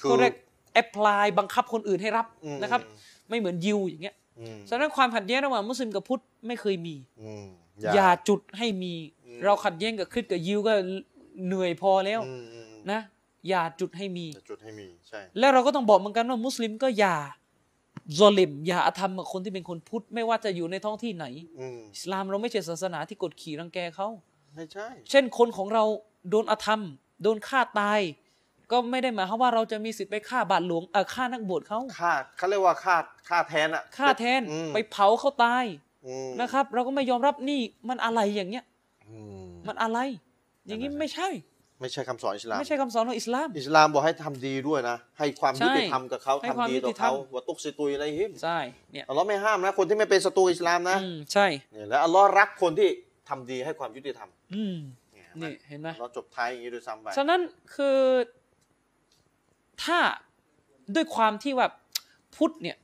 [SPEAKER 1] คือ
[SPEAKER 3] ก็เรียกแอพพลายบังคับคนอื่นให้รับ
[SPEAKER 1] อืม
[SPEAKER 3] นะครับ ไม่เหมือนยิวอย่างเงี้ย
[SPEAKER 1] อืม
[SPEAKER 3] ฉะนั้นความขัดแย้งระหว่างมุสลิมกับพุทธไม่เคยมี
[SPEAKER 1] อืมอย่
[SPEAKER 3] อา
[SPEAKER 1] ย่า
[SPEAKER 3] จุดให้มี
[SPEAKER 1] อืม
[SPEAKER 3] เราขัดแย้งกับคริสต์กับยิวก็เหนื่อยพอแล้ว
[SPEAKER 1] อืมอืม
[SPEAKER 3] นะ อย่าจุดให้มี
[SPEAKER 1] อย่าจุดให้มีใช่
[SPEAKER 3] และเราก็ต้องบอกเหมือนกันว่ามุสลิมก็อย่าซอลิม อย่าอาธรรมกับคนที่เป็นคนพุทธ ไม่ว่าจะอยู่ในท้องที่ไหน
[SPEAKER 1] อืม
[SPEAKER 3] อิสลามเราไม่ใช่ศาสนาที่กดขี่รังแกเขา
[SPEAKER 1] ไม่ใช่
[SPEAKER 3] เช่นคนของเราโดนอาธรรม โดนฆ่าตาย ก็ไม่ได้หมายความว่าเราจะมีสิทธิ์ไปฆ่าบาทหลวงเออฆ่านักบวชเขา
[SPEAKER 1] ค่าเขาเรียกว่าค่าค่าแทนอะ
[SPEAKER 3] ฆ่าแทน
[SPEAKER 1] อืม
[SPEAKER 3] ไปเผาเขาตาย
[SPEAKER 1] อืม
[SPEAKER 3] นะครับ เราก็ไม่ยอมรับนี่มันอะไรอย่างเงี้ย
[SPEAKER 1] อืม
[SPEAKER 3] มันอะไร อย่างนี้
[SPEAKER 1] นั่นแหละ
[SPEAKER 3] ไม่ใช่
[SPEAKER 1] ไม่ใช่คำสอนอิสลาม
[SPEAKER 3] ไม่ใช่คำสอนของอิสลาม
[SPEAKER 1] อิสลามบอกให้ทำดีด้วยนะ ให้ความ
[SPEAKER 3] ใช่
[SPEAKER 1] ยุติธรรมกับเขา
[SPEAKER 3] ให้
[SPEAKER 1] ทำ
[SPEAKER 3] ความ
[SPEAKER 1] ดี
[SPEAKER 3] ยุ
[SPEAKER 1] ต่
[SPEAKER 3] ติ
[SPEAKER 1] อ
[SPEAKER 3] ธรรม
[SPEAKER 1] เขาวะตุกสิตุยอะไรฮิม
[SPEAKER 3] ใช่เนี่ย
[SPEAKER 1] อัลลอฮ์ไม่ห้ามนะ คนที่ไม่เป็นศัตรูอิสลามนะ
[SPEAKER 3] อืมใช่
[SPEAKER 1] เนี่ยแล้วอัลลอฮ์รักคนที่ทำดีให้ความยุติธรรม
[SPEAKER 3] อืม
[SPEAKER 1] เนี่ย
[SPEAKER 3] นี่เห็นไหม
[SPEAKER 1] เราจบท้ายอย่างนี้ด้วยซ้ำไป
[SPEAKER 3] ฉะนั้นคือถ้าด้วยความที่ว่าพุทธเนี่ย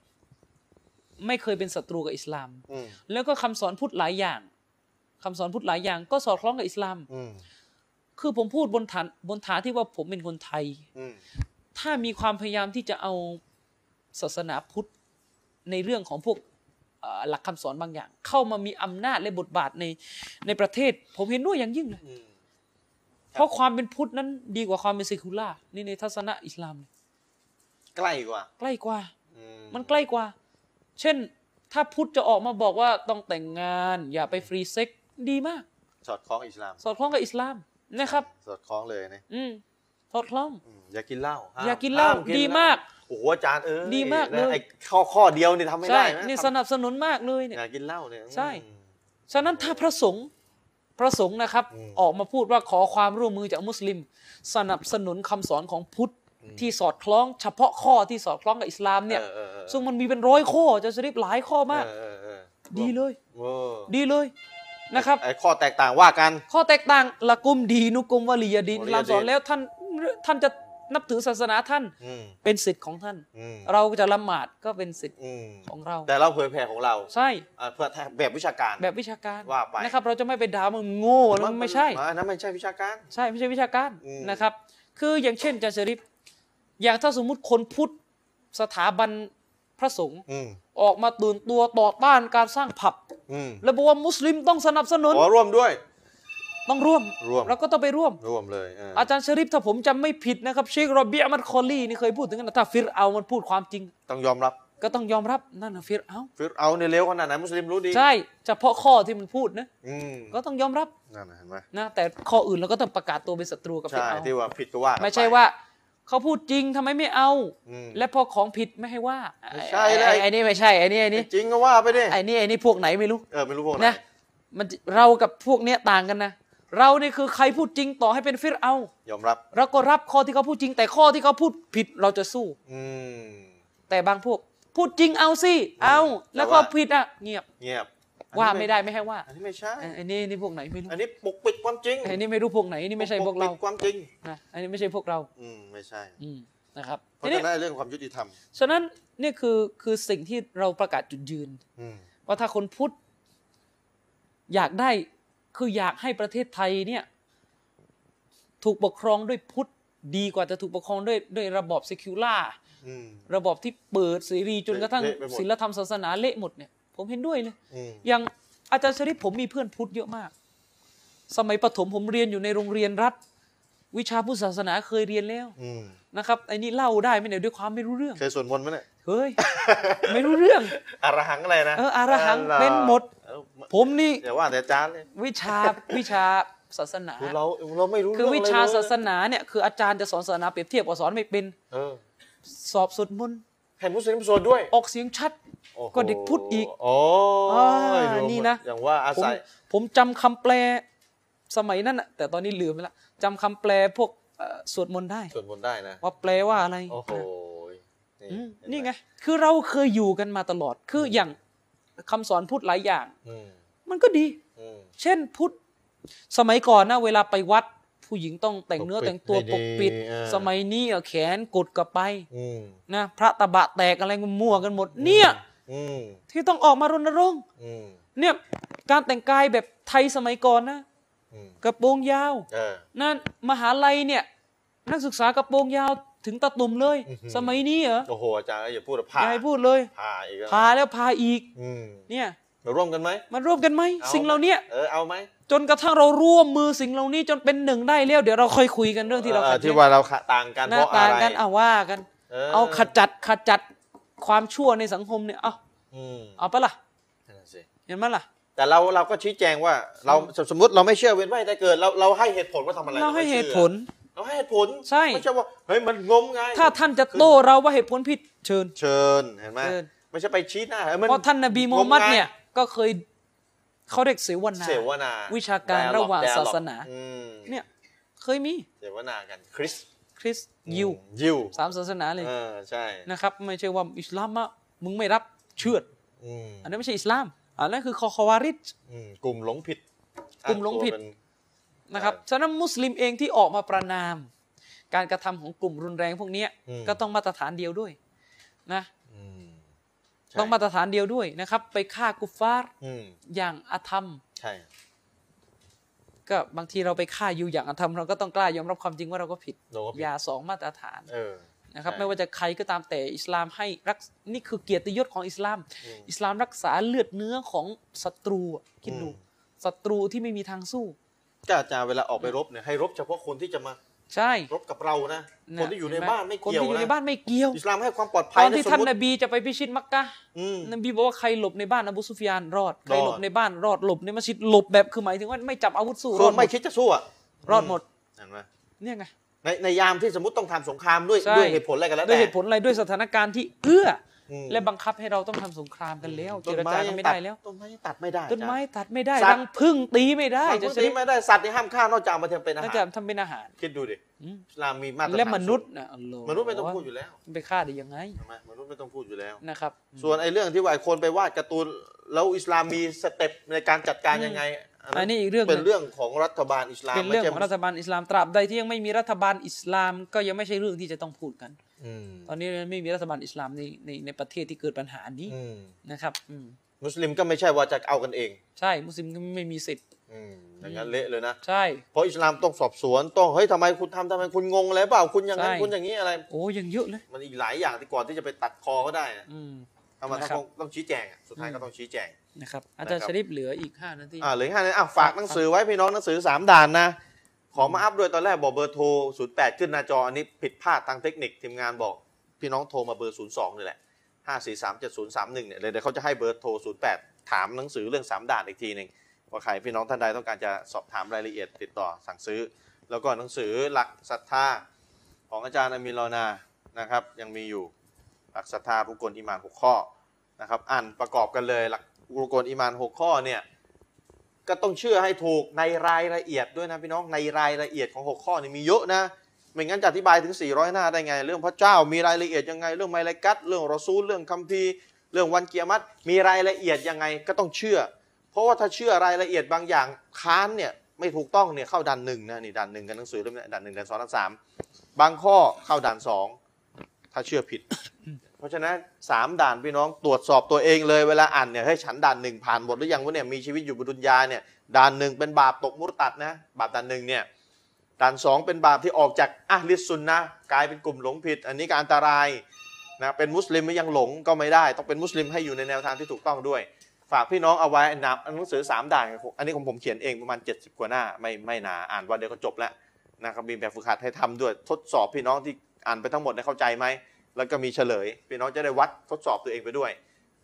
[SPEAKER 3] ไม่เคยเป็นศัตรูกับอิสลาม
[SPEAKER 1] อืม
[SPEAKER 3] แล้วก็คำสอนพุทธหลายอย่างคำสอนพุทธหลายอย่าง ก็สอดคล้องกับอิสลาม
[SPEAKER 1] อืม
[SPEAKER 3] คือผมพูดบนฐานบนฐานที่ว่าผมเป็นคนไทย
[SPEAKER 1] อืม
[SPEAKER 3] ถ้ามีความพยายามที่จะเอาศาสนาพุทธในเรื่องของพวกเอ่อหลักคำสอนบางอย่าง เข้ามามีอำนาจและบทบาทในในประเทศ ผมเห็นด้วยอย่างยิ่งเลย
[SPEAKER 1] อืม
[SPEAKER 3] เพราะความเป็นพุทธนั้นดีกว่าความเป็นเซคูล่านี่ในทัศนะอิสลาม
[SPEAKER 1] ใกล้กว่า
[SPEAKER 3] ใกล้กว่า
[SPEAKER 1] อื
[SPEAKER 3] มันใกล้กว่า เช่น ถ้าพุทธจะออกมาบอกว่าต้องแต่งงาน อย่าไปฟรีเซ็กซ์ดีมาก
[SPEAKER 1] สอดคล้องอิสลาม
[SPEAKER 3] สอดคล้องกับอิสลามนะครับ
[SPEAKER 1] สอดคล้องเลยนะ
[SPEAKER 3] อืมสอดคล้อง
[SPEAKER 1] อืมอย่ากินเหล้าห้ม
[SPEAKER 3] อย่ากินเหล้า
[SPEAKER 1] ห้ม
[SPEAKER 3] ดีมาก
[SPEAKER 1] โอ้โหอาจารย์เออ
[SPEAKER 3] ดีมากเลย
[SPEAKER 1] ไอ้ข้อข้อเดียวนี่ทำไม่
[SPEAKER 3] ใช่
[SPEAKER 1] ได้นะ
[SPEAKER 3] นี่
[SPEAKER 1] ทำ
[SPEAKER 3] สนับสนุนมากเลยเนี่ย
[SPEAKER 1] อย่ากินเหล้าเนี่ย
[SPEAKER 3] ใช่
[SPEAKER 1] อืม
[SPEAKER 3] ฉะนั้นถ้าพระสงฆ์พระสงฆ์นะครับ
[SPEAKER 1] อืม
[SPEAKER 3] ออกมาพูดว่าขอความร่วมมือจากมุสลิม สนับสนุนคำสอนของพุทธที่สอดคล้อง เฉพาะข้อที่สอดคล้องกับอิสลามเนี่ย
[SPEAKER 1] เออเออเออ
[SPEAKER 3] ซึ่งมันมีเป็นร้อยข้ออาจะสริปหลายข้อมาก
[SPEAKER 1] เออเออเออ
[SPEAKER 3] ดีเลย
[SPEAKER 1] โอ้
[SPEAKER 3] ดีเลยนะครับ
[SPEAKER 1] ไอ้ข้อแตกต่างว่ากัน
[SPEAKER 3] ข้อแตกต่างละกุมดีนุกุมวลียดิน
[SPEAKER 1] วลียดิน
[SPEAKER 3] ลามสอนแล้วท่านท่านจะนับถือศาสนาท่าน
[SPEAKER 1] อืม
[SPEAKER 3] เป็นสิทธิ์ของท่าน
[SPEAKER 1] อืม
[SPEAKER 3] เราจะละหมาดก็เป็นสิทธิ์
[SPEAKER 1] อืม
[SPEAKER 3] ของเรา
[SPEAKER 1] แต่เราเผยแผ่ของเรา
[SPEAKER 3] ใช่
[SPEAKER 1] อ่าเพื่อทางแบบวิชาการ
[SPEAKER 3] แบบวิชาการ
[SPEAKER 1] ว่าไป
[SPEAKER 3] นะครับ เราจะไม่ไปด่ามึงโง่แล้วมึงไม่ใช่
[SPEAKER 1] อันนั้นไม่ใช่วิชาการ
[SPEAKER 3] ใช่ไม่ใช่วิชาการ
[SPEAKER 1] อืม
[SPEAKER 3] นะครับ คืออย่างเช่นอาจารย์ชริฟอย่างถ้าสมมุติคนพุทธสถาบันพระสงฆ์
[SPEAKER 1] อืม
[SPEAKER 3] ออกมาตื่นตัวต่อต้านการสร้างผับ
[SPEAKER 1] อืม
[SPEAKER 3] แล้วบอกว่ามุสลิมต้องสนับสนุน
[SPEAKER 1] ขอร่วมด้วย
[SPEAKER 3] ต้องร่วม
[SPEAKER 1] ร่วม
[SPEAKER 3] เราก็ต้องไปร่วม
[SPEAKER 1] ร่วมเลยเออ
[SPEAKER 3] อาจารย์ชริฟถ้าผมจำไม่ผิดนะครับเชคโรเบียมันคอลลี่นี่เคยพูดถึงกันนะถ้าฟิรเอามันพูดความจริง
[SPEAKER 1] ต้องยอมรับ
[SPEAKER 3] ก็ต้องยอมรับนั่นนะฟิรเอา
[SPEAKER 1] ฟิรเอาในยเลวขนาดไหนมุสลิมรู้ดี
[SPEAKER 3] ใช่เฉพาะข้อที่มันพูดนะ
[SPEAKER 1] อืม
[SPEAKER 3] ก็ต้องยอมรับ
[SPEAKER 1] นั่นน่ะเห็นไหม
[SPEAKER 3] นะแต่ข้ออื่นเราก็ต้องประกาศตัวเป็นศัตรูกับฟิ
[SPEAKER 1] ใช่
[SPEAKER 3] รเอา
[SPEAKER 1] ที่ว่าผิดก็ว่ากันป
[SPEAKER 3] ไม่ใช่ว่าเขาพูดจริงทำไมไม่เอา
[SPEAKER 1] อืม
[SPEAKER 3] และพอของผิดไม่ให้ว่า
[SPEAKER 1] ไม่ใช่
[SPEAKER 3] ไอ้
[SPEAKER 1] เลย
[SPEAKER 3] ไอ้ไอ้นี่ไม่ใช่ไอ้นี่ไอ้นี่
[SPEAKER 1] จริงก็ว่าไปดิ
[SPEAKER 3] ไอ้นี่ไอ้นี่พวกไหนไม่รู้
[SPEAKER 1] เออไม่รู้พวกไหน
[SPEAKER 3] นะมันเรากับพวกเนี้ยต่างกันนะเรานี่คือใครพูดจริงต่อให้เป็นฟิรเอา
[SPEAKER 1] ยอมรับ
[SPEAKER 3] เราก็รับข้อที่เขาพูดจริง แต่ข้อที่เขาพูดผิดเราจะสู้
[SPEAKER 1] อืม
[SPEAKER 3] แต่บางพวก พูดจริงเอาสิเอาแล้ว
[SPEAKER 1] แต่
[SPEAKER 3] ก็
[SPEAKER 1] ว่า
[SPEAKER 3] ผิดอ่ะเงียบ
[SPEAKER 1] เงียบ
[SPEAKER 3] ว่า
[SPEAKER 1] อันนี้
[SPEAKER 3] ไม่ได้ไม่ให้ว่า
[SPEAKER 1] อันนี้ไม่ใช่
[SPEAKER 3] เออไอันนี้นี่พวกไหนไม่รู้
[SPEAKER 1] อันนี้ปกปิดความจริง
[SPEAKER 3] ไอันนี้ไม่รู้พวกไหนนี่ไม่ใช่พวกเรา
[SPEAKER 1] ปปิดความจริง
[SPEAKER 3] นะอันนี้ไม่ใช่พวกเรา
[SPEAKER 1] อืมไม่ใช่
[SPEAKER 3] อืม
[SPEAKER 2] นะครับ
[SPEAKER 1] เพราะ
[SPEAKER 3] ทีนี้
[SPEAKER 1] ฉะนั้นเรื่องความยุติธรรม
[SPEAKER 3] ฉะนั้นนี่คือคือสิ่งที่เราประกาศจุดยืน
[SPEAKER 1] อืม
[SPEAKER 3] ว่าถ้าคนพุทธอยากได้คืออยากให้ประเทศไทยเนี่ยถูกปกครองด้วยพุทธดีกว่าจะถูกปกครองด้วยด้วยระบอบเซคิวล่า
[SPEAKER 1] อืม
[SPEAKER 3] ระบอบที่เปิดเสรีจนกระทั่ง
[SPEAKER 1] เละไปหมด
[SPEAKER 3] ศิลธรรมศาสนาเละหมดเนี่ยผมเห็นด้วยเลย
[SPEAKER 1] อืม
[SPEAKER 3] อย่างอาจารย์ชริปผมมีเพื่อนพุทธเยอะมาก สมัยประถมผมเรียนอยู่ในโรงเรียนรัฐ วิชาพุทธศาสนาเคยเรียนแล้ว
[SPEAKER 1] อืม
[SPEAKER 3] นะครับไอ้นี่เล่าได้ไหมเนี่ยด้วยความไม่รู้เรื่อง
[SPEAKER 1] เคยสวดมนต์ไหมเนี่ย
[SPEAKER 3] เฮ้ย ไม่รู้เรื่อง
[SPEAKER 1] อารหังอะไรนะ
[SPEAKER 3] เอออรหัง
[SPEAKER 1] า
[SPEAKER 3] เป็นหมด
[SPEAKER 1] เอ้า
[SPEAKER 3] ผมนี่
[SPEAKER 1] อย่าว่าแต่อาจารย์เลย
[SPEAKER 3] วิชาวิชาศาสนา
[SPEAKER 1] คือเราเราไม่รู้
[SPEAKER 3] คือวิ
[SPEAKER 1] เรื่งะไร
[SPEAKER 3] ชา
[SPEAKER 1] เลย
[SPEAKER 3] ศาสนาเนี่ยคืออาจารย์จะสอนศาสนาเปรียบเทียบกับสอนไม่เป็น
[SPEAKER 1] เออ
[SPEAKER 3] สอบสวดมนต์
[SPEAKER 1] ให้มุสลิมสวดด้วย
[SPEAKER 3] ออกเสียงชัด
[SPEAKER 1] โอ้โห
[SPEAKER 3] ก็เด็กพุทธอีก
[SPEAKER 1] โอ้
[SPEAKER 3] อ่าย
[SPEAKER 1] ดู
[SPEAKER 3] นี่นะ
[SPEAKER 1] อย่างว่าอา
[SPEAKER 3] ผม
[SPEAKER 1] ศัย
[SPEAKER 3] ผมจำคำแปลสมัยนั้นอะแต่ตอนนี้ลืมไปละจำคำแปลพวกเอ่อสวดมนต์ได้
[SPEAKER 1] ส่วนบนได้นะ
[SPEAKER 3] ว่าแปลว่าอะไร
[SPEAKER 1] โอ้โห
[SPEAKER 3] อืม
[SPEAKER 1] นี่
[SPEAKER 3] นี่
[SPEAKER 1] เห็
[SPEAKER 3] ไง
[SPEAKER 1] หม
[SPEAKER 3] คือเราเคยอยู่กันมาตลอด คืออย่างคำสอนพุทธหลายอย่าง
[SPEAKER 1] อืม
[SPEAKER 3] มันก็ดี
[SPEAKER 1] อืม
[SPEAKER 3] เช่นพุทธสมัยก่อนนะ เวลาไปวัด ผู้หญิงต้องแต่งเนื้อ
[SPEAKER 1] ปกปิด
[SPEAKER 3] แต่งตัว
[SPEAKER 1] ให้ดี
[SPEAKER 3] ปกปิด
[SPEAKER 1] เออ
[SPEAKER 3] สมัยนี้อะแขนกดกลับไป
[SPEAKER 1] อืม
[SPEAKER 3] นะพระตะบะแตกอะไรมั่วกันหมด เนี่ย
[SPEAKER 1] อืม
[SPEAKER 3] ที่ต้องออกมารณรงค์
[SPEAKER 1] อืม
[SPEAKER 3] เนี่ยการแต่งกายแบบไทยสมัยก่อนนะ
[SPEAKER 1] อืม
[SPEAKER 3] กระโปรงยาว
[SPEAKER 1] เออ
[SPEAKER 3] นั่นมหาลัยเนี่ย นักศึกษากระโปรงยาวถึงตะตุ่มเลย
[SPEAKER 1] อื้อหือ
[SPEAKER 3] สมัยนี้เหรอ
[SPEAKER 1] โอ้โห อาจารย์อย่าพูด
[SPEAKER 3] อ
[SPEAKER 1] ผ่า
[SPEAKER 3] ย่าให้พูดเลย
[SPEAKER 1] ผ่าอีกแล้ว
[SPEAKER 3] พาแล้วพาอีก
[SPEAKER 1] อืม
[SPEAKER 3] เนี่ย
[SPEAKER 1] มาร่วมกันไหม
[SPEAKER 3] มันร่วมกันไหม
[SPEAKER 1] เอา
[SPEAKER 3] สิ่งเหล่าเนี้ย
[SPEAKER 1] เออ เอาไหม
[SPEAKER 3] จนกระทั่งเราร่วมมือสิ่งเหล่านี้จนเป็นหนึ่งได้แล้วเดี๋ยวเราค่อยคุยกันเรื่องที่เรา
[SPEAKER 1] อ
[SPEAKER 3] ขั
[SPEAKER 1] อ
[SPEAKER 3] ด
[SPEAKER 1] ที่
[SPEAKER 3] แย้ง
[SPEAKER 1] ว่าเราขะต่างกัน
[SPEAKER 3] ห
[SPEAKER 1] เพ
[SPEAKER 3] น้า
[SPEAKER 1] ราะอะ
[SPEAKER 3] ต่าง
[SPEAKER 1] ไร
[SPEAKER 3] กันเอาว่ากัน เอาขจัดขจัดความชั่วในสังคมเนี่ยเอา
[SPEAKER 1] อืม
[SPEAKER 3] เอาปะล่ะ
[SPEAKER 1] นั่นน่ะสิ
[SPEAKER 3] เห็นไหมล่ะ
[SPEAKER 1] แต่เราเราก็ชี้แจงว่าเราสมมติเราไม่เชื่อเว้นไว้แต่เกิดเราเราให้เหตุผลว่าทำอะไร
[SPEAKER 3] เราให้
[SPEAKER 1] ไม่
[SPEAKER 3] เห
[SPEAKER 1] ชื่อ
[SPEAKER 3] ตุผล
[SPEAKER 1] เราให้เหตุผล
[SPEAKER 3] ใช่
[SPEAKER 1] ไม่ใช่ว่าเฮ้ยมันงมงาย
[SPEAKER 3] ถ้าท่านจะโต้เราว่าเหตุผลผิดเชิญ
[SPEAKER 1] เชิญเห็นไหม
[SPEAKER 3] เชิญ
[SPEAKER 1] ไม่ใช่ไปชี้หน้าเฮ้ยมัน
[SPEAKER 3] เพราะท่านนบีมูฮัมมัด
[SPEAKER 1] งมงาย
[SPEAKER 3] เนี่ยก็เคยเขาเรียกเสวนา
[SPEAKER 1] เสวนา
[SPEAKER 3] วิชาการระหว่างศาสนา
[SPEAKER 1] อืม
[SPEAKER 3] เนี่ยเคยมี
[SPEAKER 1] เสวนากันคริสต์
[SPEAKER 3] คริสต์ยิว
[SPEAKER 1] อืมยิว
[SPEAKER 3] สามศาสนาเลย
[SPEAKER 1] เออใช่
[SPEAKER 3] นะครับไม่ใช่ว่าอิสลามอะมึงไม่รับเชือด
[SPEAKER 1] อืม
[SPEAKER 3] อันนั้นไม่ใช่อิสลาม อันนั้นคือคอคอวาริด
[SPEAKER 1] อืมกลุ่มหลงผิด
[SPEAKER 3] กลุ่มหลงผิด
[SPEAKER 1] อ้าตัวเป็น
[SPEAKER 3] นะครับ
[SPEAKER 1] ใช่
[SPEAKER 3] ฉะนั้นมุสลิมเองที่ออกมาประนาม การกระทำของกลุ่มรุนแรงพวกเนี้ย
[SPEAKER 1] อืม
[SPEAKER 3] ก็ต้องมาตรฐานเดียวด้วยนะ
[SPEAKER 1] อืมใช่
[SPEAKER 3] ต้องมาตรฐานเดียวด้วยนะครับ ไปฆ่ากุฟฟาร์
[SPEAKER 1] อืม
[SPEAKER 3] อย่างอาธรรม
[SPEAKER 1] ใช่
[SPEAKER 3] ก็บางทีเราไปฆ่ายิวอย่างอาธรรมเราก็ต้องกล้ายอมรับความจริงว่าเราก็ผิด
[SPEAKER 1] หลงผิด
[SPEAKER 3] อย่าสองมาตรฐาน
[SPEAKER 1] เออ
[SPEAKER 3] นะครับ
[SPEAKER 1] ใช่
[SPEAKER 3] ไม่ว่าจะใครก็ตามแต่อิสลามให้รักนี่คือเกียรติยศของอิสลาม อิสลามรักษาเลือดเนื้อของศัตรูอะคิดดู ศัตรูที่ไม่มีทางสู้
[SPEAKER 1] ก็อาจารย์เวลาออกไปรบเนี่ยให้รบเฉพาะคนที่จะมา
[SPEAKER 3] ใช่
[SPEAKER 1] รบกับเรานะคนที่อยู่ใน
[SPEAKER 3] เห็
[SPEAKER 1] บ้านไม่
[SPEAKER 3] คน
[SPEAKER 1] เกี่ยว
[SPEAKER 3] ที่อยู่ใน
[SPEAKER 1] นะ
[SPEAKER 3] บ้านไม่เกี่ยว
[SPEAKER 1] อิสลามให้ความปลอด
[SPEAKER 3] ต
[SPEAKER 1] ภัย
[SPEAKER 3] อน
[SPEAKER 1] นะ
[SPEAKER 3] ที่
[SPEAKER 1] สม
[SPEAKER 3] ท่าน
[SPEAKER 1] มติ
[SPEAKER 3] นบีจะไปพิชิตมักกะห์
[SPEAKER 1] อืม
[SPEAKER 3] นบีบอกว่าใครหลบในบ้านอบูซุฟยานรอด ใคร
[SPEAKER 1] รอด
[SPEAKER 3] หลบในบ้านรอดหลบในมัสยิดหลบแบบคือหมายถึงว่าไม่จับอาวุธสู้ร
[SPEAKER 1] ค
[SPEAKER 3] อด
[SPEAKER 1] น
[SPEAKER 3] หม
[SPEAKER 1] ไม่
[SPEAKER 3] ด
[SPEAKER 1] คิดจะสู้อะ
[SPEAKER 3] รอดหมด
[SPEAKER 1] เห็นไหม
[SPEAKER 3] เนี่ยไง
[SPEAKER 1] ในในยามที่สมมติต้องทำสงครามด้วย
[SPEAKER 3] ใช่
[SPEAKER 1] ด้วยเหตุผลอะไรกันแล้ว
[SPEAKER 3] ด้วย
[SPEAKER 1] แต่
[SPEAKER 3] เหตุผลอะไรด้วยสถานการณ์ที่เอื้ออ
[SPEAKER 1] ม
[SPEAKER 3] และบังคับให้เราต้องทำสงครามกันแล้วเจ
[SPEAKER 1] ต้น
[SPEAKER 3] ร
[SPEAKER 1] ไม้
[SPEAKER 3] จากั
[SPEAKER 1] ยั
[SPEAKER 3] น
[SPEAKER 1] ง
[SPEAKER 3] ไม่
[SPEAKER 1] ตั
[SPEAKER 3] ได้
[SPEAKER 1] ด
[SPEAKER 3] แล้ว
[SPEAKER 1] ต้นไม้ยังตัดไม่ได้
[SPEAKER 3] ต้นไม้
[SPEAKER 1] อาจารย์
[SPEAKER 3] ตัดไม่ได้
[SPEAKER 1] สัตว์
[SPEAKER 3] รังพึ่งตีไม่ได้
[SPEAKER 1] มัน
[SPEAKER 3] จะ
[SPEAKER 1] ก็
[SPEAKER 3] ใช้
[SPEAKER 1] ตีไม่ได้สัตว์นี่ห้ามฆ่านอกจากเอามาทำเป็นอา
[SPEAKER 3] น่า
[SPEAKER 1] หา
[SPEAKER 3] จะ
[SPEAKER 1] ร
[SPEAKER 3] ทำเป็นอาหาร
[SPEAKER 1] คิดดูดิ
[SPEAKER 3] อืม
[SPEAKER 1] อิสลามมีมาตรฐาน
[SPEAKER 3] และมนุษย์นะอัลลอฮ์
[SPEAKER 1] มนุษย์ไม่ต้องพูดอยู่แล้ว
[SPEAKER 3] ไปฆ่าได้ยังไง
[SPEAKER 1] ใช่ไหมมนุษย์ไม่ต้องพูดอยู่แล้ว
[SPEAKER 3] นะครับ
[SPEAKER 1] ส่วนไอ้เรื่องที่ว่าไอ้คนไปวาดการ์ตูนแล้วอิสลามมีสเต็ปในการจัดการยังไง
[SPEAKER 3] อันนี้อีกเรื่องหนึ่ง
[SPEAKER 1] เป็นเรื่องของรัฐบาลอิสลาม
[SPEAKER 3] เป็นเรื่องของ
[SPEAKER 1] ไม่
[SPEAKER 3] รั
[SPEAKER 1] ใช่
[SPEAKER 3] ฐบาลอิสลามตราบใดที่ยังไม่มีรัฐบาลอิสลาม ก็ยังไม่ใช่เรื่องที่จะต้องพูดกัน
[SPEAKER 1] อืม
[SPEAKER 3] ตอนนี้ไม่มีรัฐบาลอิสลามในในในประเทศที่เกิดปัญหานี้
[SPEAKER 1] อืม
[SPEAKER 3] นะครับอืม
[SPEAKER 1] มุสลิมก็ไม่ใช่ว่าจะเอากันเอง
[SPEAKER 3] ใช่มุสลิมก็ไม่มีสิทธิ์
[SPEAKER 1] อืมอย่างนั้นเละเลยนะ
[SPEAKER 3] ใช่
[SPEAKER 1] เพราะอิสลามต้องสอบสวนต้องเฮ้ยทำไมคุณทำทำไมคุณงงอะไรเปล่าคุณอย่างนั้น
[SPEAKER 3] ใช่
[SPEAKER 1] คุณอย่างนี้อะไร
[SPEAKER 3] โอ้ยังเยอะเลย
[SPEAKER 1] มันอีกหลายอย่างที่ก่อนที่จะไปตัดคอเขาได้นะ
[SPEAKER 3] อืม
[SPEAKER 1] เอามา
[SPEAKER 3] นะครับ
[SPEAKER 1] ต้องต้องชี้แจงอะสุดท้ายก็ต้องชี้แจง
[SPEAKER 3] นะครับอาจารย์
[SPEAKER 1] นะครับ
[SPEAKER 3] ชริปเหลืออีก 5 นาที
[SPEAKER 1] อ่าเหลืออกห้านาทีอ่ะฝากหนังสือไว้พี่น้องหนังสือสามด่านนะ ขอมาอัพด้วยตอนแรกบอกเบอร์โทร 08 ขึ้นหน้าจออันนี้ผิดพลาดทางเทคนิคทีมงานบอก พี่น้องโทรมาเบอร์ 02นี่แหละ 5437031เนี่ยเลยเดี๋ยวเขาจะให้เบอร์โทร 08 ถามหนังสือเรื่องสามด่านอีกทีหนึ่งว่าใครพี่น้องท่านใดต้องการจะสอบถามรายละเอียดติดต่อสั่งซื้อ แล้วก็หนังสือหลักศรัทธาของอาจารย์อามินลอนานะครับ ยังมีอยู่หลักศรัทธารุกลอิมานหกข้อนะครับอ่านประกอบกันเลยหลักรุกลอิมานหกข้อเนี่ย ก็ต้องเชื่อให้ถูกในรายละเอียดด้วยนะพี่น้องในรายละเอียดของ 6 ข้อนี่มีเยอะนะไม่งั้นจะอธิบายถึง 400 หน้าได้ไง เรื่องพระเจ้ามีรายละเอียดยังไง เรื่องไมลากัตเรื่องรอซูลเรื่องคัมภีร์เรื่องวันเกียรติมีรายละเอียดยังไงก็ต้องเชื่อ เพราะว่าถ้าเชื่อรายละเอียดบางอย่างค้านเนี่ยไม่ถูกต้องเนี่ยเข้าดันหนึ่งนะนี่ดันหนึ่งกันหนังสือเล่มเนี้ยดันหนึ่งดันสองดันสามบางข้อเข้าดันสอง ถ้าเชื่อผิด เพราะฉะนั้นสามด่านพี่น้องตรวจสอบตัวเองเลยเวลาอ่านเนี่ยให้ฉันด่านหนึ่งผ่านหมดหรือยังวะเนี่ยมีชีวิตอยู่บนดุนยาเนี่ยด่านหนึ่งเป็นบาปตกมุรตัดนะบาปด่านหนึ่งเนี่ยด่านสองเป็นบาปที่ออกจากอะลิสซุนนะห์กลายเป็นกลุ่มหลงผิด อันนี้ก็อันตรายนะเป็นมุสลิมไม่ยังหลงก็ไม่ได้ ต้องเป็นมุสลิมให้อยู่ในแนวทางที่ถูกต้องด้วย ฝากพี่น้องเอาไว้นะหนังสือสามด่านอันนี้ของผมเขียนเองประมาณ 70 กว่าหน้าไม่ไม่หนาอ่านวันเดียวก็จบแล้วนะครับมีแบบฝึกหัดให้ทำด้วยทดสอบพี่น้องที่อ่านไปทั้งหมดได้เข้าใจไหม แล้วก็มีเฉลย พี่น้องจะได้วัดทดสอบตัวเองไปด้วย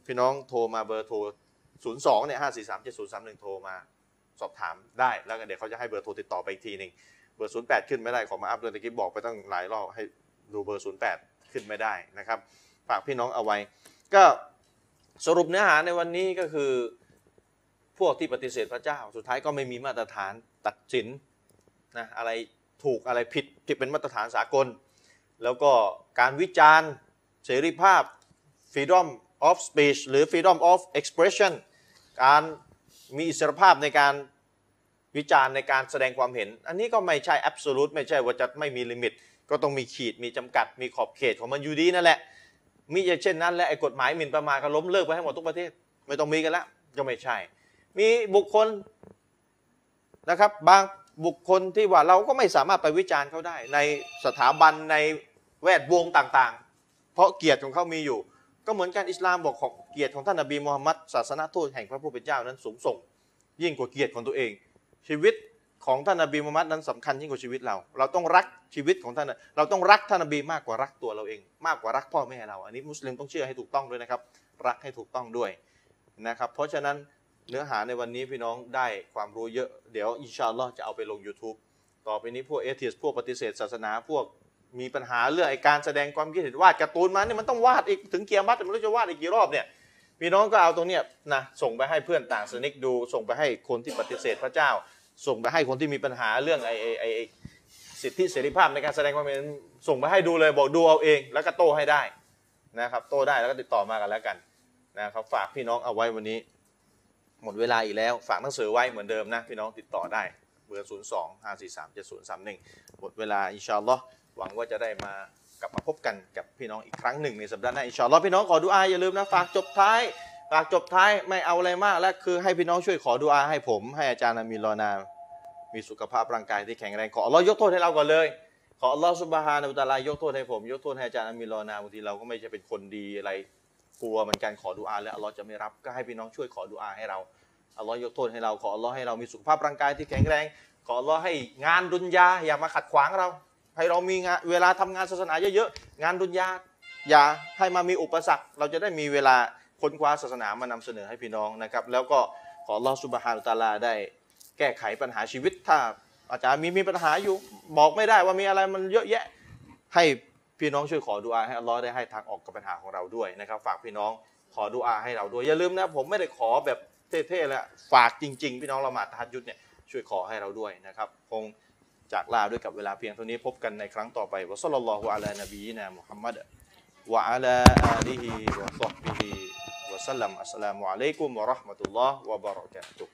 [SPEAKER 1] พี่น้องโทรมาเบอร์โทร 02เนี่ย543 7031 โทรมาสอบถามได้ แล้วก็เดี๋ยวเขาจะให้เบอร์โทรติดต่อไปอีกทีหนึ่งเบอร์ 08 ขึ้นไม่ได้ขอมาอัพเลยตะกี้บอกไปตั้งหลายรอบให้ดูเบอร์ 08 ขึ้นไม่ได้นะครับ ฝากพี่น้องเอาไว้ ก็สรุปเนื้อหาในวันนี้ก็คือ พวกที่ปฏิเสธพระเจ้า สุดท้ายก็ไม่มีมาตรฐานตัดสินนะอะไรถูกอะไรผิดที่เป็นมาตรฐานสากล แล้วก็การวิจารณ์เสรีภาพ freedom of speech หรือ freedom of expression การมีอิสรภาพในการวิจารณ์ในการแสดงความเห็น อันนี้ก็ไม่ใช่ absolute ไม่ใช่ว่าจะไม่มีลิมิต ก็ต้องมีขีดมีจำกัด มีขอบเขตของมันอยู่ดีนั่นแหละ มีอย่างเช่นนั้น และไอ้กฎหมายหมิ่นประมาทก็ล้มเลิกไปให้หมดทุกประเทศ ไม่ต้องมีกันละก็ไม่ใช่ มีบุคคล นะครับบางบุคคลที่ว่าเราก็ไม่สามารถไปวิจารณ์เขาได้ ในสถาบันในแวดวงต่างๆ เพราะเกียรติของเขามีอยู่ ก็เหมือนกันอิสลามบอกของเกียรติของท่านนบีมูฮัมมัดศาสนทูตแห่งพระผู้เป็นเจ้านั้นสูงส่ง ยิ่งกว่าเกียรติของตัวเอง ชีวิตของท่านนบีมูฮัมมัดนั้นสำคัญยิ่งกว่าชีวิตเรา เราต้องรักชีวิตของท่านเราต้องรักท่านนบีมากกว่ารักตัวเราเอง มากกว่ารักพ่อแม่เรา อันนี้มุสลิมต้องเชื่อให้ถูกต้องด้วยนะครับ รักให้ถูกต้องด้วยนะครับ เพราะฉะนั้น เนื้อหาในวันนี้พี่น้องได้ความรู้เยอะ เดี๋ยวอินชาอัลลอฮ์จะเอาไปลง YouTube ต่อไปนี้พวกเอเทียสพวกปฏิเสธศาสนาพวกมีปัญหาเรื่องไอการแสดงความคิดเห็นวาดการ์ตูนมาเนี่ยมันต้องวาดอีกถึงเกียร์มัดแต่ไม่รู้จะวาดอีกกี่รอบเนี่ยพี่น้องก็เอาตรงเนี้ยนะส่งไปให้เพื่อนต่างสนิกดู ส่งไปให้คนที่ปฏิเสธพระเจ้า ส่งไปให้คนที่มีปัญหาเรื่องไอไอไอไอ้สิทธิเสรีภาพในการแสดงความเห็นส่งไปให้ดูเลยบอกดูเอาเอง แล้วก็โต้ให้ได้นะครับโต้ได้แล้วก็ติดต่อมากันแล้วกันนะครับฝากพี่น้องเอาไว้วันนี้ หมดเวลาอีกแล้ว ฝากหนังสือไว้เหมือนเดิมนะ พี่น้องติดต่อได้ เบอร์ 0 2 5 4 3 7 0 3 1 หมดเวลาอินชาอัลลอฮ์หวังว่าจะได้มากลับมาพบกันกับพี่น้องอีกครั้งหนึ่งในสัปดาห์หน้าอินชาอัลลอฮ์พี่น้องขอดุอาอย่าลืมนะ ฝากจบท้าย ฝากจบท้ายไม่เอาอะไรมาก และคือให้พี่น้องช่วยขอดุอาให้ผม ให้อาจารย์อามีนรอนาม มีสุขภาพร่างกายที่แข็งแรงขออัลลอฮ์ยกโทษให้เราก่อนเลย ขออัลลอฮ์สุบฮานะฮูวะตะอาลายกโทษให้ผมยกโทษให้อาจารย์อามีนรอนามบางทีเราก็ไม่ใช่เป็นคนดีอะไร กลัวเหมือนกันขอดุอาแล้วอัลลอฮ์จะไม่รับก็ให้พี่น้องช่วยขอดุอาให้เราอัลลอฮ์ยกโทษให้เราขออัลลอฮ์ให้เรามีสุขภาพร่างกายที่แข็งแรง ขออัลลอฮ์ให้งานดุนยาอย่ามาขัดขวางเรา ให้เรามีงานเวลาทำงานศาสนาเยอะๆงานดุนยาอย่าให้มามีอุปสรรค เราจะได้มีเวลาค้นคว้าศาสนามานำเสนอให้พี่น้องนะครับ แล้วก็ขออัลลอฮ์สุบฮานุตะอาลาได้แก้ไขปัญหาชีวิตถ้าอาจารย์มีมีปัญหาอยู่บอกไม่ได้ว่ามีอะไรมันเยอะแยะ ให้พี่น้องช่วยขอดุอาให้อัลลอฮ์ได้ให้ทางออกกับปัญหาของเราด้วยนะครับ ฝากพี่น้องขอดุอาให้เราด้วยอย่าลืมนะผมไม่ได้ขอแบบเท่ๆแล้วฝากจริง ๆ พี่น้องละหมาดตะฮัดยุทธเนี่ยช่วยขอให้เราด้วยนะครับคงจากลาด้วยกับเวลาเพียงเท่านี้พบกันในครั้งต่อไปวะซัลลัลลอฮุอะลานบีนะมุฮัมมัดวะอะลาอาลีฮิวะซอฮบิฮิวะสัลลัมอัสสลามุอะลัยกุมวะเราะห์มะตุลลอฮ์วะบะเราะกาตุฮ์